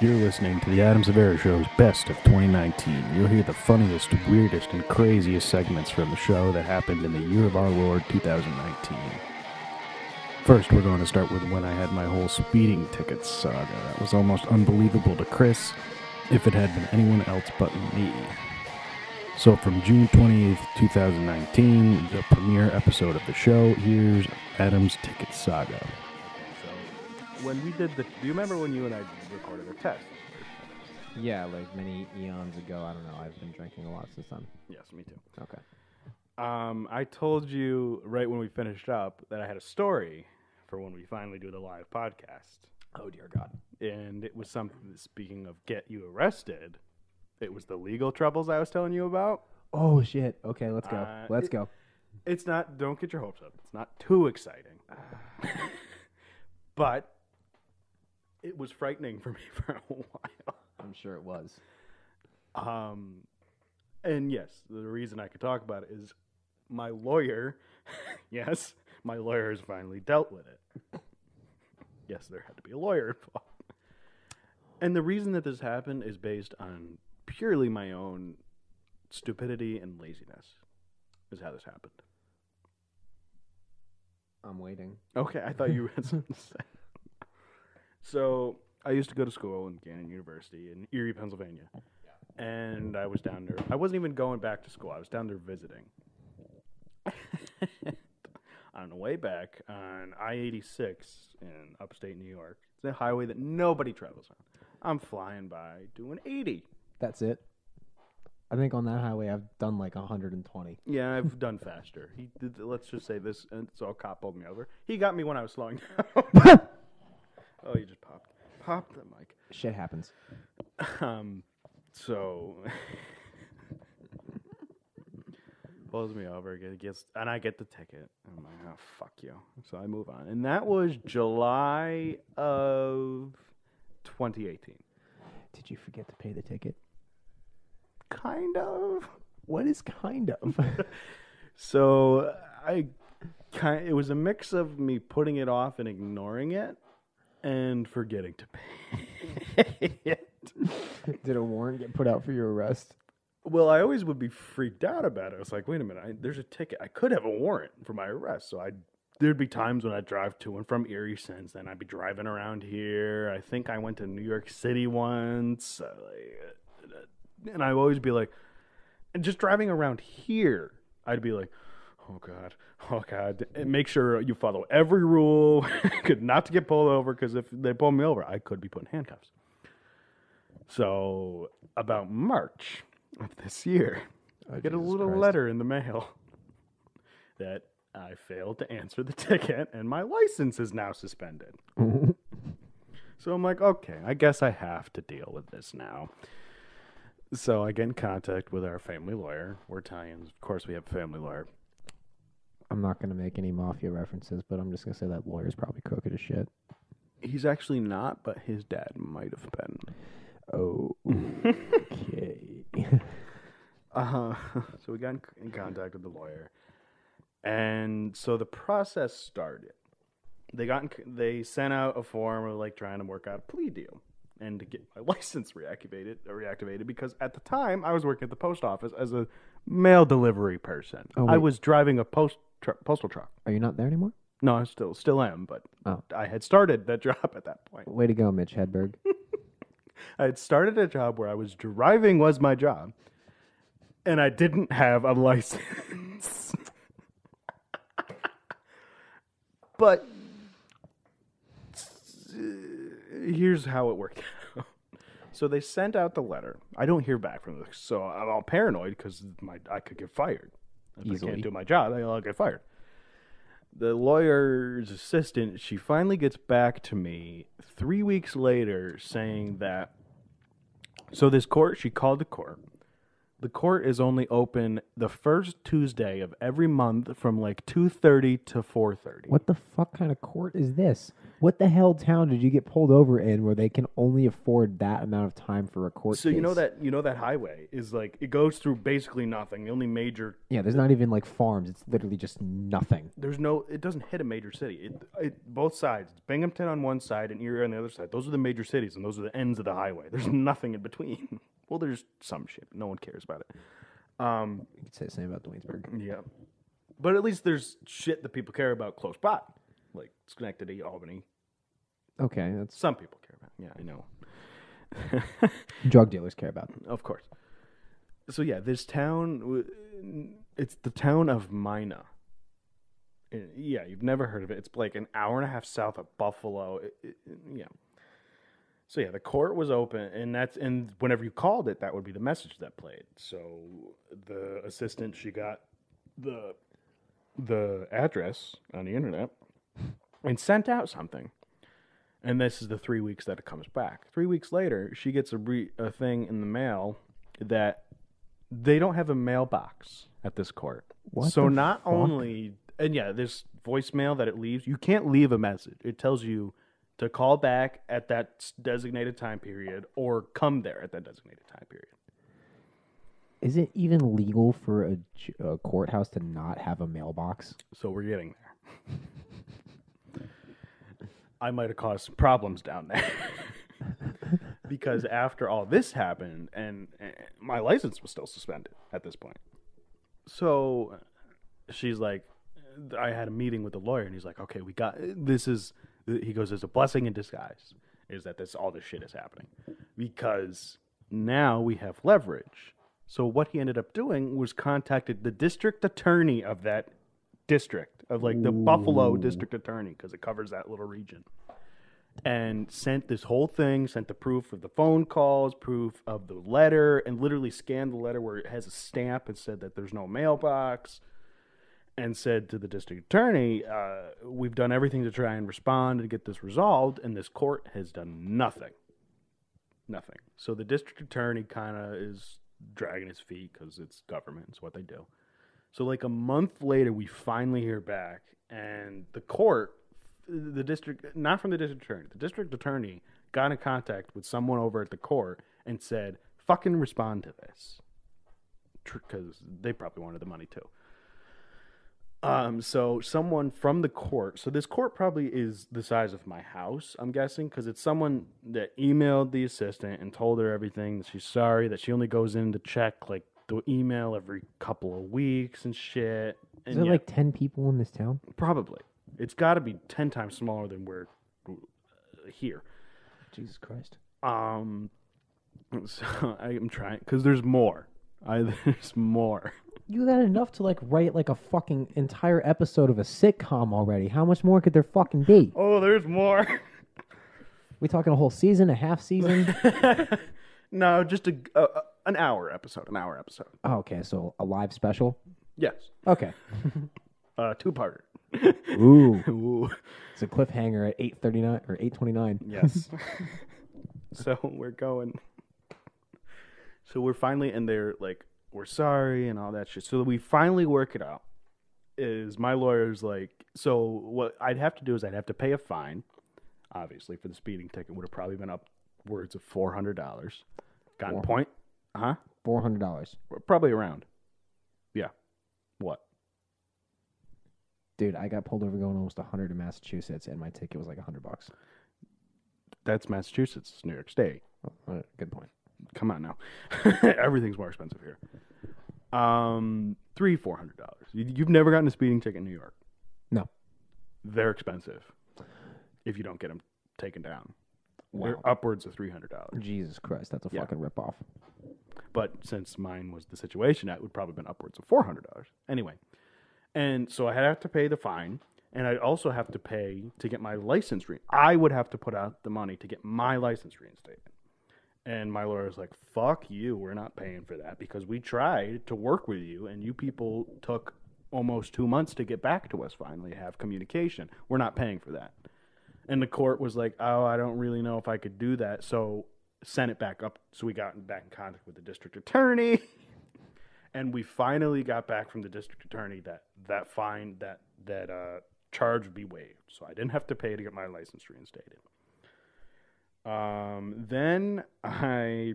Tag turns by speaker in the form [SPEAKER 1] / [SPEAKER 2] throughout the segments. [SPEAKER 1] You're listening to the Adam Severa Show's Best of 2019. You'll hear the funniest, weirdest, and craziest segments from the show that happened in the year of our Lord 2019. First, we're going to start with when I had my whole speeding tickets saga. That was almost unbelievable to Chris if it had been anyone else but me. So, from June 20th, 2019, the premiere episode of the show, here's Adam's Ticket Saga.
[SPEAKER 2] So when we did the, do you remember when you and I recorded a test?
[SPEAKER 3] Yeah, like many eons ago. I don't know. I've been drinking a lot since then.
[SPEAKER 2] Yes, me too.
[SPEAKER 3] Okay.
[SPEAKER 2] Um, I told you right when we finished up that I had a story for when we finally do the live podcast,
[SPEAKER 3] Oh dear God.
[SPEAKER 2] and it was something. Speaking of get you arrested, it was the legal troubles I was telling you about.
[SPEAKER 3] Oh shit. Okay, let's go.
[SPEAKER 2] Uh,
[SPEAKER 3] let's
[SPEAKER 2] it-
[SPEAKER 3] go.
[SPEAKER 2] It's not. Don't get your hopes up. It's not too exciting,
[SPEAKER 3] Ah.
[SPEAKER 2] but it was frightening for me for a while.
[SPEAKER 3] I'm sure it was.
[SPEAKER 2] Um, and yes, the reason I could talk about it is my lawyer. yes, my lawyer has finally dealt with it. yes, there had to be a lawyer involved. And the reason that this happened is based on purely my own stupidity and laziness. Is how this happened.
[SPEAKER 3] I'm waiting.
[SPEAKER 2] Okay, I thought you had something to say. So I used to go to school in Gannon University in Erie, Pennsylvania, and I was down there. I wasn't even going back to school. I was down there visiting. on the way back on I eighty six in upstate New York, it's a highway that nobody travels on. I'm flying by doing eighty.
[SPEAKER 3] That's it. I think on that highway I've done like 120.
[SPEAKER 2] Yeah, I've done faster. He did, let's just say this, and so a cop pulled me over. He got me when I was slowing down. oh, you just popped, popped the mic.
[SPEAKER 3] Shit happens.
[SPEAKER 2] Um, so pulls me over, get- gets, and I get the ticket. I'm like, oh fuck you. So I move on, and that was July of 2018.
[SPEAKER 3] Did you forget to pay the ticket?
[SPEAKER 2] Kind of.
[SPEAKER 3] What is kind of?
[SPEAKER 2] So I kind it was a mix of me putting it off and ignoring it and forgetting to pay it.
[SPEAKER 3] Did a warrant get put out for your arrest?
[SPEAKER 2] Well, I always would be freaked out about it. I was like, wait a minute, I, there's a ticket. I could have a warrant for my arrest. So I there'd be times when I drive to and from Erie since then. I'd be driving around here. I think I went to New York City once. I, like, and I'd always be like, and just driving around here, I'd be like, oh God, oh God. And make sure you follow every rule, could not to get pulled over because if they pull me over, I could be put in handcuffs. So about March of this year, I get a
[SPEAKER 3] Jesus
[SPEAKER 2] little
[SPEAKER 3] Christ.
[SPEAKER 2] letter in the mail that I failed to answer the ticket and my license is now suspended. So I'm like, okay, I guess I have to deal with this now. So I get in contact with our family lawyer. We're Italians, of course. We have a family lawyer.
[SPEAKER 3] I'm not gonna make any mafia references, but I'm just gonna say that lawyer's probably crooked as shit.
[SPEAKER 2] He's actually not, but his dad might have been.
[SPEAKER 3] Oh. Okay.
[SPEAKER 2] Uh, so we got in, in contact with the lawyer, and so the process started. They got in, c- they sent out a form of like trying to work out a plea deal and to get my license reactivated or reactivated because at the time I was working at the post office as a mail delivery person.
[SPEAKER 3] Oh,
[SPEAKER 2] I
[SPEAKER 3] wait.
[SPEAKER 2] was driving a post tr- postal truck.
[SPEAKER 3] Are you not there anymore?
[SPEAKER 2] No, I still still am, but
[SPEAKER 3] Oh.
[SPEAKER 2] I had started that job at that point.
[SPEAKER 3] Way to go, Mitch Hedberg.
[SPEAKER 2] I had started a job where I was driving was my job, and I didn't have a license. but uh, here's how it worked out. So they sent out the letter. I don't hear back from them, so I'm all paranoid because my I could get fired if I
[SPEAKER 3] Easily.
[SPEAKER 2] can't do my job. I'll get fired. The lawyer's assistant, she finally gets back to me three weeks later, saying that. So this court, she called the court, The court is only open the first Tuesday of every month from like 2:30 to 4:30.
[SPEAKER 3] What the fuck kind of court is this? What the hell town did you get pulled over in where they can only afford that amount of time for a court?
[SPEAKER 2] So you know
[SPEAKER 3] case?
[SPEAKER 2] that you know that highway is like it goes through basically nothing. The only major
[SPEAKER 3] Yeah, there's not even like farms. It's literally just nothing.
[SPEAKER 2] there's no it doesn't hit a major city. It, it both sides. It's Binghamton on one side and Erie on the other side. Those are the major cities and those are the ends of the highway. There's nothing in between. well, there's some shit. No one cares about it. Um,
[SPEAKER 3] You could say the same about Dwayne'sburg.
[SPEAKER 2] yeah, but at least there's shit that people care about close by, like Schenectady, Albany.
[SPEAKER 3] Okay, that's
[SPEAKER 2] Some people care about. Yeah, I know.
[SPEAKER 3] drug dealers care about.
[SPEAKER 2] Of course. So yeah, this town, w- it's the town of Mina. Uh, Yeah, you've never heard of it. It's like an hour and a half south of Buffalo. It- it- it- yeah. So yeah, the court was open, and that's and whenever you called it, that would be the message that played. So the assistant, she got the the address on the internet and sent out something. And this is the three weeks that it comes back. Three weeks later, she gets a, re- a thing in the mail that they don't have a mailbox at this court.
[SPEAKER 3] What
[SPEAKER 2] so
[SPEAKER 3] the
[SPEAKER 2] not
[SPEAKER 3] fuck?
[SPEAKER 2] only and yeah, this voicemail that it leaves, you can't leave a message. It tells you to call back at that s- designated time period or come there at that designated time period.
[SPEAKER 3] Is it even legal for a, ju- a courthouse to not have a mailbox?
[SPEAKER 2] So we're getting there. I might have caused some problems down there. because after all this happened and, and my license was still suspended at this point. So she's like I had a meeting with the lawyer and he's like, "Okay, we got this is he goes it's a blessing in disguise is that this all this shit is happening because now we have leverage." So what he ended up doing was contacted the district attorney of that district of like the Buffalo district attorney because it covers that little region. And sent this whole thing, sent the proof of the phone calls, proof of the letter, and literally scanned the letter where it has a stamp and said that there's no mailbox and said to the district attorney, uh, "We've done everything to try and respond and get this resolved, and this court has done nothing, nothing." So the district attorney kind of is dragging his feet because it's government; it's what they do. So like a month later, we finally hear back, and the court, the district, not from the district attorney, the district attorney got in contact with someone over at the court and said, "Fucking respond to this," because they probably wanted the money too. Um, so someone from the court. So this court probably is the size of my house. I'm guessing because it's someone that emailed the assistant and told her everything. That she's sorry that she only goes in to check like the email every couple of weeks and shit. And
[SPEAKER 3] Is there
[SPEAKER 2] yeah,
[SPEAKER 3] like ten people in this town?
[SPEAKER 2] probably it's got to be ten times smaller than we're uh, here.
[SPEAKER 3] Jesus Christ!
[SPEAKER 2] Um, so I'm trying because there's more. I there's more.
[SPEAKER 3] You got enough to like write like a fucking entire episode of a sitcom already. How much more could there fucking be?
[SPEAKER 2] Oh, there's more.
[SPEAKER 3] We talking a whole season, a half season?
[SPEAKER 2] no, just a, a a- an hour episode, an hour episode.
[SPEAKER 3] oh, okay, so a live special.
[SPEAKER 2] Yes,
[SPEAKER 3] Okay.
[SPEAKER 2] uh, two parter.
[SPEAKER 3] Ooh,
[SPEAKER 2] Ooh,
[SPEAKER 3] it's a cliffhanger at eight thirty nine or eight twenty nine.
[SPEAKER 2] yes. so we're going. So we're finally, and they're like, "We're sorry" and all that shit. So we finally work it out. Is my lawyer's like, so what I'd have to do is I'd have to pay a fine, obviously for the speeding ticket would have probably been upwards of four hundred dollars. Gotten
[SPEAKER 3] Four.
[SPEAKER 2] point? Huh?
[SPEAKER 3] Four hundred dollars,
[SPEAKER 2] Uh-huh. Probably around. Yeah. What?
[SPEAKER 3] dude. I got pulled over going almost hundred in Massachusetts, and my ticket was like hundred bucks.
[SPEAKER 2] That's Massachusetts, it's New York State.
[SPEAKER 3] Uh, Good point.
[SPEAKER 2] come on now. Everything's more expensive here. Um, three, four hundred dollars. You, you've never gotten a speeding ticket in New York.
[SPEAKER 3] No.
[SPEAKER 2] They're expensive. If you don't get them taken down,
[SPEAKER 3] Wow.
[SPEAKER 2] they're upwards of three hundred dollars.
[SPEAKER 3] Jesus Christ, that's a
[SPEAKER 2] Yeah.
[SPEAKER 3] fucking ripoff.
[SPEAKER 2] But since mine was the situation, that would probably been upwards of four hundred dollars anyway. And so I have to pay the fine, and I'd also have to pay to get my license re. I would have to put out the money to get my license reinstated. And my lawyer's like, "Fuck you, we're not paying for that because we tried to work with you, and you people took almost two months to get back to us. Finally, have communication. We're not paying for that." And the court was like, "Oh, I don't really know if I could do that." So sent it back up. So we got back in contact with the district attorney. and we finally got back from the district attorney that that fine that that uh, charge would be waived, so I didn't have to pay to get my license reinstated. Um, then I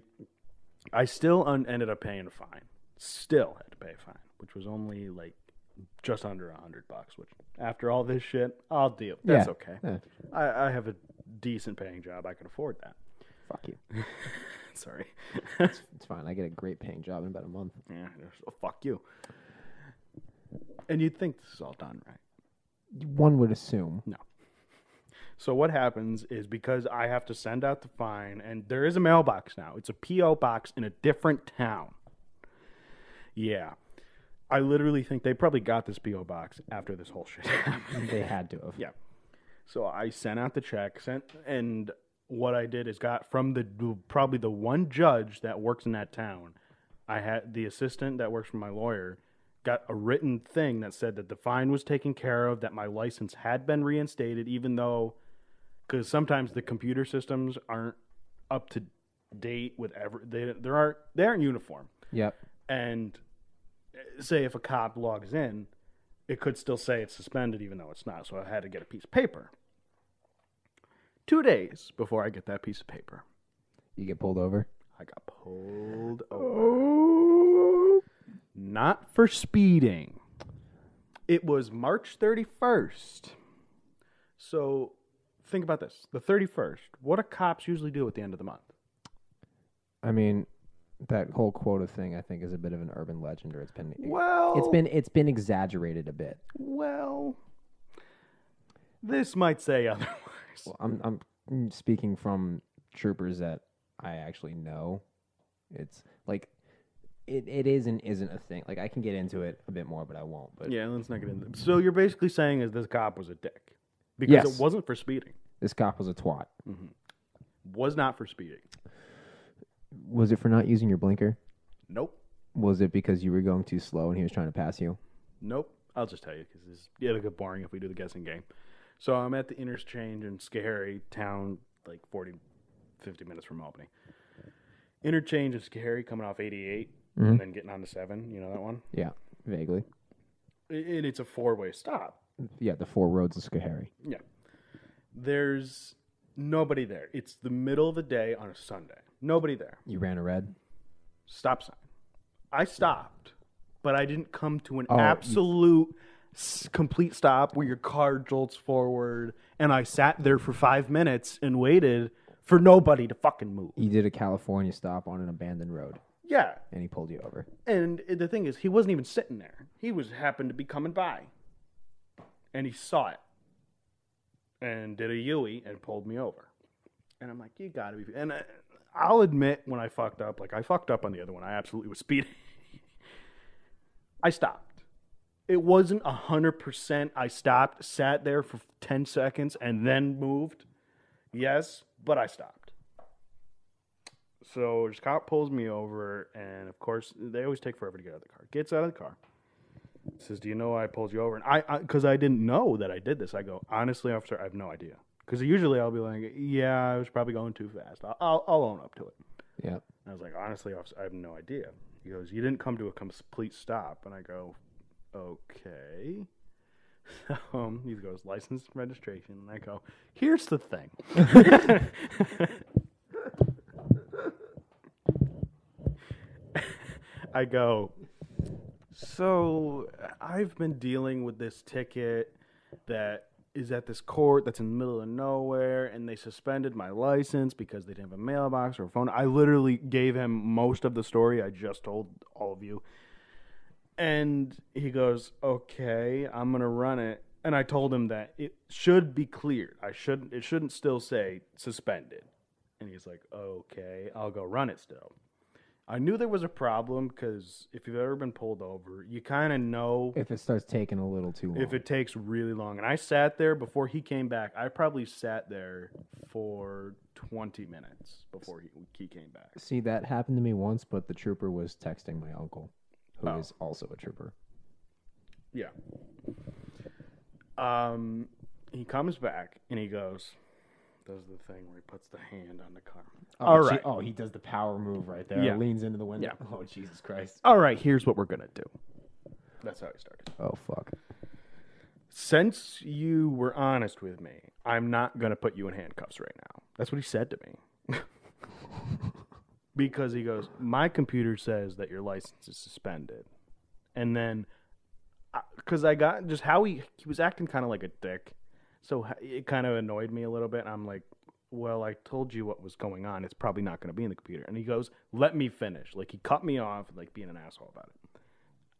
[SPEAKER 2] I still un- ended up paying a fine. Still had to pay a fine, which was only like just under a hundred bucks. Which after all this shit, I'll deal. That's
[SPEAKER 3] Yeah.
[SPEAKER 2] okay.
[SPEAKER 3] Eh,
[SPEAKER 2] I, I have a decent paying job. I can afford that.
[SPEAKER 3] fuck you.
[SPEAKER 2] Sorry.
[SPEAKER 3] It's fine. I get a great paying job in about a month.
[SPEAKER 2] yeah, so fuck you. And you'd think this is all done right.
[SPEAKER 3] One would assume.
[SPEAKER 2] So what happens is because I have to send out the fine, and there is a mailbox now. It's a PO box in a different town. Yeah, I literally think they probably got this PO box after this whole shit happened.
[SPEAKER 3] They had to have.
[SPEAKER 2] Yeah. So I sent out the check, sent, and what I did is got from the probably the one judge that works in that town. I had the assistant that works for my lawyer got a written thing that said that the fine was taken care of, that my license had been reinstated, even though because sometimes the computer systems aren't up to date with ever they there aren't they aren't uniform
[SPEAKER 3] Yep.
[SPEAKER 2] and eh, say if a cop logs in, it could still say it's suspended even though it's not. So I had to get a piece of paper. Two days before I get that piece of paper,
[SPEAKER 3] You get pulled over.
[SPEAKER 2] I got pulled over. Not for speeding. It was March 31st. So think about this the 31st. What do cops usually do at the end of the month?
[SPEAKER 3] I mean, that whole quota thing, I think, is a bit of an urban legend, or it's been e,
[SPEAKER 2] Well,
[SPEAKER 3] it's been it's been exaggerated a bit.
[SPEAKER 2] Well, this might say otherwise.
[SPEAKER 3] Well, I'm I'm mm, speaking from troopers that I actually know. It's like it, it is and isn't a thing. Like I can get into it a bit more, but I won't. But
[SPEAKER 2] yeah, let's not get into. So you're basically saying is this cop was a dick because
[SPEAKER 3] Yes.
[SPEAKER 2] it wasn't for speeding.
[SPEAKER 3] this cop was a twat.
[SPEAKER 2] Mm-hmm. Was not for speeding.
[SPEAKER 3] Was it for not using your blinker?
[SPEAKER 2] Nope.
[SPEAKER 3] Was it because you were going too slow and he was trying to pass you?
[SPEAKER 2] Nope. I'll just tell you because it'll get boring if we do the guessing game. So I'm at the interchange in Schoharie town, like 40, 50 minutes from Albany. Interchange in Schoharie coming off 88 and then getting on to 7. You know that one?
[SPEAKER 3] Yeah, vaguely.
[SPEAKER 2] And it's a four way stop.
[SPEAKER 3] Yeah, the four roads of Schoharie.
[SPEAKER 2] Yeah. There's nobody there. It's the middle of the day on a Sunday. Nobody there.
[SPEAKER 3] You ran a red.
[SPEAKER 2] Stop sign. I stopped, but I didn't come to an
[SPEAKER 3] you-
[SPEAKER 2] absolute s- complete stop where your car jolts forward and I sat there for 5 minutes and waited for nobody to fucking move.
[SPEAKER 3] You did a California stop on an abandoned road,
[SPEAKER 2] Yeah.
[SPEAKER 3] and he pulled you over.
[SPEAKER 2] And the thing is he wasn't even sitting there. He was happened to be coming by. And he saw it. And did a Yui and pulled me over. And I'm like, you gotta be. And I, I'll admit when I fucked up, like I fucked up on the other one. I absolutely was speeding. I stopped. It wasn't a hundred percent. I stopped, sat there for ten seconds, and then moved. Yes, but I stopped. So this cop pulls me over, and of course they always take forever to get out of the car. Gets out of the car. Says, "Do you know why I pulled you over?" And I, because I, didn't know that I did this. I go, honestly, officer, I have no idea. Because usually I'll be like, "Yeah, I was probably going too fast. I'll, I'll, I'll own up to it."
[SPEAKER 3] Yeah.
[SPEAKER 2] And I was like, honestly, officer, I have no idea. He goes, you didn't come to a complete stop. And I go, okay. Um, he goes, license and registration. And I go, here's the thing. I go, so I've been dealing with this ticket that is at this court that's in the middle of nowhere, and they suspended my license because they didn't have a mailbox or a phone. I literally gave him most of the story I just told all of you. And he goes, "Okay, I'm gonna run it." And I told him that it should be cleared. I shouldn't. It shouldn't still say suspended. And he's like, "Okay, I'll go run it still." I knew there was a problem because if you've ever been pulled over, you kind of know
[SPEAKER 3] If it starts taking a little too long.
[SPEAKER 2] if it takes really long. And I sat there before he came back. I probably sat there for 20 minutes before he, he came back.
[SPEAKER 3] See, that happened to me once, but the trooper was texting my uncle, who is
[SPEAKER 2] Oh.
[SPEAKER 3] also a trooper.
[SPEAKER 2] Yeah. Um, he comes back and he goes, does the thing where he puts the hand on the car.
[SPEAKER 3] Oh,
[SPEAKER 2] All
[SPEAKER 3] gee-
[SPEAKER 2] right.
[SPEAKER 3] oh, he does the power move right there.
[SPEAKER 2] Yeah.
[SPEAKER 3] Leans into the window.
[SPEAKER 2] Yeah.
[SPEAKER 3] Oh, Jesus Christ.
[SPEAKER 2] All right, here's what we're gonna do. That's how he started.
[SPEAKER 3] Oh, fuck.
[SPEAKER 2] Since you were honest with me, I'm not gonna put you in handcuffs right now. That's what he said to me. because he goes, my computer says that your license is suspended, and then, because I got just how he he was acting kind of like a dick, so h- it kind of annoyed me a little bit. I'm like, well, I told you what was going on. It's probably not gonna be in the computer. And he goes, let me finish. Like he cut me off, like being an asshole about it.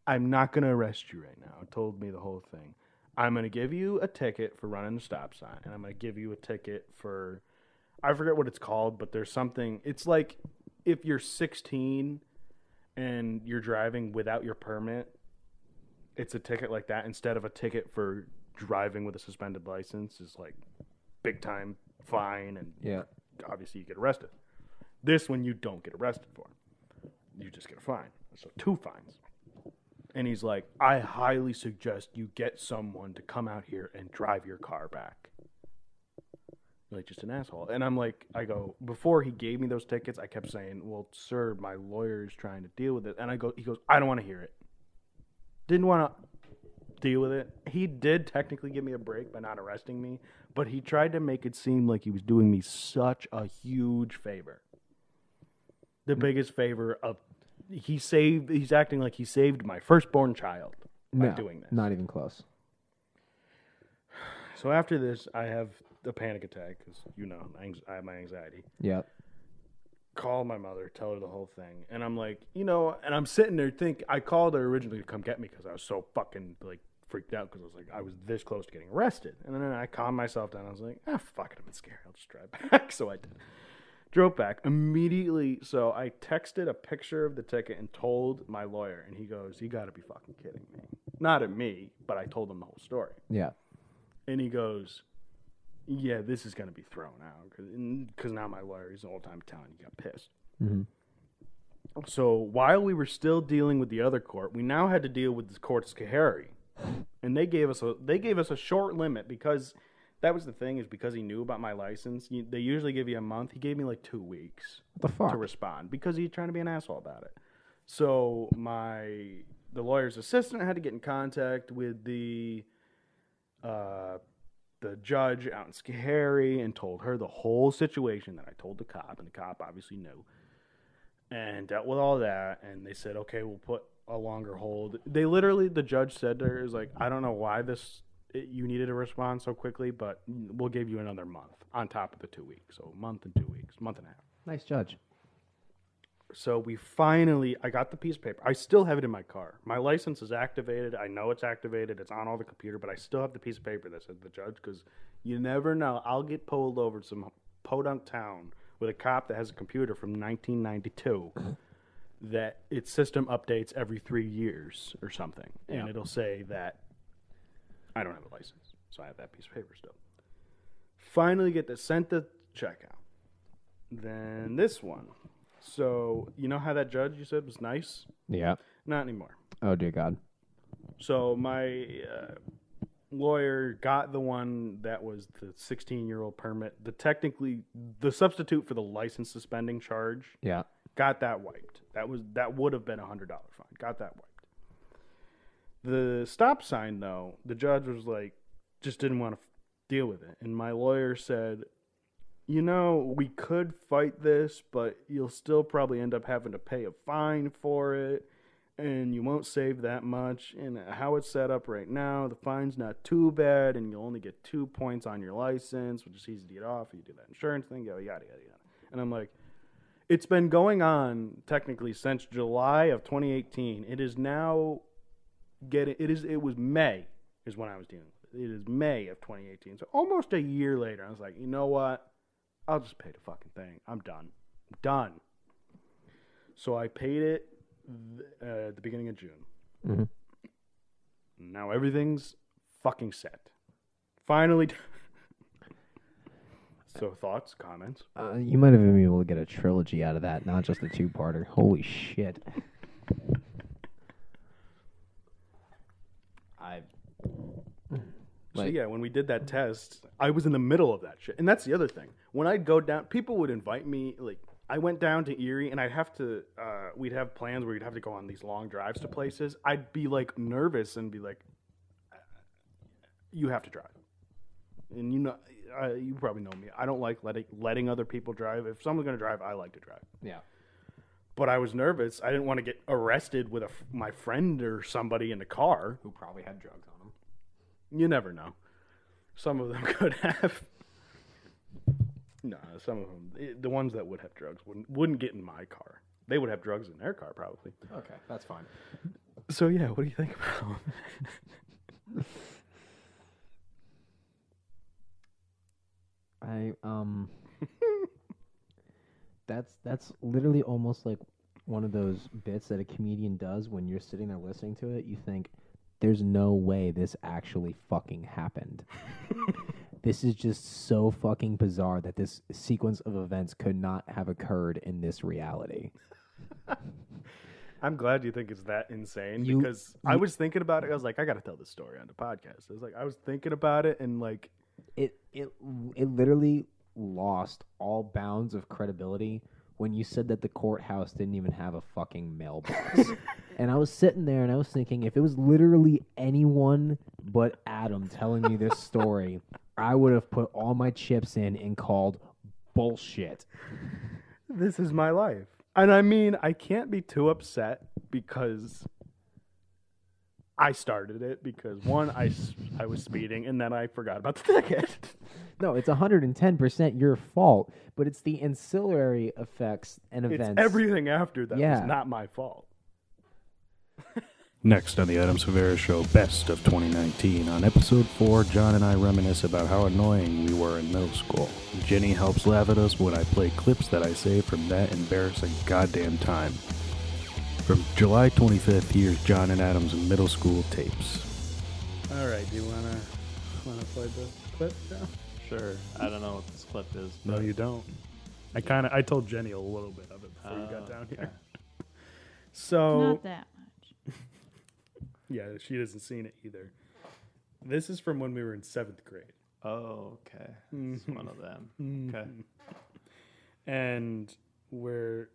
[SPEAKER 2] I'm not going to arrest you right now. Told me the whole thing. I'm going to give you a ticket for running the stop sign, and I'm going to give you a ticket for, I forget what it's called, but there's something. It's like if you're 16 and you're driving without your permit, it's a ticket like that instead of a ticket for driving with a suspended license is like big time fine and
[SPEAKER 3] Yeah.
[SPEAKER 2] obviously you get arrested. This one you don't get arrested for. You just get a fine. So two fines. And he's like, I highly suggest you get someone to come out here and drive your car back. Like just an asshole. And I'm like, I go, before he gave me those tickets, I kept saying, Well, sir, my lawyer is trying to deal with it. And I go he goes, I don't want to hear it. Didn't want to deal with it. He did technically give me a break by not arresting me, but he tried to make it seem like he was doing me such a huge favor. The biggest favor of he saved he's acting like he saved my firstborn child by
[SPEAKER 3] No,
[SPEAKER 2] doing this.
[SPEAKER 3] Not even close.
[SPEAKER 2] So after this, I have a panic attack cuz you know, anx- I have my anxiety.
[SPEAKER 3] Yep.
[SPEAKER 2] call my mother, tell her the whole thing, and I'm like, you know, and I'm sitting there think I called her originally to come get me because I was so fucking like freaked out because I was like I was this close to getting arrested, and then I calmed myself down. I was like, ah, fuck it, I'm scared. I'll just drive back. so I did. Drove back immediately. So I texted a picture of the ticket and told my lawyer, and he goes, "You got to be fucking kidding me!" Not at me, but I told him the whole story.
[SPEAKER 3] Yeah.
[SPEAKER 2] And he goes, Yeah, this is going to be thrown out. Because now my lawyer is all the time telling he got pissed.
[SPEAKER 3] Mhm.
[SPEAKER 2] So while we were still dealing with the other court, we now had to deal with the court's Kahari. And they gave us a they gave us a short limit because that was the thing is because he knew about my license. You, they usually give you a month. He gave me like two weeks
[SPEAKER 3] What the fuck?
[SPEAKER 2] to respond because he's trying to be an asshole about it. So my the lawyer's assistant had to get in contact with the uh, the judge out in Schoharie and told her the whole situation that I told the cop, and the cop obviously knew and dealt with all that. And they said, okay, we'll put a longer hold. They literally, the judge said to her, is like, I don't know why this it, you needed to respond so quickly, but we'll give you another month on top of the two weeks. So a month and two weeks, month and a half.
[SPEAKER 3] nice judge.
[SPEAKER 2] So we finally, I got the piece of paper. I still have it in my car. My license is activated. I know it's activated. It's on all the computer, but I still have the piece of paper that says the judge because you never know. I'll get pulled over to some podunk town with a cop that has a computer from 1992 that its system updates every three years or something. And it'll say that I don't have a license. So I have that piece of paper still. Finally get the sent the check out. Then this one. So you know how that judge you said was nice?
[SPEAKER 3] Yeah.
[SPEAKER 2] Not anymore.
[SPEAKER 3] Oh dear God.
[SPEAKER 2] So my uh, lawyer got the one that was the 16 year old permit, the technically the substitute for the license suspending charge.
[SPEAKER 3] Yeah.
[SPEAKER 2] Got that wiped. That was that would have been a hundred dollar fine. Got that wiped. The stop sign though, the judge was like, just didn't want to f- deal with it, and my lawyer said, you know, we could fight this, but you'll still probably end up having to pay a fine for it, and you won't save that much. And how it's set up right now, the fine's not too bad, and you'll only get two points on your license, which is easy to get off. You do that insurance thing, yada yada yada yada. And I'm like, it's been going on technically since July of 2018. It is now getting. It is. It was May is when I was dealing with it. It is May of 2018. So almost a year later, I was like, you know what? I'll just pay the fucking thing. I'm done. I'm done. So I paid it th- uh, at the beginning of June.
[SPEAKER 3] Mhm.
[SPEAKER 2] Now everything's fucking set. Finally. so thoughts, comments.
[SPEAKER 3] Uh, you might have been able to get a trilogy out of that, not just a two-parter. Holy shit. I.
[SPEAKER 2] so
[SPEAKER 4] Right.
[SPEAKER 2] yeah, when we did that test, I was in the middle of that shit. And that's the other thing. When I'd go down, people would invite me. Like, I went down to Erie, and I'd have to. Uh, we'd have plans where you'd have to go on these long drives to places. I'd be like nervous and be like, "You have to drive." And you know, uh, you probably know me. I don't like letting letting other people drive. If someone's gonna drive, I like to drive
[SPEAKER 4] Yeah.
[SPEAKER 2] but I was nervous. I didn't want to get arrested with a, f- my friend or somebody in the car.
[SPEAKER 4] Who probably had drugs on them.
[SPEAKER 2] You never know. Some of them could have. No, some of them. i- The ones that would have drugs wouldn't wouldn't get in my car. They would have drugs in their car probably.
[SPEAKER 4] Okay, that's fine.
[SPEAKER 2] So yeah, what do you think about?
[SPEAKER 3] I um that's that's literally almost like one of those bits that a comedian does when you're sitting there listening to it, you think there's no way this actually fucking happened. this is just so fucking bizarre that this sequence of events could not have occurred in this reality.
[SPEAKER 2] I'm glad you think it's that insane
[SPEAKER 3] You-
[SPEAKER 2] because I was thinking about it. I was like, I got to tell this story on the podcast. I was like, I was thinking about it and like,
[SPEAKER 3] it it it literally lost all bounds of credibility when you said that the courthouse didn't even have a fucking mailbox. and I was sitting there and I was thinking if it was literally anyone but Adam telling me this story, I would have put all my chips in and called bullshit.
[SPEAKER 2] this is my life. And I mean, I can't be too upset because I started it because one, I, s- I was speeding and then I forgot about the ticket.
[SPEAKER 3] No, it's 110% your fault, but it's the ancillary effects and
[SPEAKER 2] It's
[SPEAKER 3] events.
[SPEAKER 2] everything after that
[SPEAKER 3] Yeah.
[SPEAKER 2] was not my fault.
[SPEAKER 5] Next on the Adam Severa Show Best of 2019, on episode 4, John and I reminisce about how annoying we were in middle school. Jenny helps laugh at us when I play clips that I saved from that embarrassing goddamn time. From July 25th, here's John and Adam's middle school tapes.
[SPEAKER 2] All right, do you wanna wanna play the clip now?
[SPEAKER 6] Sure. I don't know what this clip is.
[SPEAKER 2] No,
[SPEAKER 6] but-
[SPEAKER 2] you don't. I kind of I told Jenny a little bit of it before you
[SPEAKER 6] Oh,
[SPEAKER 2] got down here.
[SPEAKER 6] okay.
[SPEAKER 2] So
[SPEAKER 7] Not that much.
[SPEAKER 2] yeah, she hasn't seen it either. This is from when we were in seventh grade. Mm-hmm.
[SPEAKER 6] Oh, okay. It's one of them. Okay.
[SPEAKER 2] and we're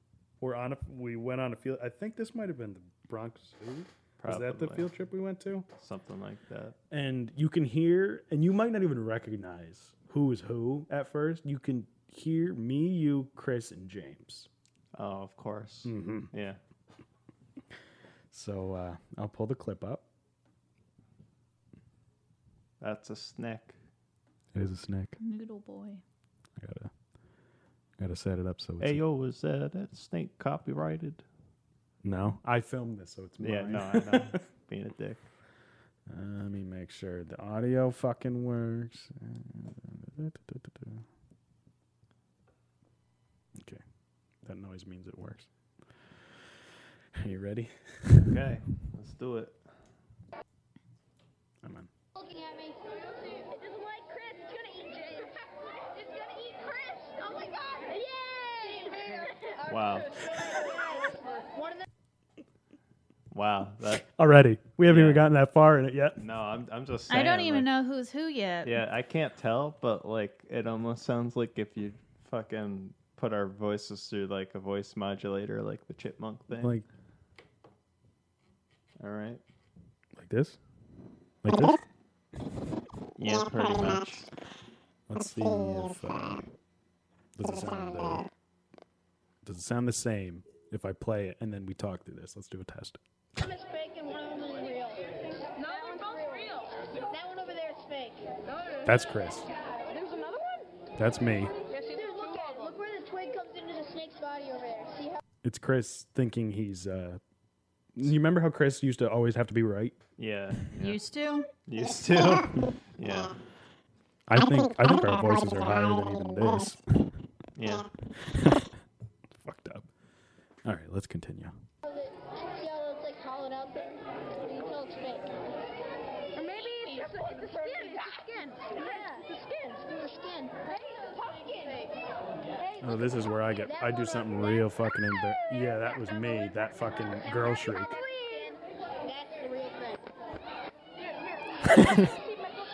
[SPEAKER 2] we're on a we went on a field. I think this might have been the Bronx Zoo. Is that the
[SPEAKER 6] Probably.
[SPEAKER 2] field trip we went to?
[SPEAKER 6] Something like that.
[SPEAKER 2] And you can hear, and you might not even recognize who is who at first. You can hear me, you, Chris, and James. Mm-hmm.
[SPEAKER 6] Oh, of course. Yeah.
[SPEAKER 2] So uh, I'll pull the clip up.
[SPEAKER 6] That's a snack.
[SPEAKER 5] It is a snack.
[SPEAKER 7] Noodle boy.
[SPEAKER 5] I gotta, gotta set it up so it's.
[SPEAKER 6] Hey, yo, is that, that snake copyrighted?
[SPEAKER 2] No, I filmed this, so it's mine.
[SPEAKER 6] Yeah, no, I know. Being a dick.
[SPEAKER 2] Let me make sure the audio fucking works. Okay. That noise means it works. Are you ready?
[SPEAKER 6] Okay, let's do it.
[SPEAKER 2] I'm on.
[SPEAKER 8] looking at me. It doesn't like Chris. It's gonna eat James. it's gonna eat Chris. Oh my God! Yay!
[SPEAKER 6] Wow.
[SPEAKER 8] One of the
[SPEAKER 6] Wow. That,
[SPEAKER 2] Already. We haven't
[SPEAKER 6] Yeah.
[SPEAKER 2] even gotten that far in it yet.
[SPEAKER 6] no, I'm, I'm just
[SPEAKER 7] I
[SPEAKER 6] saying.
[SPEAKER 7] don't even
[SPEAKER 6] like,
[SPEAKER 7] know who's who yet.
[SPEAKER 6] Yeah, I can't tell, but like it almost sounds like if you fucking put our voices through like a voice modulator, like the chipmunk thing.
[SPEAKER 2] Like
[SPEAKER 6] All right.
[SPEAKER 2] like this? Like
[SPEAKER 8] Uh-huh.
[SPEAKER 2] this?
[SPEAKER 6] Yeah, pretty much.
[SPEAKER 2] Let's see if uh, does it sound uh, does it sound the same if I play it and then we talk through this. Let's do a test.
[SPEAKER 8] one is fake and one of them is real. No, that one's both real. That one over there is fake.
[SPEAKER 2] That's Chris.
[SPEAKER 8] There's another one.
[SPEAKER 2] That's me.
[SPEAKER 8] Dude, look at it. Look where the twig comes into the snake's body over there. See how?
[SPEAKER 2] It's Chris thinking he's uh you remember how Chris used to always have to be right?
[SPEAKER 6] Yeah. yeah.
[SPEAKER 7] Used to?
[SPEAKER 6] Used to. yeah.
[SPEAKER 2] I think I think our voices are higher than even this.
[SPEAKER 6] Yeah.
[SPEAKER 2] Fucked up. All right, let's continue.
[SPEAKER 8] See how it's like hollowed out there? You can tell it's fake. Or maybe it's, the skin. It's the skin. Yeah. The skin. It's the skin. Right? Pumpkin. Hey,
[SPEAKER 2] Oh, this is where I get I do something real fucking embar- Yeah, that was me. That fucking girl shriek.
[SPEAKER 8] That's the real thing.
[SPEAKER 9] See Michael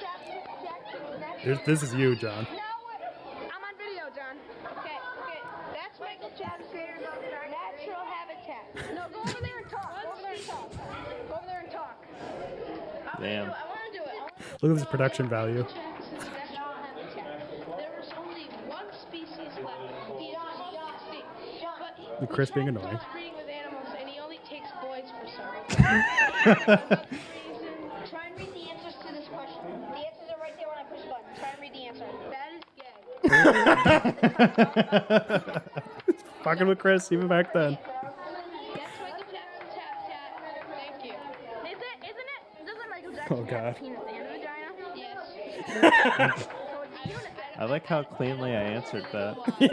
[SPEAKER 9] Jackson, Jackson next?
[SPEAKER 2] This, this is you, John.
[SPEAKER 9] No, I'm on video, John. Okay, okay. That's Michael Jackson's natural habitat. No, go over there and talk. Go over there and talk. Go over there and talk. I wanna
[SPEAKER 6] Damn.
[SPEAKER 9] do it. I want to do it. I wanna do it.
[SPEAKER 2] Look at this production value.
[SPEAKER 9] Jackson's natural habitat. There was only one species left. He is almost extinct. But he- we
[SPEAKER 2] Chris being
[SPEAKER 9] tried
[SPEAKER 2] annoying.
[SPEAKER 9] crossbreeding with animals, and he only takes boys for some reason. Try and read the answers to this question. The answers are right there when I push the button. Try and read the answer. That is gay.
[SPEAKER 2] Fucking with Chris even back then.
[SPEAKER 9] That's Michael Jackson tap tap. Thank you.
[SPEAKER 4] Is it? Isn't it? Doesn't Michael
[SPEAKER 2] Oh,
[SPEAKER 4] Jackson
[SPEAKER 2] God.
[SPEAKER 4] have a penis and a vagina?
[SPEAKER 9] Yes.
[SPEAKER 4] So it's a unit.
[SPEAKER 6] I like how cleanly I answered that.
[SPEAKER 2] Oh,
[SPEAKER 4] It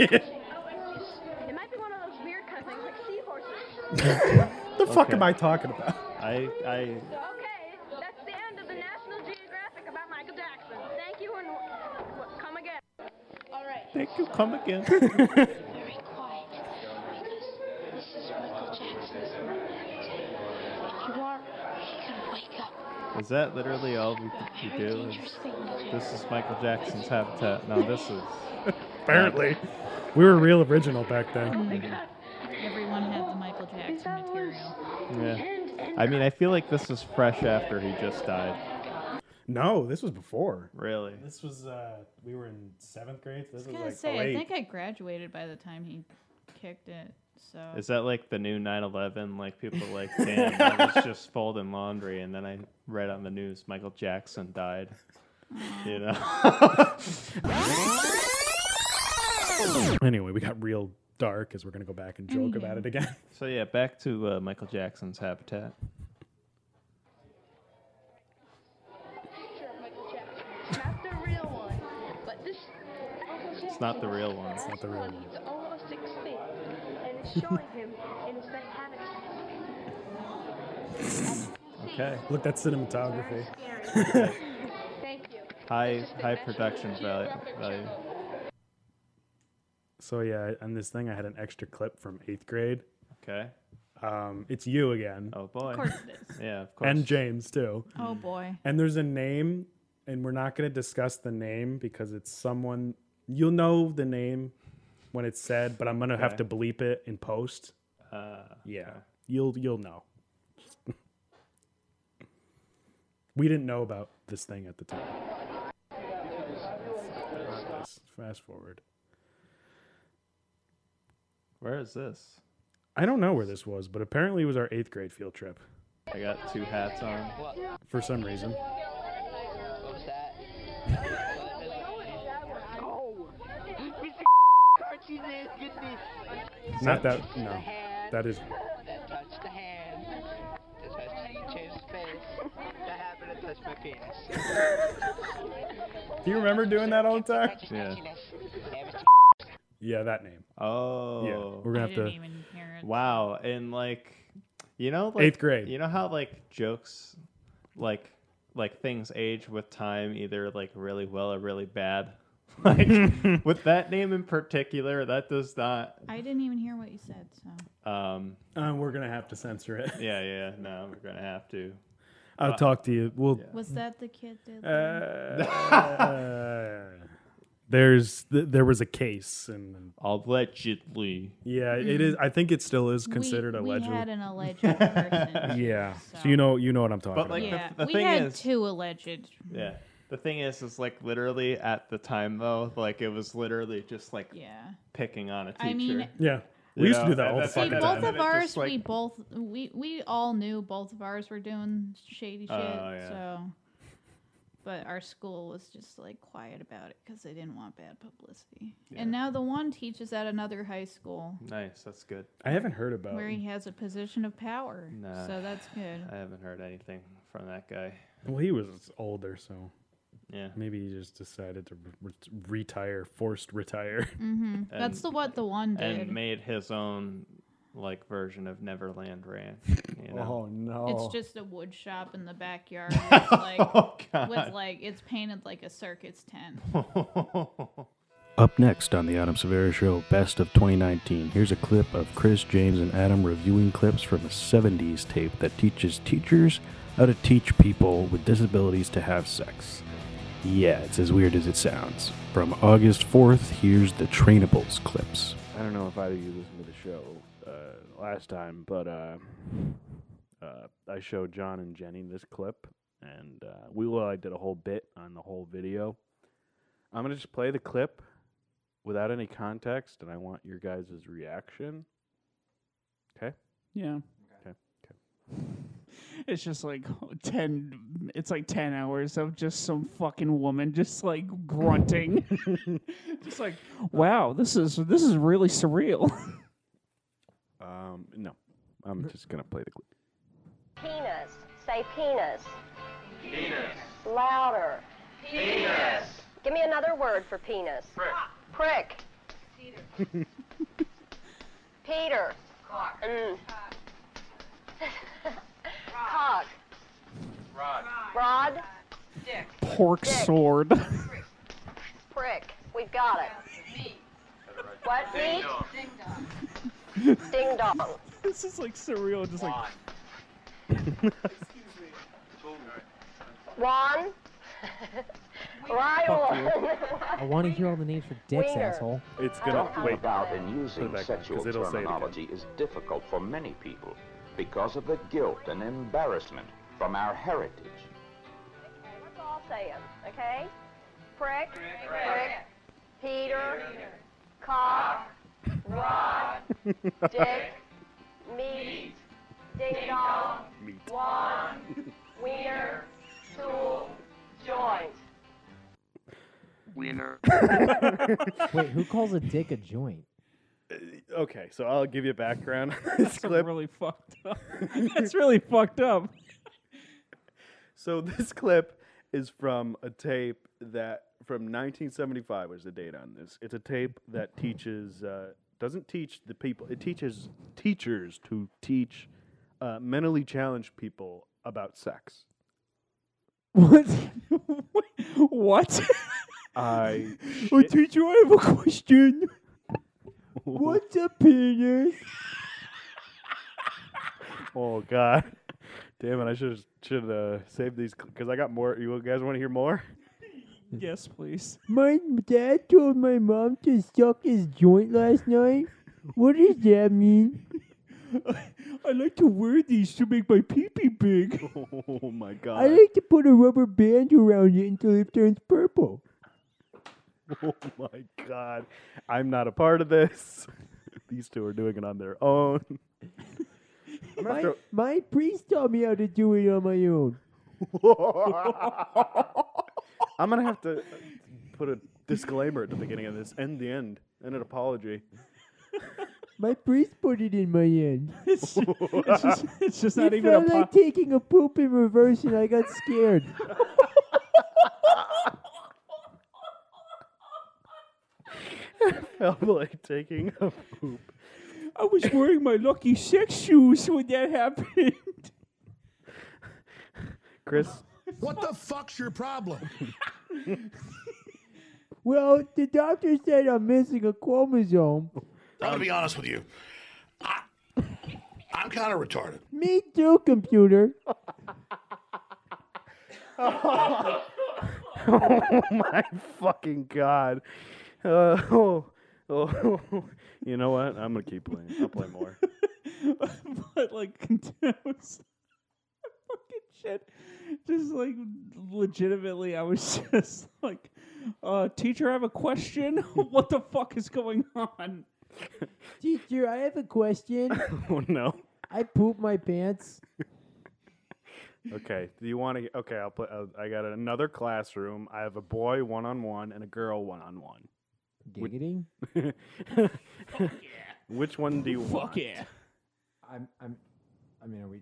[SPEAKER 4] might be one of those weird kind of things, like seahorses.
[SPEAKER 2] The fuck
[SPEAKER 6] Okay.
[SPEAKER 2] am I talking about?
[SPEAKER 6] I I
[SPEAKER 4] Okay, that's the end of the National Geographic about Michael Jackson. Thank you and w- come again.
[SPEAKER 9] All right.
[SPEAKER 6] think you come again.
[SPEAKER 9] Very quiet. Because this is Michael Jackson's habitat. If you are, he can wake up.
[SPEAKER 6] Is that literally all we you
[SPEAKER 9] Very
[SPEAKER 6] do?
[SPEAKER 9] dangerous
[SPEAKER 6] Is,
[SPEAKER 9] thing to do.
[SPEAKER 6] this is Michael Jackson's habitat. No, this is
[SPEAKER 2] Apparently. We were real original back
[SPEAKER 9] Oh
[SPEAKER 2] then.
[SPEAKER 7] Everyone had the Michael Jackson material.
[SPEAKER 6] yeah. I mean, I feel like this is fresh after he just died.
[SPEAKER 2] No, this was before.
[SPEAKER 6] Really?
[SPEAKER 2] This was, uh, we were in seventh grade. So this
[SPEAKER 7] I was gonna say, I think I graduated by the time he kicked it. So
[SPEAKER 6] Is that like the new 9/11? Like people are like, damn, I was just folding laundry, and then I read on the news Michael Jackson died. You know?
[SPEAKER 2] Anyway, we got real dark as we're going to go back and joke about it again.
[SPEAKER 6] so yeah, back to uh, Michael Jackson's habitat.
[SPEAKER 9] Picture of Michael Jackson.
[SPEAKER 4] It's not the real one, but this
[SPEAKER 6] It's not the real one.
[SPEAKER 4] last
[SPEAKER 2] the real
[SPEAKER 4] one,
[SPEAKER 2] one.
[SPEAKER 4] he's almost extinct, and it's showing him in his night habitat.
[SPEAKER 6] Okay.
[SPEAKER 2] Look, that's cinematography.
[SPEAKER 4] Scary. Thank you.
[SPEAKER 6] High high production value. value.
[SPEAKER 2] So, yeah, on this thing, I had an extra clip from eighth grade.
[SPEAKER 6] Okay.
[SPEAKER 2] Um, it's you again.
[SPEAKER 6] Oh boy.
[SPEAKER 7] of course it is.
[SPEAKER 6] Yeah, of course.
[SPEAKER 2] and James, too.
[SPEAKER 10] Mm.
[SPEAKER 7] Oh boy.
[SPEAKER 2] And there's a name, and we're not going to discuss the name because it's someone you'll know the name when it's said, but I'm going to have to
[SPEAKER 6] Okay.
[SPEAKER 2] bleep it in post.
[SPEAKER 6] Uh,
[SPEAKER 2] Yeah, you'll you'll know. we didn't know about this thing at the time. Let's Fast forward.
[SPEAKER 6] where is this?
[SPEAKER 2] I don't know where this was, but apparently it was our eighth grade field trip
[SPEAKER 6] I got two hats on.
[SPEAKER 2] for some reason. Not that no, that is
[SPEAKER 11] That touched the hand. That touched Chase's face. That happened to touch my penis.
[SPEAKER 2] Do you remember doing that all the time?
[SPEAKER 6] Yeah.
[SPEAKER 2] Yeah, that name.
[SPEAKER 6] Oh.
[SPEAKER 2] Yeah, we're
[SPEAKER 7] I
[SPEAKER 2] gonna have
[SPEAKER 7] didn't
[SPEAKER 2] to.
[SPEAKER 7] even hear it.
[SPEAKER 6] Wow, and like, you know, like,
[SPEAKER 2] Eighth grade.
[SPEAKER 6] You know how like jokes, like like things age with time, either like really well or really bad. Like with that name in particular, that does not.
[SPEAKER 7] I didn't even hear what you said. So
[SPEAKER 6] Um,
[SPEAKER 2] Uh, we're gonna have to censor it.
[SPEAKER 6] yeah, yeah, no, we're gonna have to.
[SPEAKER 2] I'll talk to you. We'll
[SPEAKER 7] was that the kid that?
[SPEAKER 2] Uh, there's th- there was a case and
[SPEAKER 6] Allegedly,
[SPEAKER 2] yeah it is i think it still is considered
[SPEAKER 7] Mm-hmm. we,
[SPEAKER 2] alleged
[SPEAKER 7] We had an alleged person.
[SPEAKER 2] yeah so.
[SPEAKER 7] So-
[SPEAKER 2] you know you know what i'm talking
[SPEAKER 6] But,
[SPEAKER 2] about
[SPEAKER 6] like-
[SPEAKER 7] Yeah,
[SPEAKER 6] the
[SPEAKER 7] we
[SPEAKER 6] thing
[SPEAKER 7] had
[SPEAKER 6] is-
[SPEAKER 7] two alleged.
[SPEAKER 6] yeah. The thing is, is like literally at the time though, like it was literally just like
[SPEAKER 7] Yeah.
[SPEAKER 6] picking on a teacher.
[SPEAKER 7] I mean,
[SPEAKER 2] yeah we
[SPEAKER 6] You
[SPEAKER 2] used to do
[SPEAKER 6] know,
[SPEAKER 2] that
[SPEAKER 6] and
[SPEAKER 2] all the
[SPEAKER 6] that's- See,
[SPEAKER 7] See,
[SPEAKER 2] fucking
[SPEAKER 6] Yeah,
[SPEAKER 7] both
[SPEAKER 2] time
[SPEAKER 6] and
[SPEAKER 7] of
[SPEAKER 6] it just,
[SPEAKER 7] ours, we
[SPEAKER 6] like-
[SPEAKER 7] both we we all knew both of ours were doing shady shit.
[SPEAKER 6] Oh, yeah.
[SPEAKER 7] So, but our school was just like quiet about it because they didn't want bad publicity.
[SPEAKER 6] Yeah.
[SPEAKER 7] And now the one teaches at another high school
[SPEAKER 6] nice, that's good.
[SPEAKER 2] i haven't heard about
[SPEAKER 7] where he has a position of power.
[SPEAKER 6] Nah.
[SPEAKER 7] So that's good.
[SPEAKER 6] I haven't heard anything from that guy.
[SPEAKER 2] well he was older so
[SPEAKER 6] Yeah.
[SPEAKER 2] maybe he just decided to re- re- retire forced retire
[SPEAKER 7] Mm-hmm. that's the what the one did.
[SPEAKER 6] and made his own like version of Neverland Ranch. You know?
[SPEAKER 2] oh no
[SPEAKER 7] It's just a wood shop in the backyard. With like, with
[SPEAKER 6] Oh, god!
[SPEAKER 7] like it's painted like a circus tent.
[SPEAKER 1] Up next on the Adam Severa Show Best of 2019, here's a clip of Chris, James, and Adam reviewing clips from a 70s tape that teaches teachers
[SPEAKER 4] how to teach people with disabilities to have sex. Yeah, it's as weird as it sounds. From August 4th, here's the Trainables clips.
[SPEAKER 2] I don't know if either of you listened to the show uh, last time, but uh, uh, I showed John and Jenny this clip, and uh, we well, I did a whole bit on the whole video. I'm gonna just play the clip without any context, and I want your guys' reaction.
[SPEAKER 10] Yeah.
[SPEAKER 2] Okay.
[SPEAKER 10] It's just like ten. It's like ten hours of just some fucking woman just like grunting, just like, wow, this is this is really surreal.
[SPEAKER 2] Um, no, I'm just gonna play the clip.
[SPEAKER 12] Penis. Say penis. Penis. Louder. Penis. Give me another word for penis. Prick. Peter. Cock. Mm. Cock. Rod. Rod.
[SPEAKER 10] Pork sword.
[SPEAKER 12] Prick. We've got it. What? Meat. Ding dong. Ding dong.
[SPEAKER 10] this is like surreal. Just like
[SPEAKER 12] Ron. Ryan.
[SPEAKER 8] I want to hear all the names for dicks,
[SPEAKER 12] Wiener.
[SPEAKER 8] asshole.
[SPEAKER 2] It's gonna wait.
[SPEAKER 11] about and using
[SPEAKER 2] back on,
[SPEAKER 11] sexual
[SPEAKER 2] 'cause it'll say it again.
[SPEAKER 11] terminology is difficult for many people because of the guilt and embarrassment from our heritage.
[SPEAKER 12] Let's all say 'em, okay? Prick. Prick. Peter. Cock. Rod. Dick. Meat. Ding dong. Wand. Wiener. Tool. Joint.
[SPEAKER 8] Wait, who calls a dick a joint?
[SPEAKER 2] Uh, Okay, so I'll give you background on this
[SPEAKER 10] that's
[SPEAKER 2] clip.
[SPEAKER 10] really fucked up. that's really fucked up.
[SPEAKER 2] So this clip is from a tape that from 1975 was the date on this. It's a tape that teaches uh, doesn't teach the people. It teaches teachers to teach uh, mentally challenged people about sex.
[SPEAKER 10] What? what?
[SPEAKER 2] I
[SPEAKER 10] Oh,
[SPEAKER 2] shit-
[SPEAKER 10] teacher, I have a question. What's a penis?
[SPEAKER 2] oh god, damn it! I should should uh, save these because I got more. You guys want to hear more?
[SPEAKER 10] yes, please.
[SPEAKER 8] My dad told my mom to suck his joint last night. What does that mean?
[SPEAKER 10] I like to wear these to make my pee pee big.
[SPEAKER 2] Oh my god!
[SPEAKER 8] I like to put a rubber band around it until it turns purple.
[SPEAKER 2] Oh my god. I'm not a part of this. These two are doing it on their own. I'm gonna
[SPEAKER 8] My,
[SPEAKER 2] throw-
[SPEAKER 8] my priest taught me how to do it on my own.
[SPEAKER 2] I'm gonna have to uh, put a disclaimer at the beginning of this and the end and an apology.
[SPEAKER 8] My priest put it in my end.
[SPEAKER 10] It's just, it's just, it's just not
[SPEAKER 8] it
[SPEAKER 10] even a
[SPEAKER 8] felt
[SPEAKER 10] po-
[SPEAKER 8] like taking a poop in reverse, and I got scared.
[SPEAKER 2] I'm like taking a poop.
[SPEAKER 10] I was wearing my lucky sex shoes when that happened.
[SPEAKER 2] Chris,
[SPEAKER 13] What the fuck's your problem?
[SPEAKER 8] well, the doctor said I'm missing a chromosome.
[SPEAKER 13] I'm gonna be honest with you. I, I'm kind of retarded.
[SPEAKER 8] Me too, computer.
[SPEAKER 2] oh my fucking god. Uh, oh, oh. You know what? I'm gonna keep playing. I'll play more.
[SPEAKER 10] but like contempt. Fucking shit. Just like legitimately, I was just like, uh, teacher, I have a question. what the fuck is going on?
[SPEAKER 8] Teacher, I have a question.
[SPEAKER 2] Oh no.
[SPEAKER 8] I poop my pants.
[SPEAKER 2] Okay. Do you want to? Okay, I'll play. Uh, I got another classroom. I have a boy one on one and a girl one on one.
[SPEAKER 8] Giggity.
[SPEAKER 2] Which one do you want?
[SPEAKER 10] Fuck yeah.
[SPEAKER 8] I'm, I'm, I mean, are we?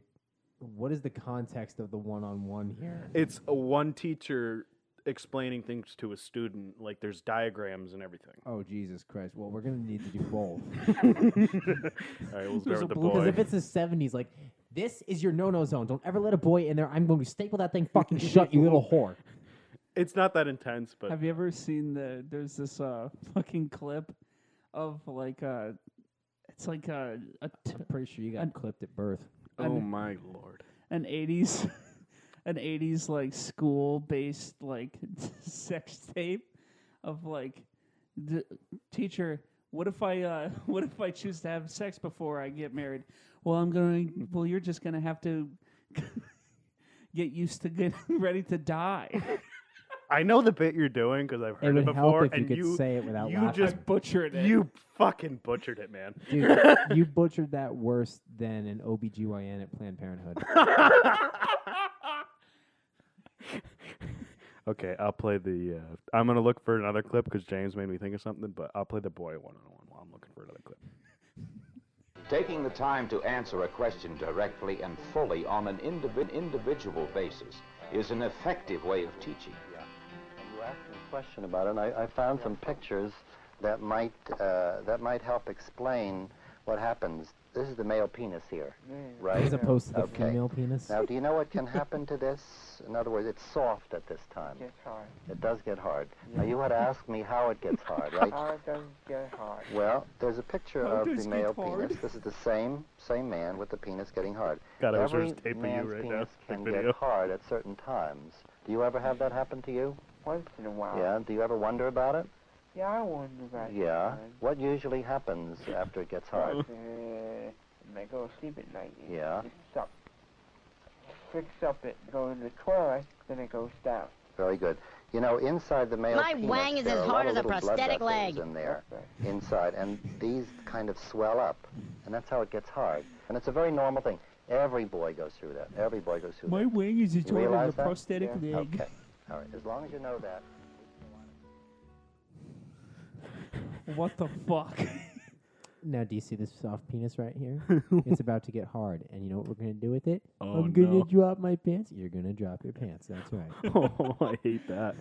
[SPEAKER 8] What is the context of the one-on-one here?
[SPEAKER 2] It's a one teacher explaining things to a student. Like there's diagrams and everything.
[SPEAKER 8] Oh Jesus Christ! Well, we're gonna need to do both.
[SPEAKER 2] All right, we'll
[SPEAKER 10] There's
[SPEAKER 2] start with
[SPEAKER 10] a
[SPEAKER 2] the
[SPEAKER 10] blue-
[SPEAKER 8] Because
[SPEAKER 2] boy.
[SPEAKER 8] if it's the '70s, like this is your no-no zone. Don't ever let a boy in there. I'm going to staple that thing fucking shut, you little whore.
[SPEAKER 2] It's not that intense, but
[SPEAKER 10] Have you ever seen the? There's this uh fucking clip of like uh, it's like uh, a, a t-
[SPEAKER 8] I'm pretty sure you got clipped at birth.
[SPEAKER 2] oh my lord.
[SPEAKER 10] an 80s an 80s like school based like sex tape of like the teacher what if i uh what if i choose to have sex before i get married well i'm going well you're just going to have to get used to getting ready to die
[SPEAKER 2] I know the bit you're doing because I've heard it,
[SPEAKER 10] would help
[SPEAKER 2] before,
[SPEAKER 10] if you
[SPEAKER 2] and
[SPEAKER 10] could
[SPEAKER 2] you
[SPEAKER 3] say it without
[SPEAKER 2] you
[SPEAKER 3] laughing.
[SPEAKER 2] just
[SPEAKER 3] I
[SPEAKER 10] butchered it.
[SPEAKER 2] You fucking butchered it, man.
[SPEAKER 3] Dude, you butchered that worse than an OBGYN at Planned Parenthood.
[SPEAKER 2] Okay, I'll play the. Uh, I'm gonna look for another clip because James made me think of something, but I'll play the boy one on one while I'm looking for another clip.
[SPEAKER 11] Taking the time to answer a question directly and fully on an indivi- individual basis is an effective way of teaching.
[SPEAKER 14] You asked me a question about it, and I, I found some pictures that might uh, that might help explain what happens. This is the male penis here, right?
[SPEAKER 3] As opposed to the
[SPEAKER 14] okay.
[SPEAKER 3] female penis.
[SPEAKER 14] Now, do you know what can happen to this? In other words, it's soft at this time.
[SPEAKER 15] Gets hard.
[SPEAKER 14] It does get hard. Now, you had asked me how it gets hard, right?
[SPEAKER 15] How it does get hard.
[SPEAKER 14] Well, there's a picture
[SPEAKER 15] How
[SPEAKER 14] of
[SPEAKER 15] does
[SPEAKER 14] the
[SPEAKER 15] it
[SPEAKER 14] male
[SPEAKER 15] get hard?
[SPEAKER 14] penis. This is the same same man with the penis getting hard.
[SPEAKER 2] God, I wish there
[SPEAKER 14] Every
[SPEAKER 2] was tape of you
[SPEAKER 14] man's
[SPEAKER 2] right now,
[SPEAKER 14] penis
[SPEAKER 2] like
[SPEAKER 14] can
[SPEAKER 2] video.
[SPEAKER 14] get hard at certain times. Do you ever have that happen to you?
[SPEAKER 15] Once in a while.
[SPEAKER 14] Yeah. Do you ever wonder about it?
[SPEAKER 15] Yeah, I wonder about
[SPEAKER 14] Yeah.
[SPEAKER 15] that.
[SPEAKER 14] What usually happens after it gets
[SPEAKER 15] Uh,
[SPEAKER 14] hard?
[SPEAKER 15] and I go to sleep at night. It
[SPEAKER 14] Yeah.
[SPEAKER 15] Fix up. Fix up it. Go to the toilet. Then it goes down.
[SPEAKER 14] Very good. You know, inside the male
[SPEAKER 15] My
[SPEAKER 14] penis,
[SPEAKER 15] wang is
[SPEAKER 14] there
[SPEAKER 15] as
[SPEAKER 14] are
[SPEAKER 15] hard
[SPEAKER 14] lot
[SPEAKER 15] as a
[SPEAKER 14] of little blood
[SPEAKER 15] prosthetic
[SPEAKER 14] vessels
[SPEAKER 15] leg.
[SPEAKER 14] in there, inside, and these kind of swell up, and that's how it gets hard. And it's a very normal thing. Every boy goes through that. Every boy goes through
[SPEAKER 10] my
[SPEAKER 14] that.
[SPEAKER 10] wing is
[SPEAKER 14] You
[SPEAKER 10] as hard
[SPEAKER 14] realize
[SPEAKER 10] as a
[SPEAKER 14] that?
[SPEAKER 10] prosthetic
[SPEAKER 14] Yeah.
[SPEAKER 10] leg
[SPEAKER 14] Okay. All right. As long as you know that.
[SPEAKER 10] what the fuck
[SPEAKER 3] Now, do you see this soft penis right here? it's about to get hard, and you know what we're gonna do with it?
[SPEAKER 2] Oh,
[SPEAKER 3] I'm gonna
[SPEAKER 2] no.
[SPEAKER 3] drop my pants. You're gonna drop your pants. That's right.
[SPEAKER 2] oh, I hate that.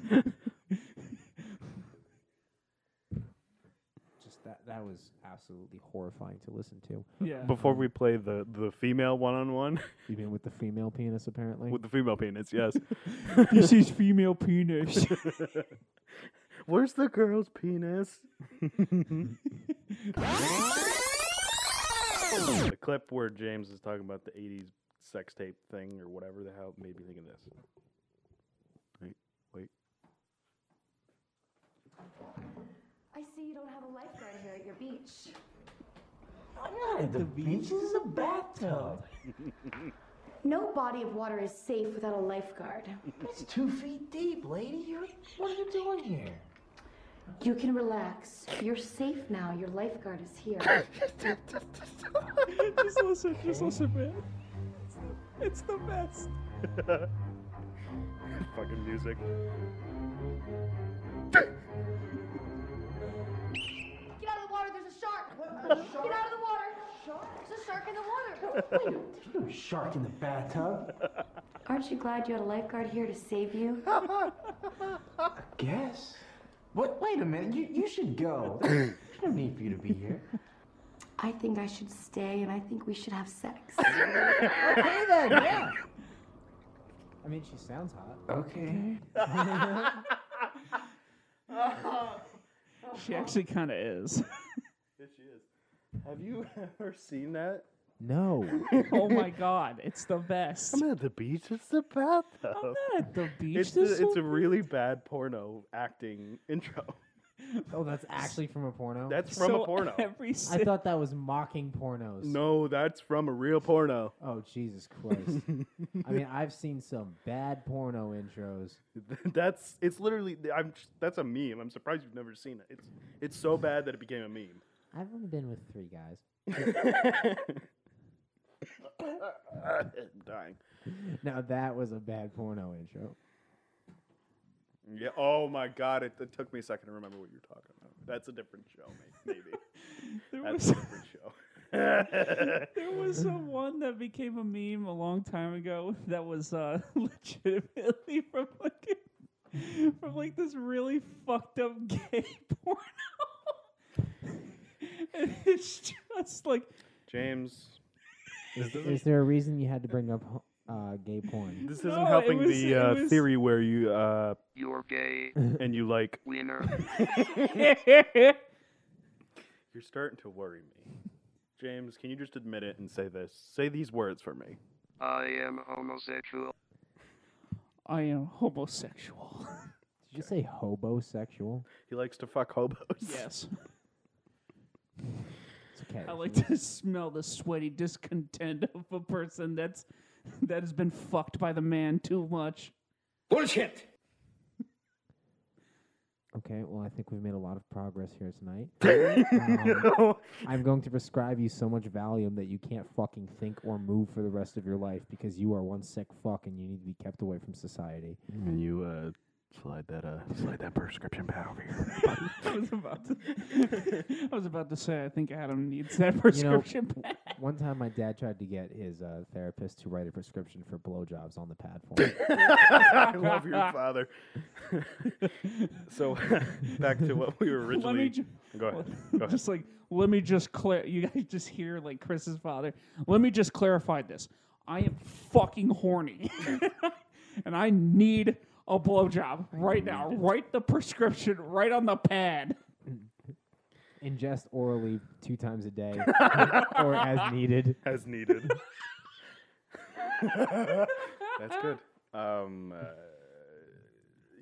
[SPEAKER 3] Just that. That was absolutely horrifying to listen to.
[SPEAKER 2] Before we play the the female one on one
[SPEAKER 3] you mean with the female penis, apparently.
[SPEAKER 2] with the female penis, yes.
[SPEAKER 10] this is female penis
[SPEAKER 2] Where's the girl's penis? the clip where James is talking about the '80s sex tape thing or whatever the hell made me think of this. Wait, wait.
[SPEAKER 12] I see you don't have a lifeguard here at your beach.
[SPEAKER 8] I'm not at the beach. This is a bathtub.
[SPEAKER 12] No body of water is safe without a lifeguard.
[SPEAKER 8] It's two feet deep, lady. You're, what are you doing here?
[SPEAKER 12] You can relax. You're safe now. Your lifeguard is here.
[SPEAKER 10] just listen, just listen, man. It's the best.
[SPEAKER 2] Fucking music.
[SPEAKER 12] Get out of the water. There's a shark. Get out of the water. There's a shark in the water.
[SPEAKER 8] There's no shark in the bathtub.
[SPEAKER 12] Aren't you glad you had a lifeguard here to save you?
[SPEAKER 8] Guess. What? Wait a minute. You, you should go. There's no need for you to be here.
[SPEAKER 12] I think I should stay, and I think we should have sex.
[SPEAKER 8] okay then. Yeah.
[SPEAKER 3] I mean, she sounds hot.
[SPEAKER 8] Okay.
[SPEAKER 10] She actually kind of is.
[SPEAKER 2] Have you ever seen that?
[SPEAKER 3] No.
[SPEAKER 10] oh my god, it's the best. I'm
[SPEAKER 2] not at the beach. It's the bathtub.
[SPEAKER 10] I'm not at the beach.
[SPEAKER 2] It's a,
[SPEAKER 10] this
[SPEAKER 2] it's a
[SPEAKER 10] whole-
[SPEAKER 2] really bad porno acting intro.
[SPEAKER 3] Oh, that's actually from a porno.
[SPEAKER 2] That's from a So porno. every
[SPEAKER 3] I
[SPEAKER 2] si-
[SPEAKER 3] thought that was mocking pornos.
[SPEAKER 2] No, Oh, that's from a real porno.
[SPEAKER 3] Oh Jesus Christ! I mean, I've seen some bad porno intros.
[SPEAKER 2] that's it's literally I'm that's a meme. I'm surprised you've never seen it. It's it's so bad that it became a meme.
[SPEAKER 3] I've only been with three guys.
[SPEAKER 2] dying.
[SPEAKER 3] now that was a bad porno intro.
[SPEAKER 2] Yeah. Oh my god! It, it took me a second to remember what you're talking about. That's a different show, may- maybe. that's a different show.
[SPEAKER 10] there was a one that became a meme a long time ago that was uh, legitimately from like a- from like this really fucked up gay porno. and it's just like
[SPEAKER 2] James.
[SPEAKER 3] Is,
[SPEAKER 2] this
[SPEAKER 3] is there a reason you had to bring up uh, gay porn?
[SPEAKER 2] This
[SPEAKER 10] No,
[SPEAKER 2] isn't
[SPEAKER 10] Oh, it
[SPEAKER 2] helping
[SPEAKER 10] was- it
[SPEAKER 2] the uh,
[SPEAKER 10] was-
[SPEAKER 2] theory where you uh,
[SPEAKER 15] You're gay.
[SPEAKER 2] and you like
[SPEAKER 15] Winner.
[SPEAKER 2] You're starting to worry me. James, can you just admit it and say this? Say these words for me.
[SPEAKER 15] I am homosexual.
[SPEAKER 10] I am homosexual.
[SPEAKER 3] Did you say hobosexual?
[SPEAKER 2] He likes to fuck hobos.
[SPEAKER 10] Yes.
[SPEAKER 3] It's okay.
[SPEAKER 10] I like to smell the sweaty discontent of a person that's that has been fucked by the man too much. Bullshit.
[SPEAKER 3] Okay, well, I think we've made a lot of progress here tonight.
[SPEAKER 10] No.
[SPEAKER 3] I'm going to prescribe you so much Valium that you can't fucking think or move for the rest of your life because you are one sick fuck and you need to be kept away from society.
[SPEAKER 16] And you uh, slide that uh, slide that prescription pad over here.
[SPEAKER 10] I was about to. I was about to say I think Adam needs that prescription.
[SPEAKER 3] You know, w- one time my dad tried to get his uh, therapist to write a prescription for blowjobs on the pad for him.
[SPEAKER 2] I love your father. so back to what we were
[SPEAKER 10] Let
[SPEAKER 2] originally.
[SPEAKER 10] me ju-
[SPEAKER 2] Go ahead. Go ahead.
[SPEAKER 10] just like let me just clear. You guys just hear like Chris's father. Let me just clarify this. I am fucking horny, and I need a blowjob right now. Write the prescription right on the pad.
[SPEAKER 3] Ingest orally two times a day or as needed.
[SPEAKER 2] As needed. That's good. Um, uh,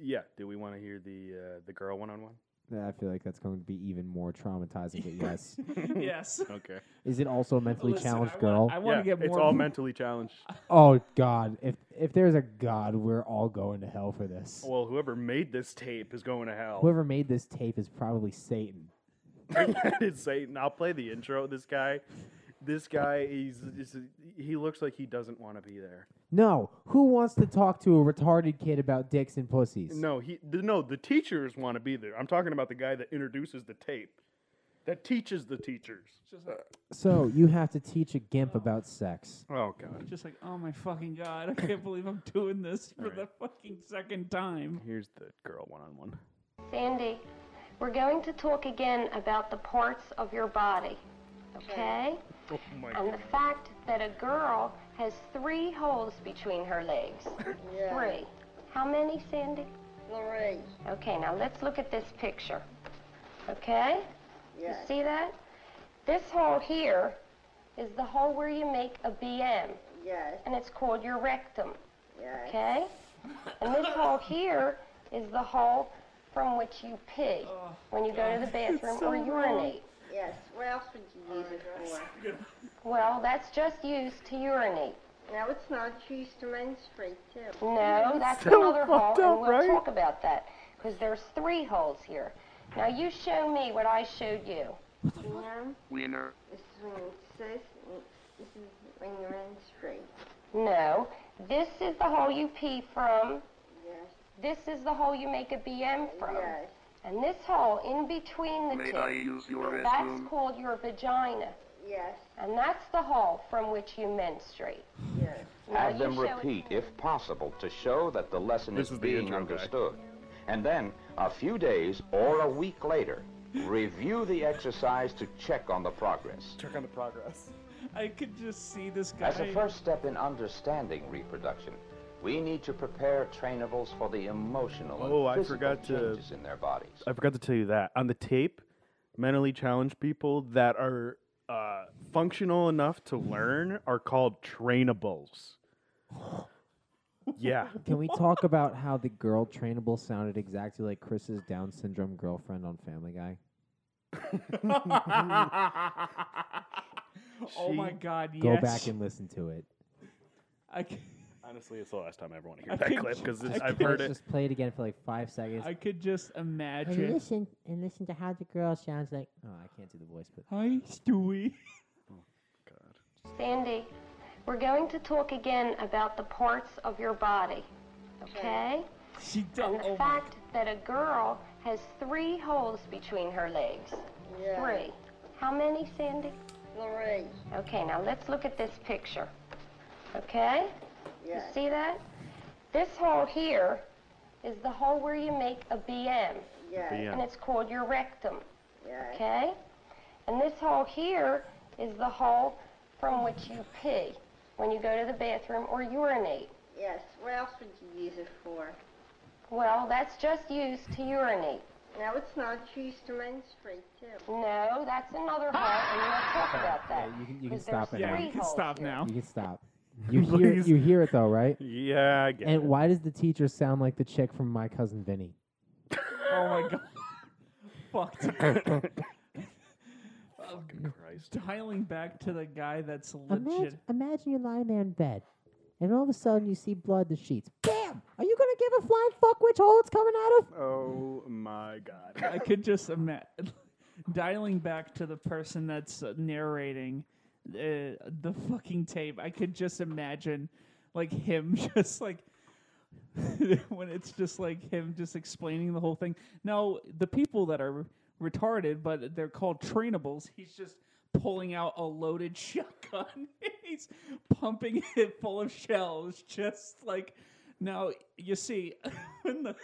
[SPEAKER 2] yeah. Do we want to hear the uh, the girl one on one?
[SPEAKER 3] I feel like that's going to be even more traumatizing, but yes.
[SPEAKER 10] Yes.
[SPEAKER 2] Okay.
[SPEAKER 3] Is it also a mentally
[SPEAKER 10] Listen, I
[SPEAKER 3] challenged
[SPEAKER 10] want-
[SPEAKER 3] girl?
[SPEAKER 10] I want to get
[SPEAKER 2] It's
[SPEAKER 10] more.
[SPEAKER 2] all mentally challenged.
[SPEAKER 3] Oh God! If if there's a God, we're all going to hell for this.
[SPEAKER 2] Well, whoever made this tape is going to hell.
[SPEAKER 3] Whoever made this tape is probably Satan.
[SPEAKER 2] it's Satan. I'll play the intro. This guy, this guy, he's, he's he looks like he doesn't want to be there.
[SPEAKER 3] No, who wants to talk to a retarded kid about dicks and pussies?
[SPEAKER 2] No, he th- no. The teachers want to be there. I'm talking about the guy that introduces the tape, that teaches the teachers.
[SPEAKER 10] uh,
[SPEAKER 3] So you have to teach a gimp about sex.
[SPEAKER 2] Oh god.
[SPEAKER 10] Just like, oh my fucking god, I can't believe I'm doing this for the fucking second time.
[SPEAKER 2] Here's the girl one on one.
[SPEAKER 12] Sandy, we're going to talk again about the parts of your body, okay?
[SPEAKER 2] Oh my
[SPEAKER 12] and the fact that a girl has three holes between her legs.
[SPEAKER 8] Yeah.
[SPEAKER 12] Three. How many, Sandy?
[SPEAKER 8] Lorraine.
[SPEAKER 12] Okay, now let's look at this picture. Okay?
[SPEAKER 8] Yeah.
[SPEAKER 12] You see that? This hole here is the hole where you make a BM,
[SPEAKER 8] Yes.
[SPEAKER 12] and it's called your rectum.
[SPEAKER 8] Yes.
[SPEAKER 12] Okay? And this hole here is the hole from which you pee
[SPEAKER 8] Oh,
[SPEAKER 12] when you go to the bathroom or urinate.
[SPEAKER 8] Yes. What else would you use it for?
[SPEAKER 12] Well, that's just used to urinate.
[SPEAKER 8] No, it's not. It's used to menstruate too.
[SPEAKER 12] No, that's
[SPEAKER 8] So
[SPEAKER 12] another hole,
[SPEAKER 8] fucked
[SPEAKER 12] and
[SPEAKER 8] up,
[SPEAKER 12] we'll
[SPEAKER 8] right?
[SPEAKER 12] talk about that because there's three holes here. Now you show me what I showed you.
[SPEAKER 8] No.
[SPEAKER 17] Winner.
[SPEAKER 8] This is when you sis. and This is when you menstruate.
[SPEAKER 12] No, this is the hole you pee from.
[SPEAKER 8] Yes.
[SPEAKER 12] This is the hole you make a BM from.
[SPEAKER 8] Yes.
[SPEAKER 12] And this hole in between the
[SPEAKER 8] May
[SPEAKER 12] two,
[SPEAKER 8] I use your
[SPEAKER 12] that's
[SPEAKER 8] restroom?
[SPEAKER 12] called your vagina.
[SPEAKER 8] Yes.
[SPEAKER 12] And that's the hole from which you menstruate.
[SPEAKER 8] Yes.
[SPEAKER 12] Now
[SPEAKER 11] Have
[SPEAKER 12] you
[SPEAKER 11] them
[SPEAKER 12] show it
[SPEAKER 11] repeat, if possible, to show that the lesson
[SPEAKER 2] This
[SPEAKER 11] is,
[SPEAKER 2] is the
[SPEAKER 11] being
[SPEAKER 2] intro guy.
[SPEAKER 11] understood. And then, a few days or a week later, review the exercise to check on the progress.
[SPEAKER 2] Check on the progress.
[SPEAKER 10] I could just see this guy.
[SPEAKER 11] As a first step in understanding reproduction, we need to prepare trainables for the emotional
[SPEAKER 2] Oh, I
[SPEAKER 11] and physical
[SPEAKER 2] forgot to-
[SPEAKER 11] changes in their bodies.
[SPEAKER 2] I forgot to tell you that on the tape, mentally challenged people that are uh, functional enough to learn are called trainables. yeah.
[SPEAKER 3] Can we talk about how the girl trainable sounded exactly like Chris's Down syndrome girlfriend on Family Guy?
[SPEAKER 10] oh my god, yes.
[SPEAKER 3] Go back and listen to it.
[SPEAKER 10] I c-
[SPEAKER 2] Honestly, it's the last time I ever want to hear
[SPEAKER 10] I
[SPEAKER 2] that
[SPEAKER 10] could-
[SPEAKER 2] clip because
[SPEAKER 10] I
[SPEAKER 2] I've
[SPEAKER 10] could-
[SPEAKER 2] heard
[SPEAKER 3] Let's
[SPEAKER 2] it.
[SPEAKER 3] just play it again for like five seconds.
[SPEAKER 10] I could just imagine.
[SPEAKER 3] and listen to how the girl sounds like. Oh, I can't do the voice, but
[SPEAKER 10] Hi, Stewie.
[SPEAKER 12] Sandy, we're going to talk again about the parts of your body, okay?
[SPEAKER 10] She
[SPEAKER 12] and the fact that a girl has three holes between her legs.
[SPEAKER 8] Yeah.
[SPEAKER 12] Three. How many, Sandy?
[SPEAKER 8] Lorraine.
[SPEAKER 12] Okay, now let's look at this picture. Okay?
[SPEAKER 8] Yes.
[SPEAKER 12] You see that? This hole here is the hole where you make a BM,
[SPEAKER 8] Yes.
[SPEAKER 12] and it's called your rectum.
[SPEAKER 8] Yes.
[SPEAKER 12] Okay? And this hole here is the hole from which you pee when you go to the bathroom or urinate.
[SPEAKER 8] Yes. What else would you use it for?
[SPEAKER 12] Well, that's just used to urinate.
[SPEAKER 8] No, it's not. It's used to menstruate too.
[SPEAKER 12] No, that's another hole, and we'll talk about that.
[SPEAKER 3] you can, you can
[SPEAKER 12] 'Cause there's
[SPEAKER 3] stop it
[SPEAKER 12] three
[SPEAKER 3] now.
[SPEAKER 12] holes here.
[SPEAKER 3] You can stop. You hear
[SPEAKER 2] Please.
[SPEAKER 3] you hear it though, right?
[SPEAKER 2] Yeah, I get
[SPEAKER 3] And
[SPEAKER 2] it.
[SPEAKER 3] why does the teacher sound like the chick from My Cousin Vinny?
[SPEAKER 10] Oh my god. Fuck. dude.
[SPEAKER 2] Fucking Christ.
[SPEAKER 10] Dialing back to the guy that's legit.
[SPEAKER 3] Imagine, imagine you're lying there in bed, and all of a sudden you see blood in the sheets. Bam! Are you gonna give a flying fuck which hole it's coming out of?
[SPEAKER 2] Oh my god.
[SPEAKER 10] I could just imagine dialing back to the person that's uh, narrating uh, the fucking tape. I could just imagine like him just like when it's just like him just explaining the whole thing. Now, the people that are retarded but they're called trainables, he's just pulling out a loaded shotgun. he's pumping it full of shells just like now you see when the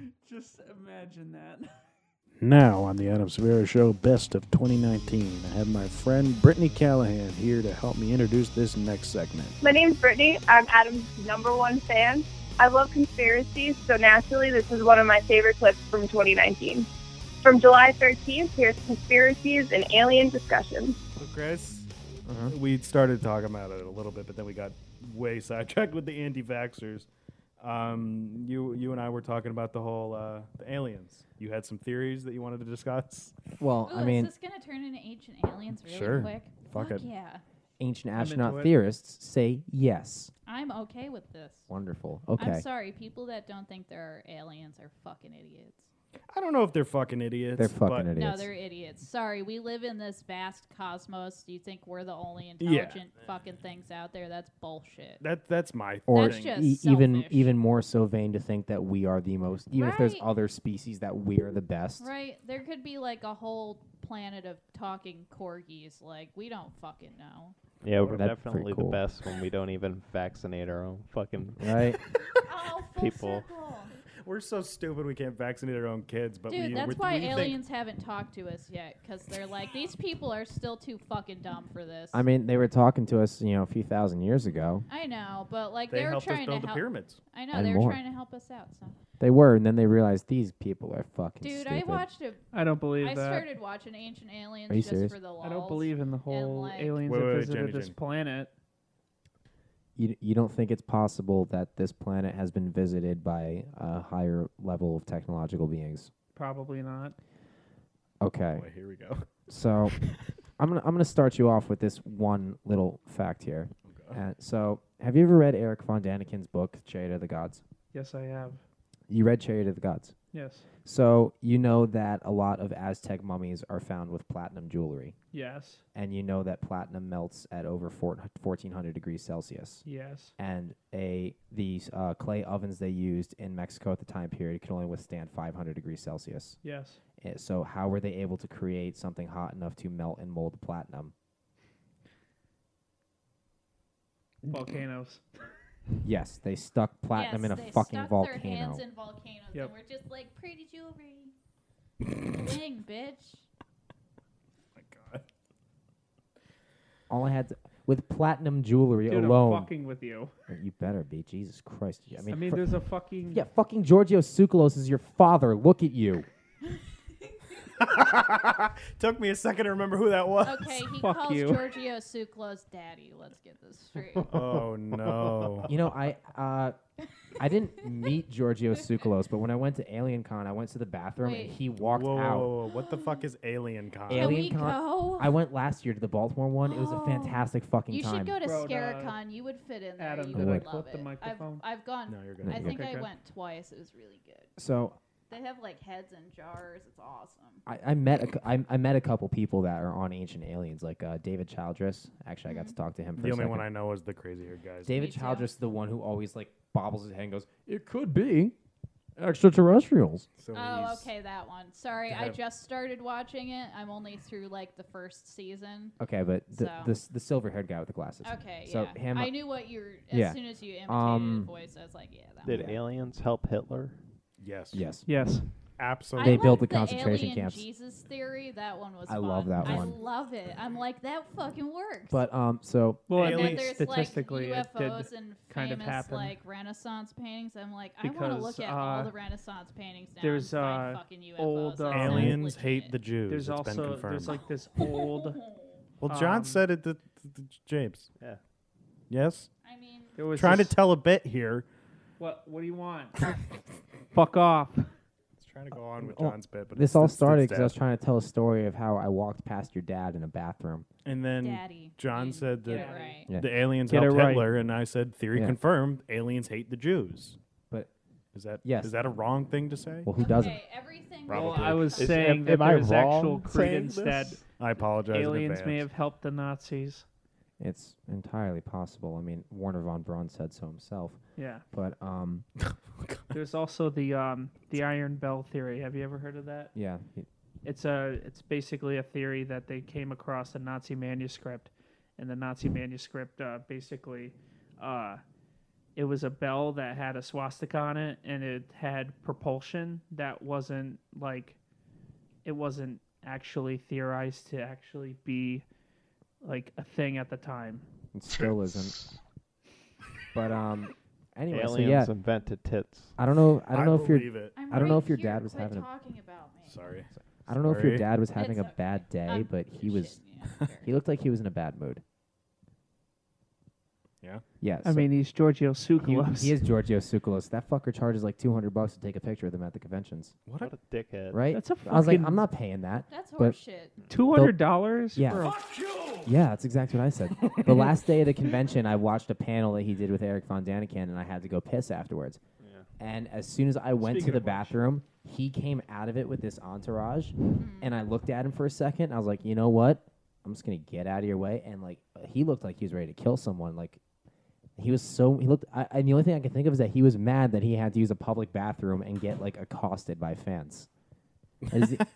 [SPEAKER 10] just imagine that.
[SPEAKER 18] Now on the Adam Severa Show Best of 2019, I have my friend Brittany Callahan here to help me introduce this next segment.
[SPEAKER 12] My name's Brittany. I'm Adam's number one fan. I love conspiracies, so naturally, this is one of my favorite clips from 2019. From July 13th, here's conspiracies and alien discussions.
[SPEAKER 2] So Chris,
[SPEAKER 3] Uh-huh.
[SPEAKER 2] we started talking about it a little bit, but then we got way sidetracked with the anti-vaxxers. Um, you you and I were talking about the whole uh, the aliens. You had some theories that you wanted to discuss.
[SPEAKER 3] Well,
[SPEAKER 7] Ooh,
[SPEAKER 3] I mean,
[SPEAKER 7] is this gonna turn into ancient aliens really
[SPEAKER 3] Sure.
[SPEAKER 7] quick?
[SPEAKER 3] Fuck it.
[SPEAKER 7] yeah,
[SPEAKER 3] ancient
[SPEAKER 2] I'm
[SPEAKER 3] astronaut
[SPEAKER 2] into it.
[SPEAKER 3] theorists say yes.
[SPEAKER 7] I'm okay with this.
[SPEAKER 3] Wonderful. Okay.
[SPEAKER 7] I'm sorry, people that don't think there are aliens are fucking idiots.
[SPEAKER 2] I don't know if they're fucking idiots.
[SPEAKER 3] They're fucking
[SPEAKER 2] but-
[SPEAKER 7] No, they're idiots. Sorry, we live in this vast cosmos. Do you think we're the only
[SPEAKER 2] Yeah.
[SPEAKER 7] intelligent fucking things out there? That's bullshit.
[SPEAKER 2] That that's my
[SPEAKER 3] Or
[SPEAKER 7] That's
[SPEAKER 3] e-
[SPEAKER 7] just
[SPEAKER 3] even
[SPEAKER 7] selfish.
[SPEAKER 3] even more so vain to think that we are the most, even if there's
[SPEAKER 7] Right.
[SPEAKER 3] other species that we're the best.
[SPEAKER 7] Right? There could be like a whole planet of talking corgis. Like we don't fucking know.
[SPEAKER 6] Yeah, we're
[SPEAKER 3] That'd be pretty
[SPEAKER 6] definitely
[SPEAKER 3] cool.
[SPEAKER 6] the best when we don't even vaccinate our own fucking
[SPEAKER 3] right
[SPEAKER 6] people.
[SPEAKER 2] We're so stupid we can't vaccinate our own kids, but
[SPEAKER 7] Dude,
[SPEAKER 2] we,
[SPEAKER 7] that's
[SPEAKER 2] we,
[SPEAKER 7] why
[SPEAKER 2] we
[SPEAKER 7] aliens haven't talked to us yet, because they're like, these people are still too fucking dumb for this.
[SPEAKER 3] I mean, they were talking to us, you know, a few thousand years ago.
[SPEAKER 7] I know, but like
[SPEAKER 2] They
[SPEAKER 7] they, were
[SPEAKER 2] helped us
[SPEAKER 7] trying
[SPEAKER 2] build
[SPEAKER 7] to
[SPEAKER 2] the
[SPEAKER 7] help.
[SPEAKER 2] pyramids.
[SPEAKER 7] I know
[SPEAKER 3] And
[SPEAKER 7] they
[SPEAKER 3] more.
[SPEAKER 7] were trying to help us out. So,
[SPEAKER 3] They were, and then they realized these people are fucking
[SPEAKER 7] dude,
[SPEAKER 3] stupid.
[SPEAKER 7] I watched a.
[SPEAKER 10] I don't believe
[SPEAKER 7] I
[SPEAKER 10] that.
[SPEAKER 7] started watching Ancient Aliens
[SPEAKER 3] Are you
[SPEAKER 7] just
[SPEAKER 3] serious?
[SPEAKER 7] for the lulz.
[SPEAKER 10] I don't believe in the whole
[SPEAKER 7] like-
[SPEAKER 10] aliens
[SPEAKER 3] Wait,
[SPEAKER 10] that
[SPEAKER 3] wait, wait,
[SPEAKER 10] visited
[SPEAKER 3] Jenny,
[SPEAKER 10] this
[SPEAKER 3] Jenny.
[SPEAKER 10] planet.
[SPEAKER 3] You, you don't think it's possible that this planet has been visited by a higher level of technological beings?
[SPEAKER 10] Probably not.
[SPEAKER 3] Okay.
[SPEAKER 2] Boy, here we go.
[SPEAKER 3] So, I'm gonna I'm gonna start you off with this one little fact here. Uh, so, have you ever read Eric von Daniken's book Chariot of the Gods?
[SPEAKER 10] Yes, I have.
[SPEAKER 3] You read Chariot of the Gods.
[SPEAKER 10] Yes.
[SPEAKER 3] So you know that a lot of Aztec mummies are found with platinum jewelry.
[SPEAKER 10] Yes.
[SPEAKER 3] And you know that platinum melts at over four, 1400 degrees Celsius.
[SPEAKER 10] Yes.
[SPEAKER 3] And a these uh, clay ovens they used in Mexico at the time period could only withstand 500 degrees Celsius.
[SPEAKER 10] Yes.
[SPEAKER 3] Uh, so how were they able to create something hot enough to melt and mold platinum?
[SPEAKER 10] Volcanoes.
[SPEAKER 3] Yes, they stuck platinum
[SPEAKER 7] yes,
[SPEAKER 3] in a
[SPEAKER 7] they
[SPEAKER 3] fucking
[SPEAKER 7] stuck
[SPEAKER 3] volcano.
[SPEAKER 7] Their hands in volcanoes, and we're just like pretty jewelry. Dang, bitch.
[SPEAKER 3] All I had to, with platinum jewelry
[SPEAKER 10] Dude, I'm
[SPEAKER 3] alone.
[SPEAKER 10] fucking with you.
[SPEAKER 3] You better be Jesus Christ. I mean,
[SPEAKER 10] I mean,
[SPEAKER 3] fr-
[SPEAKER 10] there's a fucking
[SPEAKER 3] Yeah, fucking Giorgio Tsoukalos is your father. Look at you.
[SPEAKER 2] Took me a second to remember who that was.
[SPEAKER 7] Okay, he calls Giorgio Tsoukalos daddy. Let's get this straight.
[SPEAKER 2] Oh no.
[SPEAKER 3] You know, I uh, I didn't meet Giorgio Tsoukalos, but when I went to Alien Con, I went to the bathroom
[SPEAKER 2] Wait.
[SPEAKER 3] and he walked
[SPEAKER 2] Whoa, whoa,
[SPEAKER 3] out.
[SPEAKER 2] whoa, whoa. What the fuck is Alien Con?
[SPEAKER 3] Alien Con. I went last year to the Baltimore one. It was a fantastic fucking
[SPEAKER 7] Oh. You
[SPEAKER 3] time.
[SPEAKER 7] should go to
[SPEAKER 10] Bro, no.
[SPEAKER 7] Scaricon. You would fit in there.
[SPEAKER 10] Adam,
[SPEAKER 7] you
[SPEAKER 3] did I
[SPEAKER 7] would
[SPEAKER 3] clip
[SPEAKER 7] love
[SPEAKER 10] the
[SPEAKER 7] it. I've,
[SPEAKER 10] microphone?
[SPEAKER 7] I've gone.
[SPEAKER 10] No, you're good.
[SPEAKER 7] I
[SPEAKER 3] No,
[SPEAKER 7] think
[SPEAKER 3] you're
[SPEAKER 7] I
[SPEAKER 3] good.
[SPEAKER 7] went twice. It was really good.
[SPEAKER 3] So
[SPEAKER 7] They have like heads in jars. It's awesome.
[SPEAKER 3] I, I met a cou- I, I met a couple people that are on Ancient Aliens, like uh, David Childress. Actually, I got to
[SPEAKER 7] Mm-hmm.
[SPEAKER 3] talk to him. For
[SPEAKER 2] The
[SPEAKER 3] a
[SPEAKER 2] only one
[SPEAKER 3] second.
[SPEAKER 2] I know is the crazy haired guys.
[SPEAKER 3] David Childress, the one who always like bobbles his head and goes, "It could be extraterrestrials."
[SPEAKER 2] So
[SPEAKER 7] Oh, okay, that one. Sorry, I
[SPEAKER 3] Yeah.
[SPEAKER 7] just started watching it. I'm only through like the first season.
[SPEAKER 3] Okay, but the
[SPEAKER 7] So-
[SPEAKER 3] the, the silver haired guy with the glasses.
[SPEAKER 7] Okay,
[SPEAKER 3] so
[SPEAKER 7] yeah.
[SPEAKER 3] Him,
[SPEAKER 7] I knew what you were, as
[SPEAKER 3] yeah.
[SPEAKER 7] soon as you imitated
[SPEAKER 3] Um,
[SPEAKER 7] the voice, I was like, yeah, that
[SPEAKER 6] Did
[SPEAKER 7] one.
[SPEAKER 6] aliens help Hitler?
[SPEAKER 2] Yes.
[SPEAKER 3] Yes.
[SPEAKER 10] Yes.
[SPEAKER 2] Absolutely.
[SPEAKER 3] They built the
[SPEAKER 7] The
[SPEAKER 3] concentration
[SPEAKER 7] alien
[SPEAKER 3] camps.
[SPEAKER 7] Jesus theory, that one was
[SPEAKER 3] I
[SPEAKER 7] fun.
[SPEAKER 3] love that
[SPEAKER 7] I
[SPEAKER 3] one.
[SPEAKER 7] love it. I'm like, that fucking works.
[SPEAKER 3] But um, so
[SPEAKER 10] Well,
[SPEAKER 7] and
[SPEAKER 10] I
[SPEAKER 7] then
[SPEAKER 10] mean,
[SPEAKER 7] there's
[SPEAKER 10] statistically,
[SPEAKER 7] like
[SPEAKER 10] it did
[SPEAKER 7] UFOs and
[SPEAKER 10] kind of
[SPEAKER 7] famous
[SPEAKER 10] happen.
[SPEAKER 7] like Renaissance paintings. I'm like, I want to look
[SPEAKER 10] Because,
[SPEAKER 7] at all
[SPEAKER 10] uh,
[SPEAKER 7] the Renaissance paintings now.
[SPEAKER 10] there's
[SPEAKER 7] and
[SPEAKER 10] uh,
[SPEAKER 7] find fucking UFOs.
[SPEAKER 10] old
[SPEAKER 7] That
[SPEAKER 10] uh,
[SPEAKER 7] sounds
[SPEAKER 2] Aliens
[SPEAKER 7] legit.
[SPEAKER 2] hate the Jews.
[SPEAKER 10] There's
[SPEAKER 2] It's been
[SPEAKER 10] also there's
[SPEAKER 2] confirmed.
[SPEAKER 10] like this old.
[SPEAKER 2] Well, John
[SPEAKER 10] um,
[SPEAKER 2] said it that James.
[SPEAKER 6] Yeah.
[SPEAKER 2] Yes.
[SPEAKER 7] I mean,
[SPEAKER 10] It was
[SPEAKER 2] trying
[SPEAKER 10] just-
[SPEAKER 2] to tell a bit here.
[SPEAKER 10] What What do you want? Fuck off.
[SPEAKER 2] It's trying to go on with
[SPEAKER 3] Oh,
[SPEAKER 2] John's bit, but
[SPEAKER 3] this
[SPEAKER 2] it's-
[SPEAKER 3] all
[SPEAKER 2] it's- it's
[SPEAKER 3] started because I
[SPEAKER 2] dad.
[SPEAKER 3] was trying to tell a story of how I walked past your dad in a bathroom.
[SPEAKER 2] And then
[SPEAKER 7] Daddy,
[SPEAKER 2] John
[SPEAKER 7] dude,
[SPEAKER 2] said
[SPEAKER 7] get
[SPEAKER 2] that
[SPEAKER 7] it right.
[SPEAKER 3] Yeah.
[SPEAKER 2] the aliens
[SPEAKER 3] Get it
[SPEAKER 2] helped
[SPEAKER 3] right.
[SPEAKER 2] Hitler, and I said theory
[SPEAKER 3] Yeah.
[SPEAKER 2] confirmed: aliens hate the Jews.
[SPEAKER 3] But
[SPEAKER 2] is that
[SPEAKER 3] yes.
[SPEAKER 2] is that a wrong thing to say?
[SPEAKER 3] Well, who doesn't?
[SPEAKER 7] Okay, everything.
[SPEAKER 2] Probably.
[SPEAKER 10] Well, oh, I was
[SPEAKER 2] Is-
[SPEAKER 10] saying
[SPEAKER 2] am-
[SPEAKER 10] that
[SPEAKER 2] am I
[SPEAKER 10] there's actual
[SPEAKER 2] wrong saying
[SPEAKER 10] credence that
[SPEAKER 2] this? I apologize in
[SPEAKER 10] Aliens may
[SPEAKER 2] advance.
[SPEAKER 10] have helped the Nazis.
[SPEAKER 3] It's entirely possible. I mean, Warner von Braun said so himself.
[SPEAKER 10] Yeah.
[SPEAKER 3] But um,
[SPEAKER 10] There's also the um the Iron Bell theory. Have you ever heard of that?
[SPEAKER 3] yeah, he-
[SPEAKER 10] It's a it's basically a theory that they came across a Nazi manuscript, and the Nazi manuscript uh, basically, uh, it was a bell that had a swastika on it, and it had propulsion that wasn't like, it wasn't actually theorized to actually be, like a thing at the time.
[SPEAKER 3] it still isn't. But um, anyway, so
[SPEAKER 6] Aliens
[SPEAKER 3] yeah,
[SPEAKER 6] invented tits.
[SPEAKER 3] I don't know. I don't
[SPEAKER 6] I
[SPEAKER 3] know if your
[SPEAKER 6] believe it.
[SPEAKER 3] I don't know if your dad was having. A,
[SPEAKER 7] talking about me.
[SPEAKER 2] Sorry.
[SPEAKER 3] I don't know if your
[SPEAKER 2] Sorry.
[SPEAKER 3] dad was
[SPEAKER 7] It's
[SPEAKER 3] having a
[SPEAKER 7] okay.
[SPEAKER 3] bad day,
[SPEAKER 7] I'm
[SPEAKER 3] but he was. he looked like he was in a bad mood.
[SPEAKER 2] Yeah.
[SPEAKER 3] Yes.
[SPEAKER 10] I mean, he's Giorgio Tsoukalos.
[SPEAKER 3] He is Giorgio Tsoukalos. That fucker charges like 200 bucks to take a picture of them at the conventions.
[SPEAKER 2] What,
[SPEAKER 6] a, dickhead!
[SPEAKER 3] Right?
[SPEAKER 10] That's a
[SPEAKER 3] I was like,
[SPEAKER 10] fucking-
[SPEAKER 3] I'm not paying that.
[SPEAKER 7] That's
[SPEAKER 3] but
[SPEAKER 7] horseshit.
[SPEAKER 10] Two hundred dollars.
[SPEAKER 3] Yeah.
[SPEAKER 10] For a-
[SPEAKER 3] Yeah, that's exactly what I said. the last day of the convention, I watched a panel that he did with Eric Von Daniken, and I had to go piss afterwards. And as soon as I went
[SPEAKER 8] Speaking
[SPEAKER 3] to the
[SPEAKER 8] of which.
[SPEAKER 3] bathroom, he came out of it with this entourage, and I looked at him for a second. And I was like, you know what? I'm just gonna get out of your way. And like, he looked like he was ready to kill someone. Like, he was so he looked. I, and the only thing I can think of is that he was mad that he had to use a public bathroom and get like accosted by fans. Is the-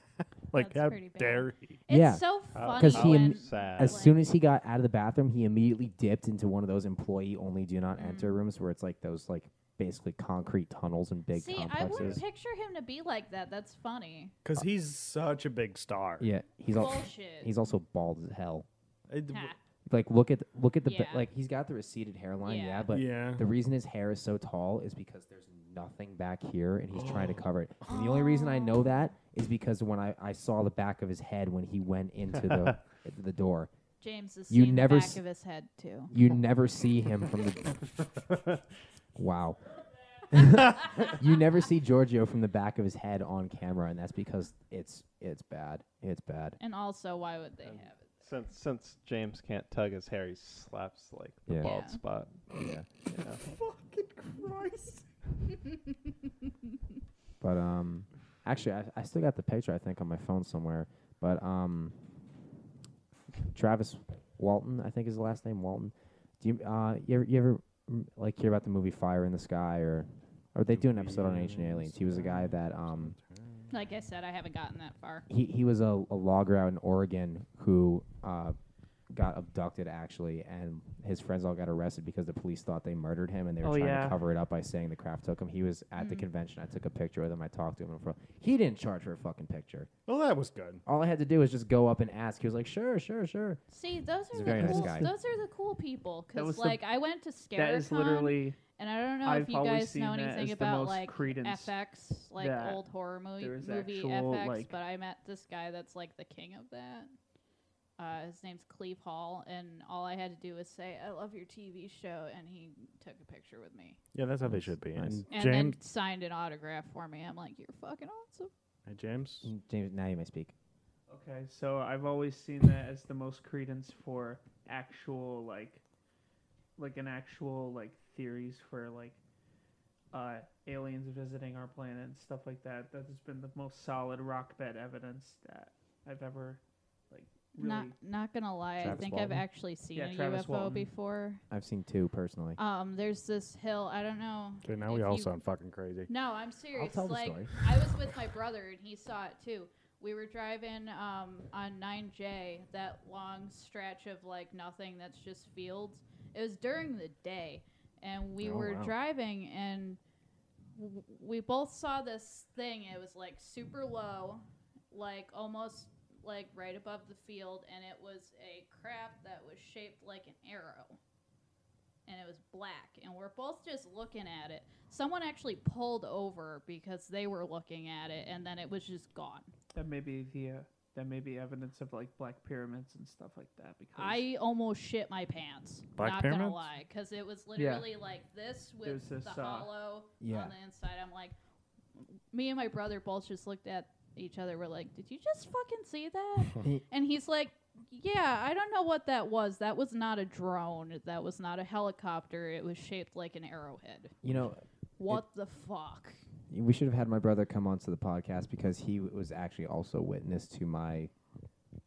[SPEAKER 2] Like how dare he?
[SPEAKER 3] yeah. Because he, im-
[SPEAKER 6] sad.
[SPEAKER 3] as soon as he got out of the bathroom, he immediately dipped into one of those employee-only do not
[SPEAKER 7] Mm.
[SPEAKER 3] enter rooms where it's like those like basically concrete tunnels and big
[SPEAKER 7] See, I wouldn't
[SPEAKER 3] complexes.
[SPEAKER 7] picture him to be like that. That's funny.
[SPEAKER 2] Because he's such a big star.
[SPEAKER 3] Yeah, he's all
[SPEAKER 7] Bullshit.
[SPEAKER 3] he's also bald as hell.
[SPEAKER 2] It-
[SPEAKER 7] Ha.
[SPEAKER 3] Like look at look at the ba-
[SPEAKER 7] Yeah.
[SPEAKER 3] like he's got the receded hairline, yeah,
[SPEAKER 7] Yeah.
[SPEAKER 3] but
[SPEAKER 2] Yeah.
[SPEAKER 3] the reason his hair is so tall is because there's nothing back here and he's trying to
[SPEAKER 7] Oh.
[SPEAKER 3] cover it. And the only reason I know that is because when I, I saw the back of his head when he went into the the door.
[SPEAKER 7] James has
[SPEAKER 3] you
[SPEAKER 7] seen the
[SPEAKER 3] never
[SPEAKER 7] back
[SPEAKER 3] s-
[SPEAKER 7] of his head, too.
[SPEAKER 3] You never see him from the Wow. you never see Giorgio from the back of his head on camera and that's because it's it's bad. It's bad.
[SPEAKER 7] And also, why would they have it?
[SPEAKER 6] Since since James can't tug his hair, he slaps like the
[SPEAKER 3] Yeah.
[SPEAKER 6] bald
[SPEAKER 7] Yeah.
[SPEAKER 6] spot.
[SPEAKER 3] Yeah.
[SPEAKER 6] yeah.
[SPEAKER 7] Christ.
[SPEAKER 3] But um, actually, I, I still got the picture I think on my phone somewhere. But um, Travis Walton, I think is the last name Walton. Do you uh you ever, you ever mm, like hear about the movie Fire in the Sky or or they do an episode on Ancient Aliens? He was a guy that um
[SPEAKER 7] like I said, I haven't gotten that far.
[SPEAKER 3] he he was a, a logger out in Oregon who uh got abducted actually and his friends all got arrested because the police thought they murdered him and they were
[SPEAKER 10] Oh,
[SPEAKER 3] trying
[SPEAKER 10] yeah. Mm.
[SPEAKER 3] to cover it up by saying the craft took him he was at the convention i took a picture with him i talked to him in front he didn't charge for a fucking picture
[SPEAKER 2] Well, that was good.
[SPEAKER 3] all I had to do was just go up and ask. He was like, "Sure, sure, sure."
[SPEAKER 7] See, those
[SPEAKER 3] He's
[SPEAKER 7] are
[SPEAKER 3] a
[SPEAKER 7] the
[SPEAKER 3] very nice
[SPEAKER 7] cool,
[SPEAKER 3] guy.
[SPEAKER 7] those are the cool people.
[SPEAKER 10] That was
[SPEAKER 7] Because
[SPEAKER 10] the-
[SPEAKER 7] like I went to Scaricon,
[SPEAKER 10] that is literally.
[SPEAKER 7] and I don't know
[SPEAKER 10] I've
[SPEAKER 7] if you
[SPEAKER 10] always
[SPEAKER 7] guys know
[SPEAKER 10] seen that as
[SPEAKER 7] anything
[SPEAKER 10] the
[SPEAKER 7] about
[SPEAKER 10] most
[SPEAKER 7] like
[SPEAKER 10] credence
[SPEAKER 7] FX, like
[SPEAKER 10] that
[SPEAKER 7] old horror movie
[SPEAKER 10] there is
[SPEAKER 7] movie
[SPEAKER 10] actual,
[SPEAKER 7] FX.
[SPEAKER 10] like-
[SPEAKER 7] but I met this guy that's like the king of that. Uh, his name's Cleve Hall, and all I had to do was say, "I love your TV show," and he took a picture with me
[SPEAKER 2] Yeah, that's how they should be.
[SPEAKER 3] Nice.
[SPEAKER 2] And,
[SPEAKER 7] and then
[SPEAKER 2] James,
[SPEAKER 7] signed an autograph for me. I'm like, "You're fucking awesome."
[SPEAKER 2] Hey, James,
[SPEAKER 3] James, now you may speak.
[SPEAKER 10] Okay, so I've always seen that as the most credence for actual like like an actual like theories for like uh aliens visiting our planet and stuff like that. That has been the most solid rock bed evidence that I've ever like really
[SPEAKER 7] Not not gonna lie,
[SPEAKER 3] Travis
[SPEAKER 7] I think
[SPEAKER 3] Walton?
[SPEAKER 7] I've actually seen
[SPEAKER 10] Yeah,
[SPEAKER 7] a
[SPEAKER 10] Travis
[SPEAKER 7] UFO
[SPEAKER 10] Walton.
[SPEAKER 7] before.
[SPEAKER 3] I've seen two personally.
[SPEAKER 7] Um, there's this hill. I don't know.
[SPEAKER 2] Okay, now
[SPEAKER 7] if
[SPEAKER 2] we all
[SPEAKER 7] you-
[SPEAKER 2] sound fucking crazy.
[SPEAKER 7] No, I'm serious.
[SPEAKER 3] tell the
[SPEAKER 7] like
[SPEAKER 3] story.
[SPEAKER 7] I was with my brother and he saw it too. We were driving um, on 9J, that long stretch of like nothing that's just fields. It was during the day, and we
[SPEAKER 19] Oh,
[SPEAKER 7] were
[SPEAKER 19] wow.
[SPEAKER 7] driving and w- we both saw this thing. It was like super low, like almost like right above the field, and it was a craft that was shaped like an arrow and it was black and we're both just looking at it someone actually pulled over because they were looking at it and then it was just gone
[SPEAKER 10] that may be the uh, that may be evidence of like black pyramids and stuff like that. Because
[SPEAKER 7] I almost shit my pants.
[SPEAKER 10] Black
[SPEAKER 7] not gonna
[SPEAKER 10] pyramids?
[SPEAKER 7] lie, because it was
[SPEAKER 10] Yeah.
[SPEAKER 7] literally like this
[SPEAKER 10] There's
[SPEAKER 7] with
[SPEAKER 10] this,
[SPEAKER 7] the
[SPEAKER 10] uh,
[SPEAKER 7] hollow
[SPEAKER 10] yeah.
[SPEAKER 7] on the inside. I'm like, me and my brother both just looked at each other. We're like, did you just fucking see that? and he's like, yeah, I don't know what that was. That was not a drone. That was not a helicopter. It was shaped like an arrowhead.
[SPEAKER 3] You know,
[SPEAKER 7] What the fuck?
[SPEAKER 3] we should have had my brother come onto the podcast because he w- was actually also witness to my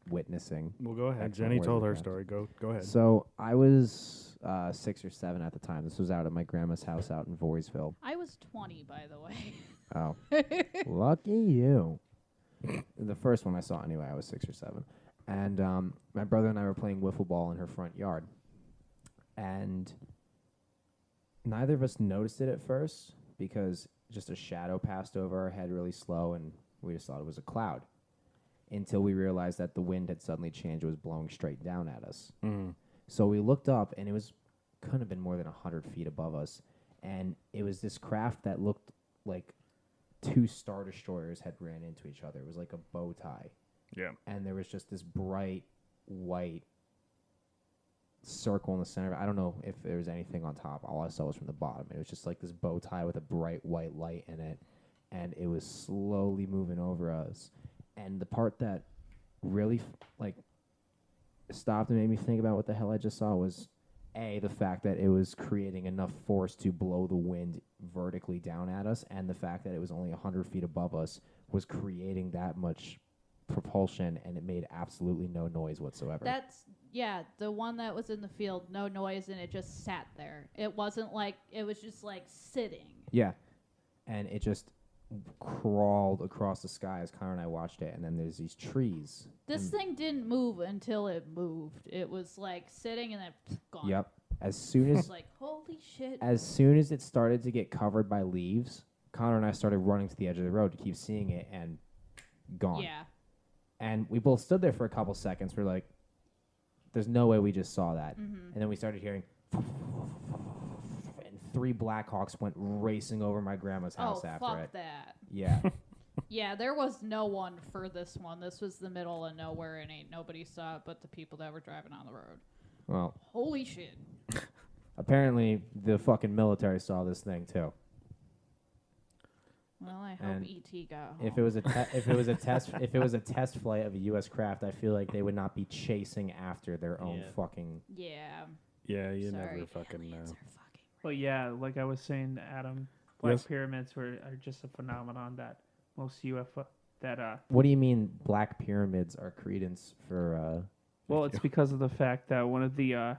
[SPEAKER 3] witnessing.
[SPEAKER 2] Well, go ahead.
[SPEAKER 3] Excellent
[SPEAKER 2] Jenny
[SPEAKER 3] word
[SPEAKER 2] told
[SPEAKER 3] with
[SPEAKER 2] her
[SPEAKER 3] that.
[SPEAKER 2] story. Go- go ahead.
[SPEAKER 3] So I was uh, six or seven at the time. This was out at my grandma's house out in Voorheesville.
[SPEAKER 7] I was 20, by the way.
[SPEAKER 3] Oh, lucky you. the first one I saw anyway, I was six or seven, and um, my brother and I were playing wiffle ball in her front yard, and neither of us noticed it at first because just a shadow passed over our head really slow, and we just thought it was a cloud. Until we realized that the wind had suddenly changed; it was blowing straight down at us.
[SPEAKER 1] Mm.
[SPEAKER 3] So we looked up, and it was couldn't have been more than hundred feet above us, and it was this craft that looked like two star destroyers had ran into each other. It was like a bow tie.
[SPEAKER 2] Yeah.
[SPEAKER 3] And there was just this bright white circle in the center. of it. I don't know if there was anything on top. All I saw was from the bottom. It was just like this bow tie with a bright white light in it, and it was slowly moving over us. And the part that really f- like stopped and made me think about what the hell I just saw was a the fact that it was creating enough force to blow the wind vertically down at us, and the fact that it was only hundred feet above us was creating that much propulsion, and it made absolutely no noise whatsoever.
[SPEAKER 7] That's yeah, the one that was in the field, no noise, and it just sat there. It wasn't like it was just like sitting.
[SPEAKER 3] Yeah. And it just crawled across the sky as Connor and I watched it. And then there's these trees.
[SPEAKER 7] This
[SPEAKER 3] and-
[SPEAKER 7] thing didn't move until it moved. It was like sitting and then gone.
[SPEAKER 3] Yep. As soon as
[SPEAKER 7] It's like holy shit.
[SPEAKER 3] as soon as it started to get covered by leaves, Connor and I started running to the edge of the road to keep seeing it and gone.
[SPEAKER 7] Yeah.
[SPEAKER 3] And we both stood there for a couple seconds. We're like, there's no way we just saw that.
[SPEAKER 7] Mhm.
[SPEAKER 3] And then we started hearing and three Blackhawks went racing over my grandma's house
[SPEAKER 7] oh
[SPEAKER 3] after
[SPEAKER 7] fuck
[SPEAKER 3] it.
[SPEAKER 7] that.
[SPEAKER 3] Yeah.
[SPEAKER 7] Yeah, there was no one for this one. This was the middle of nowhere and ain't nobody saw it but the people that were driving on the road.
[SPEAKER 3] well,
[SPEAKER 7] Holy shit.
[SPEAKER 3] Apparently, the fucking military saw this thing too.
[SPEAKER 7] Well, I hope E
[SPEAKER 3] And
[SPEAKER 7] ET got home.
[SPEAKER 3] If it was a te- if it was a test if it was a test flight of a U.S. craft, I feel like they would not be chasing after their own
[SPEAKER 7] Yeah.
[SPEAKER 3] fucking.
[SPEAKER 7] Yeah.
[SPEAKER 2] Yeah, you
[SPEAKER 7] Sorry,
[SPEAKER 2] never fucking know.
[SPEAKER 10] Well, yeah, like I was saying, Adam, black
[SPEAKER 3] Yes.
[SPEAKER 10] pyramids were are just a phenomenon that most UFO that uh.
[SPEAKER 3] What do you mean black pyramids are credence for? uh
[SPEAKER 10] Well, it's because of the fact that one of the uh,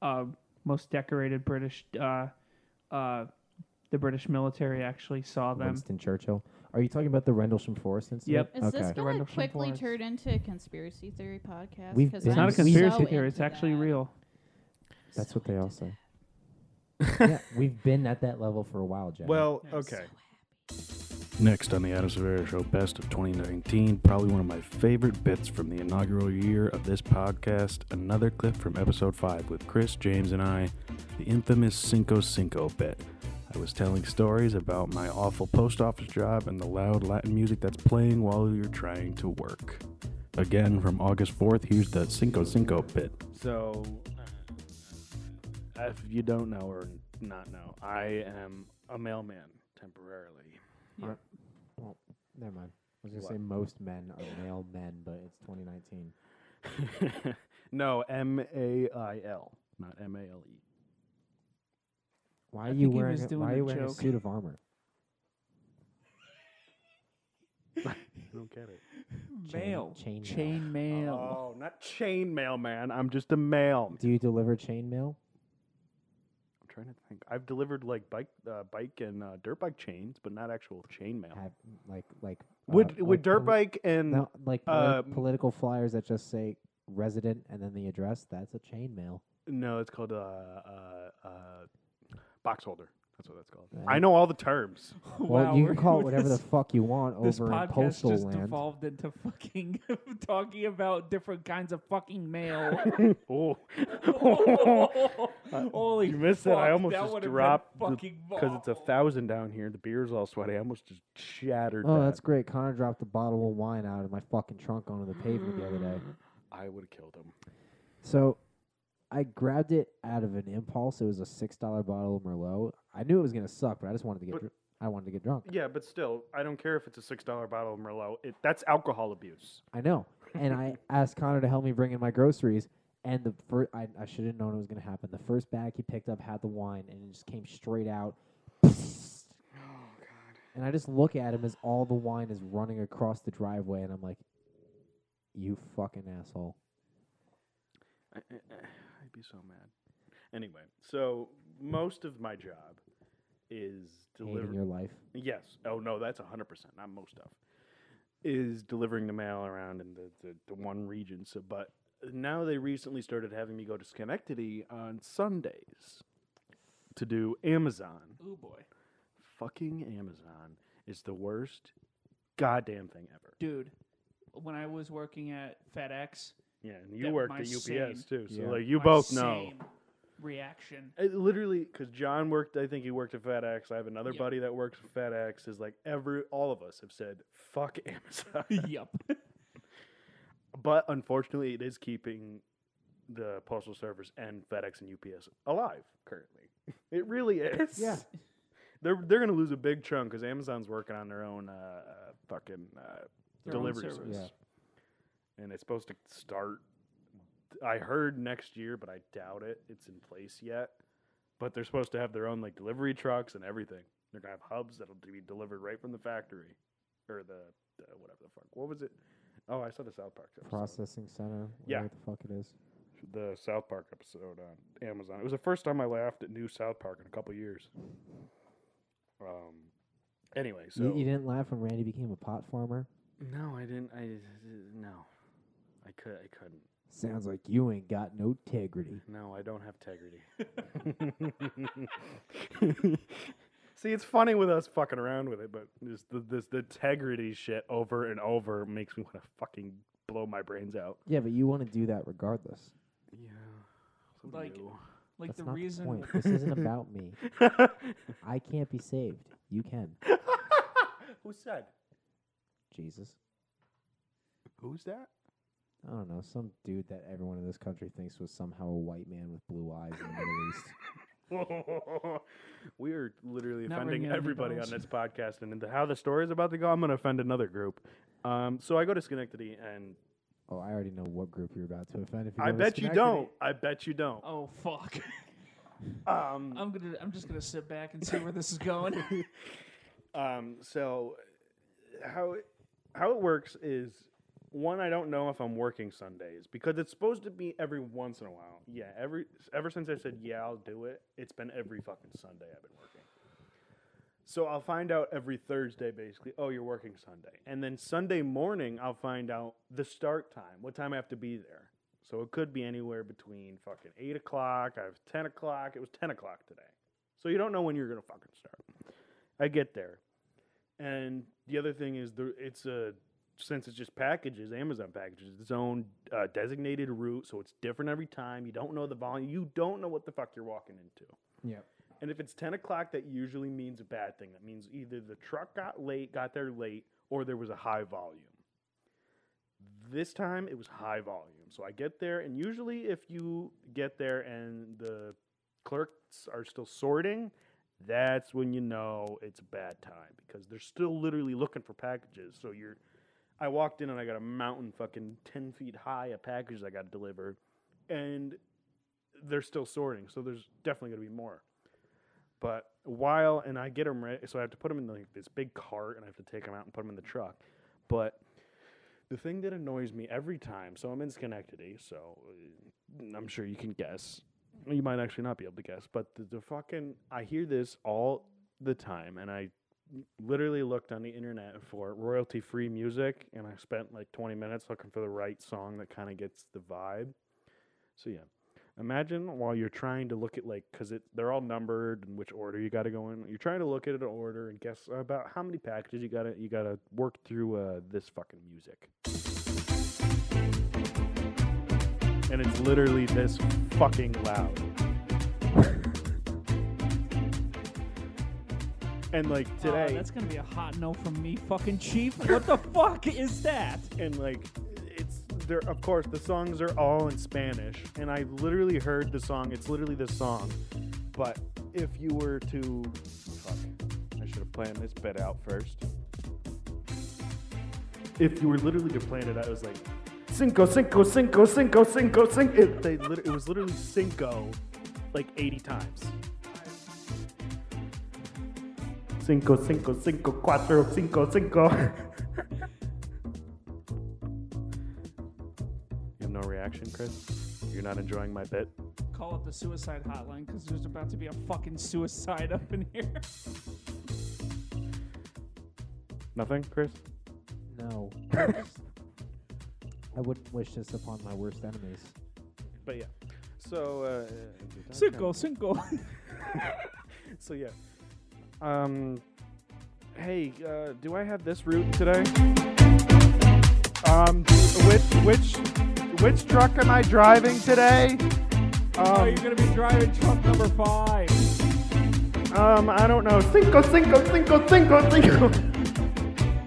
[SPEAKER 10] uh, most decorated British uh, uh, the British military actually saw them.
[SPEAKER 3] Winston Churchill. Are you talking about the Rendlesham Forest incident?
[SPEAKER 10] Yep.
[SPEAKER 7] Is
[SPEAKER 3] okay.
[SPEAKER 7] this going to
[SPEAKER 10] Rendlesham
[SPEAKER 7] quickly
[SPEAKER 10] Forest.
[SPEAKER 7] turn into a conspiracy theory podcast?
[SPEAKER 3] We've
[SPEAKER 7] 'Cause
[SPEAKER 3] been-
[SPEAKER 10] it's
[SPEAKER 7] I'm
[SPEAKER 10] not a
[SPEAKER 7] so
[SPEAKER 10] conspiracy theory. It's
[SPEAKER 7] into
[SPEAKER 10] actually real.
[SPEAKER 3] That's what they all say. yeah, we've been at that level for a while, Jack.
[SPEAKER 2] Well, okay.
[SPEAKER 1] Next on the Adam Severa Show Best of 2019, probably one of my favorite bits from the inaugural year of this podcast, another clip from episode 5 with Chris, James, and I, the infamous Cinco Cinco bit. I was telling stories about my awful post office job and the loud Latin music that's playing while you're trying to work. Again, from August 4th, here's the Cinco Cinco bit.
[SPEAKER 2] So, if you don't know or not know, I am a mailman temporarily.
[SPEAKER 3] Aren't- well, never mind. I was gonna
[SPEAKER 2] What?
[SPEAKER 3] say most men are male men, but it's 2019.
[SPEAKER 2] No, M A I L, not M A L E. I
[SPEAKER 3] Why are you
[SPEAKER 2] think he
[SPEAKER 3] wearing?
[SPEAKER 2] was
[SPEAKER 3] A,
[SPEAKER 2] doing
[SPEAKER 3] why are
[SPEAKER 2] a
[SPEAKER 3] you wearing a
[SPEAKER 2] joke.
[SPEAKER 3] suit of armor?
[SPEAKER 2] I don't get it.
[SPEAKER 10] Mail.
[SPEAKER 3] Chain,
[SPEAKER 10] Chain mail.
[SPEAKER 2] Oh, not chain mail, man. I'm just a mail.
[SPEAKER 3] Do you deliver chain mail?
[SPEAKER 2] I'm trying to think. I've delivered like bike, uh, bike and uh, dirt bike chains, but not actual chain mail.
[SPEAKER 3] like, like
[SPEAKER 2] Would-
[SPEAKER 3] uh,
[SPEAKER 2] would
[SPEAKER 3] like
[SPEAKER 2] dirt
[SPEAKER 3] poli-
[SPEAKER 2] bike and,
[SPEAKER 3] no, like poli-
[SPEAKER 2] uh,
[SPEAKER 3] political flyers that just say resident and then the address? That's a chain mail.
[SPEAKER 2] No, it's called uh, uh, uh, box holder. That's what that's called.
[SPEAKER 3] Yeah.
[SPEAKER 2] I know all the terms.
[SPEAKER 3] Well, you can call it whatever
[SPEAKER 10] this-
[SPEAKER 3] the fuck you want
[SPEAKER 10] This
[SPEAKER 3] over in
[SPEAKER 10] podcast
[SPEAKER 3] postal
[SPEAKER 10] just
[SPEAKER 3] land.
[SPEAKER 10] devolved into fucking talking about different kinds of fucking mail. Oh,
[SPEAKER 2] oh,
[SPEAKER 10] holy!
[SPEAKER 2] Uh, you missed it.
[SPEAKER 10] fuck,
[SPEAKER 2] I almost
[SPEAKER 10] that
[SPEAKER 2] just
[SPEAKER 10] would've been
[SPEAKER 2] dropped
[SPEAKER 10] fucking
[SPEAKER 2] because it's a thousand down here. The beer's all sweaty. I almost just shattered.
[SPEAKER 3] Oh,
[SPEAKER 2] that.
[SPEAKER 3] that's great. Connor dropped a bottle of wine out of my fucking trunk onto the pavement the other day.
[SPEAKER 2] I would have killed him.
[SPEAKER 3] So I grabbed it out of an impulse. It was a six dollar bottle of Merlot. I knew it was gonna suck, but I just wanted to get
[SPEAKER 2] But-
[SPEAKER 3] dr- I wanted to get drunk.
[SPEAKER 2] Yeah, but still, I don't care if it's a six dollar bottle of Merlot. It, that's alcohol abuse.
[SPEAKER 3] I know. And I asked Connor to help me bring in my groceries. And the first, I, I should have known it was going to happen. The first bag he picked up had the wine, and it just came straight out.
[SPEAKER 2] Oh,
[SPEAKER 3] And I just look at him as all the wine is running across the driveway, and I'm like, "You fucking asshole!"
[SPEAKER 2] I, I, I'd be so mad. Anyway, so most of my job is delivering
[SPEAKER 3] your life.
[SPEAKER 2] Yes. Oh no, that's hundred percent. Not most stuff is delivering the mail around in the, the the one region. So, but now they recently started having me go to Schenectady on Sundays to do Amazon.
[SPEAKER 10] Oh boy,
[SPEAKER 2] Fucking Amazon is the worst goddamn thing ever.
[SPEAKER 10] dude! When I was working at FedEx,
[SPEAKER 2] Yeah, and you
[SPEAKER 10] that-
[SPEAKER 2] worked
[SPEAKER 10] my
[SPEAKER 2] at UPS
[SPEAKER 10] same-
[SPEAKER 2] too, so
[SPEAKER 10] Yeah.
[SPEAKER 2] like you
[SPEAKER 10] my
[SPEAKER 2] both know.
[SPEAKER 10] same Reaction.
[SPEAKER 2] It literally, because John worked, I think he worked at FedEx. I have another
[SPEAKER 10] Yeah.
[SPEAKER 2] buddy that works for FedEx. Is like every, all of us have said, fuck Amazon.
[SPEAKER 10] yep.
[SPEAKER 2] But unfortunately, it is keeping the Postal Service and FedEx and UPS alive currently. It really is.
[SPEAKER 3] Yeah.
[SPEAKER 2] They're, they're going to lose a big chunk because Amazon's working on their own uh, uh, fucking uh,
[SPEAKER 10] Their own
[SPEAKER 2] delivery
[SPEAKER 10] service.
[SPEAKER 2] service. And it's supposed to start, I heard next year, but I doubt it. It's in place yet. But they're supposed to have their own like delivery trucks and everything. They're going to have hubs that'll be delivered right from the factory or the, the whatever the fuck. What was it? Oh, I saw the South Park episode
[SPEAKER 3] Processing center.
[SPEAKER 2] Yeah.
[SPEAKER 3] What the fuck it is?
[SPEAKER 2] the South Park episode on Amazon. It was the first time I laughed at new South Park in a couple years. Um. Anyway, so
[SPEAKER 3] you, you didn't laugh when Randy became a pot farmer.
[SPEAKER 2] no, I didn't. I no, I could. I couldn't.
[SPEAKER 3] Sounds like you ain't got no integrity.
[SPEAKER 2] No, I don't have integrity. See, it's funny with us fucking around with it, but this the, this the integrity shit over and over makes me want to fucking blow my brains out.
[SPEAKER 3] Yeah, but you want to do that regardless.
[SPEAKER 2] Yeah. So do
[SPEAKER 10] Like,
[SPEAKER 2] you.
[SPEAKER 10] like
[SPEAKER 3] That's
[SPEAKER 10] the
[SPEAKER 3] not
[SPEAKER 10] reason.
[SPEAKER 3] the point.
[SPEAKER 10] wh-
[SPEAKER 3] This isn't about me. I can't be saved. You can.
[SPEAKER 2] Who said?
[SPEAKER 3] Jesus.
[SPEAKER 2] Who's that?
[SPEAKER 3] I don't know, some dude that everyone in this country thinks was somehow a white man with blue eyes in the Middle East.
[SPEAKER 2] we are literally
[SPEAKER 10] Not
[SPEAKER 2] offending
[SPEAKER 10] ringing any
[SPEAKER 2] everybody on
[SPEAKER 10] bells.
[SPEAKER 2] this podcast, and into how the story is about to go, I'm going to offend another group. Um, so I go to Schenectady, and
[SPEAKER 3] Oh, I already know what group you're about to offend. If you
[SPEAKER 2] I
[SPEAKER 3] go to
[SPEAKER 2] bet you
[SPEAKER 3] Schenectady.
[SPEAKER 2] don't. I bet you don't.
[SPEAKER 10] Oh fuck!
[SPEAKER 2] Um,
[SPEAKER 10] I'm gonna. I'm just gonna sit back and see where this is going. Uh,
[SPEAKER 2] um, so how it, how it works is one I don't know if I'm working Sundays because it's supposed to be every once in a while. Yeah, every ever since I said yeah I'll do it, it's been every fucking Sunday I've been working. So I'll find out every Thursday basically, oh you're working Sunday. And then Sunday morning I'll find out the start time, what time I have to be there. So it could be anywhere between fucking eight o'clock, I have ten o'clock. It was ten o'clock today. So you don't know when you're gonna fucking start. I get there. And the other thing is, there, it's a since it's just packages, Amazon packages, its own uh, designated route, so it's different every time. You don't know the volume. You don't know what the fuck you're walking into.
[SPEAKER 3] Yep.
[SPEAKER 2] And if it's ten o'clock, that usually means a bad thing. That means either the truck got late, got there late, or there was a high volume. This time it was high volume. So I get there, and usually if you get there and the clerks are still sorting, that's when you know it's a bad time because they're still literally looking for packages. So you're, I walked in and I got a mountain fucking 10 feet high of packages I got delivered, and they're still sorting. So there's definitely going to be more. But while, and I get them ready, so I have to put them in like this big cart and I have to take them out and put them in the truck. But the thing that annoys me every time, so I'm in Schenectady, so uh, I'm sure you can guess. You might actually not be able to guess, but the, the fucking, I hear this all the time, and I literally looked on the internet for royalty free music, and I spent like 20 minutes looking for the right song that kind of gets the vibe. So, yeah. Imagine while you're trying to look at like because it they're all numbered and which order you got to go in. You're trying to look at an order and guess about how many packages you gotta you gotta work through uh, this fucking music. And it's literally this fucking loud. and like
[SPEAKER 10] Oh,
[SPEAKER 2] today,
[SPEAKER 10] that's gonna be a hot no from me, fucking chief. What the fuck is that?
[SPEAKER 2] And like, it's there. Of course, the songs are all in Spanish, and I literally heard the song. It's literally this song, but if you were to, fuck, I should have planned this bit out first. If you were literally to plan it, out, it was like cinco, cinco, cinco, cinco, cinco, cinco. It, they lit- it was literally cinco, like eighty times. Cinco, cinco, cinco, cuatro, cinco, cinco. you have no reaction, Chris. You're not enjoying my bit.
[SPEAKER 10] Call up the suicide hotline because there's about to be a fucking suicide up in here.
[SPEAKER 2] Nothing, Chris.
[SPEAKER 3] No. I wouldn't wish this upon my worst enemies.
[SPEAKER 2] But yeah. So uh,
[SPEAKER 10] Cinco, cinco.
[SPEAKER 2] so yeah. Um. Hey, uh, do I have this route today? Um, which which which truck am I driving today?
[SPEAKER 10] oh, you're gonna be driving truck number five.
[SPEAKER 2] Um, I don't know. Cinco, cinco, cinco, cinco, cinco.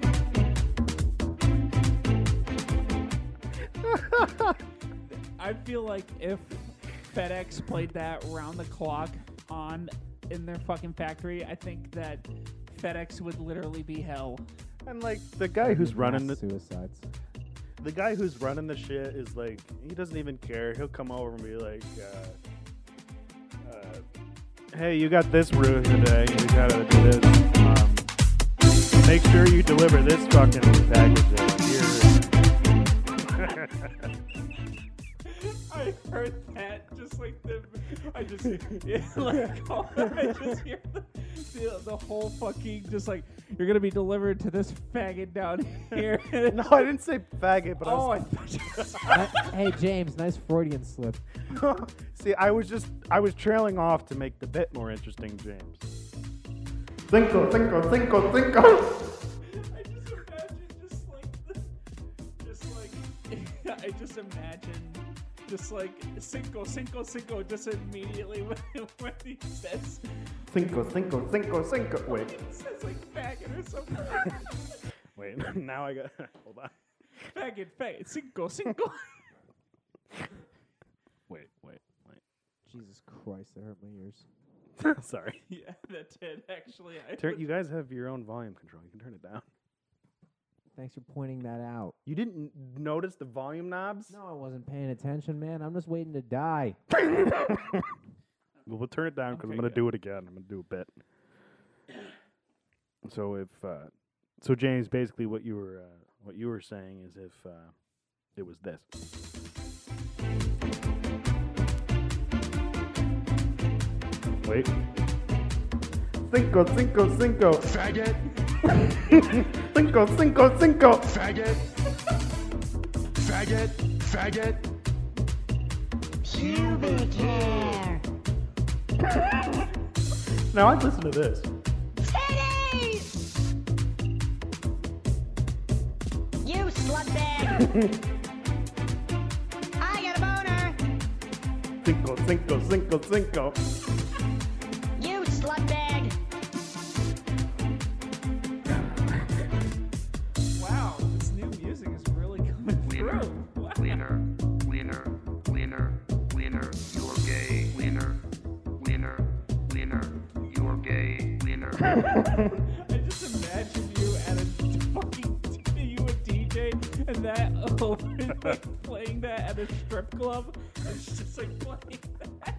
[SPEAKER 10] I feel like if FedEx played that round the clock on in their fucking factory, I think that FedEx would literally be hell.
[SPEAKER 2] I'm like the guy who's running the
[SPEAKER 3] suicides.
[SPEAKER 2] The guy who's running the shit is like he doesn't even care. He'll come over and be like, uh, uh, "Hey, you got this route today. You gotta do this. Um, make sure you deliver this fucking package over here."
[SPEAKER 10] I heard that just like the I just yeah, like all- I just hear the, the the whole fucking just like you're gonna be delivered to this faggot down here.
[SPEAKER 2] no, I didn't say faggot, but I
[SPEAKER 10] oh, I
[SPEAKER 2] was-
[SPEAKER 10] thought you
[SPEAKER 3] Ni- hey James, nice Freudian slip.
[SPEAKER 2] See, I was just I was trailing off to make the bit more interesting, James. Cinco, cinco, cinco, cinco.
[SPEAKER 10] just like I just imagine just like cinco cinco cinco just immediately when, when he says
[SPEAKER 2] Cinco, cinco, cinco, cinco. Wait,
[SPEAKER 10] says like faggot or something.
[SPEAKER 2] wait. Now I got. Hold on.
[SPEAKER 10] faggot faggot cinco cinco.
[SPEAKER 2] Wait, wait, wait.
[SPEAKER 3] Jesus Christ, that hurt my ears.
[SPEAKER 2] Sorry.
[SPEAKER 10] yeah, that did actually. I
[SPEAKER 2] Turn, you guys have your own volume control. You can turn it down.
[SPEAKER 3] Thanks for pointing that out.
[SPEAKER 2] You didn't notice the volume knobs?
[SPEAKER 3] No, I wasn't paying attention, man. I'm just waiting to die.
[SPEAKER 2] Well, we'll turn it down because I'm gonna do it again. I'm gonna do a bit. So if uh, so, James, basically what you were uh, what you were saying is if uh, it was this. Wait. Cinco, cinco, cinco. Faggot. cinco, cinco, cinco. Faggot.
[SPEAKER 20] Faggot, faggot. Pubic hair.
[SPEAKER 2] Now I'd listen to this.
[SPEAKER 9] Titties! You slutbag! I got a boner!
[SPEAKER 2] Cinco, cinco, cinco, cinco.
[SPEAKER 9] You slutbag!
[SPEAKER 10] Wow, this new music is really coming through.
[SPEAKER 20] Winner, winner, winner, winner, you're gay. Winner, winner, winner, you're gay. Winner.
[SPEAKER 10] I just imagine you at a fucking you a DJ and that open like playing that at a strip club. It's just like playing that.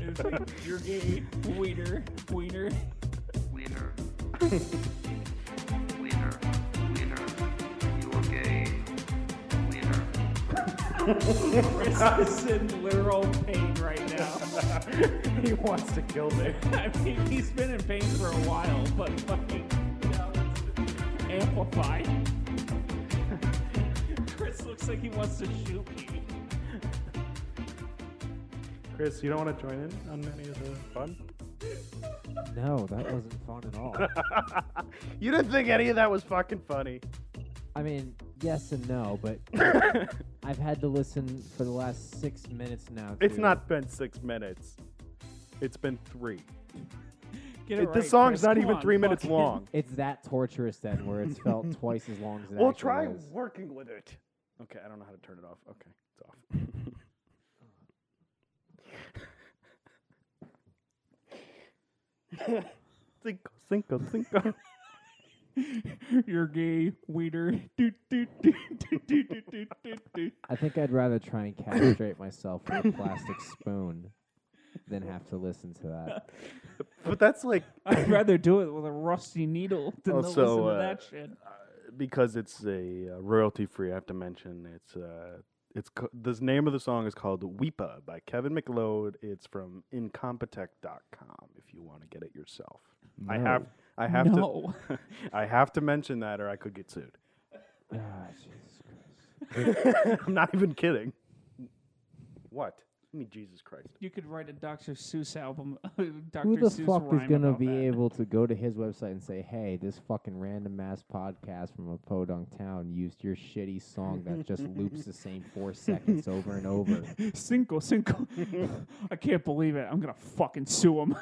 [SPEAKER 10] It's like you're gay wiener wiener.
[SPEAKER 20] Winner. winner, winner, you're gay. Winner.
[SPEAKER 10] Chris is in literal pain right now.
[SPEAKER 2] he wants to kill me.
[SPEAKER 10] I mean, he's been in pain for a while, but fucking now it's amplified. Chris looks like he wants to shoot me.
[SPEAKER 2] Chris, you don't want to join in on any of the fun?
[SPEAKER 3] No, that wasn't fun at all.
[SPEAKER 2] Oh. you didn't think any of that was fucking funny.
[SPEAKER 3] I mean, yes and no, but I've had to listen for the last six minutes now.
[SPEAKER 2] It's
[SPEAKER 3] to-
[SPEAKER 2] not been six minutes. It's been three.
[SPEAKER 10] Get
[SPEAKER 2] It-
[SPEAKER 10] it
[SPEAKER 2] the
[SPEAKER 10] right,
[SPEAKER 2] song's
[SPEAKER 10] Chris.
[SPEAKER 2] not
[SPEAKER 10] Come
[SPEAKER 2] even
[SPEAKER 10] on,
[SPEAKER 2] three minutes
[SPEAKER 10] fucking-
[SPEAKER 2] long.
[SPEAKER 3] It's that torturous then, where it's felt twice as long as it
[SPEAKER 2] We'll
[SPEAKER 3] actually
[SPEAKER 2] try
[SPEAKER 3] is.
[SPEAKER 2] working with it. Okay, I don't know how to turn it off. Okay, it's off. Cinco, cinco, cinco.
[SPEAKER 10] You're gay, weeder. Do, do, do, do, do, do, do, do, do.
[SPEAKER 3] I think I'd rather try and castrate myself with a plastic spoon than have to listen to that.
[SPEAKER 2] But that's like
[SPEAKER 10] I'd rather do it with a rusty needle than to listen
[SPEAKER 2] also
[SPEAKER 10] to
[SPEAKER 2] uh,
[SPEAKER 10] that shit.
[SPEAKER 2] uh, because it's a uh, royalty free. I have to mention it's uh, it's co- the name of the song is called "Weepa" by Kevin McLeod. It's from Incompetech.com. If you want to get it yourself, I
[SPEAKER 3] No.
[SPEAKER 2] have I have
[SPEAKER 10] No.
[SPEAKER 2] to I have to mention that, or I could get sued.
[SPEAKER 3] Ah,
[SPEAKER 2] I'm not even kidding. What? I mean, Jesus Christ.
[SPEAKER 10] You could write a Dr. Seuss album. Dr.
[SPEAKER 3] Who the
[SPEAKER 10] Seuss
[SPEAKER 3] fuck is
[SPEAKER 10] rhyme
[SPEAKER 3] gonna
[SPEAKER 10] about
[SPEAKER 3] be
[SPEAKER 10] that.
[SPEAKER 3] able to go to his website and say, "Hey, this fucking random ass podcast from a podunk town used your shitty song that just loops the same four seconds over and over"?
[SPEAKER 10] Cinco, Cinco. I can't believe it. I'm gonna fucking sue him.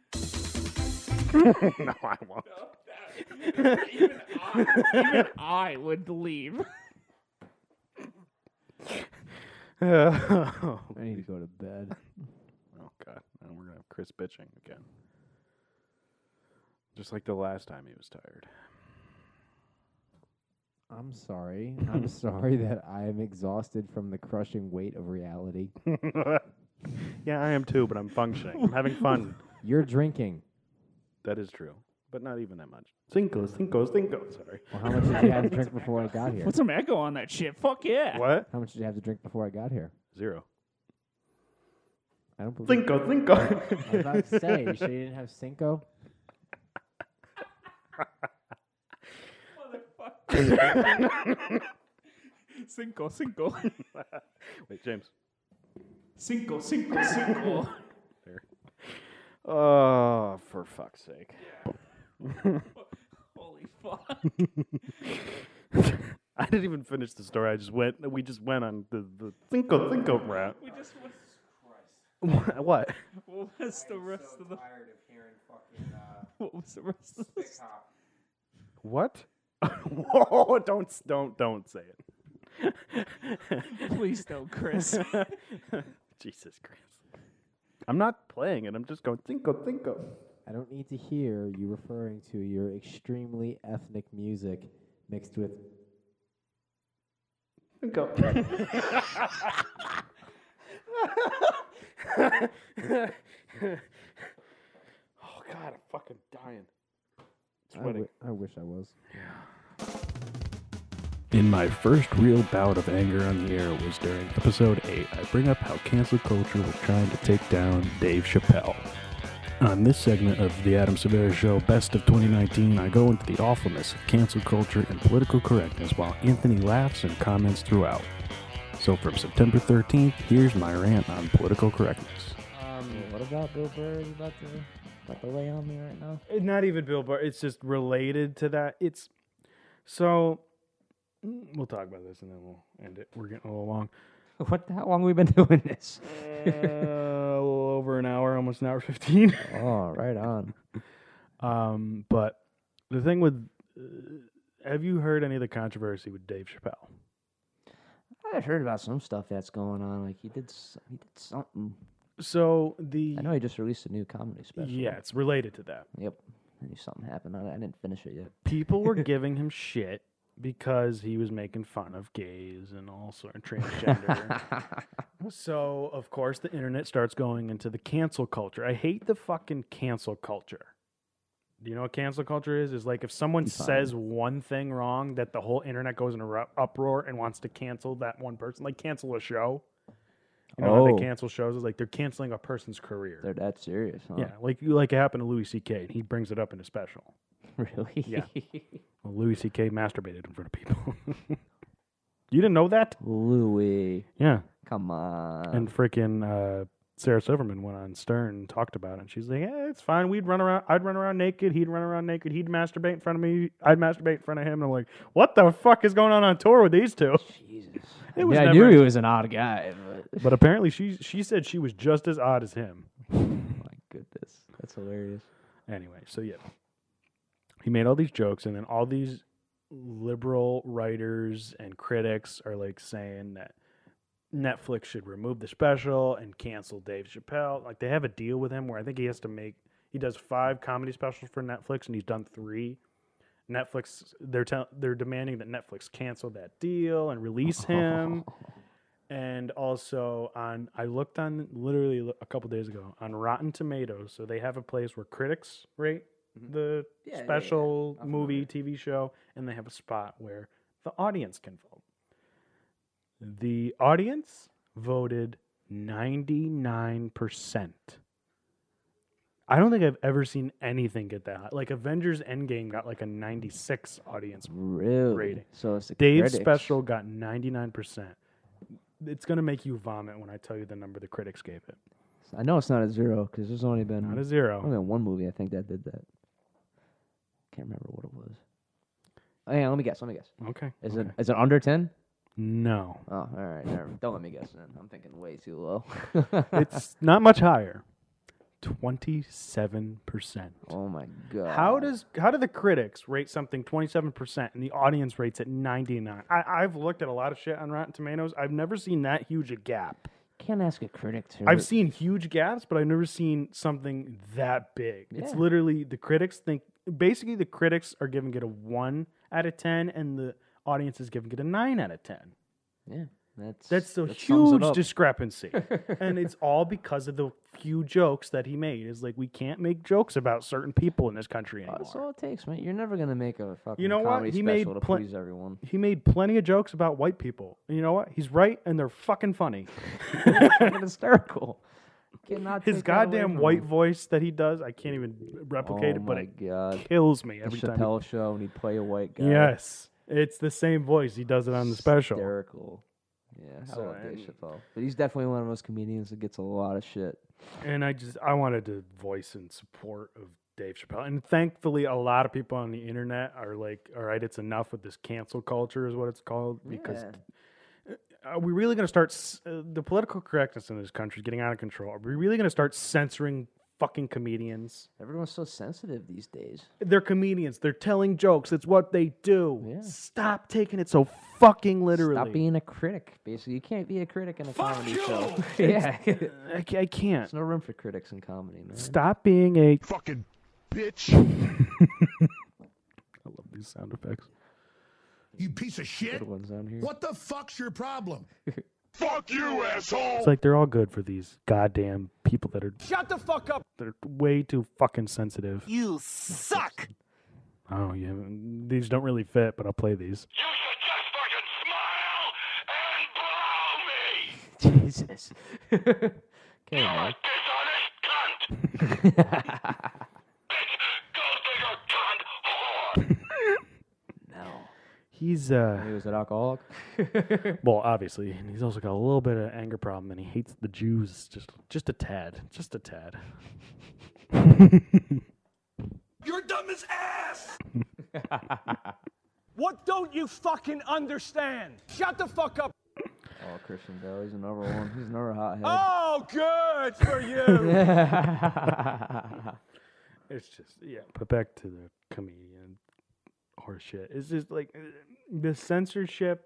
[SPEAKER 2] no, I won't.
[SPEAKER 10] even, I, even I would leave.
[SPEAKER 3] I need to go to bed.
[SPEAKER 2] Oh God! Now we're gonna have Chris bitching again, just like the last time he was tired.
[SPEAKER 3] I'm sorry. I'm sorry that I am exhausted from the crushing weight of reality.
[SPEAKER 2] yeah, I am too, but I'm functioning. I'm having fun.
[SPEAKER 3] You're drinking.
[SPEAKER 2] That is true, but not even that much. Cinco, cinco, cinco. Sorry.
[SPEAKER 3] Well, how much did you have to drink before I got here?
[SPEAKER 10] Put some echo on that shit. Fuck yeah.
[SPEAKER 2] What?
[SPEAKER 3] How much did you have to drink before I got here?
[SPEAKER 2] Zero.
[SPEAKER 3] I don't believe.
[SPEAKER 2] Cinco, cinco.
[SPEAKER 3] I was about to say, you sure you didn't have Cinco?
[SPEAKER 10] Cinco, Cinco.
[SPEAKER 2] Wait, James.
[SPEAKER 10] Cinco, Cinco, Cinco.
[SPEAKER 2] There. Oh, for fuck's sake.
[SPEAKER 10] Holy fuck.
[SPEAKER 2] I didn't even finish the story. I just went. We just went on the the cinco, cinco route.
[SPEAKER 10] We just was.
[SPEAKER 2] what?
[SPEAKER 10] What was the rest of the? Tired of hearing fucking. what was the rest of the? st-
[SPEAKER 2] What? Whoa! Don't s- don't don't say it.
[SPEAKER 10] Please don't, Chris.
[SPEAKER 2] Jesus Christ. I'm not playing it. I'm just going cinco cinco.
[SPEAKER 3] I don't need to hear you referring to your extremely ethnic music mixed with.
[SPEAKER 2] Cinco. oh God! I'm fucking dying.
[SPEAKER 3] I wi- I wish I was.
[SPEAKER 1] In my first real bout of anger on the air was during episode 8. I bring up how cancel culture was trying to take down Dave Chappelle. On this segment of the Adam Severa Show, Best of 2019, I go into the awfulness of cancel culture and political correctness while Anthony laughs and comments throughout. So from September 13th, here's my rant on political correctness.
[SPEAKER 3] Um, what about Bill Burr? Is about to about to lay on me right now?
[SPEAKER 2] It's not even Bill Burr. It's just related to that. It's so. mm, We'll talk about this and then we'll end it. We're getting a little long.
[SPEAKER 8] What? How long we been doing this?
[SPEAKER 2] Uh, a little over an hour, almost an hour fifteen.
[SPEAKER 8] oh, right on.
[SPEAKER 2] Um, but the thing with, uh, have you heard any of the controversy with Dave Chappelle?
[SPEAKER 8] I've heard about some stuff that's going on. Like he did, s- he did something.
[SPEAKER 2] So the
[SPEAKER 8] I know he just released a new comedy special.
[SPEAKER 2] yeah, it's related to that.
[SPEAKER 8] Yep. I knew something happened. I I didn't finish it yet.
[SPEAKER 2] People were giving him shit because he was making fun of gays and all sort of transgender. so of course the internet starts going into the cancel culture. I hate the fucking cancel culture. Do you know what cancel culture is? Is like if someone says one thing wrong, that the whole internet goes in a ru- uproar and wants to cancel that one person, like cancel a show. You know how
[SPEAKER 8] Oh.
[SPEAKER 2] they cancel shows is like they're canceling a person's career.
[SPEAKER 8] They're that serious, huh?
[SPEAKER 2] Yeah, like you like it happened to Louis C.K. and he brings it up in a special.
[SPEAKER 8] Really?
[SPEAKER 2] Yeah. Well, Louis C.K. masturbated in front of people. You didn't know that?
[SPEAKER 8] Louis.
[SPEAKER 2] Yeah.
[SPEAKER 8] Come on.
[SPEAKER 2] And freaking uh, Sarah Silverman went on Stern and talked about it. And she's like, "Yeah, it's fine. We'd run around. I'd run around naked. He'd run around naked. He'd masturbate in front of me. I'd masturbate in front of him." And I'm like, "What the fuck is going on on tour with these two? Jesus, it was
[SPEAKER 3] yeah, I
[SPEAKER 2] never.
[SPEAKER 3] knew he was an odd guy. But
[SPEAKER 2] But apparently, she she said she was just as odd as him.
[SPEAKER 8] Oh goodness, that's hilarious.
[SPEAKER 2] Anyway, so yeah, he made all these jokes, and then all these liberal writers and critics are like saying that Netflix should remove the special and cancel Dave Chappelle. Like they have a deal with him where I think he has to make he does five comedy specials for Netflix, and he's done three. Netflix they're tell they're demanding that Netflix cancel that deal and release him. and also on I looked on literally l- a couple days ago on Rotten Tomatoes, so they have a place where critics rate the
[SPEAKER 20] Yeah, yeah, yeah.
[SPEAKER 2] special movie, TV show, and they have a spot where the audience can vote. The audience voted 99%. I don't think I've ever seen anything get that high. Like Avengers Endgame got like a 96 audience
[SPEAKER 8] Really?
[SPEAKER 2] rating.
[SPEAKER 8] So it's the
[SPEAKER 2] Dave's
[SPEAKER 8] critics.
[SPEAKER 2] special got 99%. It's going to make you vomit when I tell you the number the critics gave it.
[SPEAKER 8] I know it's not a zero because there's only been
[SPEAKER 2] Not a zero.
[SPEAKER 8] Only been one movie I think that did that. Can't remember what it was. Oh, yeah, let me guess. Let me guess.
[SPEAKER 2] Okay.
[SPEAKER 8] Is it is it under ten?
[SPEAKER 2] No.
[SPEAKER 8] Oh, all right. Never. Don't let me guess. Then I'm thinking way too low.
[SPEAKER 2] it's not much higher. 27%.
[SPEAKER 8] Oh my god.
[SPEAKER 2] How does how do the critics rate something 27% and the audience rates it 99? I, I've looked at a lot of shit on Rotten Tomatoes. I've never seen that huge a gap.
[SPEAKER 8] Can't ask a critic to.
[SPEAKER 2] I've seen huge gaps, but I've never seen something that big. It's
[SPEAKER 8] Yeah.
[SPEAKER 2] literally the critics think basically the critics are giving it a one out of ten, and the audience is giving it a nine out of ten.
[SPEAKER 8] Yeah, that's
[SPEAKER 2] that's a
[SPEAKER 8] that sums it
[SPEAKER 2] huge
[SPEAKER 8] up.
[SPEAKER 2] discrepancy, and it's all because of the few jokes that he made. Is like we can't make jokes about certain people in this country anymore.
[SPEAKER 8] That's all it takes, man. You're never gonna make a fucking
[SPEAKER 2] You know what?
[SPEAKER 8] comedy
[SPEAKER 2] He made
[SPEAKER 8] special to
[SPEAKER 2] plen-
[SPEAKER 8] please everyone.
[SPEAKER 2] He made plenty of jokes about white people, and you know what? He's right, and they're fucking funny.
[SPEAKER 8] hysterical. Cannot
[SPEAKER 2] His
[SPEAKER 8] take that away
[SPEAKER 2] goddamn
[SPEAKER 8] from
[SPEAKER 2] white
[SPEAKER 8] him.
[SPEAKER 2] voice that he does, I can't even replicate
[SPEAKER 8] oh
[SPEAKER 2] it, but
[SPEAKER 8] my
[SPEAKER 2] it
[SPEAKER 8] god.
[SPEAKER 2] kills me
[SPEAKER 8] The
[SPEAKER 2] every time. he-
[SPEAKER 8] Chappelle show and he play a white guy.
[SPEAKER 2] Yes, it's the same voice. He does it on the special.
[SPEAKER 8] Hysterical. Yeah, I
[SPEAKER 2] So,
[SPEAKER 8] love Dave
[SPEAKER 2] and-
[SPEAKER 8] Chappelle. But he's definitely one of those comedians that gets a lot of shit.
[SPEAKER 2] And I just I wanted to voice in support of Dave Chappelle. And thankfully, a lot of people on the internet are like, "All right, it's enough with this cancel culture," is what it's called. Because uh, are we really going to start s- uh, the political correctness in this country is getting out of control? Are we really going to start censoring fucking comedians?
[SPEAKER 8] Everyone's so sensitive these days.
[SPEAKER 2] They're comedians. They're telling jokes. It's what they do.
[SPEAKER 8] Yeah.
[SPEAKER 2] Stop taking it so fucking literally.
[SPEAKER 8] Stop being a critic, basically. You can't be a critic in a comedy show. yeah.
[SPEAKER 2] uh, I, ca- I can't.
[SPEAKER 8] There's no room for critics in comedy, man.
[SPEAKER 2] Stop being a fucking bitch. I love these sound effects.
[SPEAKER 19] You piece of shit.
[SPEAKER 8] Good ones on here.
[SPEAKER 19] What the fuck's your problem? Fuck you, asshole.
[SPEAKER 2] It's like they're all good for these goddamn people that are
[SPEAKER 19] Shut the fuck up.
[SPEAKER 2] they're way too fucking sensitive.
[SPEAKER 19] You suck.
[SPEAKER 2] Oh, you haven't, these don't really fit, but I'll play these.
[SPEAKER 8] Jesus. okay, man.
[SPEAKER 2] He's uh
[SPEAKER 8] he was an alcoholic.
[SPEAKER 2] well, obviously, and he's also got a little bit of anger problem, and he hates the Jews just just a tad, just a tad.
[SPEAKER 19] You're dumb as ass. what don't you fucking understand? Shut the fuck up.
[SPEAKER 8] Oh, Christian Bell, he's another one. He's another hothead.
[SPEAKER 19] Oh, good for you.
[SPEAKER 2] Oh, It's just yeah. But back to the comedian horse shit. It's just like uh, the censorship.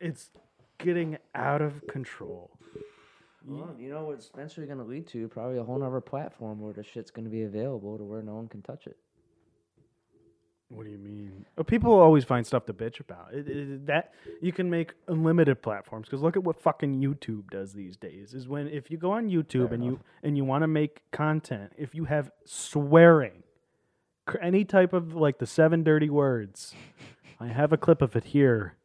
[SPEAKER 2] It's getting out of control.
[SPEAKER 8] Well, you know what it's eventually going to lead to? Probably a whole nother platform where the shit's going to be available to where no one can touch it.
[SPEAKER 2] What do you mean? Uh, People always find stuff to bitch about. It, it- that you can make unlimited platforms because look at what fucking YouTube does these days. Is when if you go on YouTube and you and you want to make content, if you have swearing, cr- any type of like the seven dirty words, I have a clip of it here.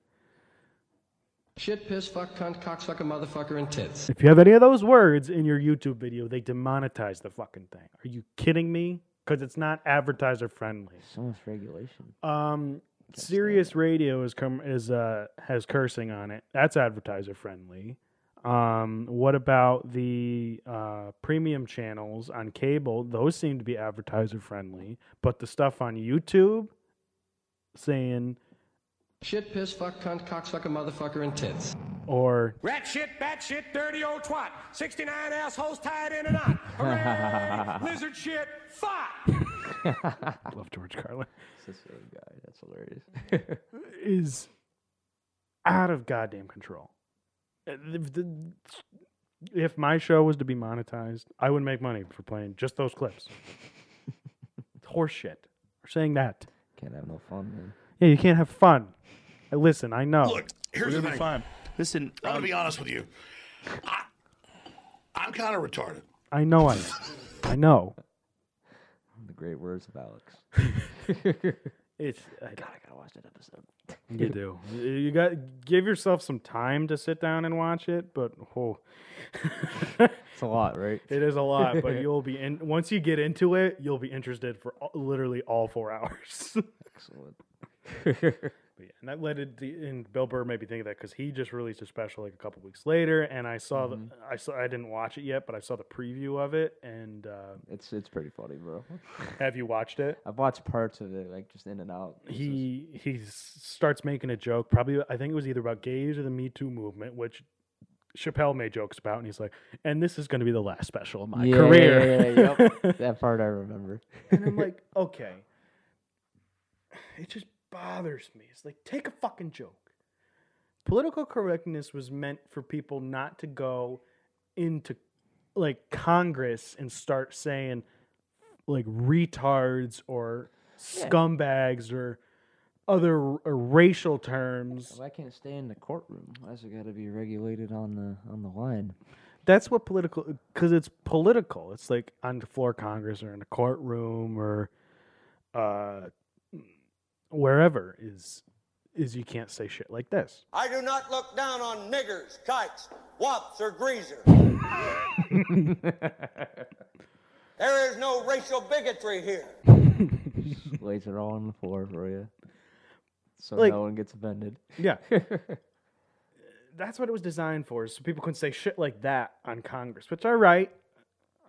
[SPEAKER 21] Shit, piss, fuck, cunt, cocksucker, motherfucker, and tits.
[SPEAKER 2] If you have any of those words in your YouTube video, they demonetize the fucking thing. Are you kidding me? Because it's not advertiser friendly.
[SPEAKER 8] So much regulation.
[SPEAKER 2] Um, Sirius Radio is com- is uh has cursing on it. That's advertiser friendly. Um, what about the uh, premium channels on cable? Those seem to be advertiser friendly, but the stuff on YouTube saying
[SPEAKER 21] Shit, piss, fuck, cunt, cocksucker, motherfucker, and tits.
[SPEAKER 2] or
[SPEAKER 19] Rat shit, bat shit, dirty old twat. 69 assholes tied in a knot. Hooray! Lizard shit, fought!
[SPEAKER 2] love George Carlin
[SPEAKER 6] Sicilian guy. That's hilarious.
[SPEAKER 2] is out of goddamn control. Uh, If, the- if my show was to be monetized, I would make money for playing just those clips. It's Horse shit. We're saying that.
[SPEAKER 8] Can't have no fun, man.
[SPEAKER 2] Yeah, you can't have fun. Uh, Listen, I know.
[SPEAKER 19] Look, here's the thing.
[SPEAKER 22] Listen,
[SPEAKER 19] I'm
[SPEAKER 2] um,
[SPEAKER 19] gonna be honest with you. I, I'm kind of retarded.
[SPEAKER 2] I know I am. I know.
[SPEAKER 8] The great words of Alex.
[SPEAKER 2] It's I,
[SPEAKER 8] God, I gotta watch that episode.
[SPEAKER 2] You do. Y- You got give yourself some time to sit down and watch it, but oh. it's
[SPEAKER 8] a lot, right?
[SPEAKER 2] It is a lot, but you'll be in once you get into it, you'll be interested for all, literally all 4 hours.
[SPEAKER 8] Excellent.
[SPEAKER 2] But yeah, and that led it to, and Bill Burr made me think of that because he just released a special like a couple weeks later, and I saw
[SPEAKER 8] Mhm.
[SPEAKER 2] the I saw I didn't watch it yet, but I saw the preview of it, and uh,
[SPEAKER 22] It's it's pretty funny, bro.
[SPEAKER 2] have you watched it?
[SPEAKER 22] I've watched parts of it, like just in and out.
[SPEAKER 2] he he s- starts making a joke. Probably, I think it was either about gays or the Me Too movement, which Chappelle made jokes about, and he's like, "And this is going to be the last special of my
[SPEAKER 22] Yeah,
[SPEAKER 2] career."
[SPEAKER 22] yeah, yeah, yep. that part I remember.
[SPEAKER 2] and I'm like, okay, it just bothers me. It's like, take a fucking joke. Political correctness was meant for people not to go into like Congress and start saying like retards or
[SPEAKER 8] Yeah.
[SPEAKER 2] scumbags or other r- or racial terms.
[SPEAKER 22] I can't stay in the courtroom. Why has it got to be regulated on the on the line?
[SPEAKER 2] That's what political because it's political. It's like on the floor of Congress or in a courtroom or uh, wherever is is you can't say shit like this.
[SPEAKER 13] I do not look down on niggers, kites, wops, or greasers. there is no racial bigotry here.
[SPEAKER 22] Just lays it all on the floor for you, so
[SPEAKER 2] Like-
[SPEAKER 22] no one gets offended.
[SPEAKER 2] Yeah. That's what it was designed for, is so people couldn't say shit like that on Congress, which all right,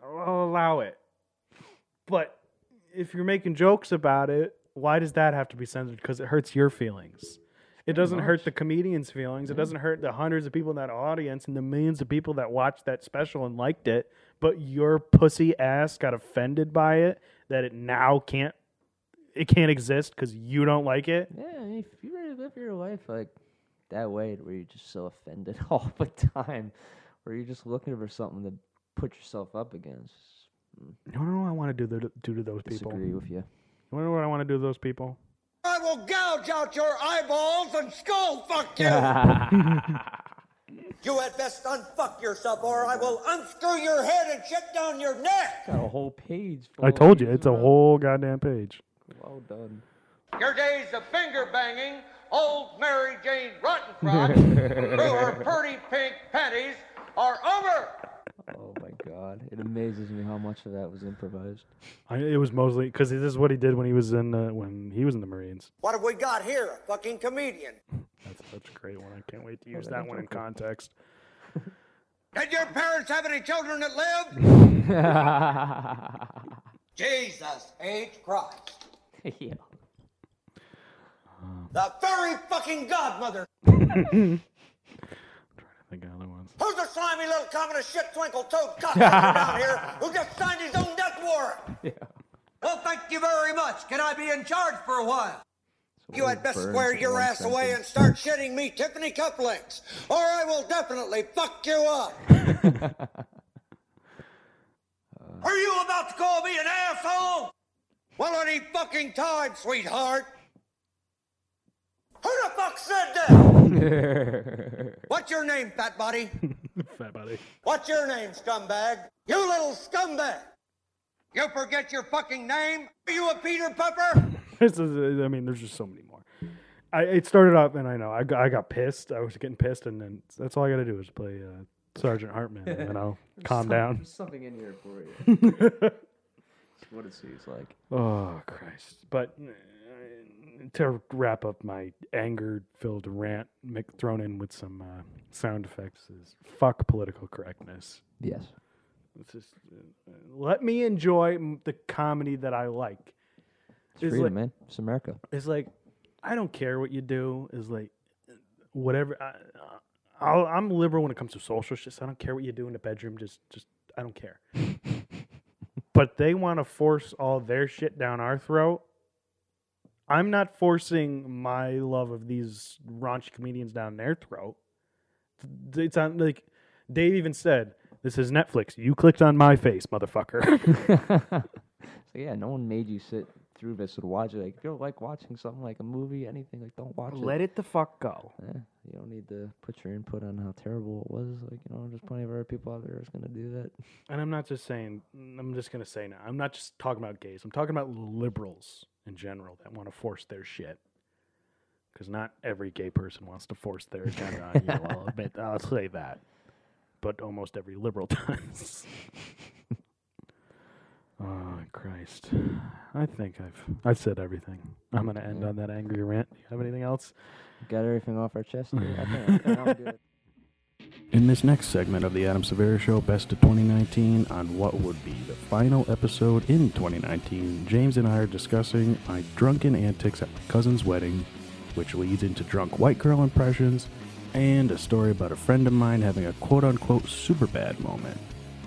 [SPEAKER 2] I'll allow it. But if you're making jokes about it, why does that have to be censored? Because it hurts your feelings. It doesn't hurt the comedian's feelings. It doesn't hurt the hundreds of people in that audience and the millions of people that watched that special and liked it. But your pussy ass got offended by it that it now can't it can't exist because you don't like it.
[SPEAKER 22] Yeah, if you really live your life like that way, where you're just so offended all the time, where you're just looking for something to put yourself up against.
[SPEAKER 2] You wanna know what I want to do to, do to those people?
[SPEAKER 22] Disagree with you.
[SPEAKER 2] You wanna know what I want to do to those people?
[SPEAKER 13] I will gouge out your eyeballs and skull fuck you. you had best unfuck yourself, or I will unscrew your head and shit down your neck.
[SPEAKER 22] Got a whole page.
[SPEAKER 2] I
[SPEAKER 22] full
[SPEAKER 2] told
[SPEAKER 22] of
[SPEAKER 2] you,
[SPEAKER 22] these,
[SPEAKER 2] it's a
[SPEAKER 22] bro.
[SPEAKER 2] whole goddamn page.
[SPEAKER 22] Well done.
[SPEAKER 13] Your days of finger banging, old Mary Jane Rottencrotch through her pretty pink panties are over.
[SPEAKER 22] Oh my god, it amazes me how much of that was improvised.
[SPEAKER 2] I, it was mostly because this is what he did when he was in uh, when he was in the Marines.
[SPEAKER 13] What have we got here? A fucking comedian.
[SPEAKER 2] That's such a great one. I can't wait to
[SPEAKER 13] Oh,
[SPEAKER 2] use
[SPEAKER 13] that
[SPEAKER 2] that
[SPEAKER 13] is
[SPEAKER 2] one in
[SPEAKER 13] awful.
[SPEAKER 2] context.
[SPEAKER 13] Did your parents have any children that lived? Jesus H. Christ.
[SPEAKER 22] yeah.
[SPEAKER 13] The furry fucking godmother.
[SPEAKER 2] I'm trying to think of other ones.
[SPEAKER 13] Who's the slimy little communist shit twinkle toad cocksucker down here who just signed his own death warrant? Well, thank you very much. Can I be in charge for a while? You had best
[SPEAKER 22] burns
[SPEAKER 13] square
[SPEAKER 22] in
[SPEAKER 13] your
[SPEAKER 22] one
[SPEAKER 13] ass away
[SPEAKER 22] sentence.
[SPEAKER 13] and start shitting me Tiffany cufflinks, or I will definitely fuck you up. Are you about to call me an asshole? Well, any fucking time, sweetheart. Who the fuck said that? What's your name, fat body?
[SPEAKER 2] Fat buddy.
[SPEAKER 13] What's your name, scumbag? You little scumbag! You forget your fucking name? Are you a Peter Pepper?
[SPEAKER 2] This is, uh, I mean, there's just so many more. I it started up, and I know I got, I got pissed. I was getting pissed, and then that's all I got to do is play uh, Sergeant Hartman, and then I'll calm down.
[SPEAKER 22] There's something in here for you. That's what it seems like.
[SPEAKER 2] Oh Christ! But uh,
[SPEAKER 4] to wrap up my anger-filled rant, mix, thrown in with some uh, sound effects, is fuck political correctness.
[SPEAKER 21] Yes.
[SPEAKER 4] Let's just uh, let me enjoy m- the comedy that I like.
[SPEAKER 8] It's freedom,
[SPEAKER 4] like,
[SPEAKER 8] man. It's America.
[SPEAKER 4] It's like I don't care what you do. Is like whatever. I, I'll, I'm liberal when it comes to social shit. So I don't care what you do in the bedroom. Just, just I don't care. but they want to force all their shit down our throat. I'm not forcing my love of these raunchy comedians down their throat. It's on like Dave even said, "This is Netflix. You clicked on my face, motherfucker."
[SPEAKER 8] So yeah, no one made you sit through this to watch it. Like if you don't like watching something like a movie, anything, like don't watch it.
[SPEAKER 21] Let it the fuck go.
[SPEAKER 8] Yeah, you don't need to put your input on how terrible it was. Like you know, there's plenty of other people out there that's gonna do that.
[SPEAKER 4] And I'm not just saying, mm, I'm just going to say now, I'm not just talking about gays. I'm talking about liberals in general that want to force their shit. Because not every gay person wants to force their agenda on you. I'll admit, I'll say that. But almost every liberal does. oh, Christ. I think I've I've said everything. I'm going to end on that angry rant. Do you have anything else?
[SPEAKER 8] Got everything off our chest. dude. I think, I think I'm good.
[SPEAKER 2] In this next segment of the Adam Severa Show Best of 2019, on what would be the final episode in 2019, James and I are discussing my drunken antics at my cousin's wedding, which leads into drunk white girl impressions, and a story about a friend of mine having a quote unquote super bad moment.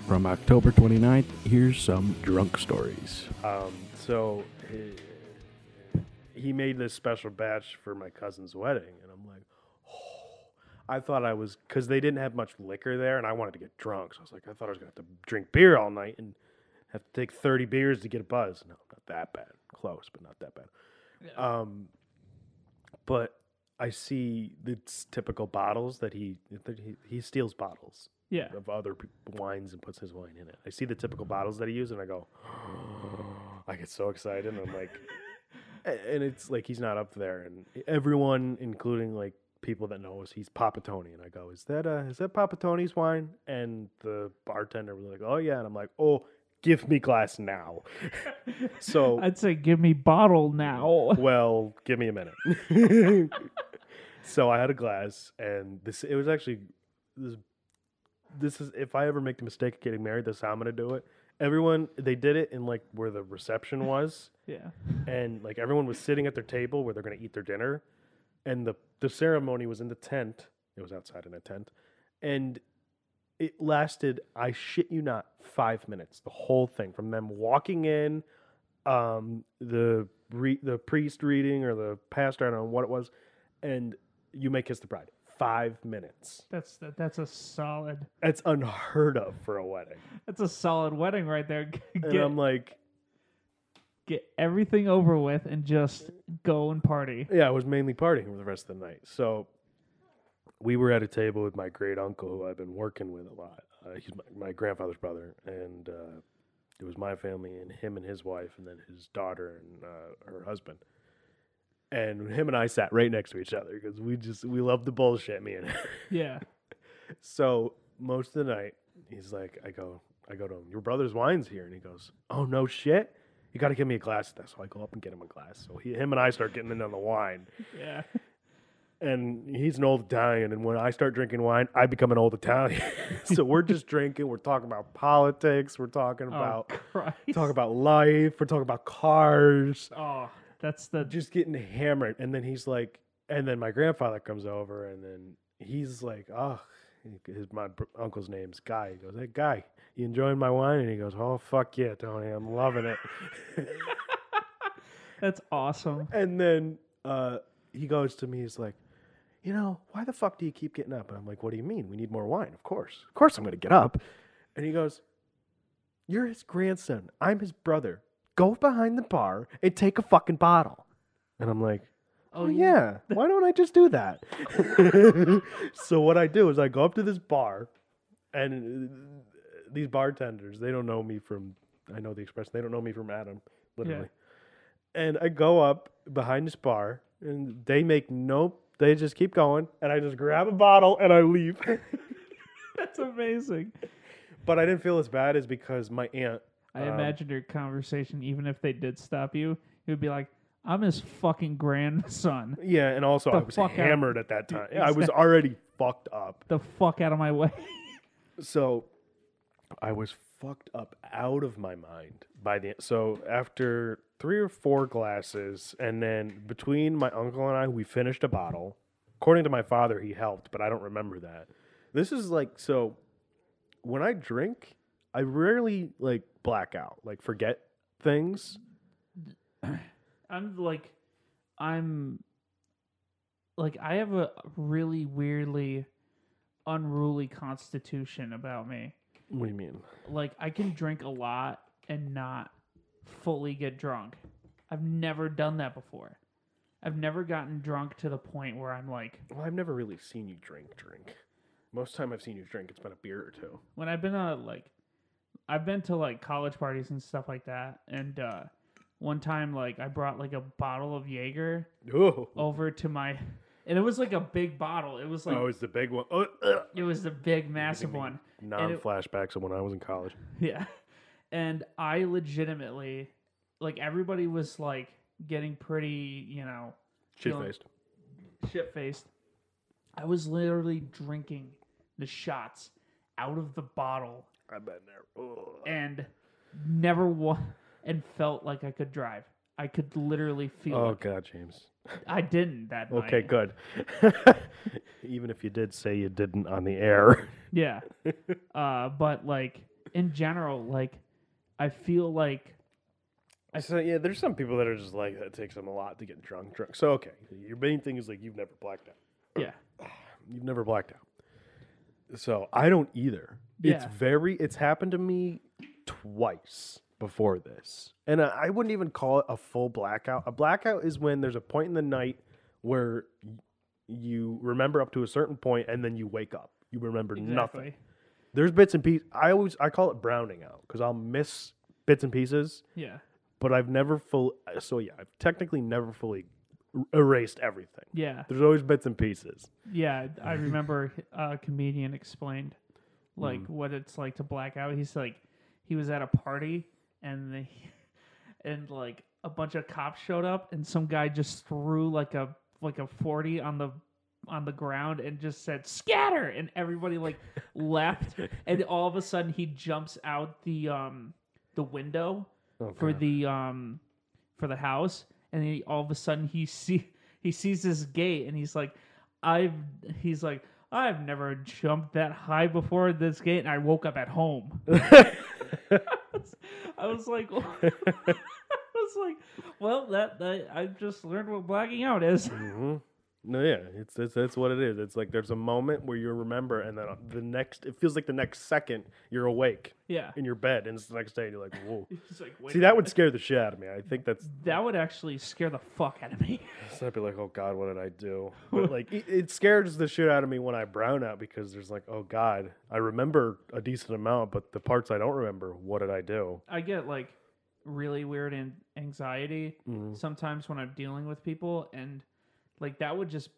[SPEAKER 2] From October 29th, here's some drunk stories.
[SPEAKER 4] Um, so he, he made this special batch for my cousin's wedding, and I'm like, oh, I thought I was because they didn't have much liquor there, and I wanted to get drunk, so I was like, I thought I was gonna have to drink beer all night and have to take 30 beers to get a buzz. No, not that bad, close, but not that bad. Um, but I see the s- typical bottles that he that he, he steals bottles.
[SPEAKER 10] Yeah.
[SPEAKER 4] Of other pe- wines and puts his wine in it. I see the typical bottles that he uses, and I go, I get so excited. And I'm like, a- and it's like he's not up there, and everyone, including like people that know us, he's Papa Tony, and I go, is that uh, is that Papa Tony's wine? And the bartender was like, oh yeah, and I'm like, oh, give me glass now. so
[SPEAKER 10] I'd say give me bottle now.
[SPEAKER 4] well, give me a minute. so I had a glass, and this it was actually this. This is if I ever make the mistake of getting married, this is how I'm gonna do it. Everyone they did it in like where the reception was,
[SPEAKER 10] Yeah.
[SPEAKER 4] and like everyone was sitting at their table where they're gonna eat their dinner, and the the ceremony was in the tent. It was outside in a tent, and it lasted. I shit you not, five minutes. The whole thing from them walking in, um, the re- the priest reading or the pastor, I don't know what it was, and you may kiss the bride. Five minutes.
[SPEAKER 10] That's that, that's a solid
[SPEAKER 4] That's unheard of for a wedding.
[SPEAKER 10] that's a solid wedding right there.
[SPEAKER 4] And
[SPEAKER 10] Get-
[SPEAKER 4] I'm like,
[SPEAKER 10] get everything over with and just go and party.
[SPEAKER 4] Yeah, I was mainly partying for the rest of the night. So we were at a table with my great uncle, who I've been working with a lot. Uh, he's my, my grandfather's brother, and uh, it was my family and him and his wife, and then his daughter and uh, her husband. And him and I sat right next to each other because we just we love the bullshit, me and him.
[SPEAKER 10] Yeah.
[SPEAKER 4] So most of the night, he's like, I go, I go to him. Your brother's wine's here, and he goes, Oh no shit! You got to give me a glass of that. So I go up and get him a glass. So he, him and I start getting in on the wine,
[SPEAKER 10] Yeah.
[SPEAKER 4] and he's an old Italian. And when I start drinking wine, I become an old Italian. so we're just drinking. We're talking about politics. We're talking about
[SPEAKER 10] Oh, Christ.
[SPEAKER 4] talking about life. We're talking about cars.
[SPEAKER 10] Oh, that's the
[SPEAKER 4] just getting hammered. And then he's like, and then my grandfather comes over, and then he's like, oh, his my br- uncle's name's Guy. He goes, hey Guy, you enjoying my wine? And he goes, oh fuck yeah, Tony, I'm loving it.
[SPEAKER 10] That's awesome.
[SPEAKER 4] And then uh, he goes to me, he's like, you know, why the fuck do you keep getting up? And I'm like, what do you mean? We need more wine, of course. Of course I'm going to get up. And he goes, you're his grandson. I'm his brother. Go behind the bar and take a fucking bottle. And I'm like, oh, yeah, why don't I just do that? so what I do is I go up to this bar and uh, these bartenders, they don't know me from, I know the expression, they don't know me from Adam, literally and I go up behind this bar, and they make no. They just keep going, and I just grab a bottle and I leave.
[SPEAKER 10] That's amazing.
[SPEAKER 4] but I didn't feel as bad as because my aunt.
[SPEAKER 10] I
[SPEAKER 4] um,
[SPEAKER 10] imagine your conversation, even if they did stop you, it would be like, I'm his fucking grandson.
[SPEAKER 4] Yeah, and also
[SPEAKER 10] The
[SPEAKER 4] I was
[SPEAKER 10] fuck out-
[SPEAKER 4] hammered at that time. I was
[SPEAKER 10] Exact-
[SPEAKER 4] already fucked up.
[SPEAKER 10] The fuck out of my way.
[SPEAKER 4] So I was fucked up out of my mind by the so after three or four glasses and then between my uncle and I we finished a bottle. According to my father, he helped, but I don't remember that. This is like so when I drink, I rarely like black out, like forget things.
[SPEAKER 10] I'm like, I'm like, I have a really weirdly unruly constitution about me.
[SPEAKER 4] What do you mean?
[SPEAKER 10] Like, I can drink a lot and not fully get drunk. I've never done that before. I've never gotten drunk to the point where I'm like,
[SPEAKER 4] Well, I've never really seen you drink drink. Most time I've seen you drink, it's been a beer or two.
[SPEAKER 10] when I've been uh like I've been to like college parties and stuff like that and uh one time like I brought like a bottle of Jaeger over to my and it was like a big bottle. It was like
[SPEAKER 4] oh, it's the big one. Oh, ugh.
[SPEAKER 10] it was the big massive one. And
[SPEAKER 4] non
[SPEAKER 10] it-
[SPEAKER 4] flashbacks of when I was in college.
[SPEAKER 10] yeah. And I legitimately, like, everybody was like getting pretty, you know,
[SPEAKER 4] Shit-faced.
[SPEAKER 10] Shit faced. I was literally drinking the shots out of the bottle.
[SPEAKER 4] I've been there.
[SPEAKER 10] And never one, and felt like I could drive. I could literally feel
[SPEAKER 4] Oh
[SPEAKER 10] it.
[SPEAKER 4] God, James.
[SPEAKER 10] I didn't that night.
[SPEAKER 4] Okay, good. Even if you did say you didn't on the air,
[SPEAKER 10] Yeah. uh, but, like, in general, like, I feel like
[SPEAKER 4] so yeah, there's some people that are just like that takes them a lot to get drunk. Drunk. So okay, your main thing is like you've never blacked out.
[SPEAKER 10] Yeah.
[SPEAKER 4] You've never blacked out. So I don't either. It's
[SPEAKER 10] Yeah.
[SPEAKER 4] very. It's happened to me twice before this, and I, I wouldn't even call it a full blackout. A blackout is when there's a point in the night where y- you remember up to a certain point, and then you wake up. You remember nothing.
[SPEAKER 10] Exactly.
[SPEAKER 4] There's bits and pieces. I always I call it browning out because I'll miss bits and pieces.
[SPEAKER 10] Yeah.
[SPEAKER 4] But I've never full. So yeah, I've technically never fully er- erased everything.
[SPEAKER 10] Yeah.
[SPEAKER 4] There's always bits and pieces.
[SPEAKER 10] Yeah, I remember a comedian explained like
[SPEAKER 4] Hmm.
[SPEAKER 10] what it's like to black out. He's like he was at a party and they and like a bunch of cops showed up and some guy just threw like a like a 40 on the on the ground and just said scatter and everybody like left and all of a sudden he jumps out the um the window
[SPEAKER 4] Oh,
[SPEAKER 10] for
[SPEAKER 4] God.
[SPEAKER 10] the um for the house and he all of a sudden he see he sees this gate and he's like i've he's like i've never jumped that high before this gate and i woke up at home i was- I was like i was like well that, that i just learned what blacking out is
[SPEAKER 4] hmm No, yeah, it's, it's that's what it is. It's like there's a moment where you remember, and then the next, it feels like the next second you're awake.
[SPEAKER 10] Yeah.
[SPEAKER 4] In your bed, and it's the next day, and you're like, whoa.
[SPEAKER 10] It's like, wait
[SPEAKER 4] See,
[SPEAKER 10] a
[SPEAKER 4] that would
[SPEAKER 10] minute.
[SPEAKER 4] scare the shit out of me. I think that's.
[SPEAKER 10] that would actually scare the fuck out of me
[SPEAKER 4] I'd be like, oh god, what did I do? But like, it, it scares the shit out of me when I brown out because there's like, oh god, I remember a decent amount, but the parts I don't remember, what did I do?
[SPEAKER 10] I get like really weird and anxiety
[SPEAKER 4] Mhm.
[SPEAKER 10] sometimes when I'm dealing with people, and like that would just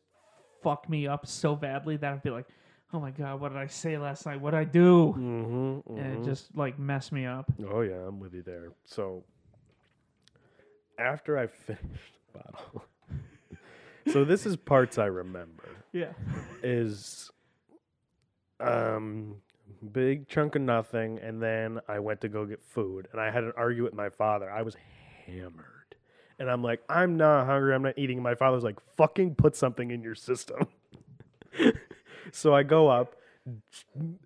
[SPEAKER 10] fuck me up so badly that I'd be like, "Oh my god, what did I say last night? What did I do?"
[SPEAKER 4] Mm-hmm,
[SPEAKER 10] And
[SPEAKER 4] mhm.
[SPEAKER 10] it just like messed me up.
[SPEAKER 4] Oh yeah, I'm with you there. So after I finished the bottle, so this is parts I remember.
[SPEAKER 10] Yeah.
[SPEAKER 4] Is um big chunk of nothing, and then I went to go get food, and I had an argument with my father. I was hammered. And I'm like, I'm not hungry. I'm not eating. And my father's like, fucking put something in your system. so I go up,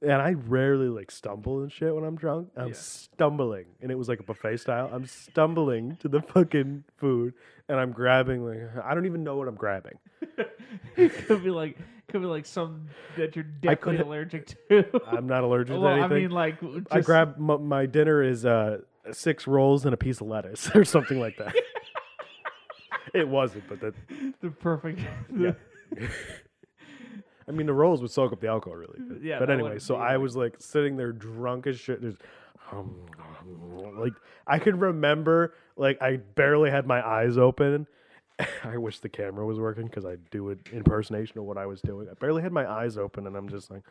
[SPEAKER 4] and I rarely like stumble and shit when I'm drunk. I'm stumbling, and it was like a buffet style. I'm stumbling to the fucking food, and I'm grabbing like I don't even know what I'm grabbing.
[SPEAKER 10] could be like could be like some that you're
[SPEAKER 4] I could-
[SPEAKER 10] definitely allergic to.
[SPEAKER 4] I'm not allergic
[SPEAKER 10] Well,
[SPEAKER 4] to
[SPEAKER 10] I
[SPEAKER 4] anything.
[SPEAKER 10] mean, like,
[SPEAKER 4] I
[SPEAKER 10] just-
[SPEAKER 4] grab my, my dinner is uh six rolls and a piece of lettuce or something like that. it wasn't, but that
[SPEAKER 10] the perfect.
[SPEAKER 4] yeah. I mean, the rolls would soak up the alcohol really good.
[SPEAKER 10] Yeah,
[SPEAKER 4] But
[SPEAKER 10] that
[SPEAKER 4] anyway,
[SPEAKER 10] would
[SPEAKER 4] so
[SPEAKER 10] be,
[SPEAKER 4] I was like sitting there drunk as shit. Just, um, like I could remember, like I barely had my eyes open. I wish the camera was working because I do an impersonation of what I was doing. I barely had my eyes open, and I'm just like,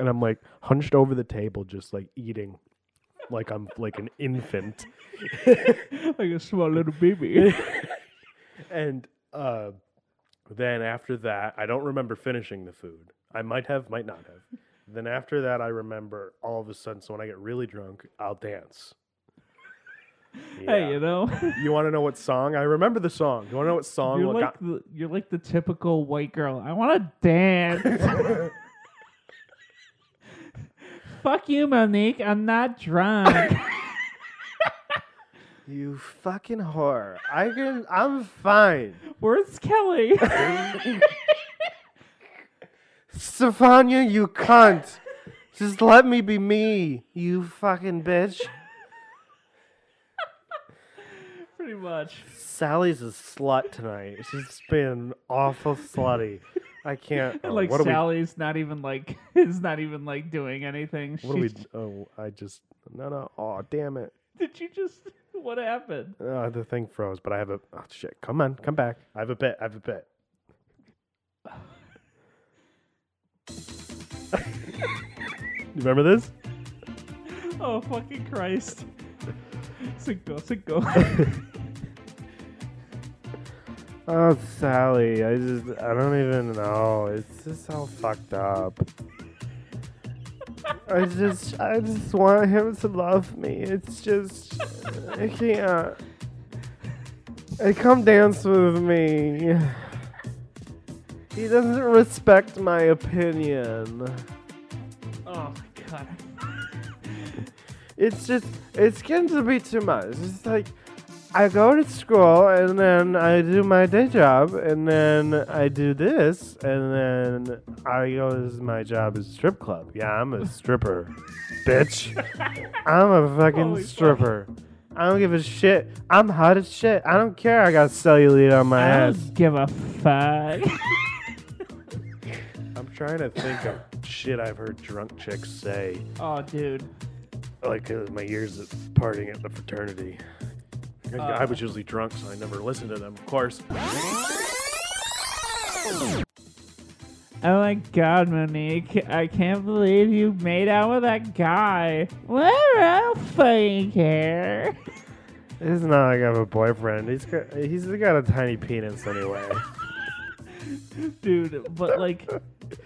[SPEAKER 4] and I'm like hunched over the table, just like eating, like I'm like an infant.
[SPEAKER 10] like a small little baby.
[SPEAKER 4] and uh, then after that, I don't remember finishing the food. I might have, might not have. then after that, I remember all of a sudden. So when I get really drunk, I'll dance.
[SPEAKER 10] Hey, you know.
[SPEAKER 4] you want to know what song? I remember the song. You want to know what song?
[SPEAKER 10] you're
[SPEAKER 4] what
[SPEAKER 10] like
[SPEAKER 4] got-
[SPEAKER 10] the, you're like the typical white girl. I want to dance. Fuck you, Monique. I'm not drunk.
[SPEAKER 4] you fucking whore. I can. I'm fine.
[SPEAKER 10] Where's Kelly?
[SPEAKER 4] Stefania, you cunt. Just let me be me, you fucking bitch.
[SPEAKER 10] Pretty much.
[SPEAKER 4] Sally's a slut tonight. She's been awful slutty. I can't. oh,
[SPEAKER 10] And, like
[SPEAKER 4] what are we?
[SPEAKER 10] Sally's not even like is not even like doing anything.
[SPEAKER 4] What are we?
[SPEAKER 10] She's-
[SPEAKER 4] Oh, I just no no. Oh damn it!
[SPEAKER 10] Did you just? What happened?
[SPEAKER 4] Uh, the thing froze, but I have a oh shit. Come on, come back. I have a bet. I have a bet. you remember this?
[SPEAKER 10] Oh fucking Christ! Cinco, cinco.
[SPEAKER 4] Oh Sally, I just I don't even know. It's just all fucked up. I just I just want him to love me. It's just I can't. Hey, come dance with me. He doesn't respect my opinion.
[SPEAKER 10] oh my god.
[SPEAKER 4] It's just it's getting to be too much. It's like I go to school and then I do my day job and then I do this and then I go this is my job is strip club. Yeah, I'm a stripper. bitch. I'm a fucking
[SPEAKER 10] Holy fuck.
[SPEAKER 4] stripper. I don't give a shit. I'm hot as shit. I don't care. I got cellulite on my
[SPEAKER 10] I
[SPEAKER 4] ass.
[SPEAKER 10] don't give a fuck.
[SPEAKER 4] I'm trying to think of shit I've heard drunk chicks say.
[SPEAKER 10] oh, dude.
[SPEAKER 4] like uh, my years of partying at the fraternity. I- I
[SPEAKER 10] Uh.
[SPEAKER 4] was usually drunk, so I never listened to them, of course.
[SPEAKER 10] Oh my god, Monique. I can't believe you made out with that guy. Whatever, I don't fucking care.
[SPEAKER 4] It's not like I have a boyfriend. He's got, he's got a tiny penis anyway.
[SPEAKER 10] Dude, but like,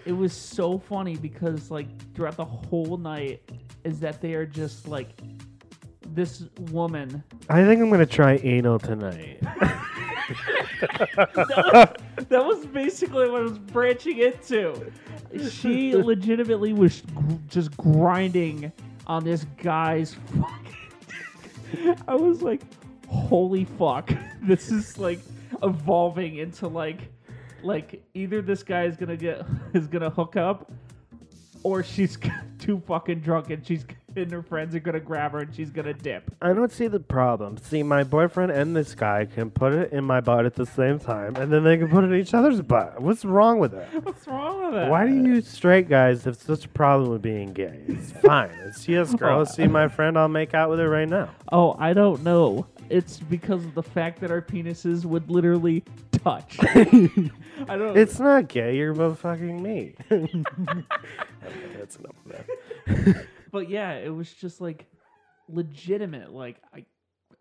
[SPEAKER 10] it was so funny because, like, throughout the whole night, is that they are just like, this woman.
[SPEAKER 4] I think I'm gonna try anal tonight.
[SPEAKER 10] that, was, that was basically what I was branching into. She legitimately was gr- just grinding on this guy's fucking. I was like, holy fuck, this is like evolving into like, like either this guy is gonna get is gonna hook up, or she's too fucking drunk and she's and her friends are gonna grab her and she's gonna dip.
[SPEAKER 4] I don't see the problem. See, my boyfriend and this guy can put it in my butt at the same time, and then they can put it in each other's butt. What's wrong with that?
[SPEAKER 10] What's wrong with that?
[SPEAKER 4] Why do you straight guys have such a problem with being gay? It's fine. It's yes, girl. See my friend, I'll make out with her right now.
[SPEAKER 10] Oh, I don't know. It's because of the fact that our penises would literally touch. I don't.
[SPEAKER 4] It's not gay. You're both fucking me. okay, that's enough of that.
[SPEAKER 10] But yeah, it was just like legitimate. Like I,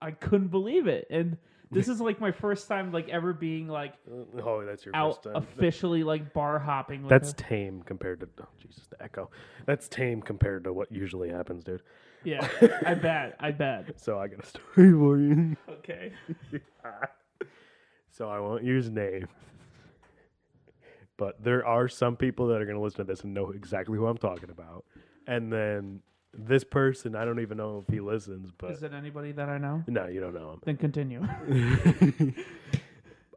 [SPEAKER 10] I couldn't believe it. And this is like my first time like ever being like
[SPEAKER 4] Oh, that's your first
[SPEAKER 10] out
[SPEAKER 4] time.
[SPEAKER 10] officially like bar hopping. With
[SPEAKER 4] That's
[SPEAKER 10] a-
[SPEAKER 4] tame compared to oh, Jesus the echo. That's tame compared to what usually happens, dude.
[SPEAKER 10] yeah. I bet. I bet.
[SPEAKER 4] So I got a story for you.
[SPEAKER 10] Okay.
[SPEAKER 4] so I won't use names, but there are some people that are going to listen to this and know exactly who I'm talking about. And then this person, I don't even know if he listens, but
[SPEAKER 10] Is it anybody that I know?
[SPEAKER 4] no, you don't know him.
[SPEAKER 10] Then continue.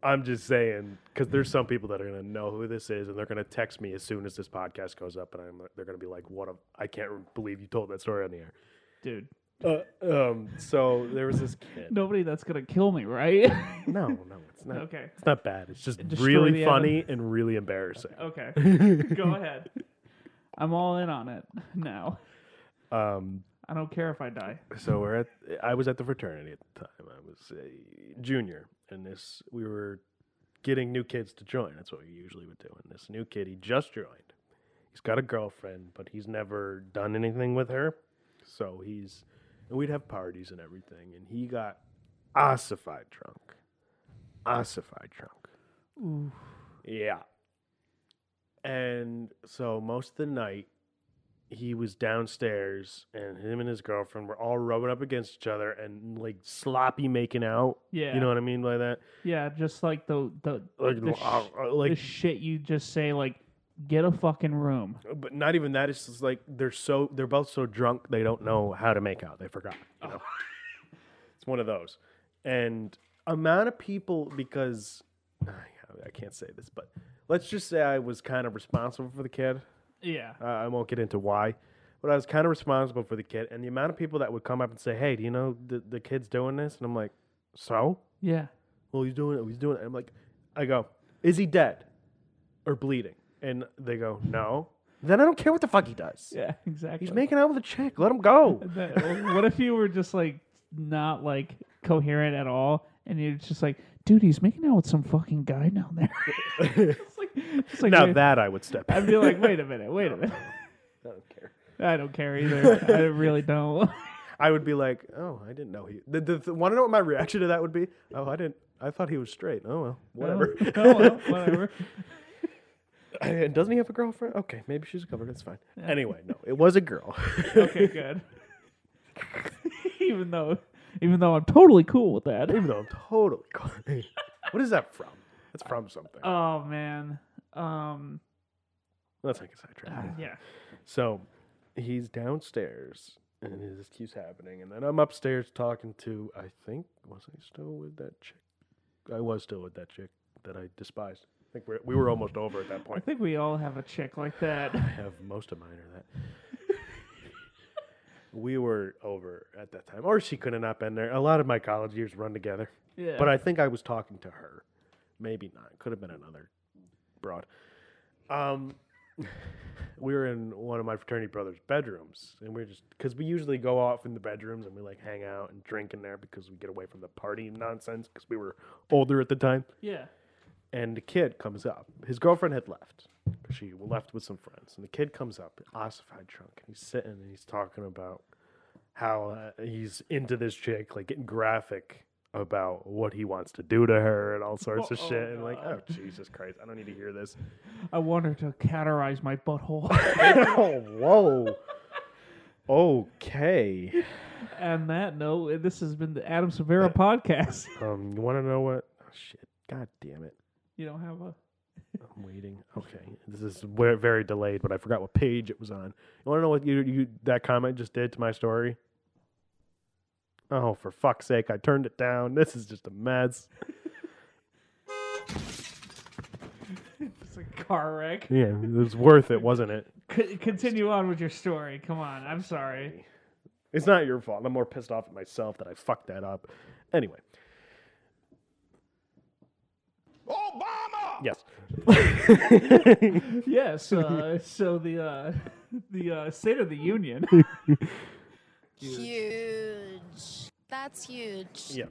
[SPEAKER 4] I'm just saying because there's some people that are gonna know who this is, and they're gonna text me as soon as this podcast goes up, and I'm they're gonna be like, "What? A, I can't believe you told that story on the air,
[SPEAKER 10] Dude.
[SPEAKER 4] Uh, um, so there was this kid.
[SPEAKER 10] Nobody that's gonna kill me, right?
[SPEAKER 4] No, no, it's not.
[SPEAKER 10] Okay.
[SPEAKER 4] it's not bad. It's just
[SPEAKER 10] Destroy
[SPEAKER 4] really
[SPEAKER 10] the
[SPEAKER 4] funny and really embarrassing.
[SPEAKER 10] Okay. Go ahead. I'm all in on it now.
[SPEAKER 4] Um,
[SPEAKER 10] I don't care if I die.
[SPEAKER 4] so we're at I was at the fraternity at the time. I was a junior, and this we were getting new kids to join. That's what we usually would do. And this new kid, he just joined. He's got a girlfriend, but he's never done anything with her. So he's and we'd have parties and everything, and he got ossified drunk. ossified trunk.
[SPEAKER 10] Ooh.
[SPEAKER 4] Yeah. And so most of the night, he was downstairs, and him and his girlfriend were all rubbing up against each other and like sloppy making out.
[SPEAKER 10] Yeah.
[SPEAKER 4] You know what I mean by that?
[SPEAKER 10] Yeah, just like the the
[SPEAKER 4] Like,
[SPEAKER 10] the,
[SPEAKER 4] uh,
[SPEAKER 10] sh-
[SPEAKER 4] uh, like-
[SPEAKER 10] the shit you just say like get a fucking room.
[SPEAKER 4] But not even that. It's just like they're so they're both so drunk they don't know how to make out. They forgot. you know?
[SPEAKER 10] Oh.
[SPEAKER 4] it's one of those. And amount of people because I can't say this, but let's just say I was kind of responsible for the kid.
[SPEAKER 10] Yeah.
[SPEAKER 4] Uh, I won't get into why, but I was kind of responsible for the kid and the amount of people that would come up and say, "Hey, do you know the, the kid's doing this?" And I'm like, "So?"
[SPEAKER 10] Yeah.
[SPEAKER 4] Well, he's doing it. He's doing it. I'm like, I go, "Is he dead or bleeding?" And they go, "No." Then I don't care what the fuck he does.
[SPEAKER 10] Yeah, exactly.
[SPEAKER 4] He's making out with a chick. Let him go.
[SPEAKER 10] And then- well, what if you were just like not like coherent at all and you're just like dude, he's making out with some fucking guy down there. it's like, it's like
[SPEAKER 4] now
[SPEAKER 10] wait-
[SPEAKER 4] that I would step.
[SPEAKER 10] I'd be like, wait a minute, wait a minute.
[SPEAKER 4] I don't care.
[SPEAKER 10] I don't care either. I really don't.
[SPEAKER 4] I would be like, oh, I didn't know he. The, the, the, want to know what my reaction to that would be? Oh, I didn't. I thought he was straight. Oh well, whatever.
[SPEAKER 10] Oh, oh, well, whatever.
[SPEAKER 4] And doesn't he have a girlfriend? Okay, maybe she's covered. It's fine. Anyway, no, it was a girl.
[SPEAKER 10] okay, good. even though, even though I'm totally cool with that.
[SPEAKER 4] Even though I'm totally cool. what is that from? That's from something.
[SPEAKER 10] Oh man. Um.
[SPEAKER 4] Let's not get sidetracked.
[SPEAKER 10] Ah, yeah.
[SPEAKER 4] So he's downstairs and it just keeps happening. And then I'm upstairs talking to, I think, was I still with that chick? I was still with that chick that I despised. I think we're, we were almost over at that
[SPEAKER 10] I
[SPEAKER 4] point.
[SPEAKER 10] think we all have a chick like that.
[SPEAKER 4] I have most of mine are that. we were over at that time. Or she could have not been there. A lot of my college years run together.
[SPEAKER 10] Yeah.
[SPEAKER 4] But I think I was talking to her. Maybe not. Could have been another broad. Um, we were in one of my fraternity brothers' bedrooms, and we are just because we usually go off in the bedrooms and we like hang out and drink in there because we get away from the party nonsense because we were older at the time.
[SPEAKER 10] Yeah.
[SPEAKER 4] And the kid comes up. His girlfriend had left. She left with some friends, and the kid comes up, ossified trunk, and he's sitting and he's talking about how uh, he's into this chick, like getting graphic about what he wants to do to her and all sorts of
[SPEAKER 10] Oh,
[SPEAKER 4] shit. And like, oh
[SPEAKER 10] God.
[SPEAKER 4] Jesus Christ, I don't need to hear this.
[SPEAKER 10] I want her to caterize my butthole,
[SPEAKER 4] oh, whoa. Okay.
[SPEAKER 10] and that note, this has been the Adam
[SPEAKER 4] Uh,
[SPEAKER 10] Severa podcast.
[SPEAKER 4] Um, you want to know what? Oh, shit. God damn it.
[SPEAKER 10] You don't have a.
[SPEAKER 4] I'm waiting. Okay. This is we- very delayed, but I forgot what page it was on. You want to know what you, you that comment just did to my story? Oh, for fuck's sake. I turned it down. This is just a mess.
[SPEAKER 10] It's a car wreck.
[SPEAKER 4] Yeah, it was worth it, wasn't it?
[SPEAKER 10] C- continue on with your story. Come on. I'm sorry.
[SPEAKER 4] It's not your fault. I'm more pissed off at myself that I fucked that up. Anyway. Obama! Yes.
[SPEAKER 10] yes. Uh, so the uh, the uh, State of the Union.
[SPEAKER 14] Huge. That's huge.
[SPEAKER 4] Yeah.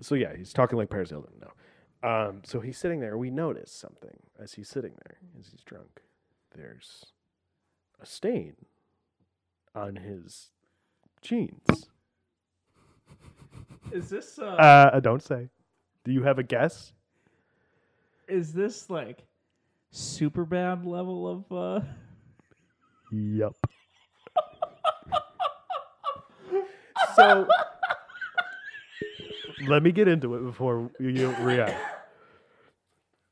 [SPEAKER 4] So yeah, he's talking like Paris Hilton now. Um, so he's sitting there. We notice something as he's sitting there, as he's drunk. There's a stain on his jeans.
[SPEAKER 10] Is this uh,
[SPEAKER 4] Uh, don't say. Do you have a guess?
[SPEAKER 10] is this like super bad level of uh
[SPEAKER 4] Yep. so let me get into it before you react.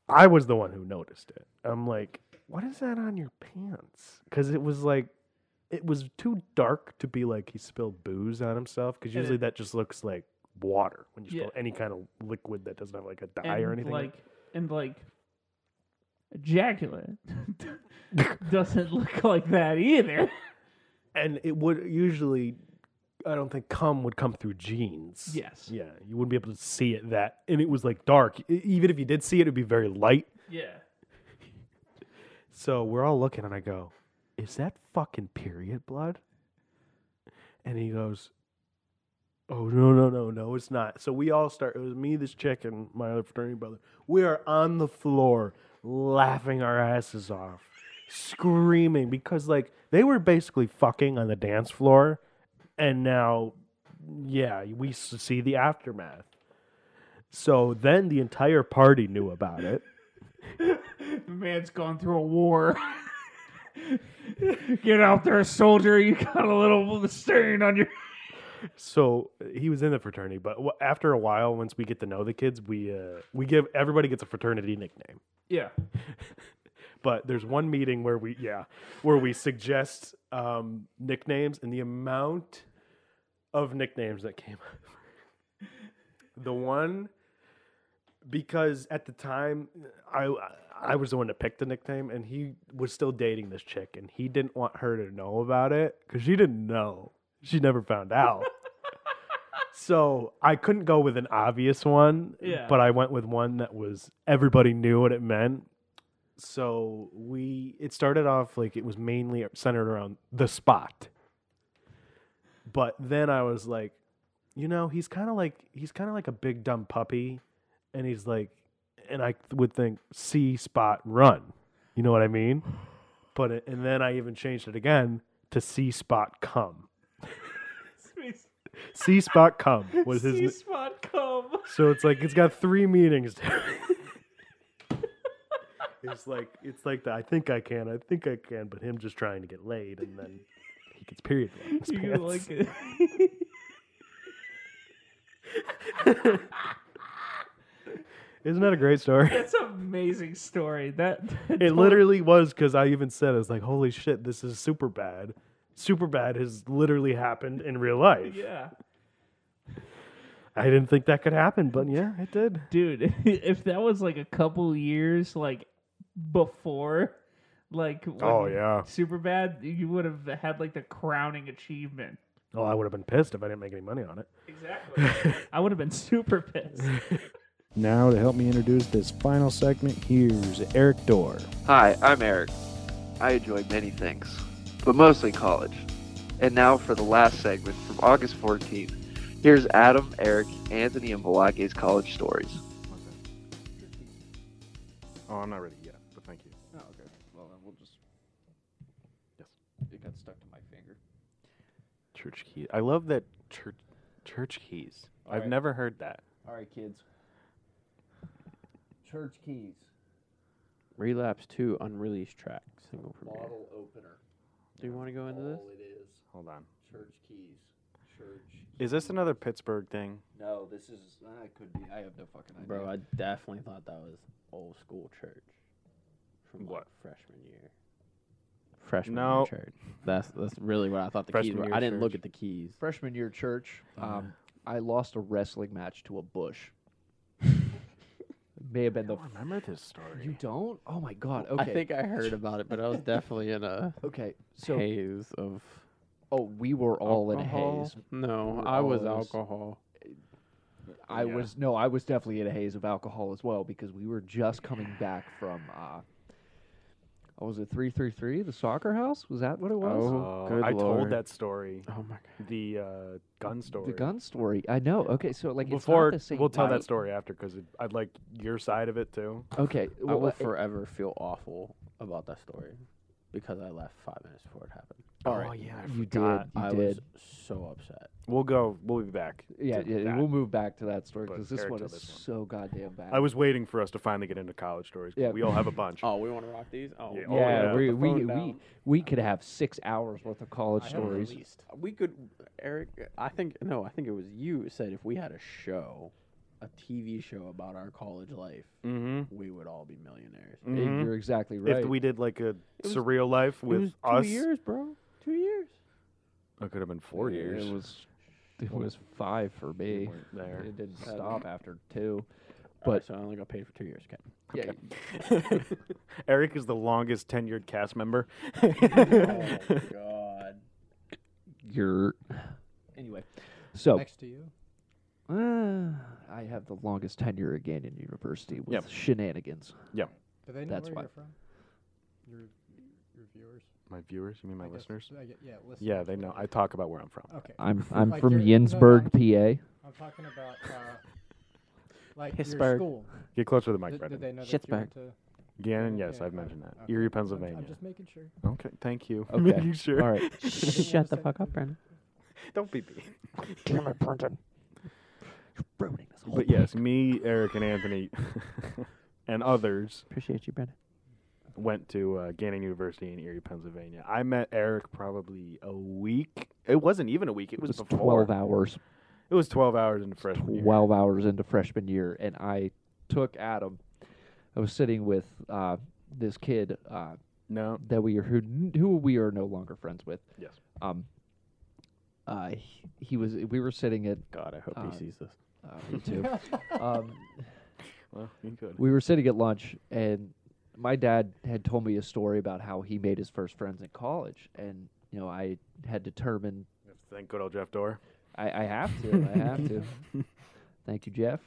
[SPEAKER 4] I was the one who noticed it. I'm like, what is that on your pants? Because it was like, it was too dark to be like he spilled booze on himself. Because
[SPEAKER 10] And
[SPEAKER 4] usually
[SPEAKER 10] it-
[SPEAKER 4] that just looks like water when you
[SPEAKER 10] Yeah.
[SPEAKER 4] spill any kind of liquid that doesn't have like a dye or
[SPEAKER 10] and,
[SPEAKER 4] anything. in it.
[SPEAKER 10] like and like ejaculate doesn't look like that either.
[SPEAKER 4] and it would usually i don't think cum would come through jeans
[SPEAKER 10] Yes.
[SPEAKER 4] yeah you wouldn't be able to see it that and it was like dark E- even if you did see it it'd be very light
[SPEAKER 10] Yeah.
[SPEAKER 4] so we're all looking and i go is that fucking period blood and he goes oh no no no no it's not so we all start it was me this chick and my other fraternity brother we are on the floor laughing our asses off screaming because like they were basically fucking on the dance floor and now yeah we s- see the aftermath So then the entire party knew about it.
[SPEAKER 10] The man's gone through a war. Get out there, soldier. You got a little stain on your.
[SPEAKER 4] So he was in the fraternity, but wh- after a while, once we get to know the kids, we uh, we give everybody gets a fraternity nickname.
[SPEAKER 10] Yeah.
[SPEAKER 4] But there's one meeting where we yeah where we suggest um, nicknames, and the amount of nicknames that came up. The one because at the time I I was the one that picked the nickname, and he was still dating this chick, and he didn't want her to know about it because she didn't know. She never found out. so I couldn't go with an obvious one,
[SPEAKER 10] Yeah.
[SPEAKER 4] but I went with one that was everybody knew what it meant. So we it started off like it was mainly centered around the spot. But then I was like, you know, he's kind of like he's kind of like a big dumb puppy, and he's like, and I would think see spot run, you know what I mean? But it, and then I even changed it again to see spot come. See spot come was his. n-
[SPEAKER 10] spot come.
[SPEAKER 4] so it's like it's got three meanings. it's like it's like the I think I can, I think I can, but him just trying to get laid, and then he gets period. blood in his
[SPEAKER 10] You
[SPEAKER 4] pants.
[SPEAKER 10] gonna like it?
[SPEAKER 4] Isn't that a great story?
[SPEAKER 10] That's an amazing story. That, that
[SPEAKER 4] It literally was because I even said I was like, "Holy shit, this is super bad." Super bad has literally happened in real life.
[SPEAKER 10] Yeah.
[SPEAKER 4] I didn't think that could happen, but yeah, it did.
[SPEAKER 10] Dude, if that was like a couple years like before like
[SPEAKER 4] Oh, yeah.
[SPEAKER 10] super bad you would have had like the crowning achievement
[SPEAKER 4] Oh, I would have been pissed if I didn't make any money on it.
[SPEAKER 10] exactly i would have been super pissed
[SPEAKER 23] Now, to help me introduce this final segment, here's Eric Dorr.
[SPEAKER 24] Hi, I'm Eric. I enjoy many things, but mostly college. And now for the last segment from August 14th, here's Adam, Eric, Anthony, and Balake's college stories.
[SPEAKER 4] Oh, I'm not ready yet, but thank you.
[SPEAKER 25] Oh, okay. Well, then we'll just.
[SPEAKER 4] Yes.
[SPEAKER 25] It got stuck to my finger.
[SPEAKER 4] Church keys. I love that church church keys. I've
[SPEAKER 25] Alright.
[SPEAKER 4] never heard that.
[SPEAKER 25] All right, kids. Church keys. Relapse two unreleased track. Single premiere.
[SPEAKER 21] Bottle opener.
[SPEAKER 25] Do you want to go into this?
[SPEAKER 21] It is
[SPEAKER 4] Hold on.
[SPEAKER 21] church keys. Church.
[SPEAKER 4] Is this another Pittsburgh thing?
[SPEAKER 21] No, this is. Uh, it could be. I have no fucking idea.
[SPEAKER 25] Bro, I definitely thought that was old school church. From what? freshman year. Freshman
[SPEAKER 21] No.
[SPEAKER 25] year church. That's that's really what I thought the
[SPEAKER 21] Freshman
[SPEAKER 25] keys were.
[SPEAKER 21] year
[SPEAKER 25] I didn't look
[SPEAKER 21] church.
[SPEAKER 25] at the keys. Uh-huh.
[SPEAKER 21] Freshman year church, um, I lost a wrestling match to a bush. May have been the.
[SPEAKER 4] remember this story.
[SPEAKER 21] You don't? Oh my god.
[SPEAKER 25] I
[SPEAKER 21] Okay.
[SPEAKER 25] think I heard about it, but I was definitely in a
[SPEAKER 21] okay. So
[SPEAKER 25] haze of
[SPEAKER 21] oh, we were all in
[SPEAKER 25] alcohol.
[SPEAKER 21] a haze. We
[SPEAKER 25] No,
[SPEAKER 21] were
[SPEAKER 25] I
[SPEAKER 21] all
[SPEAKER 25] was
[SPEAKER 21] in a s-
[SPEAKER 25] alcohol.
[SPEAKER 21] I
[SPEAKER 25] Yeah.
[SPEAKER 21] was no, I was definitely in a haze of alcohol as well because we were just coming back from. Uh, oh, was it three three three? The soccer house was that what it was?
[SPEAKER 4] Oh, I told that story.
[SPEAKER 25] Oh my god.
[SPEAKER 4] The uh, gun story.
[SPEAKER 21] The gun story. I know. Okay, so like
[SPEAKER 4] Before
[SPEAKER 21] it's not the same
[SPEAKER 4] we'll tell
[SPEAKER 21] night.
[SPEAKER 4] that story after because I'd like your side of it too.
[SPEAKER 21] Okay,
[SPEAKER 25] I
[SPEAKER 21] well,
[SPEAKER 25] will
[SPEAKER 21] uh,
[SPEAKER 25] forever feel awful about that story because I left five minutes before it happened.
[SPEAKER 21] All right.
[SPEAKER 4] yeah,
[SPEAKER 21] you did. You
[SPEAKER 25] God, Oh, I
[SPEAKER 21] did.
[SPEAKER 25] was so upset.
[SPEAKER 4] We'll go. We'll be back.
[SPEAKER 21] yeah,
[SPEAKER 4] to
[SPEAKER 21] yeah.
[SPEAKER 4] that.
[SPEAKER 21] We'll move back to that story
[SPEAKER 4] But
[SPEAKER 21] because this
[SPEAKER 4] Eric
[SPEAKER 21] one
[SPEAKER 4] told
[SPEAKER 21] is
[SPEAKER 4] this one.
[SPEAKER 21] so goddamn bad.
[SPEAKER 4] I was waiting for us to finally get into college stories. 'cause
[SPEAKER 21] Yeah.
[SPEAKER 4] We all have a bunch.
[SPEAKER 25] Oh, we want to rock these. Oh,
[SPEAKER 4] Yeah,
[SPEAKER 21] Yeah,
[SPEAKER 4] oh, yeah.
[SPEAKER 25] Put
[SPEAKER 21] we
[SPEAKER 25] the
[SPEAKER 21] we,
[SPEAKER 25] phone
[SPEAKER 21] we
[SPEAKER 25] down.
[SPEAKER 21] we could have six hours worth of college
[SPEAKER 25] I haven't
[SPEAKER 21] stories.
[SPEAKER 25] released. We could, Eric. I think no. I think it was you said if we had a show, a TV show about our college life,
[SPEAKER 4] Mhm.
[SPEAKER 21] Mm-hmm.
[SPEAKER 25] we would all be millionaires.
[SPEAKER 21] Yeah,
[SPEAKER 4] Mhm.
[SPEAKER 21] You're exactly right.
[SPEAKER 4] If we did like a
[SPEAKER 25] was-
[SPEAKER 4] surreal life
[SPEAKER 25] it
[SPEAKER 4] with
[SPEAKER 25] was two
[SPEAKER 4] us,
[SPEAKER 25] years, bro. Two years.
[SPEAKER 4] it could have been four
[SPEAKER 21] Yeah,
[SPEAKER 4] years.
[SPEAKER 21] It was it was five for me. It didn't
[SPEAKER 25] Seven.
[SPEAKER 21] stop after two.
[SPEAKER 2] Oh,
[SPEAKER 25] All
[SPEAKER 21] But
[SPEAKER 25] right, so I only got paid for two years. Okay.
[SPEAKER 21] yeah,
[SPEAKER 4] Eric is the longest tenured cast member.
[SPEAKER 21] Oh,
[SPEAKER 25] God.
[SPEAKER 21] you're
[SPEAKER 25] Anyway,
[SPEAKER 21] so.
[SPEAKER 25] to you.
[SPEAKER 21] Uh, I have the longest tenure again in university with
[SPEAKER 4] Yep.
[SPEAKER 21] shenanigans.
[SPEAKER 4] yeah,
[SPEAKER 2] Do they know
[SPEAKER 21] That's
[SPEAKER 2] where
[SPEAKER 21] why.
[SPEAKER 2] you're from? Your, your viewers?
[SPEAKER 4] my viewers. You mean my
[SPEAKER 2] I guess-
[SPEAKER 4] listeners?
[SPEAKER 2] I gue- yeah, listeners.
[SPEAKER 4] Yeah, they know. I talk about where I'm from.
[SPEAKER 2] Okay.
[SPEAKER 21] I'm I'm
[SPEAKER 2] Like
[SPEAKER 21] from
[SPEAKER 2] your- no, no,
[SPEAKER 21] Yinsburg,
[SPEAKER 2] I'm-
[SPEAKER 21] PA.
[SPEAKER 2] I'm talking about uh, like your
[SPEAKER 25] Pittsburgh.
[SPEAKER 2] school.
[SPEAKER 4] Get closer to the mic,
[SPEAKER 2] Did, did
[SPEAKER 4] Brendan.
[SPEAKER 2] they know that you went to?
[SPEAKER 4] Gannon, yes,
[SPEAKER 2] okay,
[SPEAKER 4] I've
[SPEAKER 2] I-
[SPEAKER 4] mentioned that.
[SPEAKER 2] okay.
[SPEAKER 4] Erie,
[SPEAKER 2] I'm-
[SPEAKER 4] Pennsylvania.
[SPEAKER 2] I'm just making sure.
[SPEAKER 4] Okay, thank you.
[SPEAKER 21] Okay.
[SPEAKER 4] Making sure.
[SPEAKER 21] All right.
[SPEAKER 2] Shut the
[SPEAKER 25] fuck up, Brandon.
[SPEAKER 4] Don't be mean.
[SPEAKER 21] Damn it, Brenton.
[SPEAKER 2] But yes, me, Eric, and Anthony, and others.
[SPEAKER 22] Appreciate you, Brendan.
[SPEAKER 2] Went to uh, Gannon University in Erie, Pennsylvania. I met Eric probably a week. It wasn't even a week. It was,
[SPEAKER 21] was
[SPEAKER 2] before.
[SPEAKER 21] 12 hours.
[SPEAKER 2] It was twelve hours in freshman year.
[SPEAKER 21] 12 hours into freshman year, and I took Adam. I was sitting with uh, this kid uh,
[SPEAKER 2] no.
[SPEAKER 21] that we are who who we are no longer friends with.
[SPEAKER 2] Yes.
[SPEAKER 21] Um. Uh, he, he was. We were sitting at.
[SPEAKER 2] God, I hope he sees this.
[SPEAKER 21] Uh, me too. um,
[SPEAKER 2] Well, you could.
[SPEAKER 21] we were sitting at lunch, and my dad had told me a story about how he made his first friends in college, and you know I had determined
[SPEAKER 2] Thank good old Jeff Dorr.
[SPEAKER 21] I, I have to. I have to. Thank you, Jeff.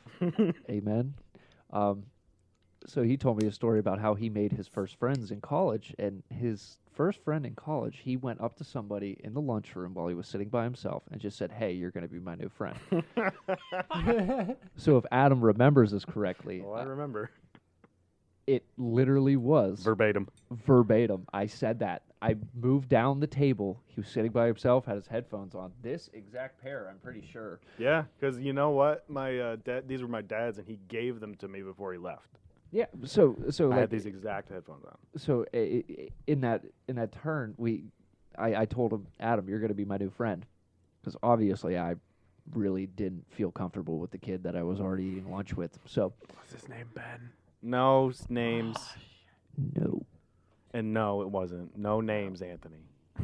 [SPEAKER 21] Amen. Um, so he told me a story about how he made his first friends in college, and his first friend in college, he went up to somebody in the lunchroom while he was sitting by himself and just said, "Hey, you're going to be my new friend." so if Adam remembers this correctly, uh,
[SPEAKER 2] Well, Oh, I remember.
[SPEAKER 21] it literally was
[SPEAKER 2] verbatim.
[SPEAKER 21] Verbatim. I said that. I moved down the table. He was sitting by himself, had his headphones on. This exact pair, I'm pretty sure.
[SPEAKER 2] Yeah, because you know what, my uh, dad. These were my dad's, and he gave them to me before he left.
[SPEAKER 21] Yeah. So so
[SPEAKER 2] I
[SPEAKER 21] like
[SPEAKER 2] had these exact headphones on.
[SPEAKER 21] so i- i- in that in that turn, we I, I told him, Adam, you're going to be my new friend, because obviously I really didn't feel comfortable with the kid that I was already eating lunch with. So
[SPEAKER 2] What's his name, Ben? No s- names.
[SPEAKER 21] no.
[SPEAKER 2] And no, it wasn't. No names, Anthony.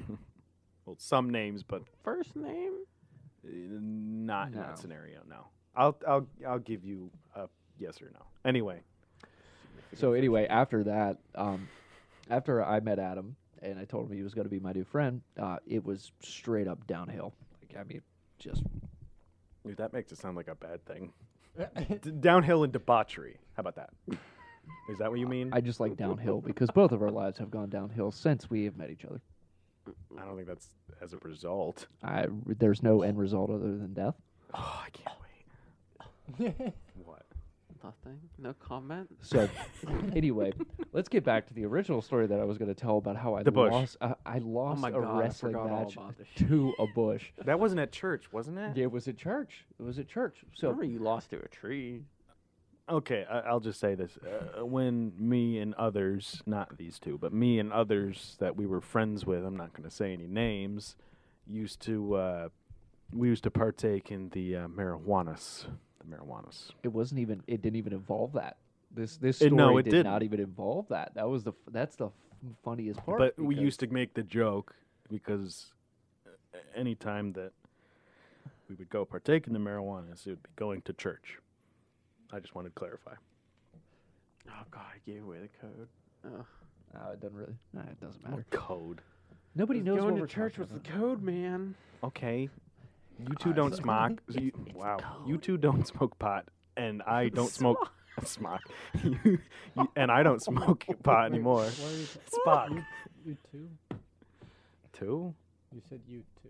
[SPEAKER 2] well, some names, but
[SPEAKER 10] First name?
[SPEAKER 2] uh, not in
[SPEAKER 10] No.
[SPEAKER 2] that scenario. No. I'll I'll I'll give you a yes or no. Anyway,
[SPEAKER 21] So anyway, after that, um, after I met Adam and I told him he was going to be my new friend, uh, it was straight up downhill. Like I mean, just
[SPEAKER 2] dude, that makes it sound like a bad thing. D- downhill and debauchery. How about that? Is that what you mean?
[SPEAKER 21] I just like downhill because both of our lives have gone downhill since we have met each other.
[SPEAKER 2] I don't think that's as a result.
[SPEAKER 21] I there's no end result other than death.
[SPEAKER 2] Oh, I can't
[SPEAKER 21] wait.
[SPEAKER 2] what?
[SPEAKER 26] Nothing. No comment.
[SPEAKER 21] So, anyway, let's get back to the original story that I was going to tell about how I
[SPEAKER 2] The bush.
[SPEAKER 21] lost. Uh, I lost
[SPEAKER 26] Oh my
[SPEAKER 21] a
[SPEAKER 26] God, I
[SPEAKER 21] wrestling
[SPEAKER 26] forgot all
[SPEAKER 21] match
[SPEAKER 26] about this
[SPEAKER 21] to a bush.
[SPEAKER 2] That wasn't at church, wasn't it?
[SPEAKER 21] It was at church. It was at church. So
[SPEAKER 26] Remember you lost to a tree.
[SPEAKER 2] Okay, I, I'll just say this: uh, when me and others—not these two, but me and others that we were friends with—I'm not going to say any names—used to uh, we used to partake in the uh, marijuanas. The marijuanas.
[SPEAKER 21] it wasn't even. It didn't even involve that. This this
[SPEAKER 2] It-
[SPEAKER 21] story
[SPEAKER 2] no, it
[SPEAKER 21] did
[SPEAKER 2] didn't.
[SPEAKER 21] not even involve that. That was the. f- That's the f- funniest part.
[SPEAKER 2] but we
[SPEAKER 21] because-
[SPEAKER 2] used to make the joke because uh, any time that we would go partake in the marijuanas, it would be going to church. I just wanted to clarify.
[SPEAKER 26] Oh God, I gave away the code. Ugh.
[SPEAKER 21] No, Oh, it doesn't really. No, it doesn't
[SPEAKER 2] What
[SPEAKER 21] matter.
[SPEAKER 2] code?
[SPEAKER 21] Nobody
[SPEAKER 26] Just
[SPEAKER 21] knows
[SPEAKER 26] Going
[SPEAKER 21] what
[SPEAKER 26] to
[SPEAKER 21] we're
[SPEAKER 26] church
[SPEAKER 21] talking
[SPEAKER 26] was the code, man.
[SPEAKER 2] Okay. You two don't smock. so you- wow. You two don't smoke pot, and I don't smoke. Smock. you, you- and I don't smoke pot anymore. Spock.
[SPEAKER 25] You too.
[SPEAKER 2] Two?
[SPEAKER 25] You said you too.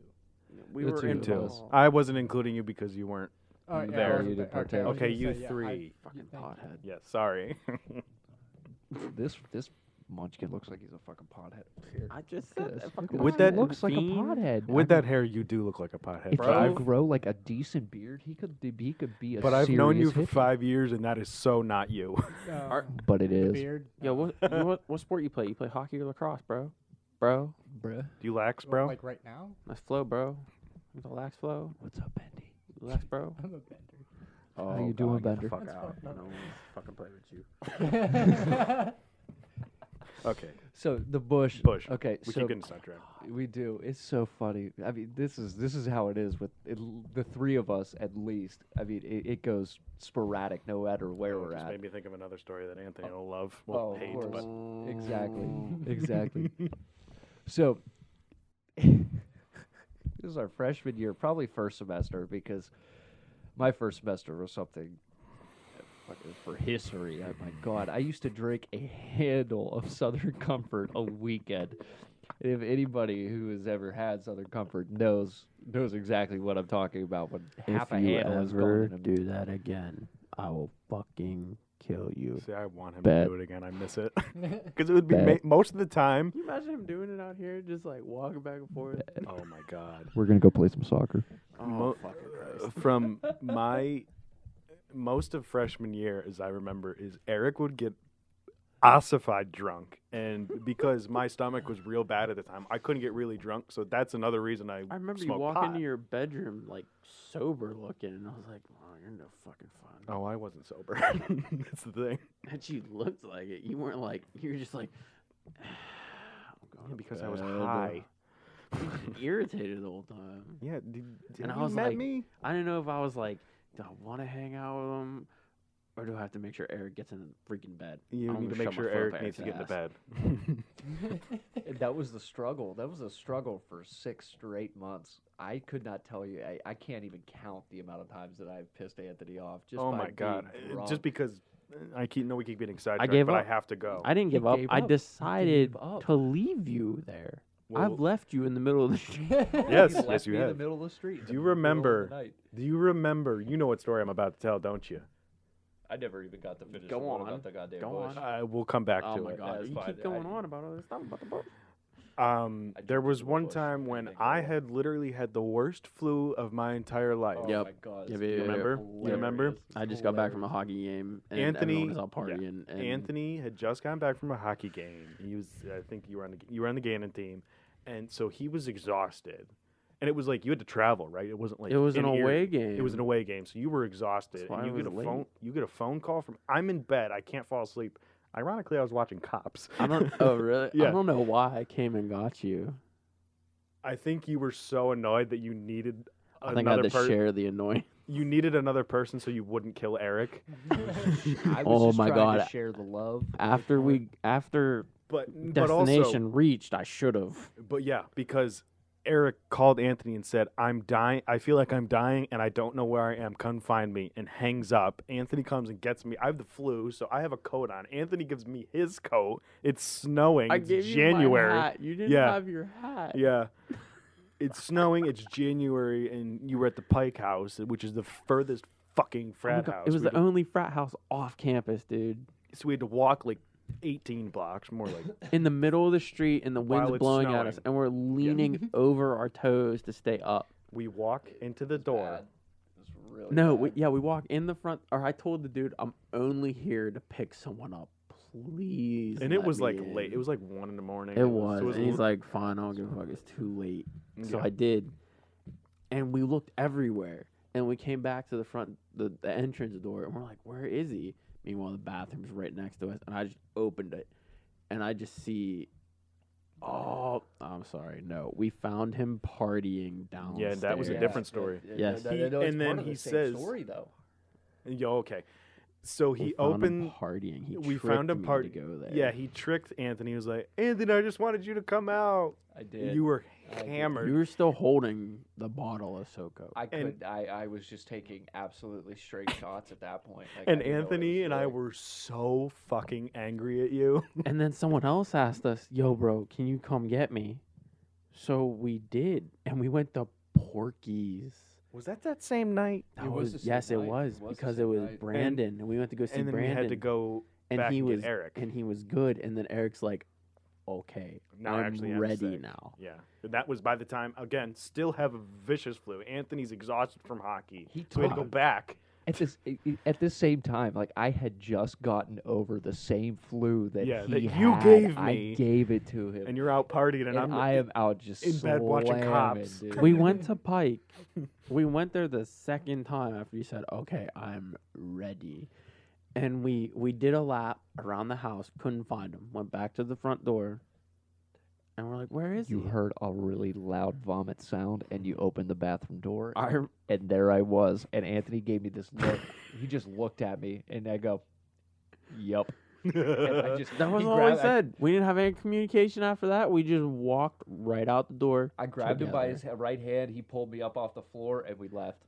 [SPEAKER 26] We
[SPEAKER 21] The
[SPEAKER 26] were
[SPEAKER 21] two
[SPEAKER 26] in
[SPEAKER 21] of
[SPEAKER 26] two.
[SPEAKER 21] us.
[SPEAKER 2] I wasn't including you because you weren't
[SPEAKER 25] Oh, yeah, I
[SPEAKER 2] there.
[SPEAKER 21] wasn't You there. didn't Okay, I was
[SPEAKER 2] Okay,
[SPEAKER 25] gonna
[SPEAKER 2] you
[SPEAKER 25] say, yeah, I-
[SPEAKER 2] three.
[SPEAKER 26] Fucking
[SPEAKER 25] Thank you.
[SPEAKER 26] pothead.
[SPEAKER 2] Yes, sorry.
[SPEAKER 21] about. This this munchkin looks like he's a fucking pothead.
[SPEAKER 26] I just
[SPEAKER 21] Look
[SPEAKER 26] said
[SPEAKER 21] at this.
[SPEAKER 26] that fucking
[SPEAKER 21] Look at
[SPEAKER 2] With
[SPEAKER 21] this.
[SPEAKER 2] that-
[SPEAKER 21] He looks like a
[SPEAKER 26] Fiend.
[SPEAKER 21] pothead.
[SPEAKER 2] With
[SPEAKER 21] I
[SPEAKER 2] that hair, you do look like a pothead.
[SPEAKER 21] If
[SPEAKER 2] But
[SPEAKER 21] you
[SPEAKER 2] I've,
[SPEAKER 21] grow like a decent beard, he could d- be could be a.
[SPEAKER 2] but I've known you
[SPEAKER 21] serious
[SPEAKER 2] for
[SPEAKER 21] hippie.
[SPEAKER 2] five years, and that is so not you.
[SPEAKER 25] Uh,
[SPEAKER 21] But it
[SPEAKER 25] the
[SPEAKER 21] is,
[SPEAKER 25] beard.
[SPEAKER 26] Yo, what, you know what what sport you play? You play hockey or lacrosse, bro? Bro,
[SPEAKER 21] bruh.
[SPEAKER 2] Do you lax, bro?
[SPEAKER 25] Like right now?
[SPEAKER 26] that's flow, bro. You the lax flow,
[SPEAKER 21] What's up, Bendy?
[SPEAKER 26] lax, bro.
[SPEAKER 25] I'm a bender.
[SPEAKER 2] oh,
[SPEAKER 21] you
[SPEAKER 2] God,
[SPEAKER 21] doing,
[SPEAKER 2] get the
[SPEAKER 21] Bender?
[SPEAKER 2] fuck
[SPEAKER 25] That's
[SPEAKER 2] out.
[SPEAKER 25] fine.
[SPEAKER 2] I don't wanna fucking play with you. Okay,
[SPEAKER 21] So the bush.
[SPEAKER 2] Bush.
[SPEAKER 21] Okay,
[SPEAKER 2] we
[SPEAKER 21] so
[SPEAKER 2] keep getting sidetracked.
[SPEAKER 21] we do. It's so funny. I mean, this is this is how it is with it, l- the three of us at least. I mean, it, it goes sporadic, no matter where
[SPEAKER 2] Oh, it
[SPEAKER 21] we're
[SPEAKER 2] just
[SPEAKER 21] at.
[SPEAKER 2] made me think of another story that Anthony will love.
[SPEAKER 21] oh,
[SPEAKER 2] Well,
[SPEAKER 21] of
[SPEAKER 2] hate,
[SPEAKER 21] course.
[SPEAKER 2] but
[SPEAKER 21] Exactly. Exactly. so this is our freshman year, probably first semester, because my first semester was something fucking for history. Oh my god, I used to drink a handle of Southern Comfort a weekend. And if anybody who has ever had Southern Comfort knows knows exactly what I'm talking about, when half a handle is gone. in a-
[SPEAKER 22] do that again, I will fucking kill you.
[SPEAKER 2] see, I want him
[SPEAKER 22] Bet.
[SPEAKER 2] to do it again. I miss it because it would be ma-
[SPEAKER 22] Bet.
[SPEAKER 2] most of the time.
[SPEAKER 26] Can you imagine him doing it out here, just like walking back and forth?
[SPEAKER 2] Oh my god!
[SPEAKER 21] We're gonna go play some soccer.
[SPEAKER 26] Oh,
[SPEAKER 2] Mo-
[SPEAKER 26] fucking Christ.
[SPEAKER 2] From my most of freshman year, as I remember, is Eric would get ossified drunk, and because my stomach was real bad at the time, I couldn't get really drunk. So that's another reason I
[SPEAKER 25] I remember you
[SPEAKER 2] smoked
[SPEAKER 25] walk
[SPEAKER 2] pot.
[SPEAKER 25] into your bedroom like sober looking, and I was like, "Wow, you're no fucking fun."
[SPEAKER 2] Oh, I wasn't sober. That's the thing.
[SPEAKER 25] That you looked like it. You weren't like you were just like.
[SPEAKER 2] because I was high.
[SPEAKER 25] You were just irritated the whole time.
[SPEAKER 2] Yeah, did, did
[SPEAKER 25] and I
[SPEAKER 2] you
[SPEAKER 25] was
[SPEAKER 2] met
[SPEAKER 25] like,
[SPEAKER 2] me?
[SPEAKER 25] I didn't know if I was like, do I want to hang out with him, or do I have to make sure Eric gets in the freaking bed?
[SPEAKER 2] You
[SPEAKER 25] I'm
[SPEAKER 2] need to
[SPEAKER 25] gonna
[SPEAKER 2] make
[SPEAKER 25] shove my
[SPEAKER 2] sure
[SPEAKER 25] foot up
[SPEAKER 2] Eric needs to get
[SPEAKER 25] Eric's
[SPEAKER 2] in the bed.
[SPEAKER 21] that was the struggle. That was a struggle for six straight months. I could not tell you. I, I can't even count the amount of times that I've pissed Anthony off. Just
[SPEAKER 2] oh
[SPEAKER 21] by
[SPEAKER 2] my god!
[SPEAKER 21] being
[SPEAKER 2] Uh,
[SPEAKER 21] drunk.
[SPEAKER 2] Just because uh, I keep no, we keep getting
[SPEAKER 25] I
[SPEAKER 2] sidetracked,
[SPEAKER 25] gave
[SPEAKER 2] but
[SPEAKER 25] up.
[SPEAKER 2] I have to go.
[SPEAKER 25] I didn't give
[SPEAKER 2] He
[SPEAKER 25] up.
[SPEAKER 2] gave
[SPEAKER 25] I
[SPEAKER 2] up.
[SPEAKER 25] decided
[SPEAKER 21] up.
[SPEAKER 25] to leave you there.
[SPEAKER 2] Well-
[SPEAKER 25] I've left you in the middle of the street.
[SPEAKER 2] yes,
[SPEAKER 21] left
[SPEAKER 2] yes, you
[SPEAKER 21] me in the
[SPEAKER 2] have.
[SPEAKER 21] middle of the street,
[SPEAKER 2] Do
[SPEAKER 21] in
[SPEAKER 2] you
[SPEAKER 21] the middle of the
[SPEAKER 2] remember?
[SPEAKER 21] night.
[SPEAKER 2] Do you remember? You know what story I'm about to tell, don't you?
[SPEAKER 21] I never even got to finish
[SPEAKER 25] Go
[SPEAKER 21] the one
[SPEAKER 25] on.
[SPEAKER 21] about the goddamn
[SPEAKER 25] Go
[SPEAKER 21] bush.
[SPEAKER 25] on.
[SPEAKER 2] Uh, we'll come back
[SPEAKER 25] oh
[SPEAKER 2] to
[SPEAKER 25] my
[SPEAKER 2] it.
[SPEAKER 21] That
[SPEAKER 25] god!
[SPEAKER 21] is
[SPEAKER 25] You
[SPEAKER 21] fine.
[SPEAKER 25] keep going
[SPEAKER 21] I-
[SPEAKER 25] on about all this stuff about the book.
[SPEAKER 2] Um, there was one time when I had literally had the worst flu of my entire life.
[SPEAKER 21] Oh
[SPEAKER 25] yep.
[SPEAKER 2] You remember? You remember?
[SPEAKER 25] I just got back from a hockey game, and
[SPEAKER 2] Anthony
[SPEAKER 25] everyone was out
[SPEAKER 2] yeah.
[SPEAKER 25] partying. And
[SPEAKER 2] Anthony had just gotten back from a hockey game. He was, I think, you were on the you were on the Gannon team, and so he was exhausted. And it was like you had to travel, right? It wasn't like
[SPEAKER 25] It was an
[SPEAKER 2] in Erie.
[SPEAKER 25] away
[SPEAKER 2] It was an
[SPEAKER 25] game.
[SPEAKER 2] away game, so you were exhausted.
[SPEAKER 25] That's why
[SPEAKER 2] and
[SPEAKER 25] I
[SPEAKER 2] you get
[SPEAKER 25] was
[SPEAKER 2] a
[SPEAKER 25] late.
[SPEAKER 2] phone. You get a phone call from. I'm in bed. I can't fall asleep. Ironically, I was watching Cops.
[SPEAKER 25] I don't. Oh really?
[SPEAKER 2] yeah.
[SPEAKER 25] I don't know why I came and got you.
[SPEAKER 2] I think you were so annoyed that you needed
[SPEAKER 25] I think I
[SPEAKER 2] another
[SPEAKER 25] had to
[SPEAKER 2] person.
[SPEAKER 25] share the annoyance.
[SPEAKER 2] You needed another person so you wouldn't kill Eric.
[SPEAKER 21] I was
[SPEAKER 25] Oh
[SPEAKER 21] just
[SPEAKER 25] my
[SPEAKER 21] trying to
[SPEAKER 25] god!
[SPEAKER 21] share the love.
[SPEAKER 25] After we, after
[SPEAKER 2] But but also-
[SPEAKER 25] destination reached, I should have.
[SPEAKER 2] But yeah, because Eric called Anthony and said, "I'm dying. I feel like I'm dying, and I don't know where I am. Come find me." And hangs up. Anthony comes and gets me. I have the flu, so I have a coat on. Anthony gives me his coat. It's snowing.
[SPEAKER 25] I
[SPEAKER 2] it's
[SPEAKER 25] gave you my
[SPEAKER 2] January.
[SPEAKER 25] hat. You didn't
[SPEAKER 2] yeah.
[SPEAKER 25] have your hat.
[SPEAKER 2] Yeah. It's snowing. It's January, and you were at the Pike House, which is the furthest fucking
[SPEAKER 25] Oh my
[SPEAKER 2] frat
[SPEAKER 25] God,
[SPEAKER 2] house.
[SPEAKER 25] It was
[SPEAKER 2] We
[SPEAKER 25] the
[SPEAKER 2] had to-
[SPEAKER 25] only frat house off campus, dude.
[SPEAKER 2] So we had to walk like 18 blocks, more like
[SPEAKER 25] In the middle of the street, and the wind's
[SPEAKER 2] While it's
[SPEAKER 25] blowing at us,
[SPEAKER 2] snowing.
[SPEAKER 25] and we're leaning over our toes to stay up.
[SPEAKER 2] We walk into the door.
[SPEAKER 21] Really
[SPEAKER 25] No, we, yeah, we walk in the front. Or I told the dude, I'm only here to pick someone up, please.
[SPEAKER 2] and it
[SPEAKER 25] let
[SPEAKER 2] was
[SPEAKER 25] me
[SPEAKER 2] like
[SPEAKER 25] in."
[SPEAKER 2] late. It was like one in the morning.
[SPEAKER 25] It was.
[SPEAKER 2] so
[SPEAKER 25] and he's
[SPEAKER 2] l-
[SPEAKER 25] like, fine, I don't give a fuck. It's too late. So
[SPEAKER 2] Yeah.
[SPEAKER 25] I did. And we looked everywhere. And we came back to the front, the, the entrance door, and we're like, where is he? Meanwhile, the bathroom's right next to us. And I just opened it. And I just see, oh, I'm sorry. No, we found him partying downstairs.
[SPEAKER 2] Yeah, that was a different story.
[SPEAKER 25] Oh, Yes.
[SPEAKER 2] He- and then he says,
[SPEAKER 21] though.
[SPEAKER 2] "Yo, okay." So he
[SPEAKER 25] We found him
[SPEAKER 2] opened.
[SPEAKER 25] partying. He
[SPEAKER 2] we found
[SPEAKER 25] tricked
[SPEAKER 2] him
[SPEAKER 25] me to
[SPEAKER 2] party.
[SPEAKER 25] go there.
[SPEAKER 2] Yeah, he tricked Anthony. He was like, "Anthony, I just wanted you to come out."
[SPEAKER 21] I did.
[SPEAKER 2] You were
[SPEAKER 21] I did.
[SPEAKER 2] hammered.
[SPEAKER 25] You were still holding the bottle of Soco.
[SPEAKER 21] I
[SPEAKER 2] And-
[SPEAKER 21] could. I, I was just taking absolutely straight shots at that point. Like, I
[SPEAKER 2] and
[SPEAKER 21] didn't know what
[SPEAKER 2] Anthony
[SPEAKER 21] was
[SPEAKER 2] and I
[SPEAKER 21] doing.
[SPEAKER 2] were so fucking angry at you.
[SPEAKER 25] And then someone else asked us, "Yo, bro, can you come get me?" So we did, and we went to Porky's.
[SPEAKER 2] Was that that same night?
[SPEAKER 25] That
[SPEAKER 21] It was
[SPEAKER 25] was,
[SPEAKER 21] the same
[SPEAKER 25] yes, it
[SPEAKER 21] night. It
[SPEAKER 25] was,
[SPEAKER 21] was the
[SPEAKER 25] because it
[SPEAKER 21] same
[SPEAKER 25] was
[SPEAKER 21] night. And-
[SPEAKER 25] Brandon, and, we went to go see
[SPEAKER 2] and then we
[SPEAKER 25] Brandon.
[SPEAKER 2] had to go
[SPEAKER 25] and
[SPEAKER 2] back
[SPEAKER 25] he
[SPEAKER 2] and get
[SPEAKER 25] was
[SPEAKER 2] Eric.
[SPEAKER 25] and he was good. And then Eric's like, "Okay,
[SPEAKER 2] Now I
[SPEAKER 25] I'm
[SPEAKER 2] actually am
[SPEAKER 25] ready
[SPEAKER 2] sick."
[SPEAKER 25] now."
[SPEAKER 2] Yeah, and that was by the time again. Still have a vicious flu. Anthony's exhausted from hockey.
[SPEAKER 21] He
[SPEAKER 2] so we had to go
[SPEAKER 21] talked.
[SPEAKER 2] back.
[SPEAKER 21] at this i- i- at this same time, like I had just gotten over the same flu that
[SPEAKER 2] Yeah,
[SPEAKER 21] he
[SPEAKER 2] that you
[SPEAKER 21] had.
[SPEAKER 2] gave
[SPEAKER 21] I
[SPEAKER 2] me.
[SPEAKER 21] gave it to him,
[SPEAKER 2] And you're out partying, and,
[SPEAKER 21] and
[SPEAKER 2] I'm
[SPEAKER 21] I am out just
[SPEAKER 2] in bed watching
[SPEAKER 21] slamming,
[SPEAKER 2] Cops.
[SPEAKER 21] dude.
[SPEAKER 25] we went to Pike. We went there the second time after you said, "Okay, I'm ready." And we we did a lap around the house, couldn't find him. Went back to the front door. And we're like, "Where is
[SPEAKER 21] You
[SPEAKER 25] he?"
[SPEAKER 21] heard a really loud vomit sound, and you opened the bathroom door,
[SPEAKER 25] I rem-
[SPEAKER 21] and there I was. And Anthony gave me this look. he just looked at me, and I go, "Yup." And I just-
[SPEAKER 25] That was
[SPEAKER 21] he
[SPEAKER 25] all we
[SPEAKER 21] grabbed- I-
[SPEAKER 25] said. we didn't have any communication after that. We just walked right out the door.
[SPEAKER 21] I grabbed him by
[SPEAKER 25] together.
[SPEAKER 21] his ha- right hand. He pulled me up off the floor, and we left.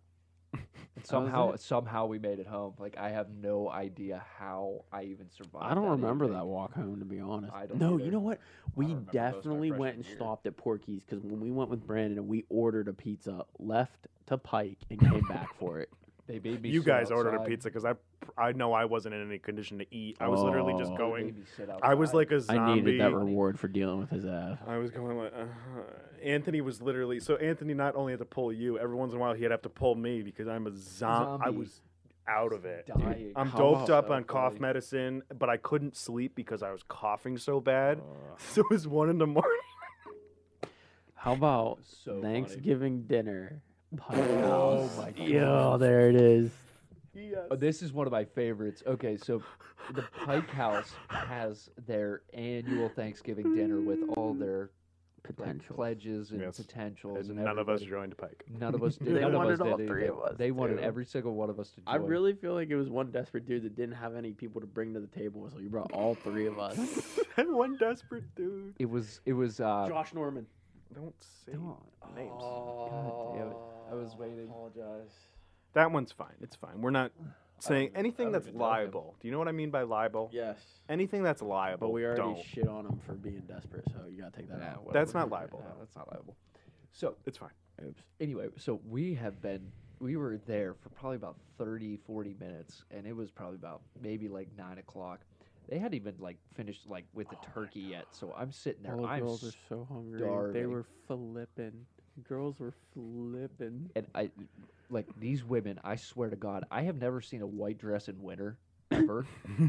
[SPEAKER 21] And
[SPEAKER 25] That was
[SPEAKER 21] somehow,
[SPEAKER 25] it.
[SPEAKER 21] somehow we made it home. Like I have no idea how I even survived.
[SPEAKER 25] I don't remember
[SPEAKER 21] evening.
[SPEAKER 25] that walk home, to be honest.
[SPEAKER 21] I don't
[SPEAKER 25] no,
[SPEAKER 21] either.
[SPEAKER 25] you know what? We
[SPEAKER 21] remember those my
[SPEAKER 25] definitely went and
[SPEAKER 21] freshman year.
[SPEAKER 25] stopped at Porky's because when we went with Brandon and we ordered a pizza, left to Pike and came back for it.
[SPEAKER 21] They made me.
[SPEAKER 2] you
[SPEAKER 21] sit
[SPEAKER 2] guys ordered a
[SPEAKER 21] outside.
[SPEAKER 2] pizza because I I know I wasn't in any condition to eat. I was literally just
[SPEAKER 25] Oh.
[SPEAKER 21] They
[SPEAKER 2] going.
[SPEAKER 21] made me sit
[SPEAKER 2] I was
[SPEAKER 21] outside.
[SPEAKER 2] like a
[SPEAKER 25] I
[SPEAKER 2] zombie.
[SPEAKER 25] needed that reward for dealing with his ass.
[SPEAKER 2] I was going like, uh, Anthony was literally so. Anthony not only had to pull you every once in a while, he'd have to pull me because I'm a zom- I
[SPEAKER 21] Zombie.
[SPEAKER 2] was, out of it.
[SPEAKER 25] dying.
[SPEAKER 2] I'm
[SPEAKER 25] How
[SPEAKER 2] doped
[SPEAKER 25] about
[SPEAKER 2] up
[SPEAKER 25] that,
[SPEAKER 2] on cough
[SPEAKER 25] buddy?
[SPEAKER 2] medicine, but I couldn't sleep because I was coughing so bad. so it was one in the morning.
[SPEAKER 25] How about
[SPEAKER 2] funny.
[SPEAKER 25] Thanksgiving dinner?
[SPEAKER 21] Oh my god.
[SPEAKER 25] Yo, there it is.
[SPEAKER 21] Oh, this is one of my favorites. Okay, so the Pike House has their annual Thanksgiving dinner with all their potential pledges and potentials, and,
[SPEAKER 2] And none of us
[SPEAKER 21] everybody-
[SPEAKER 2] joined Pike.
[SPEAKER 21] None of us did.
[SPEAKER 25] They
[SPEAKER 21] none
[SPEAKER 25] wanted
[SPEAKER 21] of us
[SPEAKER 25] all
[SPEAKER 21] did
[SPEAKER 25] three
[SPEAKER 21] either.
[SPEAKER 25] of us
[SPEAKER 21] They wanted
[SPEAKER 25] to.
[SPEAKER 21] every single one of us to join.
[SPEAKER 25] I really feel like it was one desperate dude that didn't have any people to bring to the table, so you brought all three of us.
[SPEAKER 2] and one desperate dude.
[SPEAKER 21] It was. It was. Uh,
[SPEAKER 25] Josh Norman.
[SPEAKER 2] Don't say
[SPEAKER 25] names.
[SPEAKER 21] I was waiting.
[SPEAKER 25] Apologize.
[SPEAKER 2] That one's fine. It's fine. We're not saying anything
[SPEAKER 25] I
[SPEAKER 2] that's
[SPEAKER 25] was joking.
[SPEAKER 2] liable. Do you know what I mean by liable?
[SPEAKER 25] Yes.
[SPEAKER 2] Anything that's liable.
[SPEAKER 25] But we already
[SPEAKER 2] don't.
[SPEAKER 25] shit on him for being desperate, so you gotta take that out.
[SPEAKER 2] That's not liable.
[SPEAKER 21] that's not liable. So
[SPEAKER 2] it's fine.
[SPEAKER 25] Oops.
[SPEAKER 21] Anyway, so we have been. We were there for probably about 30, 40 minutes, and it was probably about maybe like nine o'clock. They hadn't even like finished like with the turkey yet, so I'm sitting there.
[SPEAKER 25] Oh All the
[SPEAKER 21] I'm
[SPEAKER 25] girls are so hungry. They
[SPEAKER 21] starving.
[SPEAKER 25] were flipping. Girls were flipping.
[SPEAKER 21] and I like these women. I swear to God, I have never seen a white dress in winter ever.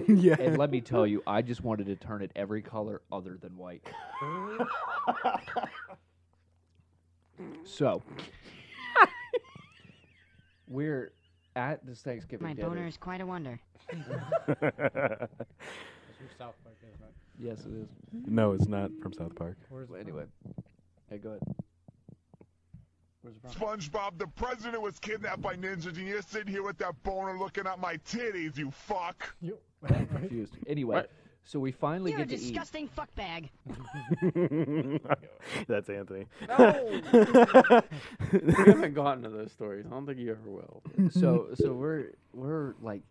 [SPEAKER 21] yeah, and let me tell you, I just wanted to turn it every color other than white. so we're at this Thanksgiving
[SPEAKER 11] My
[SPEAKER 21] dinner.
[SPEAKER 11] boner is quite a wonder.
[SPEAKER 27] South Park, isn't it?
[SPEAKER 21] Yes, it is.
[SPEAKER 2] No, it's not from South Park.
[SPEAKER 27] Where's
[SPEAKER 21] Well, anyway, hey, go ahead.
[SPEAKER 28] SpongeBob, the president was kidnapped by ninjas, and you're sitting here with that boner looking at my titties, you fuck.
[SPEAKER 21] I'm confused. Anyway, so we finally
[SPEAKER 11] You're a
[SPEAKER 21] get to eat.
[SPEAKER 11] disgusting fuckbag.
[SPEAKER 2] That's Anthony.
[SPEAKER 25] we haven't gotten to those stories. I don't think you ever will.
[SPEAKER 21] so so we're we're like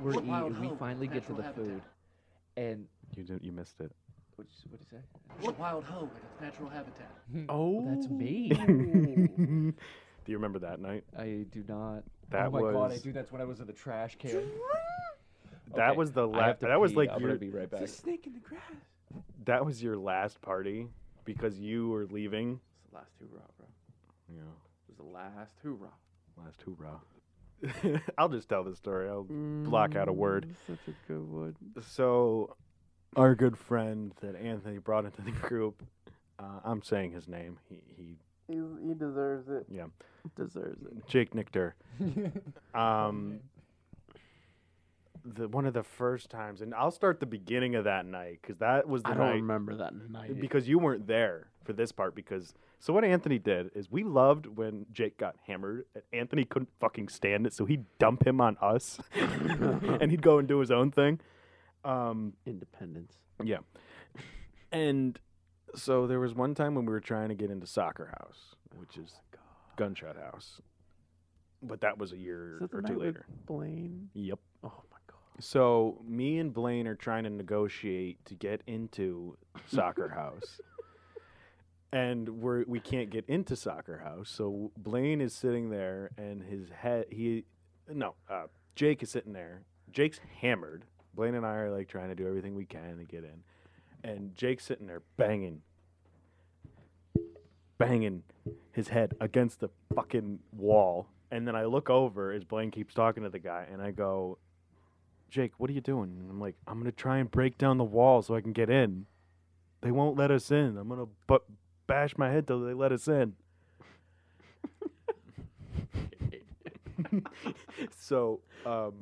[SPEAKER 21] we're
[SPEAKER 25] Wild
[SPEAKER 21] eating. and We
[SPEAKER 25] hope,
[SPEAKER 21] finally get to
[SPEAKER 25] natural
[SPEAKER 21] the
[SPEAKER 25] habitat.
[SPEAKER 21] food, and
[SPEAKER 2] You did, you missed it.
[SPEAKER 21] what what you say?
[SPEAKER 27] Wild hoe in its natural habitat.
[SPEAKER 21] Oh, that's me.
[SPEAKER 2] do you remember that night?
[SPEAKER 21] I do not.
[SPEAKER 2] That
[SPEAKER 27] oh my
[SPEAKER 2] was
[SPEAKER 27] god, I do. That's when I was in the trash can.
[SPEAKER 2] that
[SPEAKER 21] Okay,
[SPEAKER 2] was the
[SPEAKER 21] I have
[SPEAKER 2] last.
[SPEAKER 21] to
[SPEAKER 2] That was
[SPEAKER 21] pee.
[SPEAKER 2] like
[SPEAKER 21] I'm
[SPEAKER 2] your
[SPEAKER 21] gonna be right back.
[SPEAKER 27] snake in the grass.
[SPEAKER 2] that was your last party because you were leaving.
[SPEAKER 25] It's the last hoorah, bro.
[SPEAKER 2] Yeah,
[SPEAKER 25] It was the last hoorah.
[SPEAKER 2] last hoorah. I'll just tell the story. I'll block out a word.
[SPEAKER 25] Mm, Such a good one.
[SPEAKER 2] So, our good friend that Anthony brought into the group, uh, I'm saying his name. He, he
[SPEAKER 25] He, he deserves it.
[SPEAKER 2] yeah,
[SPEAKER 25] Deserves it.
[SPEAKER 2] Jake Nichter. um, the one of the first times, and I'll start the beginning of that night because that was the
[SPEAKER 25] I
[SPEAKER 2] night.
[SPEAKER 25] don't remember that night.
[SPEAKER 2] because you weren't there for this part because so what Anthony did is we loved when Jake got hammered and Anthony couldn't fucking stand it so he'd dump him on us and he'd go and do his own thing um
[SPEAKER 25] Independence.
[SPEAKER 2] yeah and so there was one time when we were trying to get into soccer house which
[SPEAKER 25] Oh
[SPEAKER 2] is gunshot house but that was a year
[SPEAKER 25] Is that the
[SPEAKER 2] or
[SPEAKER 25] night
[SPEAKER 2] two
[SPEAKER 25] with
[SPEAKER 2] later
[SPEAKER 25] Blaine?
[SPEAKER 2] Yep. Oh my god. So me and Blaine are trying to negotiate to get into Soccer House. And we're we can't get into Soccer House. So Blaine is sitting there and his head he no, uh, Jake is sitting there. Jake's hammered. Blaine and I are like trying to do everything we can to get in. And Jake's sitting there banging banging his head against the fucking wall. And then I look over as Blaine keeps talking to the guy, and I go, Jake, what are you doing? And I'm like, I'm going to try and break down the wall so I can get in. They won't let us in. I'm going to bu- bash my head till they let us in. so um,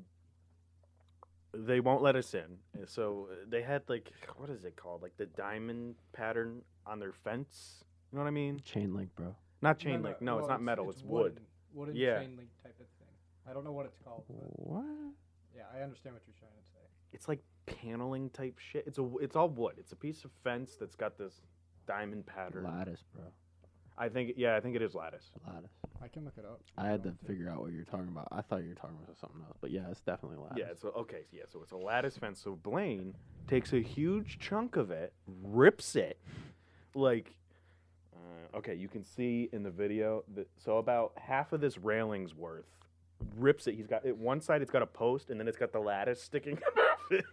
[SPEAKER 2] they won't let us in. And So uh, they had, like, what is it called? Like the diamond pattern on their fence. You know what I mean?
[SPEAKER 25] Chain link, bro.
[SPEAKER 2] Not chain link. No, it's not metal. It's, wood.
[SPEAKER 27] Wooden
[SPEAKER 2] yeah,
[SPEAKER 27] chain link type of thing. I don't know what it's called. But
[SPEAKER 25] what?
[SPEAKER 27] Yeah, I understand what you're trying to say.
[SPEAKER 2] it's like paneling type shit. It's a. w- It's all wood. It's a piece of fence that's got this diamond pattern.
[SPEAKER 25] Lattice, bro.
[SPEAKER 2] I think. Yeah, I think it is lattice.
[SPEAKER 25] Lattice.
[SPEAKER 27] I can look it up.
[SPEAKER 25] I had to figure out what you're talking about. I thought you were talking about something else, but yeah, it's definitely lattice.
[SPEAKER 2] Yeah. So okay. Yeah. So it's a lattice fence. So Blaine takes a huge chunk of it, rips it, like. Uh, okay, you can see in the video that so about half of this railing's worth rips it. He's got it one side. It's got a post, and then it's got the lattice sticking above it.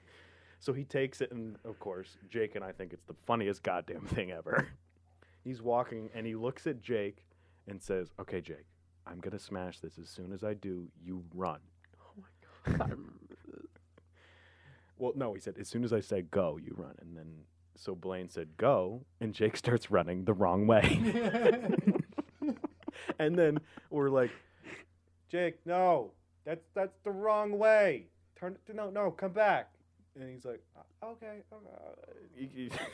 [SPEAKER 2] So he takes it, and of course, Jake and I think it's the funniest goddamn thing ever. He's walking, and he looks at Jake and says, "Okay, Jake, I'm gonna smash this. As soon as I do, you run." Well, no, he said, as soon as I say go, you run. And then, so Blaine said go, and Jake starts running the wrong way. and then we're like,
[SPEAKER 4] Jake, no, that's that's the wrong way. Turn it. No, no, come back.
[SPEAKER 2] and he's like, "Uh,
[SPEAKER 4] Okay. okay.
[SPEAKER 2] y- y- y-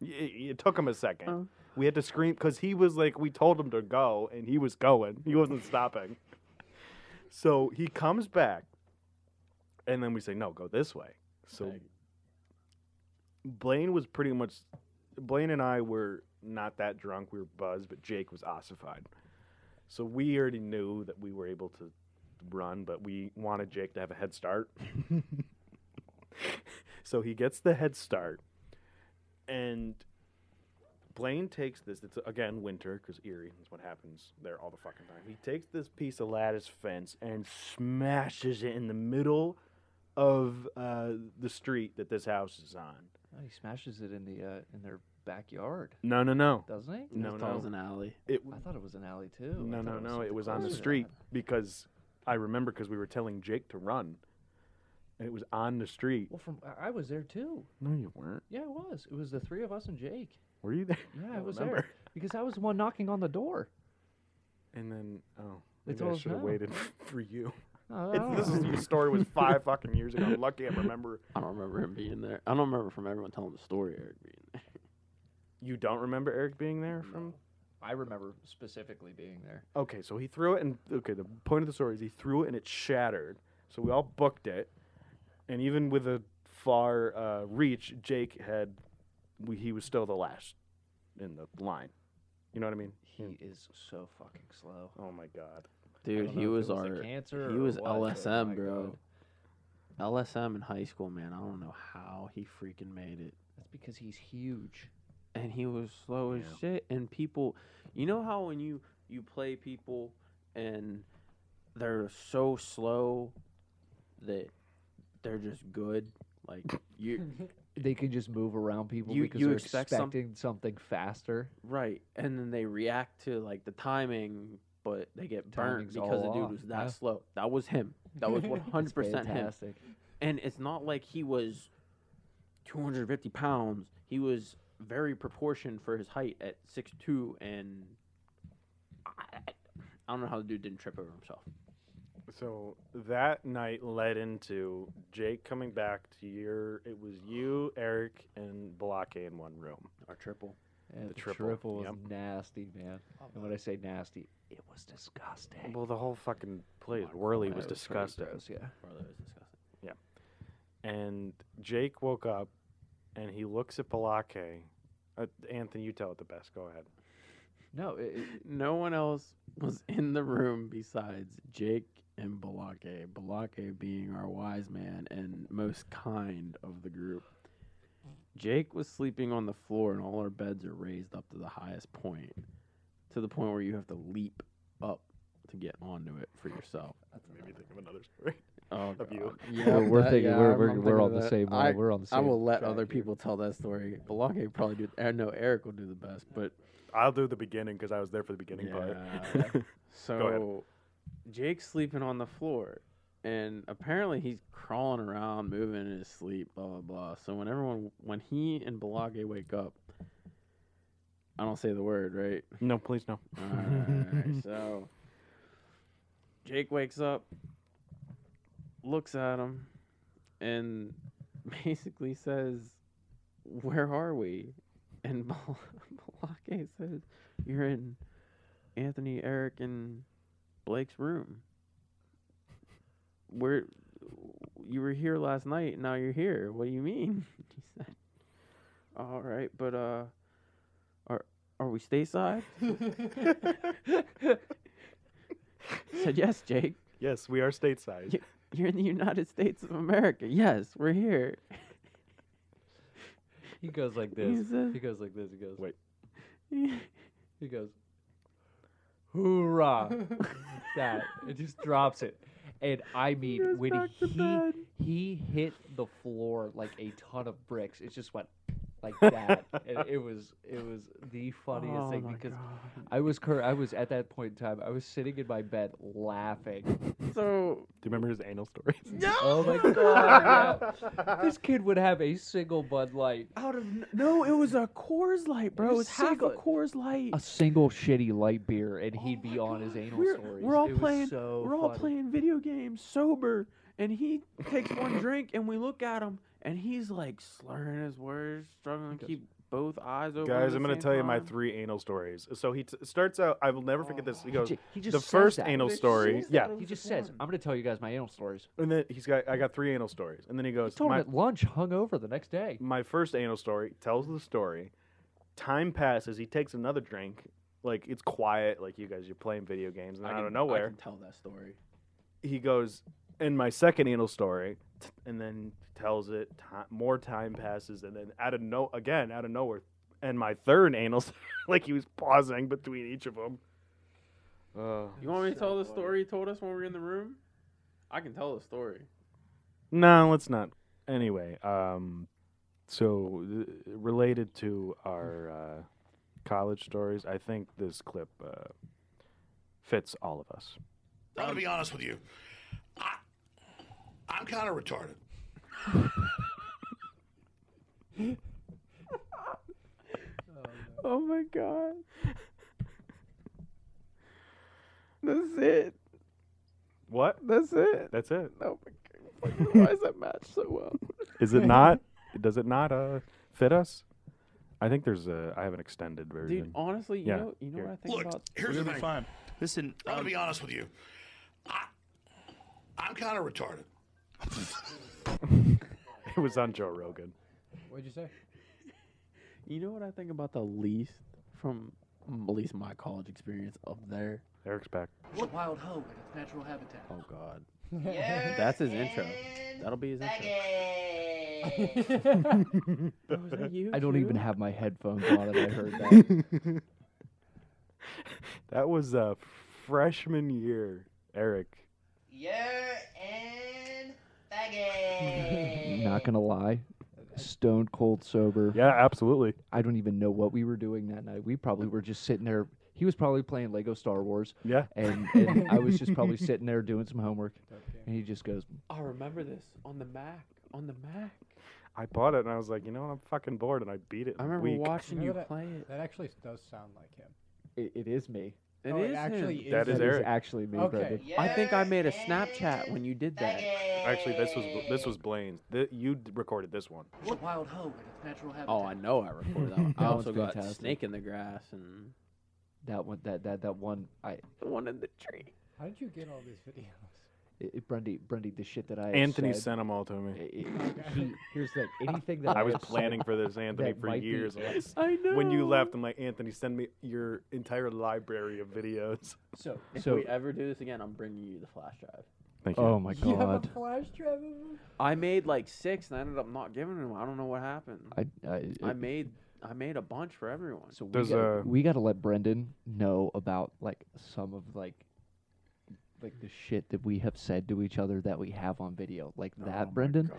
[SPEAKER 2] y- it took him a second. We had to scream because he was like, we told him to go, and he was going. He wasn't stopping. So he comes back, and then we say, no, go this way. So Blaine was pretty much, Blaine and I were not that drunk. We were buzzed, but Jake was ossified. So we already knew that we were able to run, but we wanted Jake to have a head start. so he gets the head start, and Blaine takes this. It's again winter because Erie is what happens there all the fucking time. He takes this piece of lattice fence and smashes it in the middle of uh, the street that this house is on.
[SPEAKER 21] Oh, he smashes it in the uh, in their backyard.
[SPEAKER 2] No, no, no.
[SPEAKER 21] Doesn't he?
[SPEAKER 2] No, no. It,
[SPEAKER 21] It, I thought it was an alley too. I
[SPEAKER 2] no,
[SPEAKER 21] thought
[SPEAKER 2] no, no.
[SPEAKER 21] something
[SPEAKER 2] It was on the
[SPEAKER 21] closer to
[SPEAKER 2] street because I remember because we were telling Jake to run, and it was on the street.
[SPEAKER 21] that. Well, from I- I was there too.
[SPEAKER 2] No, you weren't.
[SPEAKER 21] Yeah, it was. It was the three of us and Jake.
[SPEAKER 2] Were you there?
[SPEAKER 21] Yeah, I
[SPEAKER 2] don't
[SPEAKER 21] was
[SPEAKER 2] remember.
[SPEAKER 21] there because I was the one knocking on the door.
[SPEAKER 2] And then, oh,
[SPEAKER 21] They
[SPEAKER 2] maybe
[SPEAKER 21] told
[SPEAKER 2] I
[SPEAKER 21] us
[SPEAKER 2] should have
[SPEAKER 21] no.
[SPEAKER 2] waited for you.
[SPEAKER 21] No, I
[SPEAKER 2] It's-
[SPEAKER 21] don't
[SPEAKER 2] this is
[SPEAKER 21] know.
[SPEAKER 2] the story was five fucking years ago. I'm lucky I remember.
[SPEAKER 25] I don't remember him being there. I don't remember from everyone telling the story, Eric being there.
[SPEAKER 2] You don't remember Eric being there from?
[SPEAKER 21] I remember specifically being there.
[SPEAKER 2] Okay, so he threw it, and okay, the point of the story is he threw it and it shattered. So we all booked it, and even with a far uh, reach, Jake had, we, he was still the last in the line. You know what I mean?
[SPEAKER 21] He is so fucking slow.
[SPEAKER 2] Oh my god.
[SPEAKER 25] Dude, he was,
[SPEAKER 21] our
[SPEAKER 25] our
[SPEAKER 21] cancer.
[SPEAKER 25] he
[SPEAKER 21] or
[SPEAKER 25] was
[SPEAKER 21] what, but uh, my
[SPEAKER 25] LSM, bro.
[SPEAKER 21] God.
[SPEAKER 25] LSM in high school, man. I don't know how he freaking made it.
[SPEAKER 21] That's because he's huge.
[SPEAKER 25] And he was slow as shit. And people, you know how when you you play people and they're so slow that they're just good. Like you,
[SPEAKER 21] They can just move around people
[SPEAKER 25] You-
[SPEAKER 21] because
[SPEAKER 25] you
[SPEAKER 21] they're
[SPEAKER 25] expect some-
[SPEAKER 21] expecting something faster.
[SPEAKER 25] Right, and then they react to like the timing, but they get burnt
[SPEAKER 21] Timing's
[SPEAKER 25] because the
[SPEAKER 21] all
[SPEAKER 25] dude
[SPEAKER 21] off,
[SPEAKER 25] was that
[SPEAKER 21] yeah.
[SPEAKER 25] slow. That was him. That was
[SPEAKER 21] It's
[SPEAKER 25] one hundred percent him.
[SPEAKER 21] fantastic.
[SPEAKER 25] And it's not like he was two hundred fifty pounds. He was very proportioned for his height at six two, and I, I I don't know how the dude didn't trip over himself.
[SPEAKER 2] So that night led into Jake coming back to your. It was you, Eric, and Balake in one room.
[SPEAKER 25] Our triple.
[SPEAKER 21] And
[SPEAKER 2] the
[SPEAKER 21] the
[SPEAKER 2] triple.
[SPEAKER 21] triple, was
[SPEAKER 2] yep.
[SPEAKER 21] nasty, man.
[SPEAKER 25] Oh,
[SPEAKER 21] and when I say nasty, it was disgusting.
[SPEAKER 2] Well, the whole fucking place, Whirly was
[SPEAKER 21] That was pretty
[SPEAKER 2] disgusting.
[SPEAKER 21] gross, yeah.
[SPEAKER 25] Or that was disgusting.
[SPEAKER 2] Yeah. And Jake woke up and he looks at Balake. Uh, Anthony, you tell it the best. Go ahead.
[SPEAKER 21] No, it, it-
[SPEAKER 25] No one else was in the room besides Jake and Balake. Balake being our wise man and most kind of the group. Jake was sleeping on the floor, and all our beds are raised up to the highest point, to the point where you have to leap up to get onto it for yourself.
[SPEAKER 2] Maybe think of another story.
[SPEAKER 25] Oh,
[SPEAKER 2] Of you.
[SPEAKER 21] We're- we're thinking- we're-
[SPEAKER 25] I'm-
[SPEAKER 21] we're-
[SPEAKER 25] I'm
[SPEAKER 21] we're
[SPEAKER 25] thinking
[SPEAKER 21] on
[SPEAKER 25] of
[SPEAKER 21] the
[SPEAKER 25] that.
[SPEAKER 21] same one.
[SPEAKER 25] I,
[SPEAKER 21] We're on the
[SPEAKER 25] I will
[SPEAKER 21] same
[SPEAKER 25] let
[SPEAKER 21] track
[SPEAKER 25] other
[SPEAKER 21] here.
[SPEAKER 25] people tell that story. Balake will probably do. I know Eric will do the best, but
[SPEAKER 2] I'll do the beginning because I was there for the beginning part. Go ahead.
[SPEAKER 25] so Jake's sleeping on the floor, and apparently he's crawling around, moving in his sleep, blah blah blah. So when everyone, when he and Balage wake up, I don't say the word, right?
[SPEAKER 2] No, please no.
[SPEAKER 25] Alright, so Jake wakes up, looks at him, and basically says, "Where are we?" And Mal- Malake says, "You're in Anthony, Eric, and Blake's room. Where you were here last night, now you're here. What do you mean?" He said, "All right, but uh, are are we stateside?" said, "Yes, Jake.
[SPEAKER 2] Yes, we are stateside.
[SPEAKER 25] You- You're in the United States of America. Yes, we're here."
[SPEAKER 21] he goes like
[SPEAKER 25] He
[SPEAKER 21] this.
[SPEAKER 25] said-
[SPEAKER 21] He goes like this. He goes.
[SPEAKER 2] Wait.
[SPEAKER 21] He goes. Hoorah! that it just drops it, and I mean when he he hit the floor like a ton of bricks. It just went like that. and it was it was the funniest
[SPEAKER 25] Oh
[SPEAKER 21] thing
[SPEAKER 25] my
[SPEAKER 21] because I was cur- I was at that point in time I was sitting in my bed laughing.
[SPEAKER 2] Do
[SPEAKER 25] So
[SPEAKER 2] you remember his anal story?
[SPEAKER 21] No. Oh my god! yeah. This kid would have a single Bud Light,
[SPEAKER 25] out of n- no, it was a Coors Light, bro. It was half a Coors Light.
[SPEAKER 21] a single shitty light beer, and he'd be
[SPEAKER 15] Oh
[SPEAKER 21] on his anal
[SPEAKER 25] We're,
[SPEAKER 21] stories.
[SPEAKER 25] we're all
[SPEAKER 21] It was
[SPEAKER 25] playing.
[SPEAKER 21] so
[SPEAKER 25] we're all
[SPEAKER 21] funny.
[SPEAKER 25] playing video games sober, and he takes one drink, and we look at him, and he's like slurring his words, struggling to keep both eyes open.
[SPEAKER 2] Guys, I'm going to tell you my three anal stories. So he t- starts out, I will never forget this. He goes,
[SPEAKER 21] ju- Oh, he just
[SPEAKER 2] the
[SPEAKER 21] says
[SPEAKER 2] first
[SPEAKER 21] that.
[SPEAKER 2] anal
[SPEAKER 21] He just
[SPEAKER 2] story.
[SPEAKER 21] says that
[SPEAKER 2] Yeah.
[SPEAKER 21] He just says, "I'm going to tell you guys my anal stories."
[SPEAKER 2] And then he's got, I got three anal stories. And then he goes,
[SPEAKER 21] Told
[SPEAKER 2] my,
[SPEAKER 21] him at lunch, hung over the next day.
[SPEAKER 2] my first anal story tells the story. Time passes. He takes another drink. Like it's quiet. Like you guys, you're playing video games, and
[SPEAKER 25] I
[SPEAKER 2] then out of
[SPEAKER 25] can- I
[SPEAKER 2] nowhere,
[SPEAKER 25] can tell that story.
[SPEAKER 2] He goes in my second anal story, t- and then tells it. Ti- more time passes, and then out of no again out of nowhere, and my third anal, story, like he was pausing between each of them. Uh,
[SPEAKER 25] You want me to tell the story he told us when we were in the room? I can tell the story.
[SPEAKER 2] No, let's not. Anyway, um, so th- related to our uh, college stories, I think this clip uh, fits all of us.
[SPEAKER 11] I'm gonna be honest with you. I, I'm kind of retarded.
[SPEAKER 25] Oh my god. That's it.
[SPEAKER 2] What?
[SPEAKER 25] That's it.
[SPEAKER 2] That's it.
[SPEAKER 25] Oh my god. Why does that match so well?
[SPEAKER 2] Is it not? Does it not uh, fit us? I think there's a. I have an extended version.
[SPEAKER 25] Dude, honestly, you
[SPEAKER 2] Yeah,
[SPEAKER 25] know, you know
[SPEAKER 2] here.
[SPEAKER 25] what I think
[SPEAKER 11] Look,
[SPEAKER 25] about.
[SPEAKER 11] here's the thing.
[SPEAKER 25] Listen, um,
[SPEAKER 11] I'm gonna be honest with you. I, I'm kind of retarded.
[SPEAKER 2] It was on Joe Rogan.
[SPEAKER 27] What'd you say?
[SPEAKER 25] You know what I think about the least from mm, at least my college experience of there.
[SPEAKER 2] Eric's back.
[SPEAKER 15] Wild hoe in Oh, its natural habitat.
[SPEAKER 25] Oh god.
[SPEAKER 15] Yes,
[SPEAKER 25] That's his intro. That'll be his intro. Bro, was that you
[SPEAKER 21] I don't even
[SPEAKER 25] too?
[SPEAKER 21] have my headphones on, and I heard that.
[SPEAKER 2] That was uh, freshman year, Eric.
[SPEAKER 21] Not gonna lie, stone cold sober.
[SPEAKER 2] Yeah, absolutely.
[SPEAKER 21] I don't even know what we were doing that night. We probably were just sitting there. He was probably playing Lego Star Wars.
[SPEAKER 2] Yeah.
[SPEAKER 21] And, and I was just probably sitting there doing some homework. And he just goes,
[SPEAKER 25] I remember this on the Mac. On the Mac.
[SPEAKER 2] I bought it and I was like, you know what? I'm fucking bored, and I beat it.
[SPEAKER 25] I
[SPEAKER 2] in a
[SPEAKER 25] remember
[SPEAKER 2] week.
[SPEAKER 25] watching
[SPEAKER 27] know
[SPEAKER 25] you
[SPEAKER 27] that,
[SPEAKER 25] play it.
[SPEAKER 27] That actually does sound like him.
[SPEAKER 21] "It, it is me."
[SPEAKER 25] It
[SPEAKER 27] Oh, it
[SPEAKER 25] is
[SPEAKER 27] actually
[SPEAKER 25] him.
[SPEAKER 27] is That is him. Eric.
[SPEAKER 21] actually me,
[SPEAKER 27] Okay.
[SPEAKER 21] Brendan.
[SPEAKER 25] I think I made a Snapchat when you did that.
[SPEAKER 2] Actually, this was this was Blaine's. Th- you d- recorded this one.
[SPEAKER 15] It's a wild hoe in its natural habitat.
[SPEAKER 25] Oh, I know I recorded that one. I
[SPEAKER 21] That
[SPEAKER 25] also
[SPEAKER 21] one's
[SPEAKER 25] got
[SPEAKER 21] fantastic.
[SPEAKER 25] snake in the grass and
[SPEAKER 21] That one, that that that one, I
[SPEAKER 25] the one in the tree.
[SPEAKER 27] How did you get all these videos?
[SPEAKER 21] It, it, Brendy, Brendy, the shit that I have
[SPEAKER 2] Anthony
[SPEAKER 21] said,
[SPEAKER 2] sent them all to me.
[SPEAKER 21] it- it- he- here's the thing, anything that
[SPEAKER 2] I
[SPEAKER 21] I
[SPEAKER 2] was
[SPEAKER 21] have said
[SPEAKER 2] planning for this, Anthony,
[SPEAKER 21] that
[SPEAKER 2] for
[SPEAKER 21] might be-
[SPEAKER 2] years. I'm like,
[SPEAKER 21] Yes.
[SPEAKER 25] I
[SPEAKER 2] When you
[SPEAKER 25] know.
[SPEAKER 2] left, I'm like, Anthony, send me your entire library of videos.
[SPEAKER 25] So if
[SPEAKER 2] So-
[SPEAKER 25] we ever do this again, I'm bringing you the flash drive.
[SPEAKER 2] Thank
[SPEAKER 21] you. Oh my
[SPEAKER 27] You have
[SPEAKER 21] god.
[SPEAKER 27] a flash drive of them?
[SPEAKER 25] I made like six, and I ended up not giving them. I don't know what happened.
[SPEAKER 21] I, I,
[SPEAKER 25] I made I made a bunch for everyone.
[SPEAKER 21] So we
[SPEAKER 2] Does,
[SPEAKER 21] gotta,
[SPEAKER 2] uh,
[SPEAKER 21] we gotta let Brendan know about like some of like like the shit that we have said to each other that we have on video. Like
[SPEAKER 25] Oh
[SPEAKER 21] that, Brendan.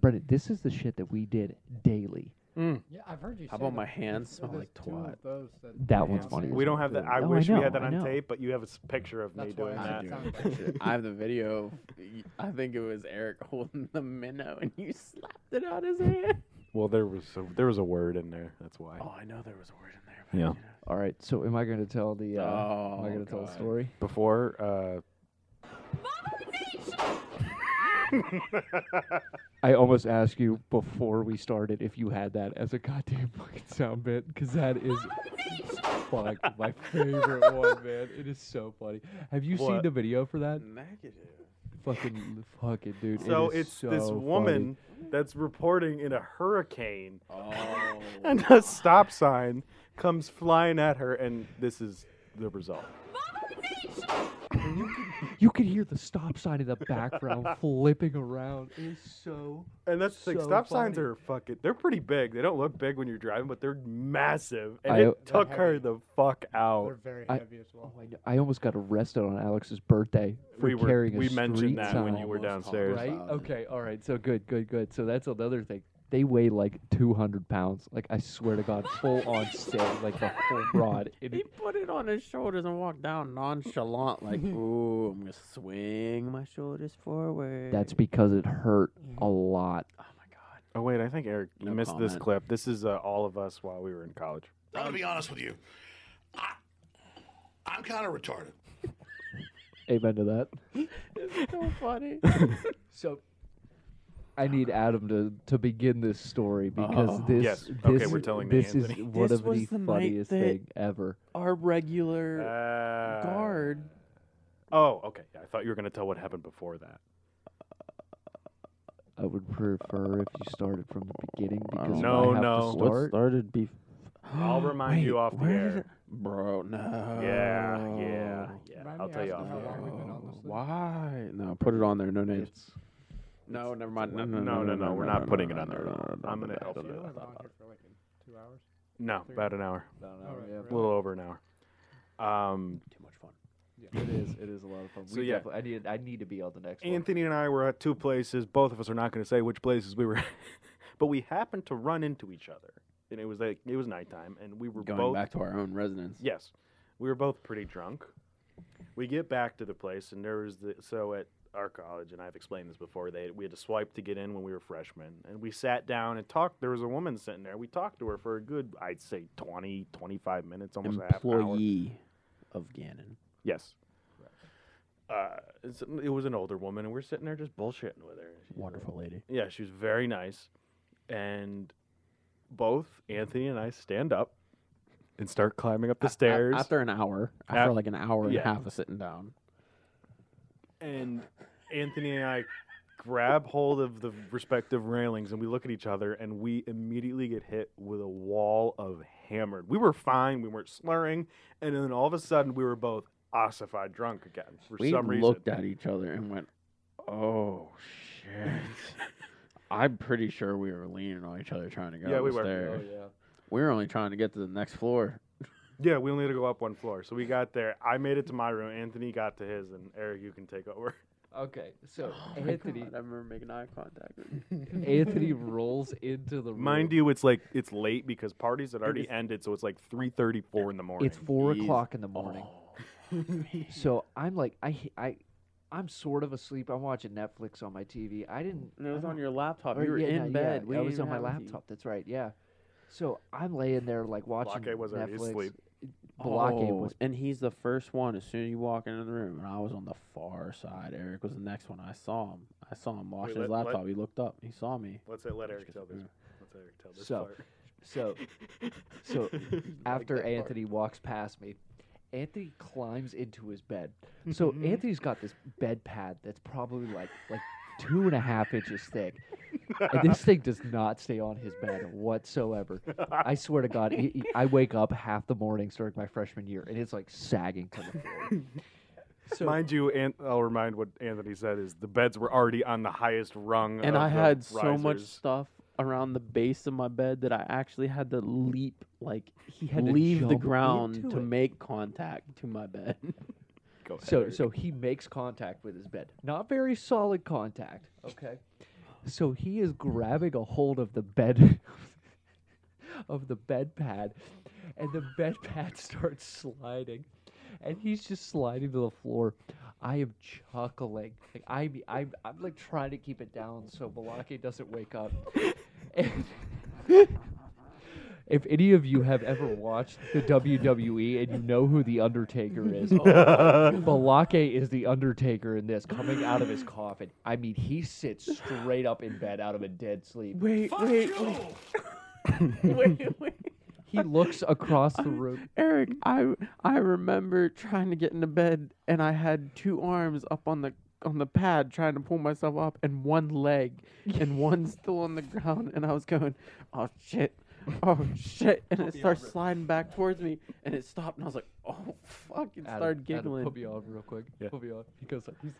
[SPEAKER 21] Brendan, this is the shit that we did daily.
[SPEAKER 27] Yeah, I've heard you
[SPEAKER 25] How
[SPEAKER 27] say
[SPEAKER 25] about
[SPEAKER 27] that
[SPEAKER 25] my
[SPEAKER 27] there's-
[SPEAKER 25] hands
[SPEAKER 27] there's
[SPEAKER 25] smell like
[SPEAKER 27] two of
[SPEAKER 25] twat?
[SPEAKER 27] those that
[SPEAKER 21] That
[SPEAKER 27] you
[SPEAKER 21] one's
[SPEAKER 27] can't
[SPEAKER 21] funny.
[SPEAKER 27] say.
[SPEAKER 2] We don't have that. I
[SPEAKER 21] No, Oh, I
[SPEAKER 2] wish we
[SPEAKER 21] know,
[SPEAKER 2] had that
[SPEAKER 21] I
[SPEAKER 2] on
[SPEAKER 21] know.
[SPEAKER 2] tape, but you have a s- picture of me
[SPEAKER 27] That's why
[SPEAKER 2] doing
[SPEAKER 27] I
[SPEAKER 2] that.
[SPEAKER 27] do.
[SPEAKER 25] I have the video. of y- I think it was Eric holding the minnow, and you slapped it out his hand.
[SPEAKER 2] Well, there was a, there was a word in there. That's why.
[SPEAKER 25] Oh, I know there was a word in there.
[SPEAKER 2] Yeah.
[SPEAKER 21] All right. So am I gonna tell the? Uh, am I
[SPEAKER 25] Oh,
[SPEAKER 21] gonna tell the
[SPEAKER 25] God.
[SPEAKER 21] story?
[SPEAKER 2] Before, uh,
[SPEAKER 21] I almost asked you before we started if you had that as a goddamn fucking sound bit because that is fuck my favorite one, man. It is so funny. Have you seen
[SPEAKER 2] What?
[SPEAKER 21] the video for that?
[SPEAKER 25] Negative.
[SPEAKER 21] Fucking fucking dude. it
[SPEAKER 2] so
[SPEAKER 21] is
[SPEAKER 2] it's this
[SPEAKER 21] so
[SPEAKER 2] woman that's reporting in a hurricane,
[SPEAKER 25] Oh.
[SPEAKER 2] and a stop sign comes flying at her, and this is the result.
[SPEAKER 21] funny. You can hear the stop sign in the background flipping around. It is so
[SPEAKER 2] And that's the thing.
[SPEAKER 21] So
[SPEAKER 2] Stop signs
[SPEAKER 21] funny.
[SPEAKER 2] are fucking. They're pretty big. They don't look big when you're driving, but they're massive. And
[SPEAKER 21] I- They're
[SPEAKER 2] it took her
[SPEAKER 27] heavy.
[SPEAKER 2] the fuck out.
[SPEAKER 27] They're very
[SPEAKER 21] I-
[SPEAKER 27] heavy as
[SPEAKER 2] Oh,
[SPEAKER 27] well.
[SPEAKER 21] I, kn- I almost got arrested on Alex's birthday for
[SPEAKER 2] We were-
[SPEAKER 21] carrying a
[SPEAKER 2] we mentioned
[SPEAKER 21] street
[SPEAKER 2] that
[SPEAKER 21] sign.
[SPEAKER 2] when you were Almost downstairs.
[SPEAKER 21] Right?
[SPEAKER 2] about
[SPEAKER 21] Okay. All right. So good, good, good. So that's another thing. They weigh like 200 pounds. Like, I swear to God, full on stick, like the whole rod. And
[SPEAKER 25] He put it on his shoulders and walked down nonchalant, like, "Ooh, I'm gonna swing my shoulders forward."
[SPEAKER 21] that's because it hurt a lot.
[SPEAKER 2] Oh wait, I think Eric, you
[SPEAKER 25] No
[SPEAKER 2] missed this
[SPEAKER 25] comment.
[SPEAKER 2] clip. This is uh, all of us while we were in college.
[SPEAKER 11] I'm gonna be honest with you. I, I'm kind of retarded.
[SPEAKER 21] Amen to that.
[SPEAKER 25] it's so funny.
[SPEAKER 21] so I need Adam to, to begin this story because
[SPEAKER 25] Oh.
[SPEAKER 21] this
[SPEAKER 25] Yes. Okay,
[SPEAKER 21] this,
[SPEAKER 25] we're telling the
[SPEAKER 21] this is
[SPEAKER 25] Anthony.
[SPEAKER 21] one
[SPEAKER 25] This
[SPEAKER 21] of
[SPEAKER 25] was
[SPEAKER 21] the,
[SPEAKER 25] the night
[SPEAKER 21] funniest
[SPEAKER 25] that-
[SPEAKER 21] thing ever.
[SPEAKER 25] Our regular
[SPEAKER 21] Uh,
[SPEAKER 25] guard.
[SPEAKER 2] Oh, okay. Yeah, I thought you were gonna tell what happened before that.
[SPEAKER 21] I would prefer if you started from the beginning because
[SPEAKER 2] Oh, No,
[SPEAKER 21] I have
[SPEAKER 2] no.
[SPEAKER 21] to
[SPEAKER 2] What
[SPEAKER 21] start.
[SPEAKER 25] started before?
[SPEAKER 2] I'll remind you off the
[SPEAKER 25] where did
[SPEAKER 2] air.
[SPEAKER 25] it- Bro, no.
[SPEAKER 2] Yeah, yeah, yeah. I'll tell you off the air.
[SPEAKER 25] Why? No, put it on there. No names. no, never mind. No, no, no, no,
[SPEAKER 2] We're
[SPEAKER 25] no,
[SPEAKER 2] not
[SPEAKER 25] no,
[SPEAKER 2] putting
[SPEAKER 25] no,
[SPEAKER 2] it on
[SPEAKER 25] no,
[SPEAKER 2] there.
[SPEAKER 25] no, no, no,
[SPEAKER 2] I'm
[SPEAKER 25] no,
[SPEAKER 2] gonna
[SPEAKER 25] no,
[SPEAKER 2] help
[SPEAKER 25] no,
[SPEAKER 2] you.
[SPEAKER 27] We've been on here for like two hours.
[SPEAKER 2] No,
[SPEAKER 27] Three.
[SPEAKER 2] about an hour.
[SPEAKER 21] About an
[SPEAKER 27] hour, Alright, yeah.
[SPEAKER 2] A little over an hour. Um,
[SPEAKER 21] Too much fun. it is. It is a lot of fun.
[SPEAKER 2] So,
[SPEAKER 21] We
[SPEAKER 2] yeah.
[SPEAKER 21] definitely- I need. I need to be on the next one.
[SPEAKER 2] Anthony and I were at two places. Both of us are not going to say which places we were, but we happened to run into each other, and it was like it was nighttime, and we were
[SPEAKER 25] Going
[SPEAKER 2] both
[SPEAKER 25] back to our own residence.
[SPEAKER 2] Yes, we were both pretty drunk. We get back to the place, and there was the so at our college, and I've explained this before. They we had to swipe to get in when we were freshmen, and we sat down and talked. There was a woman sitting there. We talked to her for a good, I'd say 20, 25 minutes, almost a half hour.
[SPEAKER 25] Employee of Gannon.
[SPEAKER 2] Yes. Uh, it's, it was an older woman, and we're sitting there just bullshitting with her. She's
[SPEAKER 25] Wonderful lady.
[SPEAKER 2] yeah, she was very nice. And both Anthony and I stand up and start climbing up the stairs.
[SPEAKER 25] After an hour, after
[SPEAKER 2] Ap-
[SPEAKER 25] like an hour and
[SPEAKER 2] yeah.
[SPEAKER 25] a half of sitting down.
[SPEAKER 2] and Anthony and I grab hold of the respective railings and we look at each other and we immediately get hit with a wall of hammered. We were fine, we weren't slurring, and then all of a sudden we were both ossified drunk again for
[SPEAKER 25] we
[SPEAKER 2] some reason.
[SPEAKER 25] looked at each other and went, "Oh shit." I'm pretty sure we were leaning on each other trying to go
[SPEAKER 2] Yeah,
[SPEAKER 25] up
[SPEAKER 2] we
[SPEAKER 25] the
[SPEAKER 2] were.
[SPEAKER 25] stairs.
[SPEAKER 2] Oh, yeah.
[SPEAKER 25] We were only trying to get to the next floor.
[SPEAKER 2] Yeah, we only had to go up one floor. So we got there. I made it to my room. Anthony got to his, and Eric, you can take over.
[SPEAKER 21] Okay, so
[SPEAKER 25] Oh my
[SPEAKER 21] Anthony,
[SPEAKER 25] God, I remember making eye contact. With
[SPEAKER 21] Anthony rolls into the room.
[SPEAKER 2] Mind you, it's like it's late because parties had already
[SPEAKER 21] is-
[SPEAKER 2] ended, so it's like three thirty, four in the morning.
[SPEAKER 21] It's four o'clock in the morning. so I'm like, I, h- I, am sort of asleep. I'm watching Netflix on my TV. I didn't.
[SPEAKER 25] And it was
[SPEAKER 21] I
[SPEAKER 25] on
[SPEAKER 21] don't-
[SPEAKER 25] your laptop.
[SPEAKER 21] or
[SPEAKER 25] You were
[SPEAKER 21] Oh, yeah,
[SPEAKER 25] Oh, in
[SPEAKER 21] no, yeah,
[SPEAKER 25] bed. We
[SPEAKER 21] I
[SPEAKER 25] didn't
[SPEAKER 21] was
[SPEAKER 25] even
[SPEAKER 21] on my
[SPEAKER 25] have a TV.
[SPEAKER 21] laptop. That's right. Yeah. So I'm laying there like watching
[SPEAKER 2] Blockade was already
[SPEAKER 21] Netflix.
[SPEAKER 2] asleep.
[SPEAKER 21] Blockade
[SPEAKER 25] Oh,
[SPEAKER 21] was.
[SPEAKER 25] and he's the first one. As soon as you walk into the room, and I was on the far side. Eric was the next one. I saw him. I saw him wash his
[SPEAKER 2] let- let-
[SPEAKER 25] laptop. He looked up. He saw me.
[SPEAKER 2] Let's let Eric tell this. Let's Eric tell this
[SPEAKER 21] So,
[SPEAKER 2] part.
[SPEAKER 21] so, so after Anthony walks past me, Anthony climbs into his bed. So Anthony's got this bed pad that's probably like like two and a half inches thick. and this thing does not stay on his bed whatsoever. I swear to God, he- he- I wake up half the mornings during my freshman year, and it's like sagging to the floor. So-
[SPEAKER 2] Mind you, and I'll remind what Anthony said is the beds were already on the highest rung.
[SPEAKER 25] and
[SPEAKER 2] of
[SPEAKER 25] I
[SPEAKER 2] Uh, the
[SPEAKER 25] had so much
[SPEAKER 2] risers.
[SPEAKER 25] stuff around the base of my bed that I actually had to leap, like he
[SPEAKER 21] had to
[SPEAKER 25] leave the
[SPEAKER 21] jump
[SPEAKER 25] ground
[SPEAKER 21] into
[SPEAKER 25] to
[SPEAKER 21] it.
[SPEAKER 25] make contact to my bed.
[SPEAKER 2] Go
[SPEAKER 21] So so he makes contact with his bed. Not very solid contact. Okay. So he is grabbing a hold of the bed of the bed pad and the bed pad starts sliding. And he's just sliding to the floor. I am chuckling. Like I am I'm I'm like trying to keep it down so Balaki doesn't wake up. And if any of you have ever watched the WWE and you know who the Undertaker is, Balake is the Undertaker in this, coming out of his coffin. I mean, he sits straight up in bed out of a dead sleep.
[SPEAKER 25] wait, wait, wait, wait, wait.
[SPEAKER 21] He looks across the room.
[SPEAKER 25] Eric, I I remember trying to get into bed and I had two arms up on the on the pad trying to pull myself up and one leg and one still on the ground and I was going, Oh shit. Oh shit. And it starts sliding back towards me and it stopped and I was like, Oh fuck and
[SPEAKER 21] Adam,
[SPEAKER 25] started
[SPEAKER 21] Adam,
[SPEAKER 25] giggling.
[SPEAKER 21] put me on real quick. Put me on because he's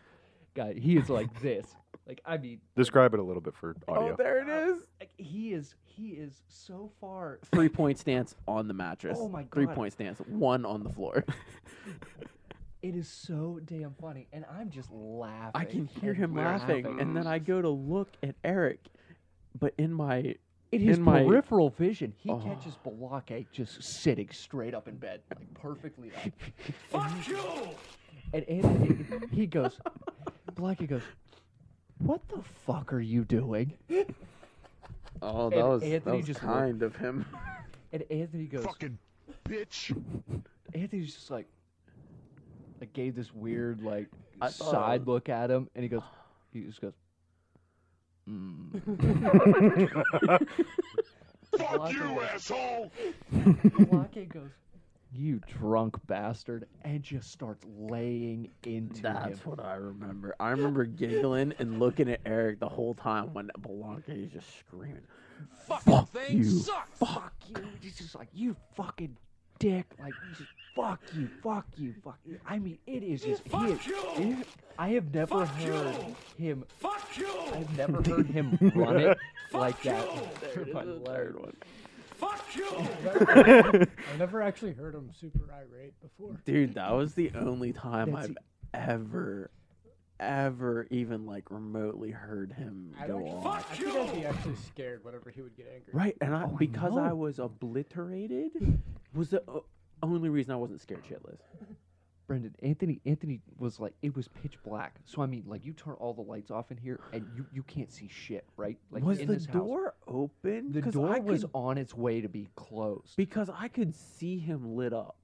[SPEAKER 21] guy. He is like this. Like I mean,
[SPEAKER 2] Describe it a little bit for
[SPEAKER 25] oh
[SPEAKER 2] audio.
[SPEAKER 25] there it is.
[SPEAKER 21] like, he is he is so far.
[SPEAKER 25] Three point stance on the mattress.
[SPEAKER 21] Oh my
[SPEAKER 25] Three
[SPEAKER 21] God.
[SPEAKER 25] point stance, one on the floor.
[SPEAKER 21] It is so damn funny, and I'm just laughing.
[SPEAKER 25] I can hear
[SPEAKER 21] and
[SPEAKER 25] him laughing, and then I go to look at Eric, but in my
[SPEAKER 21] in his
[SPEAKER 25] in my-
[SPEAKER 21] peripheral vision, he
[SPEAKER 25] Oh.
[SPEAKER 21] catches Balake just sitting straight up in bed, like perfectly up. Fuck you! And Anthony, he goes, Balake goes, what the fuck are you doing?
[SPEAKER 25] Oh, that
[SPEAKER 21] And
[SPEAKER 25] was that
[SPEAKER 21] Anthony
[SPEAKER 25] was
[SPEAKER 21] just looked-
[SPEAKER 25] kind of him.
[SPEAKER 21] And Anthony goes,
[SPEAKER 28] fucking bitch.
[SPEAKER 21] Anthony's just like, like gave this weird like
[SPEAKER 25] I thought-
[SPEAKER 21] side look at him, and he goes, he just goes, "Mm,
[SPEAKER 28] Fuck you, asshole!
[SPEAKER 21] Balake goes, you drunk bastard, and just starts laying into him.
[SPEAKER 25] That's what I remember. I remember giggling and looking at Eric the whole time when Blanca is just screaming.
[SPEAKER 21] fucking
[SPEAKER 25] thing you.
[SPEAKER 21] sucks. Fuck you. He's just like, you fucking dick. Like, he's just, fuck you, fuck you, fuck you. I mean, it is just. Fuck you. I have never heard him. Fuck you. I've never heard him run it like that. in my life.
[SPEAKER 19] Fuck
[SPEAKER 25] you!
[SPEAKER 27] I've never actually heard him super irate before.
[SPEAKER 25] Dude, that was the only time
[SPEAKER 27] That's
[SPEAKER 21] e
[SPEAKER 25] I've ever, ever even like remotely heard him
[SPEAKER 27] I'd
[SPEAKER 25] go
[SPEAKER 27] actually,
[SPEAKER 25] off.
[SPEAKER 27] I think I'd be actually scared whenever he would get angry. Oh,
[SPEAKER 25] Right, and
[SPEAKER 21] Oh,
[SPEAKER 25] I because I
[SPEAKER 27] know.
[SPEAKER 25] was obliterated was the o- only reason I wasn't scared shitless.
[SPEAKER 21] Brendan, Anthony, Anthony was like, it was pitch black. So I mean, like, you turn all the lights off in here, and you you can't see shit, right? Like,
[SPEAKER 25] was
[SPEAKER 21] in
[SPEAKER 25] the
[SPEAKER 21] this house.
[SPEAKER 25] door open?
[SPEAKER 21] The
[SPEAKER 25] 'Cause
[SPEAKER 21] door
[SPEAKER 25] I
[SPEAKER 21] was
[SPEAKER 25] could-
[SPEAKER 21] on its way to be closed.
[SPEAKER 25] because I could see him lit up.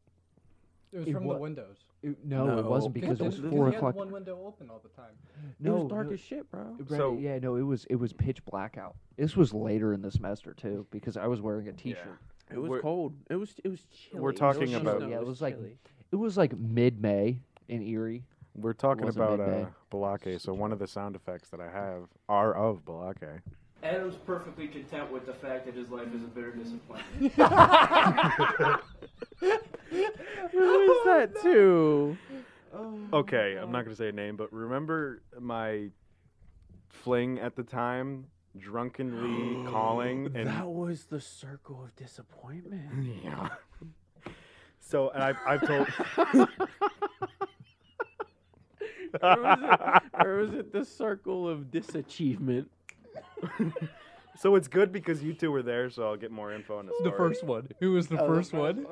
[SPEAKER 27] It was
[SPEAKER 21] It
[SPEAKER 27] from
[SPEAKER 21] wa-
[SPEAKER 27] the windows.
[SPEAKER 21] it- no, it wasn't because it was
[SPEAKER 27] Because
[SPEAKER 21] four
[SPEAKER 27] he had
[SPEAKER 21] o'clock.
[SPEAKER 27] one window open all the time.
[SPEAKER 21] No,
[SPEAKER 25] dark
[SPEAKER 21] no.
[SPEAKER 25] as shit, bro.
[SPEAKER 21] Brandon,
[SPEAKER 25] So-
[SPEAKER 21] yeah, no, it was it was pitch blackout. This was later in the semester too because I was wearing a t-shirt.
[SPEAKER 25] It was cold. It was it was chilly.
[SPEAKER 2] we're
[SPEAKER 25] It was
[SPEAKER 2] talking
[SPEAKER 25] just-
[SPEAKER 2] about-
[SPEAKER 25] no,
[SPEAKER 21] yeah, it was like
[SPEAKER 25] chilly.
[SPEAKER 21] it was like mid-May in Erie.
[SPEAKER 2] We're talking
[SPEAKER 21] Wasn't
[SPEAKER 2] about
[SPEAKER 21] midday.
[SPEAKER 2] uh, Balake, so one of the sound effects that I have are of Balake.
[SPEAKER 7] Adam's perfectly content with the fact that his life is a bitter disappointment.
[SPEAKER 25] Who is that too?
[SPEAKER 2] Okay, I'm not gonna say a name, but remember my fling at the time, drunkenly calling, and
[SPEAKER 25] that was the circle of disappointment.
[SPEAKER 2] Yeah. So and I've, I've told.
[SPEAKER 25] or, was it, or was it the circle of disachievement?
[SPEAKER 2] so it's good because you two were there, so I'll get more info on the story.
[SPEAKER 10] Who was the
[SPEAKER 25] Oh,
[SPEAKER 10] first
[SPEAKER 25] first
[SPEAKER 10] one?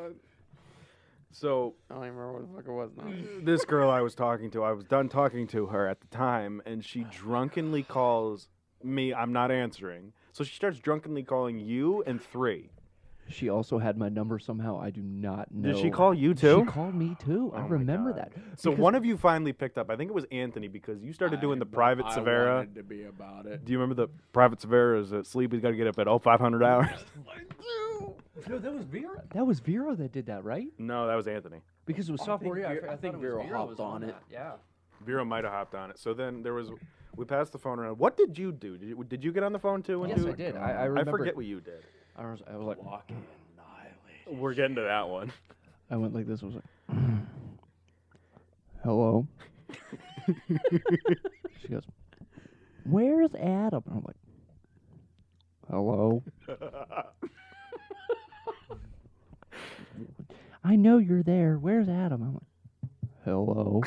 [SPEAKER 2] So
[SPEAKER 25] I don't even remember what the fuck it was now.
[SPEAKER 2] this girl I was talking to, I was done talking to her at the time, and
[SPEAKER 25] Oh,
[SPEAKER 2] she drunkenly calls me. I'm not answering. So she starts drunkenly calling you and three.
[SPEAKER 21] She also had my number somehow. I do not know.
[SPEAKER 2] Did she call you too? Oh
[SPEAKER 21] She called me too. I remember that.
[SPEAKER 2] So
[SPEAKER 21] because-
[SPEAKER 2] one of you finally picked up. I think it was Anthony because you started doing the private
[SPEAKER 25] I
[SPEAKER 2] Severa.
[SPEAKER 25] wanted to be about it.
[SPEAKER 2] Do you remember the private Severa is that sleepy's got to get up at all 500 hours?
[SPEAKER 21] No, that was Vera. That was Vera that did that, right?
[SPEAKER 2] no, that was Anthony.
[SPEAKER 21] Because it was sophomore year. I fr- I,
[SPEAKER 25] think Vera hopped on it.
[SPEAKER 21] Yeah.
[SPEAKER 2] Vera might have hopped on it. So then there was, we passed the phone around. What did you do? Did you, did you get on the phone too? And
[SPEAKER 21] Yes,
[SPEAKER 2] do
[SPEAKER 21] I
[SPEAKER 2] it?
[SPEAKER 21] did. I- I remember-
[SPEAKER 2] forget what you did.
[SPEAKER 21] I was, I was like,
[SPEAKER 2] We're getting to that one.
[SPEAKER 21] I went like this. I was like, hello. she goes, where's Adam? And I'm like, hello.
[SPEAKER 2] Uh,
[SPEAKER 21] I know you're there. Where's Adam? I'm like, hello.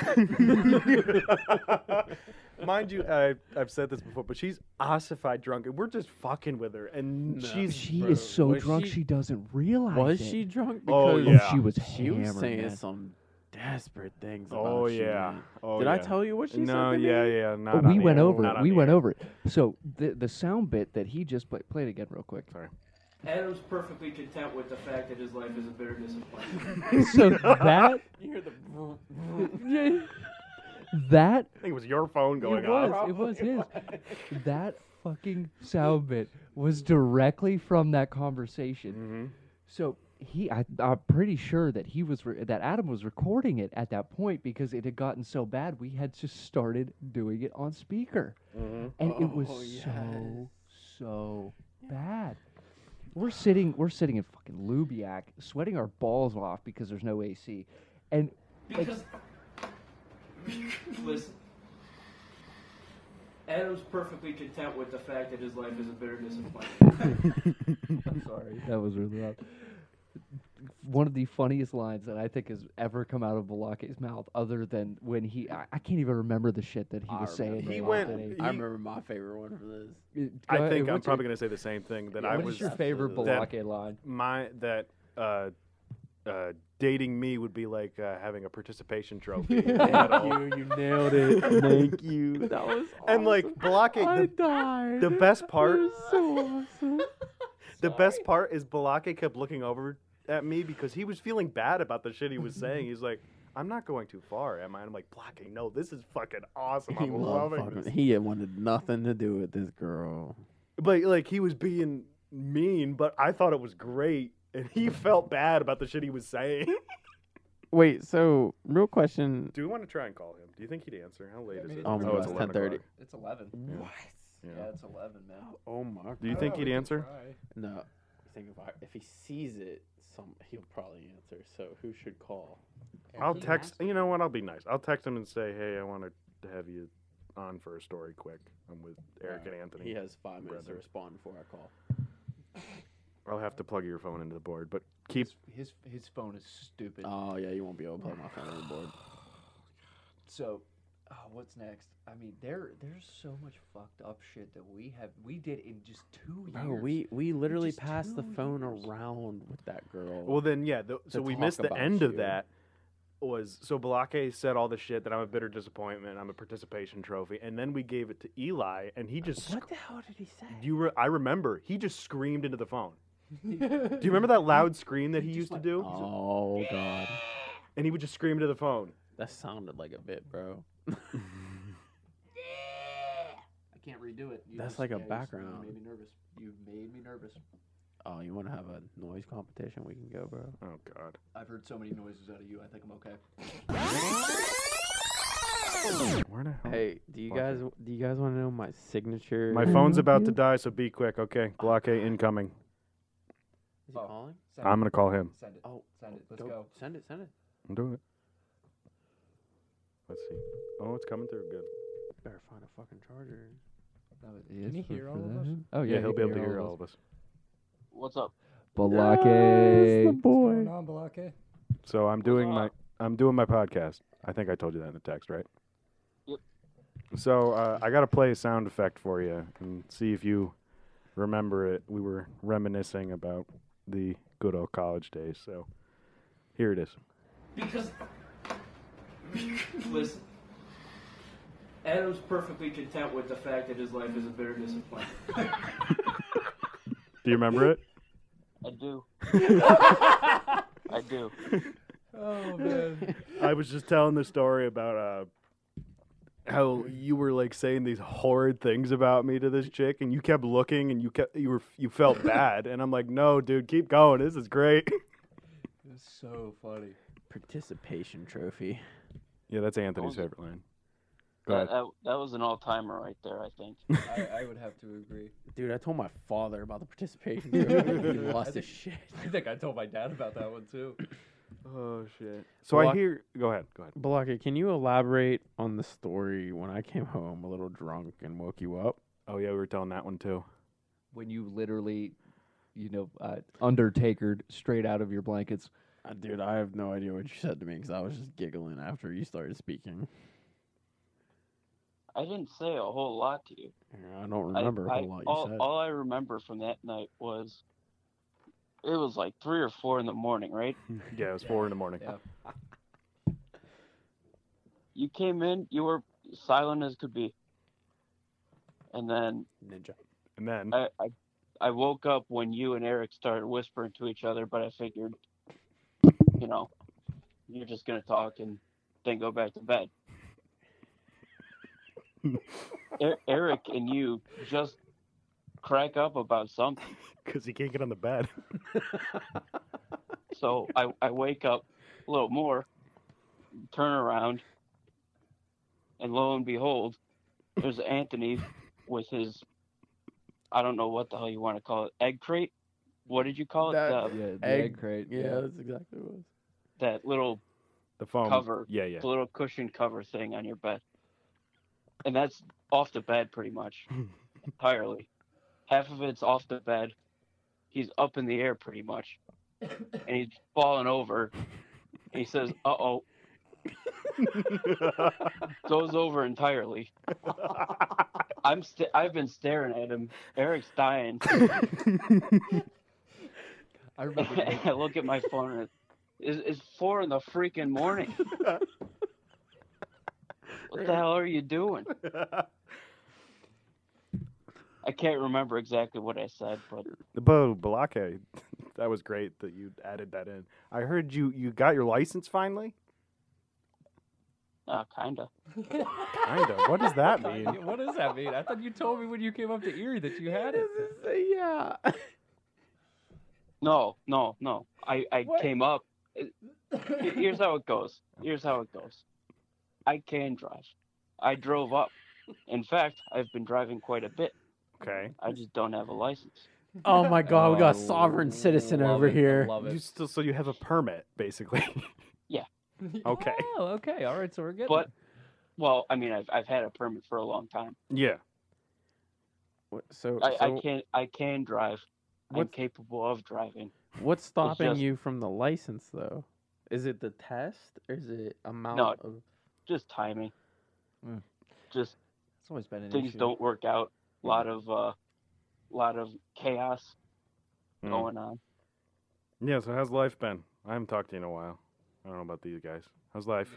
[SPEAKER 2] Mind you, I, I've said this before, but she's ossified drunk, and we're just fucking with her, and she's
[SPEAKER 21] she is so drunk she, doesn't realize.
[SPEAKER 25] Was
[SPEAKER 21] it.
[SPEAKER 25] she drunk?
[SPEAKER 2] Oh,
[SPEAKER 25] Because
[SPEAKER 2] yeah.
[SPEAKER 21] she was
[SPEAKER 25] She was
[SPEAKER 21] hammered,
[SPEAKER 25] saying
[SPEAKER 21] man.
[SPEAKER 25] some desperate things.
[SPEAKER 2] Oh
[SPEAKER 25] about
[SPEAKER 2] yeah.
[SPEAKER 25] You.
[SPEAKER 2] Oh,
[SPEAKER 25] Did I
[SPEAKER 2] yeah.
[SPEAKER 25] tell you what she said
[SPEAKER 2] No,
[SPEAKER 25] to me?
[SPEAKER 2] yeah, yeah.
[SPEAKER 21] Oh,
[SPEAKER 2] Not
[SPEAKER 21] we
[SPEAKER 2] on the
[SPEAKER 21] went
[SPEAKER 2] air,
[SPEAKER 21] over
[SPEAKER 2] not
[SPEAKER 21] it.
[SPEAKER 2] on
[SPEAKER 21] We
[SPEAKER 2] the
[SPEAKER 21] went
[SPEAKER 2] air.
[SPEAKER 21] over it. So the the sound bit that he just played play it again real quick. Sorry.
[SPEAKER 7] Adam's perfectly content with the fact that his life is a bitter disappointment.
[SPEAKER 21] So that
[SPEAKER 25] You hear the.
[SPEAKER 21] that
[SPEAKER 2] I think it was your phone going
[SPEAKER 21] it was
[SPEAKER 2] off.
[SPEAKER 21] it was his that fucking sound bit was directly from that conversation. So he, I, I'm pretty sure that he was re- that Adam was recording it at that point because it had gotten so bad we had just started doing it on speaker, and it was
[SPEAKER 25] Oh,
[SPEAKER 21] so so bad. We're sitting we're sitting in fucking Lubiac, sweating our balls off because there's no AC, and like,
[SPEAKER 7] Because- Listen. Adam's perfectly content with the fact that his life is a bitter disappointment.
[SPEAKER 21] I'm sorry, that was really loud. one of the funniest lines that I think has ever come out of Balake's mouth, other than when he, I, I can't even remember the shit that he was saying.
[SPEAKER 2] He
[SPEAKER 21] in
[SPEAKER 2] went-
[SPEAKER 21] Lost in Eight.
[SPEAKER 2] he-
[SPEAKER 25] I remember my favorite one from this.
[SPEAKER 2] I think
[SPEAKER 21] Go-
[SPEAKER 2] I'm
[SPEAKER 21] what's
[SPEAKER 2] probably
[SPEAKER 21] your-
[SPEAKER 2] going to say the same thing that
[SPEAKER 21] Yeah,
[SPEAKER 2] I
[SPEAKER 21] what is
[SPEAKER 2] was.
[SPEAKER 21] your favorite
[SPEAKER 2] that
[SPEAKER 21] Balake line?
[SPEAKER 2] My that uh, uh, dating me would be like uh, having a participation trophy.
[SPEAKER 25] Thank you, you nailed it. Thank you. That was
[SPEAKER 2] And like Balake,
[SPEAKER 25] I
[SPEAKER 2] the,
[SPEAKER 25] died.
[SPEAKER 2] the best part,
[SPEAKER 25] so awesome.
[SPEAKER 2] the best part is Balake kept looking over at me because he was feeling bad about the shit he was saying. He's like. I'm not going too far, am I? And I'm like, Balake, no, this is fucking awesome.
[SPEAKER 25] He
[SPEAKER 2] I'm
[SPEAKER 25] loved
[SPEAKER 2] loving
[SPEAKER 25] fucking-
[SPEAKER 2] this.
[SPEAKER 25] He had wanted nothing to do with this girl.
[SPEAKER 2] But like he was being mean, but I thought it was great, and he
[SPEAKER 25] Mm.
[SPEAKER 2] felt bad about the shit he was saying.
[SPEAKER 25] Wait, so real question.
[SPEAKER 2] Do we want to try and call him? Do you think he'd answer? How late
[SPEAKER 25] I
[SPEAKER 2] is
[SPEAKER 25] mean,
[SPEAKER 2] it?
[SPEAKER 25] it's Oh my God, it's
[SPEAKER 2] 11
[SPEAKER 25] 10:30.
[SPEAKER 2] o'clock.
[SPEAKER 22] It's 11.
[SPEAKER 2] Yeah.
[SPEAKER 22] What?
[SPEAKER 2] Yeah.
[SPEAKER 22] Yeah, it's 11, man.
[SPEAKER 25] Oh my.
[SPEAKER 2] Do you think he'd answer?
[SPEAKER 25] No. I think if, I, if he sees it, some he'll probably answer. So who should call?
[SPEAKER 2] I'll text. You know what? I'll be nice. I'll text him and say, "Hey, I want to have you on for a story quick. I'm with Eric and Anthony.
[SPEAKER 25] He has five minutes to
[SPEAKER 2] brother.
[SPEAKER 25] respond before I call.
[SPEAKER 2] I'll have to plug your phone into the board, but keep.
[SPEAKER 27] His his phone is stupid.
[SPEAKER 25] Oh yeah, you won't be able to play my phone on the board.
[SPEAKER 22] So, oh, what's next? I mean, there there's so much fucked up shit that we have we did in just two years.
[SPEAKER 25] Bro, we we literally
[SPEAKER 22] just
[SPEAKER 25] passed the
[SPEAKER 22] two
[SPEAKER 25] phone around with that girl.
[SPEAKER 2] Well, then yeah. The,
[SPEAKER 25] to
[SPEAKER 2] so we
[SPEAKER 25] talk
[SPEAKER 2] missed the
[SPEAKER 25] about
[SPEAKER 2] end of
[SPEAKER 25] you.
[SPEAKER 2] that. Was so Balake said all the shit that I'm a bitter disappointment. I'm a participation trophy, and then we gave it to Eli, and he just
[SPEAKER 25] What the hell did he say?
[SPEAKER 2] You re- I remember he just screamed into the phone. Do you remember that loud scream that he, used to do?
[SPEAKER 25] Oh god,
[SPEAKER 2] And he would just scream into the phone.
[SPEAKER 25] that sounded like a bit, bro.
[SPEAKER 22] I can't redo it. You
[SPEAKER 25] That's
[SPEAKER 22] just-
[SPEAKER 25] like a
[SPEAKER 22] yeah, you just-
[SPEAKER 25] background.
[SPEAKER 22] You made me nervous. You made me nervous.
[SPEAKER 25] Oh, you want to have a noise competition? We can go, bro.
[SPEAKER 2] Oh god.
[SPEAKER 22] I've heard so many noises out of you. I think I'm okay.
[SPEAKER 2] Where the hell?
[SPEAKER 25] Hey, do you
[SPEAKER 2] Fuck
[SPEAKER 25] guys
[SPEAKER 2] it.
[SPEAKER 25] do you guys want to know my signature?
[SPEAKER 2] My phone's about to die, so be quick, okay? Block A incoming.
[SPEAKER 25] Is he calling?
[SPEAKER 22] Send
[SPEAKER 2] I'm
[SPEAKER 22] it.
[SPEAKER 2] gonna call him.
[SPEAKER 22] Send it.
[SPEAKER 25] Oh,
[SPEAKER 22] Send it. Let's
[SPEAKER 25] dope.
[SPEAKER 22] go.
[SPEAKER 25] Send it. Send it.
[SPEAKER 2] I'm doing it. Let's see. Oh, it's coming through. Good.
[SPEAKER 25] Better find a fucking charger.
[SPEAKER 21] Yes,
[SPEAKER 27] he
[SPEAKER 21] for-
[SPEAKER 27] hear
[SPEAKER 21] for
[SPEAKER 27] all of
[SPEAKER 21] that
[SPEAKER 27] us?
[SPEAKER 21] shit. Oh yeah,
[SPEAKER 2] yeah, he'll
[SPEAKER 21] he
[SPEAKER 2] be
[SPEAKER 21] can
[SPEAKER 2] able to hear all
[SPEAKER 21] us.
[SPEAKER 2] of us.
[SPEAKER 15] What's up?
[SPEAKER 21] Balake.
[SPEAKER 27] Boy. What's going on, Balake?
[SPEAKER 2] So I'm doing my I'm doing my podcast. I think I told you that in the text, right?
[SPEAKER 15] Yep.
[SPEAKER 2] So uh, I gotta play a sound effect for you and see if you remember it. We were reminiscing about the good old college days. So here it is.
[SPEAKER 7] Because. Listen. Adam's perfectly content with the fact that his life is a bitter disappointment.
[SPEAKER 2] Do you remember it?
[SPEAKER 15] I do. I do.
[SPEAKER 27] Oh man.
[SPEAKER 2] I was just telling the story about uh, how you were like saying these horrid things about me to this chick, and you kept looking, and you kept you were you felt bad, and I'm like, no, dude, keep going. This is great.
[SPEAKER 27] It's so funny.
[SPEAKER 25] Participation trophy. Uh,
[SPEAKER 2] Yeah, that's Anthony's favorite line. Go
[SPEAKER 15] That,
[SPEAKER 2] ahead.
[SPEAKER 15] that, that was an all timer right there, I think.
[SPEAKER 22] I, I would have to agree.
[SPEAKER 25] Dude, I told my father about the participation trophy. he lost his shit.
[SPEAKER 22] I think I told my dad about that one too.
[SPEAKER 25] Oh shit.
[SPEAKER 2] So I
[SPEAKER 25] Block-
[SPEAKER 2] hear. Go ahead. Go ahead.
[SPEAKER 25] Balaka, can you elaborate on the story when I came home a little drunk and woke you up?
[SPEAKER 2] Oh yeah, we were telling that one too.
[SPEAKER 21] When you literally, you know, uh, Undertakered straight out of your blankets.
[SPEAKER 25] Uh, dude, I have no idea what you said to me because I was just giggling after you started speaking.
[SPEAKER 15] I didn't say a whole lot to you.
[SPEAKER 25] Yeah, I don't
[SPEAKER 15] I-
[SPEAKER 25] remember a
[SPEAKER 15] I-
[SPEAKER 25] whole lot you
[SPEAKER 15] all,
[SPEAKER 25] said.
[SPEAKER 15] all I remember from that night was it was like three or four in the morning, right?
[SPEAKER 2] Yeah, it was four in the morning.
[SPEAKER 22] Yeah.
[SPEAKER 15] You came in, you were silent as could be, and then
[SPEAKER 25] Ninja.
[SPEAKER 2] And then
[SPEAKER 15] I, I I woke up when you and Eric started whispering to each other, but I figured, you know, you're just gonna talk and then go back to bed. E- Eric and you just crack up about something.
[SPEAKER 2] because he can't get on the bed.
[SPEAKER 15] So I, I wake up a little more, turn around, and lo and behold, there's Anthony with his, I don't know what the hell you want to call it, egg crate? What did you call it?
[SPEAKER 25] That-
[SPEAKER 15] The-
[SPEAKER 21] Yeah, the egg,
[SPEAKER 25] Egg-
[SPEAKER 21] crate.
[SPEAKER 25] Yeah,
[SPEAKER 21] yeah.
[SPEAKER 25] that's exactly what it was.
[SPEAKER 15] that little
[SPEAKER 2] The phone.
[SPEAKER 15] cover.
[SPEAKER 2] Yeah, yeah.
[SPEAKER 15] The little cushion cover thing on your bed. And that's off the bed pretty much entirely. Half of it's off the bed. He's up in the air pretty much. and he's falling over. And he says, "Uh oh." Goes over entirely. I'm st- I've been staring at him. Eric's dying.
[SPEAKER 21] I
[SPEAKER 15] remember. I look at my phone and it- it's, it's four in the freaking morning. what the hell are you doing? I can't remember exactly what I said, but
[SPEAKER 2] Bo Balake, that was great that you added that in. I heard you you got your license finally.
[SPEAKER 15] uh, kinda.
[SPEAKER 2] Kinda. What does that mean?
[SPEAKER 21] what does that mean? I thought you told me when you came up to Erie that you had it.
[SPEAKER 25] yeah.
[SPEAKER 15] No, no, no. I, I came up. it- Here's how it goes. Here's how it goes. I can drive. I drove up. In fact, I've been driving quite a bit.
[SPEAKER 2] Okay.
[SPEAKER 15] I just don't have a license.
[SPEAKER 25] Oh my God, we got a sovereign citizen over here.
[SPEAKER 2] You still so you have a permit basically.
[SPEAKER 15] Yeah.
[SPEAKER 2] Okay.
[SPEAKER 21] Oh, okay. All right. So we're good.
[SPEAKER 15] But, well, I mean, I've, I've had a permit for a long time.
[SPEAKER 2] Yeah.
[SPEAKER 25] So,
[SPEAKER 15] I, I
[SPEAKER 25] so
[SPEAKER 15] can I can drive. I'm
[SPEAKER 25] What-
[SPEAKER 15] capable of driving.
[SPEAKER 25] what's stopping
[SPEAKER 15] just-
[SPEAKER 25] you from the license though? Is it the test? Or is it amount
[SPEAKER 15] No.
[SPEAKER 25] of?
[SPEAKER 15] Just timing. Hmm.
[SPEAKER 25] Mm.
[SPEAKER 15] Just
[SPEAKER 25] It's always been
[SPEAKER 15] things don't work out. A lot of uh, lot of chaos
[SPEAKER 25] Hmm.
[SPEAKER 2] Mm.
[SPEAKER 15] going on.
[SPEAKER 2] Yeah. So how's life been? I haven't talked to you in a while. I don't know about these guys. How's life?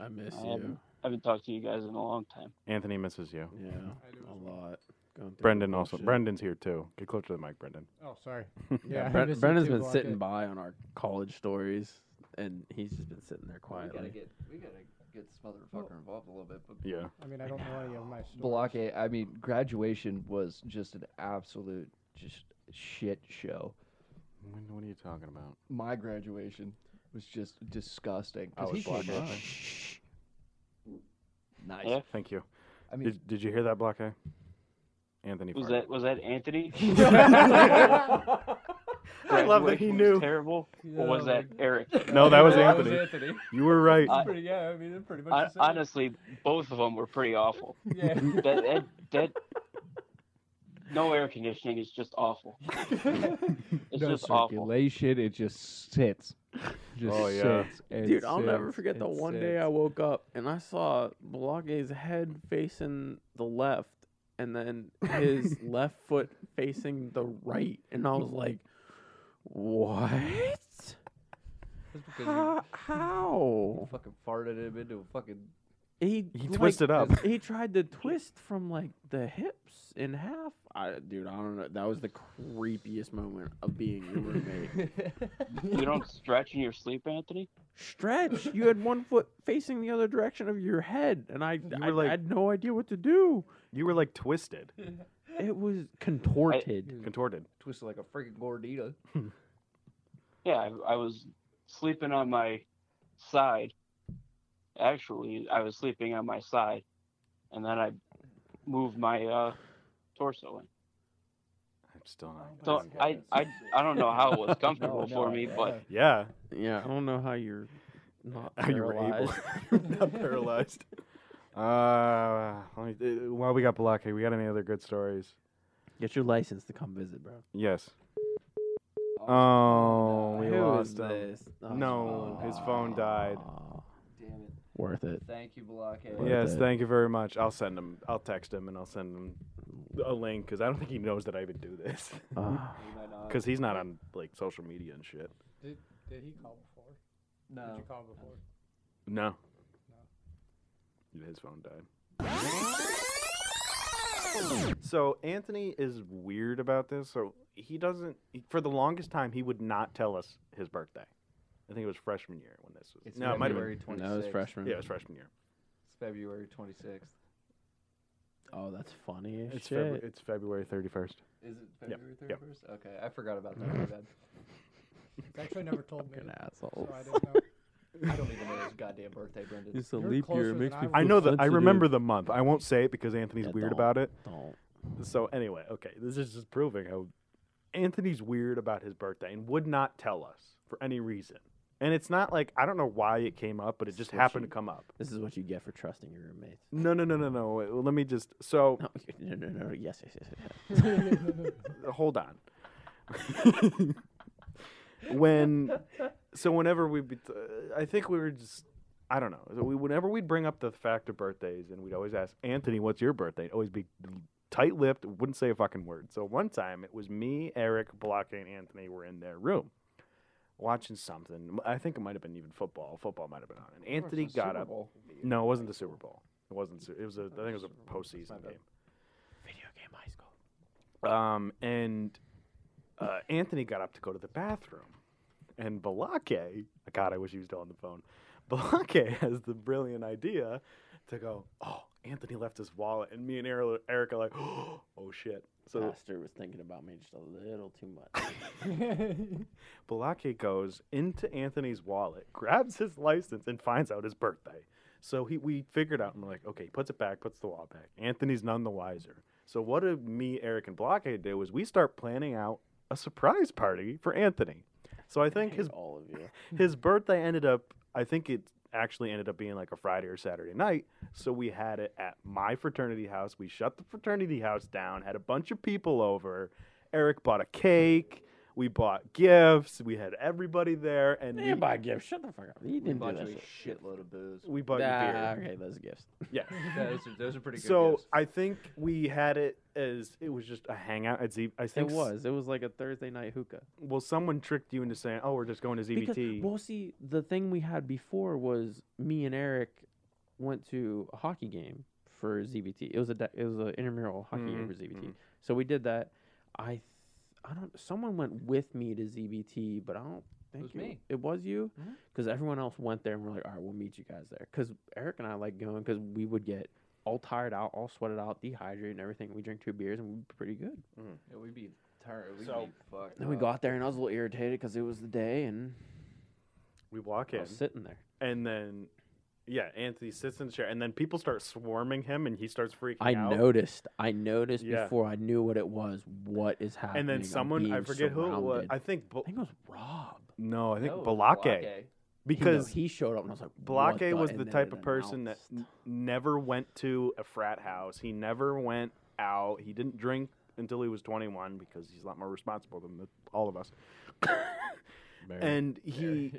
[SPEAKER 25] I miss
[SPEAKER 15] I haven't, I haven't talked to you guys in a long time.
[SPEAKER 2] Anthony misses you.
[SPEAKER 25] Yeah, a lot. Going through
[SPEAKER 2] Brendan also.
[SPEAKER 25] bullshit.
[SPEAKER 2] Brendan's here too. Get closer to the mic, Brendan.
[SPEAKER 9] Oh, sorry.
[SPEAKER 25] Yeah,
[SPEAKER 9] I
[SPEAKER 25] Bre-
[SPEAKER 9] miss you
[SPEAKER 25] Brendan's
[SPEAKER 9] too,
[SPEAKER 25] been
[SPEAKER 9] Block
[SPEAKER 25] sitting
[SPEAKER 9] It.
[SPEAKER 25] by on our college stories, and he's just been sitting there
[SPEAKER 21] we gotta
[SPEAKER 25] quietly.
[SPEAKER 21] get we gotta get this motherfucker involved a little bit. But
[SPEAKER 2] Yeah.
[SPEAKER 9] I mean, I don't know any of my stories.
[SPEAKER 21] Block A. I mean, graduation was just an absolute just shit show.
[SPEAKER 2] When, what are you talking about?
[SPEAKER 21] My graduation was just disgusting. 'cause
[SPEAKER 2] I was
[SPEAKER 21] he came
[SPEAKER 2] Block A.
[SPEAKER 21] in- Nice.
[SPEAKER 2] Thank you.
[SPEAKER 21] I mean-
[SPEAKER 2] did, did you hear that, Block A? Anthony.
[SPEAKER 15] Was
[SPEAKER 2] farted.
[SPEAKER 15] that was that Anthony?
[SPEAKER 2] I love that he knew.
[SPEAKER 15] Terrible. Or was
[SPEAKER 2] Yeah.
[SPEAKER 15] that Eric?
[SPEAKER 2] No, that was
[SPEAKER 21] That was
[SPEAKER 2] Anthony.
[SPEAKER 21] Anthony.
[SPEAKER 2] You were right.
[SPEAKER 15] I-
[SPEAKER 21] Pretty- yeah, I mean, they're pretty much
[SPEAKER 15] I,
[SPEAKER 21] the same.
[SPEAKER 15] honestly, both of them were pretty awful.
[SPEAKER 21] Yeah.
[SPEAKER 15] that, that, that no air conditioning is just awful. It's
[SPEAKER 21] no
[SPEAKER 15] just awful.
[SPEAKER 21] circulation. It just sits. Just
[SPEAKER 25] Oh, yeah.
[SPEAKER 21] sits and
[SPEAKER 25] Dude, I'll never
[SPEAKER 21] sits
[SPEAKER 25] forget the
[SPEAKER 21] and
[SPEAKER 25] one
[SPEAKER 21] sits.
[SPEAKER 25] day I woke up and I saw Balage's head facing the left and then his left foot facing the right. And I was like, what?
[SPEAKER 21] because you-
[SPEAKER 25] How?
[SPEAKER 21] You
[SPEAKER 25] how?
[SPEAKER 21] fucking farted him into a fucking.
[SPEAKER 25] He,
[SPEAKER 2] He
[SPEAKER 25] like,
[SPEAKER 2] twisted up.
[SPEAKER 25] He tried to twist from like the hips in half. I, dude, I don't know. That was the creepiest moment of being your roommate.
[SPEAKER 15] You don't stretch in your sleep, Anthony.
[SPEAKER 25] Stretch. You had one foot facing the other direction of your head, and I,
[SPEAKER 2] were
[SPEAKER 25] I,
[SPEAKER 2] like-
[SPEAKER 25] I had no idea what to do.
[SPEAKER 2] You were like twisted.
[SPEAKER 25] It was contorted.
[SPEAKER 2] Contorted.
[SPEAKER 21] Twisted like a freaking gordita.
[SPEAKER 25] Hmm.
[SPEAKER 15] Yeah, I, I was sleeping on my side. Actually, I was sleeping on my side, and then I moved my uh, torso in.
[SPEAKER 2] I'm still not.
[SPEAKER 15] So I, I, I don't know how it was comfortable
[SPEAKER 25] no,
[SPEAKER 15] for me, but
[SPEAKER 2] Yeah.
[SPEAKER 25] yeah, I don't know how you're not
[SPEAKER 2] How you were
[SPEAKER 25] paralyzed.
[SPEAKER 2] able. not paralyzed. Uh, let me, uh, while we got Block A, we got any other good stories?
[SPEAKER 25] Get your license to come visit, bro.
[SPEAKER 2] Yes. Oh, we
[SPEAKER 25] Who is
[SPEAKER 2] lost him.
[SPEAKER 25] this? Oh,
[SPEAKER 2] no, his phone died.
[SPEAKER 21] Damn it.
[SPEAKER 25] Worth it.
[SPEAKER 21] Thank you, Blockhead.
[SPEAKER 2] Yes, thank you very much. I'll send him. I'll text him and I'll send him a link because I don't think he knows that I even do this.
[SPEAKER 25] Ah.
[SPEAKER 2] Because he's not on like social media and shit.
[SPEAKER 9] Did, did he call before?
[SPEAKER 21] No.
[SPEAKER 9] Did you call before?
[SPEAKER 2] No. His phone died. So Anthony is weird about this. So he doesn't. He, for the longest time, he would not tell us his birthday. I think it was freshman year when this was.
[SPEAKER 21] It's
[SPEAKER 2] no, it might have
[SPEAKER 21] February
[SPEAKER 2] been.
[SPEAKER 21] 26th.
[SPEAKER 25] No, it was freshman.
[SPEAKER 2] Yeah, it was freshman year.
[SPEAKER 21] It's February 26th.
[SPEAKER 25] Oh, that's funny as
[SPEAKER 2] It's,
[SPEAKER 25] shit.
[SPEAKER 2] February, it's February thirty first.
[SPEAKER 21] Is it
[SPEAKER 2] Yep,
[SPEAKER 21] February
[SPEAKER 2] yep.
[SPEAKER 21] 31st? Okay, I forgot about that. my bad.
[SPEAKER 9] He's actually never told me.
[SPEAKER 25] Fucking
[SPEAKER 9] So
[SPEAKER 25] asshole.
[SPEAKER 9] I don't know.
[SPEAKER 21] I don't even know his goddamn birthday, Brendan.
[SPEAKER 25] It's a
[SPEAKER 9] You're
[SPEAKER 25] leap year.
[SPEAKER 9] closer
[SPEAKER 25] It
[SPEAKER 9] than
[SPEAKER 25] makes
[SPEAKER 9] I
[SPEAKER 25] me.
[SPEAKER 9] was.
[SPEAKER 2] I know that. I remember
[SPEAKER 25] the.
[SPEAKER 2] the month. I won't say it because Anthony's
[SPEAKER 25] Yeah,
[SPEAKER 2] weird
[SPEAKER 25] don't-
[SPEAKER 2] about it.
[SPEAKER 25] Don't.
[SPEAKER 2] So anyway, okay, this is just proving how Anthony's weird about his birthday and would not tell us for any reason. And it's not like I don't know why it came up, but it just
[SPEAKER 25] what
[SPEAKER 2] happened
[SPEAKER 25] you-
[SPEAKER 2] to come up.
[SPEAKER 25] This is what you get for trusting your roommates.
[SPEAKER 2] No, no, no, no, no. wait, Let me just. So
[SPEAKER 25] No, you- no, no, no. Yes, yes, yes. yes.
[SPEAKER 2] hold on. when so whenever we be t- I think we were just I don't know. So we whenever we'd bring up the fact of birthdays and we'd always ask Anthony, "What's your birthday?" It'd always be tight-lipped, wouldn't say a fucking word. So one time it was me, Eric, Block, and Anthony were in their room watching something. I think it might have been even football. Football might have been on. And
[SPEAKER 25] it was
[SPEAKER 2] Anthony
[SPEAKER 25] the
[SPEAKER 2] got
[SPEAKER 25] Super
[SPEAKER 2] up.
[SPEAKER 25] Bowl.
[SPEAKER 2] No, it wasn't the Super Bowl. It wasn't. su- It was a. I think it was a postseason game. Um, and uh, Anthony got up to go to the bathroom, and Balake, God, I wish he was still on the phone. Balake has the brilliant idea to go, "Oh, Anthony left his wallet," and me and Eric, Eric are like, "Oh shit!" So
[SPEAKER 25] Pastor was thinking about me just a little too much.
[SPEAKER 2] Balake goes into Anthony's wallet, grabs his license, and finds out his birthday. So he, we figured out, and we're like, okay, he puts it back, puts the wallet back. Anthony's none the wiser. So what did me, Eric, and Balake do is we start planning out a surprise party for Anthony. So I think his
[SPEAKER 25] all of you.
[SPEAKER 2] his birthday ended up. I think it actually ended up being like a Friday or Saturday night. So we had it at my fraternity house. We shut the fraternity house down. Had a bunch of people over. Eric bought a cake. We bought gifts. We had everybody there, and
[SPEAKER 25] You
[SPEAKER 2] we
[SPEAKER 25] didn't buy gifts. Shut the fuck up. You didn't
[SPEAKER 2] bought
[SPEAKER 25] do
[SPEAKER 2] you
[SPEAKER 25] that
[SPEAKER 2] a
[SPEAKER 25] shit. Shitload of booze.
[SPEAKER 2] We bought you beer.
[SPEAKER 25] Okay, those are gifts.
[SPEAKER 2] Yeah.
[SPEAKER 25] those are those are pretty
[SPEAKER 2] So I think we had it as it was just a hangout at Z. I think
[SPEAKER 25] it
[SPEAKER 2] s-
[SPEAKER 25] was. It was like a Thursday night hookah.
[SPEAKER 2] Well, someone tricked you into saying, "Oh, we're just going to
[SPEAKER 25] Because-
[SPEAKER 2] ZBT."
[SPEAKER 25] well, see, the thing we had before was me and Eric went to a hockey game for ZBT. It was a da- it was an intramural hockey
[SPEAKER 2] Mhm,
[SPEAKER 25] game for ZBT.
[SPEAKER 2] mhm.
[SPEAKER 25] So we did that. I th- I don't. Someone went with me to ZBT, but I don't think
[SPEAKER 21] was me.
[SPEAKER 25] It was you,
[SPEAKER 21] Mhm.
[SPEAKER 25] because everyone else went there, and we're like, all right, we'll meet you guys there. Because Eric and I like going because we would get all tired out, all sweated out, dehydrated, and everything. We drink two beers, and we'd be pretty good.
[SPEAKER 2] Mm-hmm.
[SPEAKER 27] Yeah, we'd be tired. We'd
[SPEAKER 25] So-
[SPEAKER 27] be fucked.
[SPEAKER 2] Uh,
[SPEAKER 25] Then we
[SPEAKER 27] up.
[SPEAKER 25] got there, and I was a little irritated because it was the day, and
[SPEAKER 2] We walk
[SPEAKER 25] I
[SPEAKER 2] in,
[SPEAKER 25] was sitting there.
[SPEAKER 2] and then yeah, Anthony sits in the chair, and then people start swarming him, and he starts freaking
[SPEAKER 25] I
[SPEAKER 2] out.
[SPEAKER 25] noticed. I noticed
[SPEAKER 2] Yeah.
[SPEAKER 25] before I knew what it was. What is happening?
[SPEAKER 2] And then
[SPEAKER 25] I'm
[SPEAKER 2] someone, I
[SPEAKER 25] being
[SPEAKER 2] forget who it was.
[SPEAKER 25] surrounded.
[SPEAKER 2] I think, Bo- I think
[SPEAKER 25] it was Rob.
[SPEAKER 2] No, I think
[SPEAKER 25] No, it was
[SPEAKER 2] Balake.
[SPEAKER 25] Oh, Balake.
[SPEAKER 2] Because
[SPEAKER 25] he showed up and I was like,
[SPEAKER 2] Balake
[SPEAKER 25] "What the-"
[SPEAKER 2] was
[SPEAKER 25] and
[SPEAKER 2] the
[SPEAKER 25] then
[SPEAKER 2] type
[SPEAKER 25] it
[SPEAKER 2] of person that n- never went to a frat house. He never went out. He didn't drink until he was 21 because he's a lot more responsible than the, all of us. and he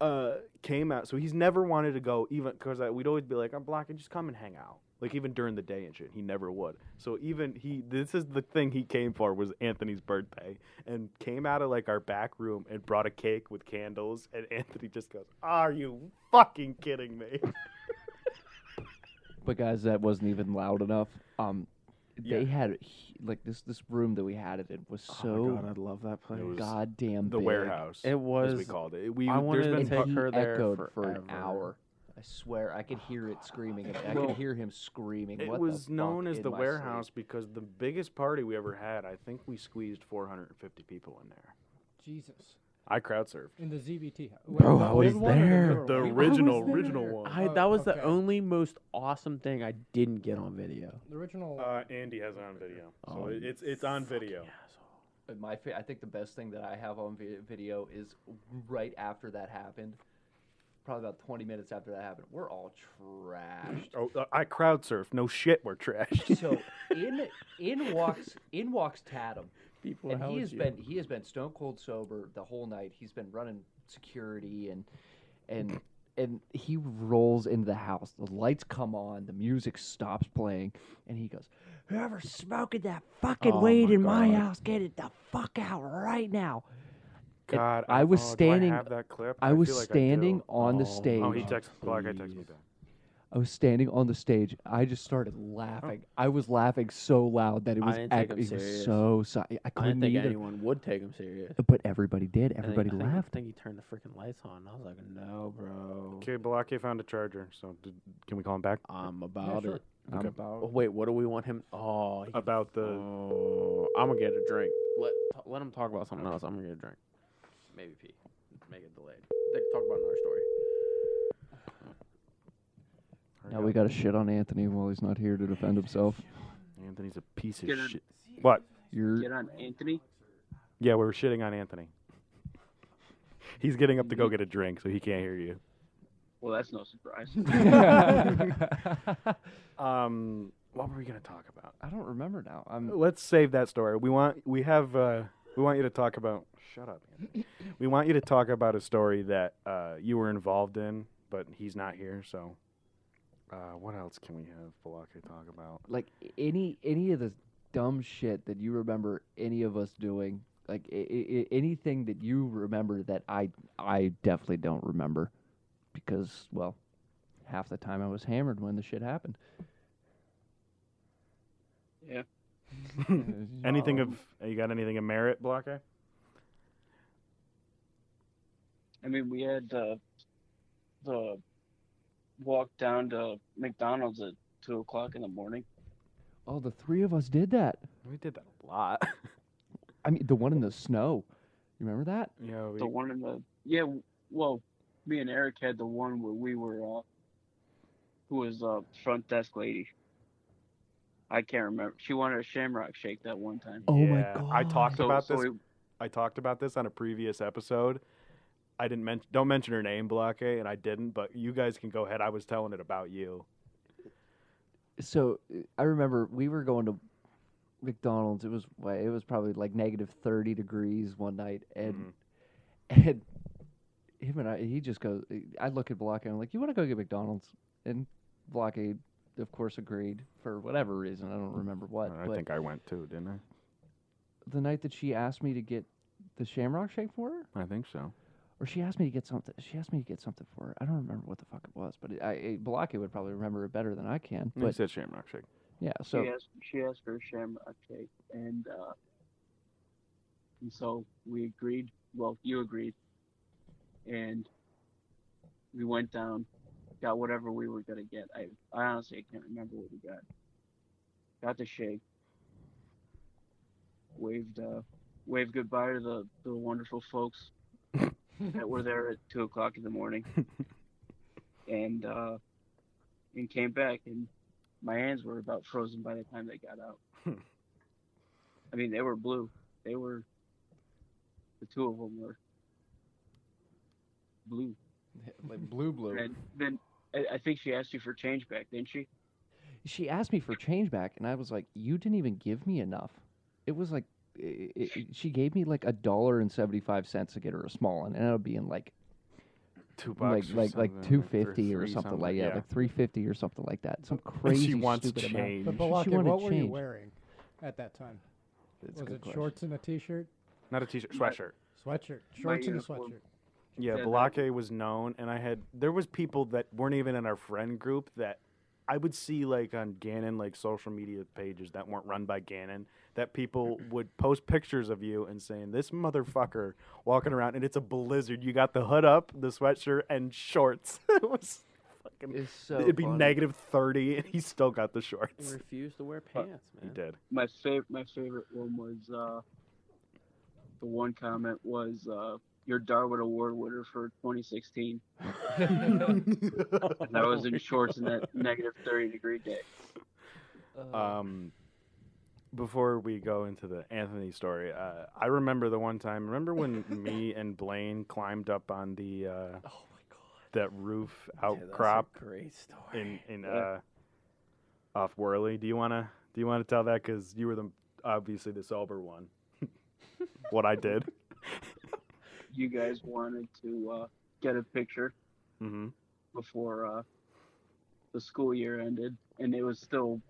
[SPEAKER 2] uh, came out. So he's never wanted to go even because we'd always be like, "I'm blocking, just come and hang out." Like even during the day and shit, he never would. So even he, this is the thing he came for was Anthony's birthday, and came out of like our back room and brought a cake with candles, and Anthony just goes, "Are you fucking kidding me?"
[SPEAKER 21] But guys, that wasn't even loud enough. Um,
[SPEAKER 2] Yeah. Oh
[SPEAKER 21] they had a hu- like this this room that we had it in was so
[SPEAKER 25] God, I love that place. It was
[SPEAKER 21] goddamn
[SPEAKER 2] the
[SPEAKER 21] big.
[SPEAKER 2] warehouse.
[SPEAKER 25] It was.
[SPEAKER 2] as we called it. We
[SPEAKER 25] I
[SPEAKER 2] there's
[SPEAKER 25] wanted
[SPEAKER 2] been
[SPEAKER 25] to
[SPEAKER 2] fuck-
[SPEAKER 25] take her there
[SPEAKER 21] echoed for an
[SPEAKER 25] forever.
[SPEAKER 21] hour. I swear, I could hear it screaming. I
[SPEAKER 2] Well,
[SPEAKER 21] could hear him screaming.
[SPEAKER 2] It
[SPEAKER 21] "What the
[SPEAKER 2] was known
[SPEAKER 21] fuck?"
[SPEAKER 2] as
[SPEAKER 21] in
[SPEAKER 2] the
[SPEAKER 21] my
[SPEAKER 2] warehouse because the biggest party we ever had, I think we squeezed 450 people in there.
[SPEAKER 9] Jesus.
[SPEAKER 2] I crowd surfed.
[SPEAKER 9] In the ZBT. house.
[SPEAKER 25] Bro, I was there.
[SPEAKER 2] The original, original one.
[SPEAKER 25] I, that was the only most awesome thing I didn't get on video.
[SPEAKER 9] The original.
[SPEAKER 2] Uh, Andy has it on video, so
[SPEAKER 25] Oh,
[SPEAKER 2] it- it's it's on video.
[SPEAKER 21] sleep. Uh, My, fa- I think the best thing that I have on vi- video is right after that happened. Probably about 20 minutes after that happened, we're all trashed.
[SPEAKER 2] Oh, uh, I crowd surf. No shit, we're trash.
[SPEAKER 21] So in in walks in walks Tatum,
[SPEAKER 25] People,
[SPEAKER 21] and
[SPEAKER 25] how
[SPEAKER 21] he
[SPEAKER 25] was
[SPEAKER 21] has
[SPEAKER 25] you?
[SPEAKER 21] been he has been stone cold sober the whole night. He's been running security and and and he rolls into the house. The lights come on, the music stops playing, and he goes, "Whoever smoking that fucking
[SPEAKER 22] Oh
[SPEAKER 21] weed
[SPEAKER 22] my
[SPEAKER 21] in my
[SPEAKER 22] God.
[SPEAKER 21] house, get it the fuck out right now." And
[SPEAKER 2] God,
[SPEAKER 21] I was
[SPEAKER 2] oh, do
[SPEAKER 21] standing.
[SPEAKER 2] I have that clip?
[SPEAKER 21] I was
[SPEAKER 2] feel like
[SPEAKER 21] standing
[SPEAKER 2] do.
[SPEAKER 21] on the
[SPEAKER 2] Oh, he
[SPEAKER 21] stage.
[SPEAKER 2] texted Black. I texted me back.
[SPEAKER 21] I was standing on the stage. I just started laughing.
[SPEAKER 2] Oh.
[SPEAKER 21] I was laughing so loud that it
[SPEAKER 25] I
[SPEAKER 21] was
[SPEAKER 25] didn't take
[SPEAKER 21] ac-
[SPEAKER 25] him
[SPEAKER 21] it was
[SPEAKER 25] serious.
[SPEAKER 21] so si- I
[SPEAKER 25] I
[SPEAKER 21] couldn't
[SPEAKER 25] didn't think
[SPEAKER 21] either.
[SPEAKER 25] anyone would take him serious.
[SPEAKER 21] But everybody did. Everybody
[SPEAKER 25] I think,
[SPEAKER 21] laughed.
[SPEAKER 25] I think he turned the freaking lights on. I was like, no, bro.
[SPEAKER 2] Okay, Balake found a charger. So did, can we call him back
[SPEAKER 25] I'm about
[SPEAKER 2] sure.
[SPEAKER 25] it. I'm
[SPEAKER 2] Okay.
[SPEAKER 25] about. Oh, wait, what do we want him? Oh, he-
[SPEAKER 2] about the?
[SPEAKER 25] oh, I'm gonna get a drink. Let t- let him talk about something else. I'm gonna get a drink. Maybe pee. Make it delayed. They can talk about another story.
[SPEAKER 21] Now we got to shit on Anthony while he's not here to defend himself.
[SPEAKER 2] Anthony's a piece of
[SPEAKER 15] Get on-
[SPEAKER 2] shit. What?
[SPEAKER 21] You're
[SPEAKER 15] Get on Anthony.
[SPEAKER 2] Yeah, we were shitting on Anthony. He's getting up to
[SPEAKER 21] Mm-hmm.
[SPEAKER 2] go get a drink, so he can't hear you.
[SPEAKER 15] Well, that's no surprise.
[SPEAKER 2] um, what were we gonna talk about?
[SPEAKER 21] I don't remember now. I'm
[SPEAKER 2] Let's save that story. We want we have uh, We want you to talk about. Shut up. Anthony. We want you to talk about a story that uh, you were involved in, but he's not here. So, uh, what else can we have Balaka talk about?
[SPEAKER 21] like any any of the dumb shit that you remember any of us doing like I- I- I- anything that you remember that i i definitely don't remember because well half the time i was hammered when the shit happened
[SPEAKER 15] Yeah.
[SPEAKER 2] anything of you got anything of merit, Balaka?
[SPEAKER 15] I mean, we had uh, the walk down to McDonald's at two o'clock in the morning.
[SPEAKER 21] oh the three of us did that
[SPEAKER 2] We did that a lot.
[SPEAKER 21] i mean the one in the snow you remember that
[SPEAKER 2] yeah
[SPEAKER 15] The one in the yeah. Well, me and Eric had the one where we were, uh, who was uh, front desk lady. I can't remember. She wanted a Shamrock Shake that one time.
[SPEAKER 2] Oh my god! I talked
[SPEAKER 15] So-
[SPEAKER 2] about
[SPEAKER 15] so
[SPEAKER 2] this.
[SPEAKER 15] we-
[SPEAKER 2] I talked about this on a previous episode. I didn't mention. Don't mention her name, Balaka, and I didn't. But you guys can go ahead. I was telling it about you.
[SPEAKER 21] so uh, I remember we were going to McDonald's. It was wa- it was probably like negative thirty degrees one night, and
[SPEAKER 2] Mm-hmm.
[SPEAKER 21] and him and I, he just goes. I look at Blocky and I'm like, "You want to go get McDonald's?" And Blocky, of course, agreed for whatever reason. I don't remember what.
[SPEAKER 2] I
[SPEAKER 21] but
[SPEAKER 2] think I went too, didn't I?
[SPEAKER 21] the night that she asked me to get the Shamrock Shake for her,
[SPEAKER 2] I think so.
[SPEAKER 21] or she asked me to get something. She asked me to get something for her. I don't remember what the fuck it was, but it, I, it, Blocky would probably remember it better than I can.
[SPEAKER 2] You
[SPEAKER 21] But
[SPEAKER 2] said Shamrock Shake.
[SPEAKER 21] yeah, so
[SPEAKER 15] she asked, she asked for a shamrock cake, and uh, and so we agreed. Well, you agreed, and we went down, got whatever we were gonna get. I, I honestly can't remember what we got. Got the shake. Waved uh, waved goodbye to the the wonderful folks that were there at two o'clock in the morning, and uh, and came back and my hands were about frozen by the time they got out. I mean, they were blue. They were the two of them were blue.
[SPEAKER 6] like blue blue.
[SPEAKER 15] And then I, I think she asked you for change back, didn't she?
[SPEAKER 21] she asked me for change back and i was like you didn't even give me enough it was like i i i- she gave me like a dollar and 75 cents to get her a small one and it would be in like
[SPEAKER 2] Two bucks
[SPEAKER 21] like
[SPEAKER 2] or
[SPEAKER 21] like
[SPEAKER 2] something,
[SPEAKER 21] like
[SPEAKER 2] or
[SPEAKER 21] 250 or
[SPEAKER 2] three
[SPEAKER 21] something,
[SPEAKER 2] something,
[SPEAKER 21] like yeah,
[SPEAKER 2] yeah.
[SPEAKER 21] like 350 or something like that some crazy
[SPEAKER 2] wants
[SPEAKER 21] stupid amount.
[SPEAKER 9] But
[SPEAKER 2] change.
[SPEAKER 9] Balake,
[SPEAKER 21] she
[SPEAKER 9] what
[SPEAKER 21] wanted
[SPEAKER 9] were you
[SPEAKER 21] change.
[SPEAKER 9] wearing at that time?
[SPEAKER 21] That's a
[SPEAKER 9] was
[SPEAKER 21] good
[SPEAKER 9] it
[SPEAKER 21] question.
[SPEAKER 9] shorts and a t-shirt?
[SPEAKER 2] Not a t-shirt, sweatshirt.
[SPEAKER 9] Sweatshirt.
[SPEAKER 15] My
[SPEAKER 9] Shorts and a
[SPEAKER 15] uniform.
[SPEAKER 9] sweatshirt.
[SPEAKER 2] Yeah,
[SPEAKER 15] Yeah,
[SPEAKER 2] Balake was known, and I had there was people that weren't even in our friend group that I would see like on Gannon like social media pages that weren't run by Gannon that people would post pictures of you and saying this motherfucker walking around and it's a blizzard. You got the hood up, the sweatshirt, and shorts. it was fucking.
[SPEAKER 25] It's so
[SPEAKER 2] it'd be
[SPEAKER 25] funny.
[SPEAKER 2] negative thirty, and he still got the shorts.
[SPEAKER 25] refused to wear
[SPEAKER 15] But-
[SPEAKER 25] pants,
[SPEAKER 2] He
[SPEAKER 25] man.
[SPEAKER 2] did.
[SPEAKER 15] My favorite, my favorite one was uh, the one comment was uh, your Darwin Award winner for 2016, and I was in shorts in that negative 30 degree day.
[SPEAKER 2] Um, before we go into the Anthony story, uh, I remember the one time. Remember when me and Blaine climbed up on the uh, oh my god that roof outcrop
[SPEAKER 25] Great story.
[SPEAKER 2] oh, in in uh, off Worley. Do you wanna do you wanna tell that? Because you were the obviously the sober one. what I did.
[SPEAKER 15] You guys wanted to uh, get a picture.
[SPEAKER 2] Mm-hmm.
[SPEAKER 15] before uh, the school year ended, and it was still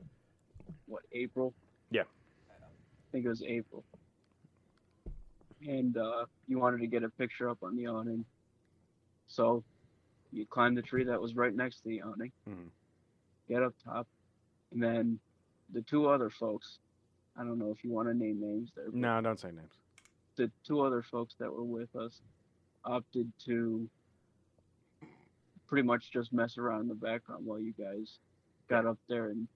[SPEAKER 15] what April.
[SPEAKER 2] Yeah.
[SPEAKER 15] I think it was April. And uh, you wanted to get a picture up on the awning, so you climbed the tree that was right next to the awning,
[SPEAKER 2] Mhm.
[SPEAKER 15] get up top, and then the two other folks. I don't know if you want to name names there. but
[SPEAKER 2] No, don't say names.
[SPEAKER 15] the two other folks that were with us opted to pretty much just mess around in the background while you guys got up there and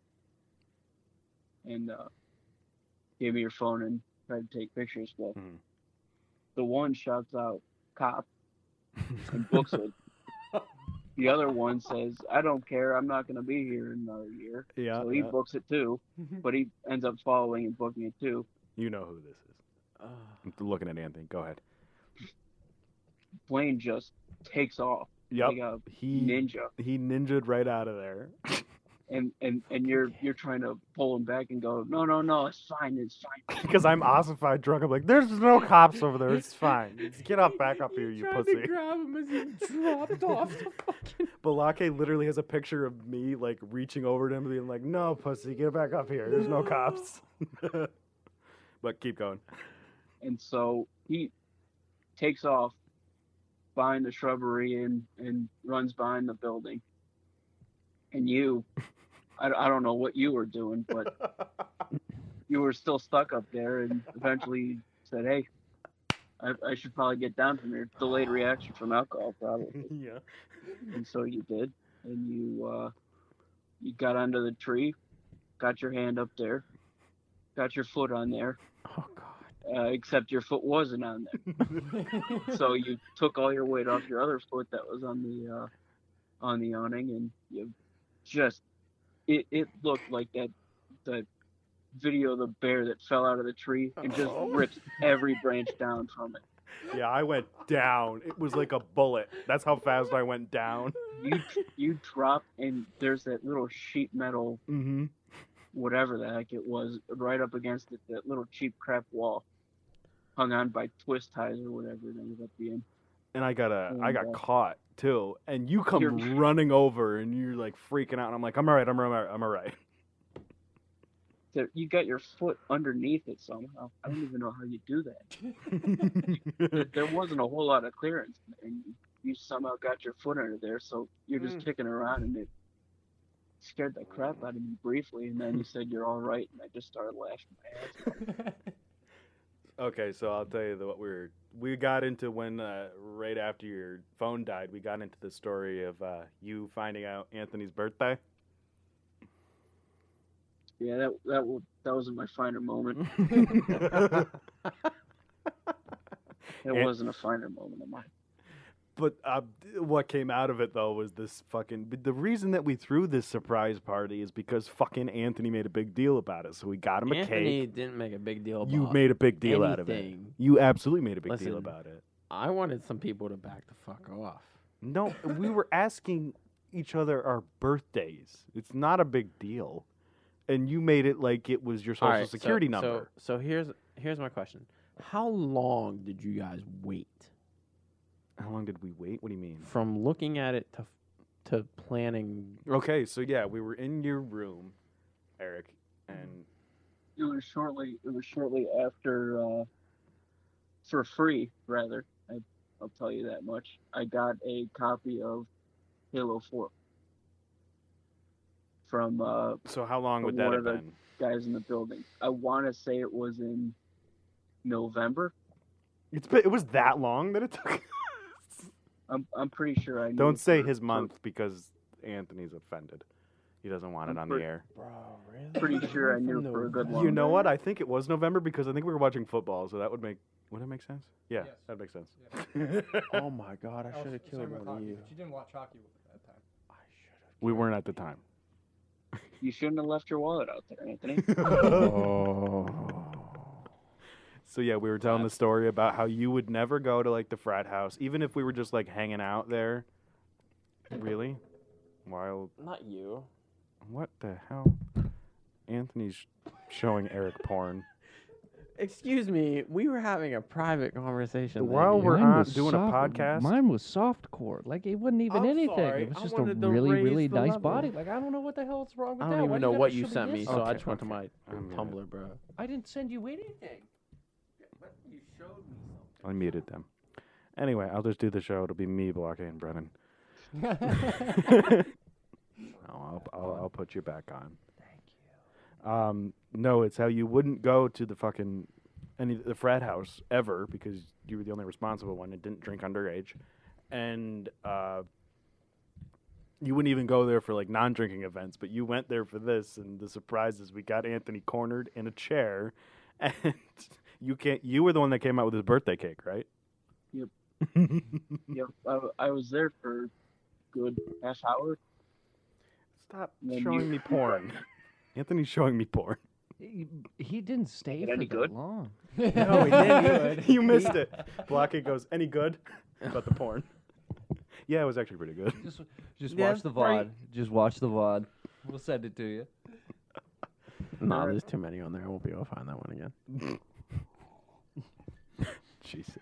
[SPEAKER 15] and uh, gave me your phone and tried to take pictures. Well,
[SPEAKER 2] Mhm.
[SPEAKER 15] the one shouts out "cop" and books it. The other one says, "I don't care. I'm not going to be here in another year."
[SPEAKER 2] Yeah,
[SPEAKER 15] so he
[SPEAKER 2] yeah.
[SPEAKER 15] books it too, but he ends up following and booking it too.
[SPEAKER 2] You know who this is. I'm looking at Anthony. Go ahead.
[SPEAKER 15] Blaine just takes off
[SPEAKER 2] Yep.
[SPEAKER 15] like a
[SPEAKER 2] He
[SPEAKER 15] ninja.
[SPEAKER 2] he ninjaed right out of there.
[SPEAKER 15] and and and you're you're trying to pull him back and go, no, no, no, it's fine, it's fine.
[SPEAKER 2] Because I'm ossified drunk. I'm like, there's no cops over there. It's fine. Just get up back up here, you pussy.
[SPEAKER 10] grab him as he dropped off the fucking.
[SPEAKER 2] Balake literally has a picture of me like reaching over to him and being like, no, pussy, get back up here. There's no cops. but keep going.
[SPEAKER 15] And so he takes off behind the shrubbery and, and runs behind the building. And you, I, I don't know what you were doing, but you were still stuck up there and eventually said, hey, I, I should probably get down from here. Delayed reaction from alcohol, probably.
[SPEAKER 2] yeah.
[SPEAKER 15] And so you did. And you, uh, you got under the tree, got your hand up there, got your foot on there. Oh, God. Uh, except your foot wasn't on there so you took all your weight off your other foot that was on the uh, on the awning, and you just it, it looked like that the video of the bear that fell out of the tree and just
[SPEAKER 2] Oh.
[SPEAKER 15] ripped every branch down from it.
[SPEAKER 2] Yeah, I went down. It was like a bullet. That's how fast I went down.
[SPEAKER 15] You you drop and there's that little sheet metal
[SPEAKER 2] Mm-hmm.
[SPEAKER 15] whatever the heck it was right up against it, that little cheap crap wall, hung on by twist ties or whatever it ended up being.
[SPEAKER 2] And I got a,
[SPEAKER 15] Oh,
[SPEAKER 2] I got
[SPEAKER 15] God.
[SPEAKER 2] caught too. And you come
[SPEAKER 15] You're-
[SPEAKER 2] running over, and you're like freaking out. And I'm like, I'm all right. I'm all right. I'm all right.
[SPEAKER 15] There- You got your foot underneath it somehow. I don't even know how you do that. there, there wasn't a whole lot of clearance, and you somehow got your foot under there, so you're just
[SPEAKER 25] Mm.
[SPEAKER 15] kicking around, and it scared the crap out of me briefly. And then you said you're all right, and I just started laughing.
[SPEAKER 2] Okay, so I'll tell you the, what we were. We got into when uh, right after your phone died. We got into the story of uh, you finding out Anthony's birthday.
[SPEAKER 15] Yeah, that that wa- that wasn't my finer moment. it
[SPEAKER 2] Yeah.
[SPEAKER 15] wasn't a finer moment of mine.
[SPEAKER 2] But uh, what came out of it though was this fucking. but The reason that we threw this surprise party is because fucking Anthony made a big deal about it. So we got him a
[SPEAKER 25] Anthony
[SPEAKER 2] cake.
[SPEAKER 25] didn't make a big deal. About
[SPEAKER 2] You made a big deal out of it.
[SPEAKER 25] anything.
[SPEAKER 2] You absolutely made a big
[SPEAKER 25] Listen,
[SPEAKER 2] deal about it.
[SPEAKER 25] I wanted some people to back the fuck off.
[SPEAKER 2] No, we were asking each other our birthdays. It's not a big deal. And you made it like it was your
[SPEAKER 25] All
[SPEAKER 2] social
[SPEAKER 25] right, so-
[SPEAKER 2] security
[SPEAKER 25] so-
[SPEAKER 2] number.
[SPEAKER 25] So, here's here's my question: How long did you guys wait
[SPEAKER 2] How long did we wait? What do you mean?
[SPEAKER 25] from looking at it to to planning?
[SPEAKER 2] Okay, so yeah, we were in your room, Eric, and
[SPEAKER 15] It was shortly. It was shortly after, uh, for free rather. I, I'll tell you that much. I got a copy of Halo Four from uh,
[SPEAKER 2] so how long
[SPEAKER 15] from
[SPEAKER 2] would that
[SPEAKER 15] one
[SPEAKER 2] have
[SPEAKER 15] of the
[SPEAKER 2] been?
[SPEAKER 15] guys in the building. I want to say it was in November.
[SPEAKER 2] It's been, it was that long that it took.
[SPEAKER 15] I'm I'm pretty sure I knew
[SPEAKER 2] Don't say
[SPEAKER 15] for-
[SPEAKER 2] his
[SPEAKER 15] for-
[SPEAKER 2] month because Anthony's offended. He doesn't want it on the
[SPEAKER 15] pretty-
[SPEAKER 2] air.
[SPEAKER 15] Pretty sure I knew for a good long.
[SPEAKER 2] You know what? I think it was November because I think we were watching football, so that would make would that make sense? Yeah, that makes sense.
[SPEAKER 25] oh my god! I should have killed
[SPEAKER 9] Same with
[SPEAKER 25] one of
[SPEAKER 9] hockey,
[SPEAKER 25] you.
[SPEAKER 9] but you didn't watch hockey at that time.
[SPEAKER 2] We weren't at the time.
[SPEAKER 15] You shouldn't have left your wallet out there, Anthony.
[SPEAKER 2] Oh. So yeah, we were telling the story about how you would never go to like the frat house, even if we were just like hanging out there. Really? Wild.
[SPEAKER 25] Not you.
[SPEAKER 2] What the hell? Anthony's sh- showing Eric porn.
[SPEAKER 25] Excuse me. We were having a private conversation.
[SPEAKER 2] While
[SPEAKER 25] lady.
[SPEAKER 2] we're
[SPEAKER 25] Mine
[SPEAKER 2] on-
[SPEAKER 25] was
[SPEAKER 2] doing a
[SPEAKER 25] soft-
[SPEAKER 2] podcast?
[SPEAKER 25] Mine
[SPEAKER 21] was soft core. Like it wasn't even
[SPEAKER 25] I'm
[SPEAKER 21] anything.
[SPEAKER 25] sorry,
[SPEAKER 21] It was
[SPEAKER 25] I
[SPEAKER 21] just a
[SPEAKER 25] wanted to
[SPEAKER 21] really,
[SPEAKER 25] raise
[SPEAKER 21] really
[SPEAKER 25] the
[SPEAKER 21] nice
[SPEAKER 25] level.
[SPEAKER 21] body. Like I don't know what the hell is wrong with
[SPEAKER 25] I
[SPEAKER 21] that.
[SPEAKER 25] don't
[SPEAKER 21] Why
[SPEAKER 25] even
[SPEAKER 21] do
[SPEAKER 25] know
[SPEAKER 21] you
[SPEAKER 25] what
[SPEAKER 21] gotta
[SPEAKER 25] you
[SPEAKER 21] show
[SPEAKER 25] sent me,
[SPEAKER 21] this?
[SPEAKER 25] so I just went to my Tumblr, bro.
[SPEAKER 21] I didn't send you anything.
[SPEAKER 2] I muted them. Anyway, I'll just do the show. It'll be me, Blocky, and Brennan. no, I'll, I'll, I'll put you back on. Thank you. Um, no, it's how you wouldn't go to the fucking any the frat house ever because you were the only responsible one and didn't drink underage, and uh, you wouldn't even go there for like non-drinking events. But you went there for this, and the surprise is we got Anthony cornered in a chair, and you can't. You were the one that came out with his birthday cake, right?
[SPEAKER 15] Yep. yep. I, I was there for a good half hour.
[SPEAKER 2] Stop
[SPEAKER 15] Then
[SPEAKER 2] showing
[SPEAKER 15] you-
[SPEAKER 2] me porn. Anthony's showing me porn.
[SPEAKER 21] He, he didn't stay
[SPEAKER 2] It
[SPEAKER 21] for
[SPEAKER 2] any
[SPEAKER 21] that
[SPEAKER 2] good?
[SPEAKER 21] long.
[SPEAKER 2] No, he didn't. you missed it. Blockhead goes, any good? About the porn. Yeah, it was actually pretty good.
[SPEAKER 21] Just
[SPEAKER 2] Yeah,
[SPEAKER 21] watch the vod.
[SPEAKER 2] right.
[SPEAKER 21] Just watch the vod. We'll send it to you.
[SPEAKER 25] No, there's too many on there. I won't be able to find that one again.
[SPEAKER 2] Jesus.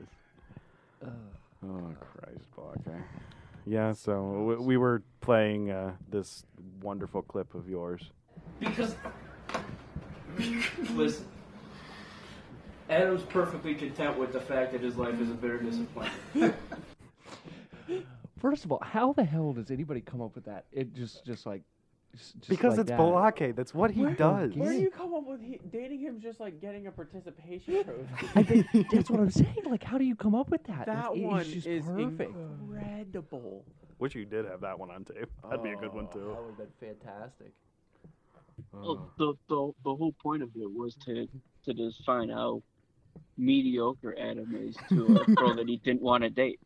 [SPEAKER 2] Oh Christ, okay. Yeah, so we, we were playing uh, this wonderful clip of yours.
[SPEAKER 7] Because. Listen. Adam's perfectly content with the fact that his life is a bitter disappointment.
[SPEAKER 21] First of all, how the hell does anybody come up with that? It just, just like, just just
[SPEAKER 2] Because
[SPEAKER 21] like
[SPEAKER 2] it's
[SPEAKER 21] that.
[SPEAKER 2] Balake. That's what he
[SPEAKER 21] Where-
[SPEAKER 2] does.
[SPEAKER 21] where
[SPEAKER 10] Where do
[SPEAKER 21] you-
[SPEAKER 10] you come up with he- dating him just like getting a participation trophy?
[SPEAKER 21] I think that's what I'm saying. Like, how do you come up with that?
[SPEAKER 10] That
[SPEAKER 21] It- it
[SPEAKER 10] one
[SPEAKER 21] just
[SPEAKER 10] is
[SPEAKER 21] perfect.
[SPEAKER 10] incredible.
[SPEAKER 2] Wish you did have that one on tape. That'd be a good one
[SPEAKER 25] Oh,
[SPEAKER 2] too.
[SPEAKER 22] That would have been fantastic.
[SPEAKER 15] Well, the, the the whole point of it was to to just find out mediocre Adam is to a girl that he didn't want to date.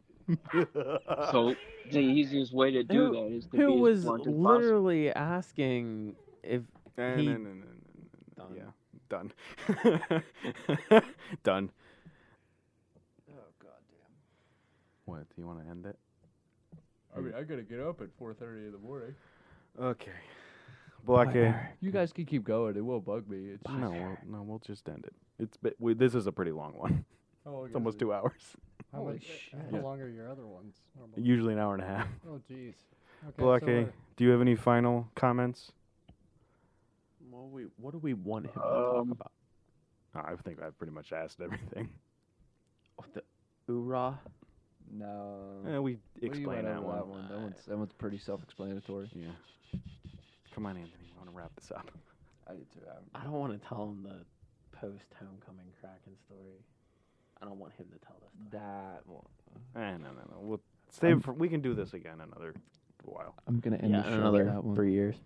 [SPEAKER 15] So the easiest way to do
[SPEAKER 25] Who-
[SPEAKER 15] that is to
[SPEAKER 25] who
[SPEAKER 15] be as
[SPEAKER 25] was
[SPEAKER 15] blunt as possible.
[SPEAKER 25] literally asking if
[SPEAKER 2] Eh,
[SPEAKER 25] he
[SPEAKER 2] no, no, no, no, no, no, Yeah, done. done.
[SPEAKER 27] Oh,
[SPEAKER 2] What? Do you want to end it?
[SPEAKER 9] I mean, I gotta get up at 4:30 in the morning.
[SPEAKER 2] Okay. Balake.
[SPEAKER 21] You guys can keep going. It won't bug me. It's
[SPEAKER 2] No, we'll, no, we'll just end it. It's bi- we, this is a pretty long one.
[SPEAKER 9] Oh, I
[SPEAKER 2] it's
[SPEAKER 9] guess
[SPEAKER 2] almost
[SPEAKER 9] it-
[SPEAKER 2] two hours.
[SPEAKER 9] How
[SPEAKER 21] Holy
[SPEAKER 9] much-
[SPEAKER 21] shit.
[SPEAKER 9] How
[SPEAKER 2] Yeah.
[SPEAKER 9] long are your other ones? normally?
[SPEAKER 2] Usually an hour and a half.
[SPEAKER 9] Oh, jeez. Okay, so
[SPEAKER 2] Balake,
[SPEAKER 9] we're-
[SPEAKER 2] do you have any final comments?
[SPEAKER 25] Well, we, what do we want him
[SPEAKER 15] Um,
[SPEAKER 25] to talk
[SPEAKER 2] I think I've pretty much asked everything.
[SPEAKER 25] about? The oorah?
[SPEAKER 21] No.
[SPEAKER 2] Eh, we
[SPEAKER 21] We
[SPEAKER 2] explain
[SPEAKER 21] went
[SPEAKER 2] that
[SPEAKER 21] over
[SPEAKER 2] one.
[SPEAKER 21] That, one. That, one's, that one's pretty self-explanatory.
[SPEAKER 2] Yeah. Come on, Anthony. I want to wrap this up.
[SPEAKER 21] I do too. I'm-
[SPEAKER 25] I don't want to tell him the post homecoming Kraken story. I don't want him to tell this.
[SPEAKER 21] That one.
[SPEAKER 2] Eh, no, no, no. We'll save. it For, we can do this again another while.
[SPEAKER 21] I'm gonna end
[SPEAKER 25] yeah,
[SPEAKER 21] the
[SPEAKER 25] in
[SPEAKER 21] show
[SPEAKER 25] another
[SPEAKER 21] with that one.
[SPEAKER 25] three years.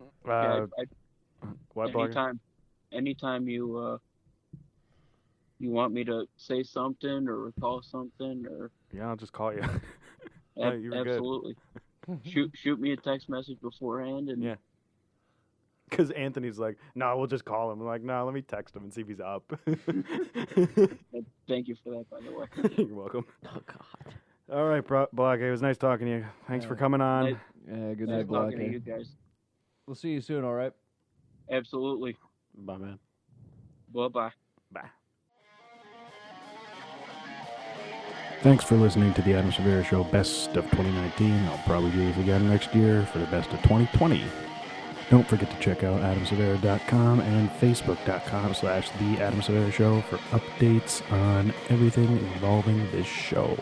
[SPEAKER 2] Uh,
[SPEAKER 15] yeah, I, I,
[SPEAKER 2] what, Balake?
[SPEAKER 15] anytime, anytime you uh, you want me to say something or recall something or
[SPEAKER 2] Yeah, I'll just call you.
[SPEAKER 15] ab-
[SPEAKER 2] no, you were good.
[SPEAKER 15] absolutely shoot shoot me a text message beforehand and
[SPEAKER 2] Yeah. Because Anthony's like, no, we'll just call him. I'm like, no, let me text him and see if he's up.
[SPEAKER 15] and thank you for that by the way.
[SPEAKER 2] You're welcome. Oh, God. All right, Bro- Block. It was nice talking to you. Thanks for coming on.
[SPEAKER 15] Nice-
[SPEAKER 21] Yeah,
[SPEAKER 15] nice
[SPEAKER 21] good night,
[SPEAKER 15] talking to
[SPEAKER 21] Blackie.
[SPEAKER 15] you guys.
[SPEAKER 21] We'll see you soon. All right.
[SPEAKER 15] Absolutely.
[SPEAKER 25] Bye, man.
[SPEAKER 15] Bye bye.
[SPEAKER 2] Bye.
[SPEAKER 1] Thanks for listening to the Adam Severa Show Best of 2019. I'll probably do this again next year for the best of 2020. Don't forget to check out adamsevera.com and facebook.com slash the Adam Severa Show for updates on everything involving this show.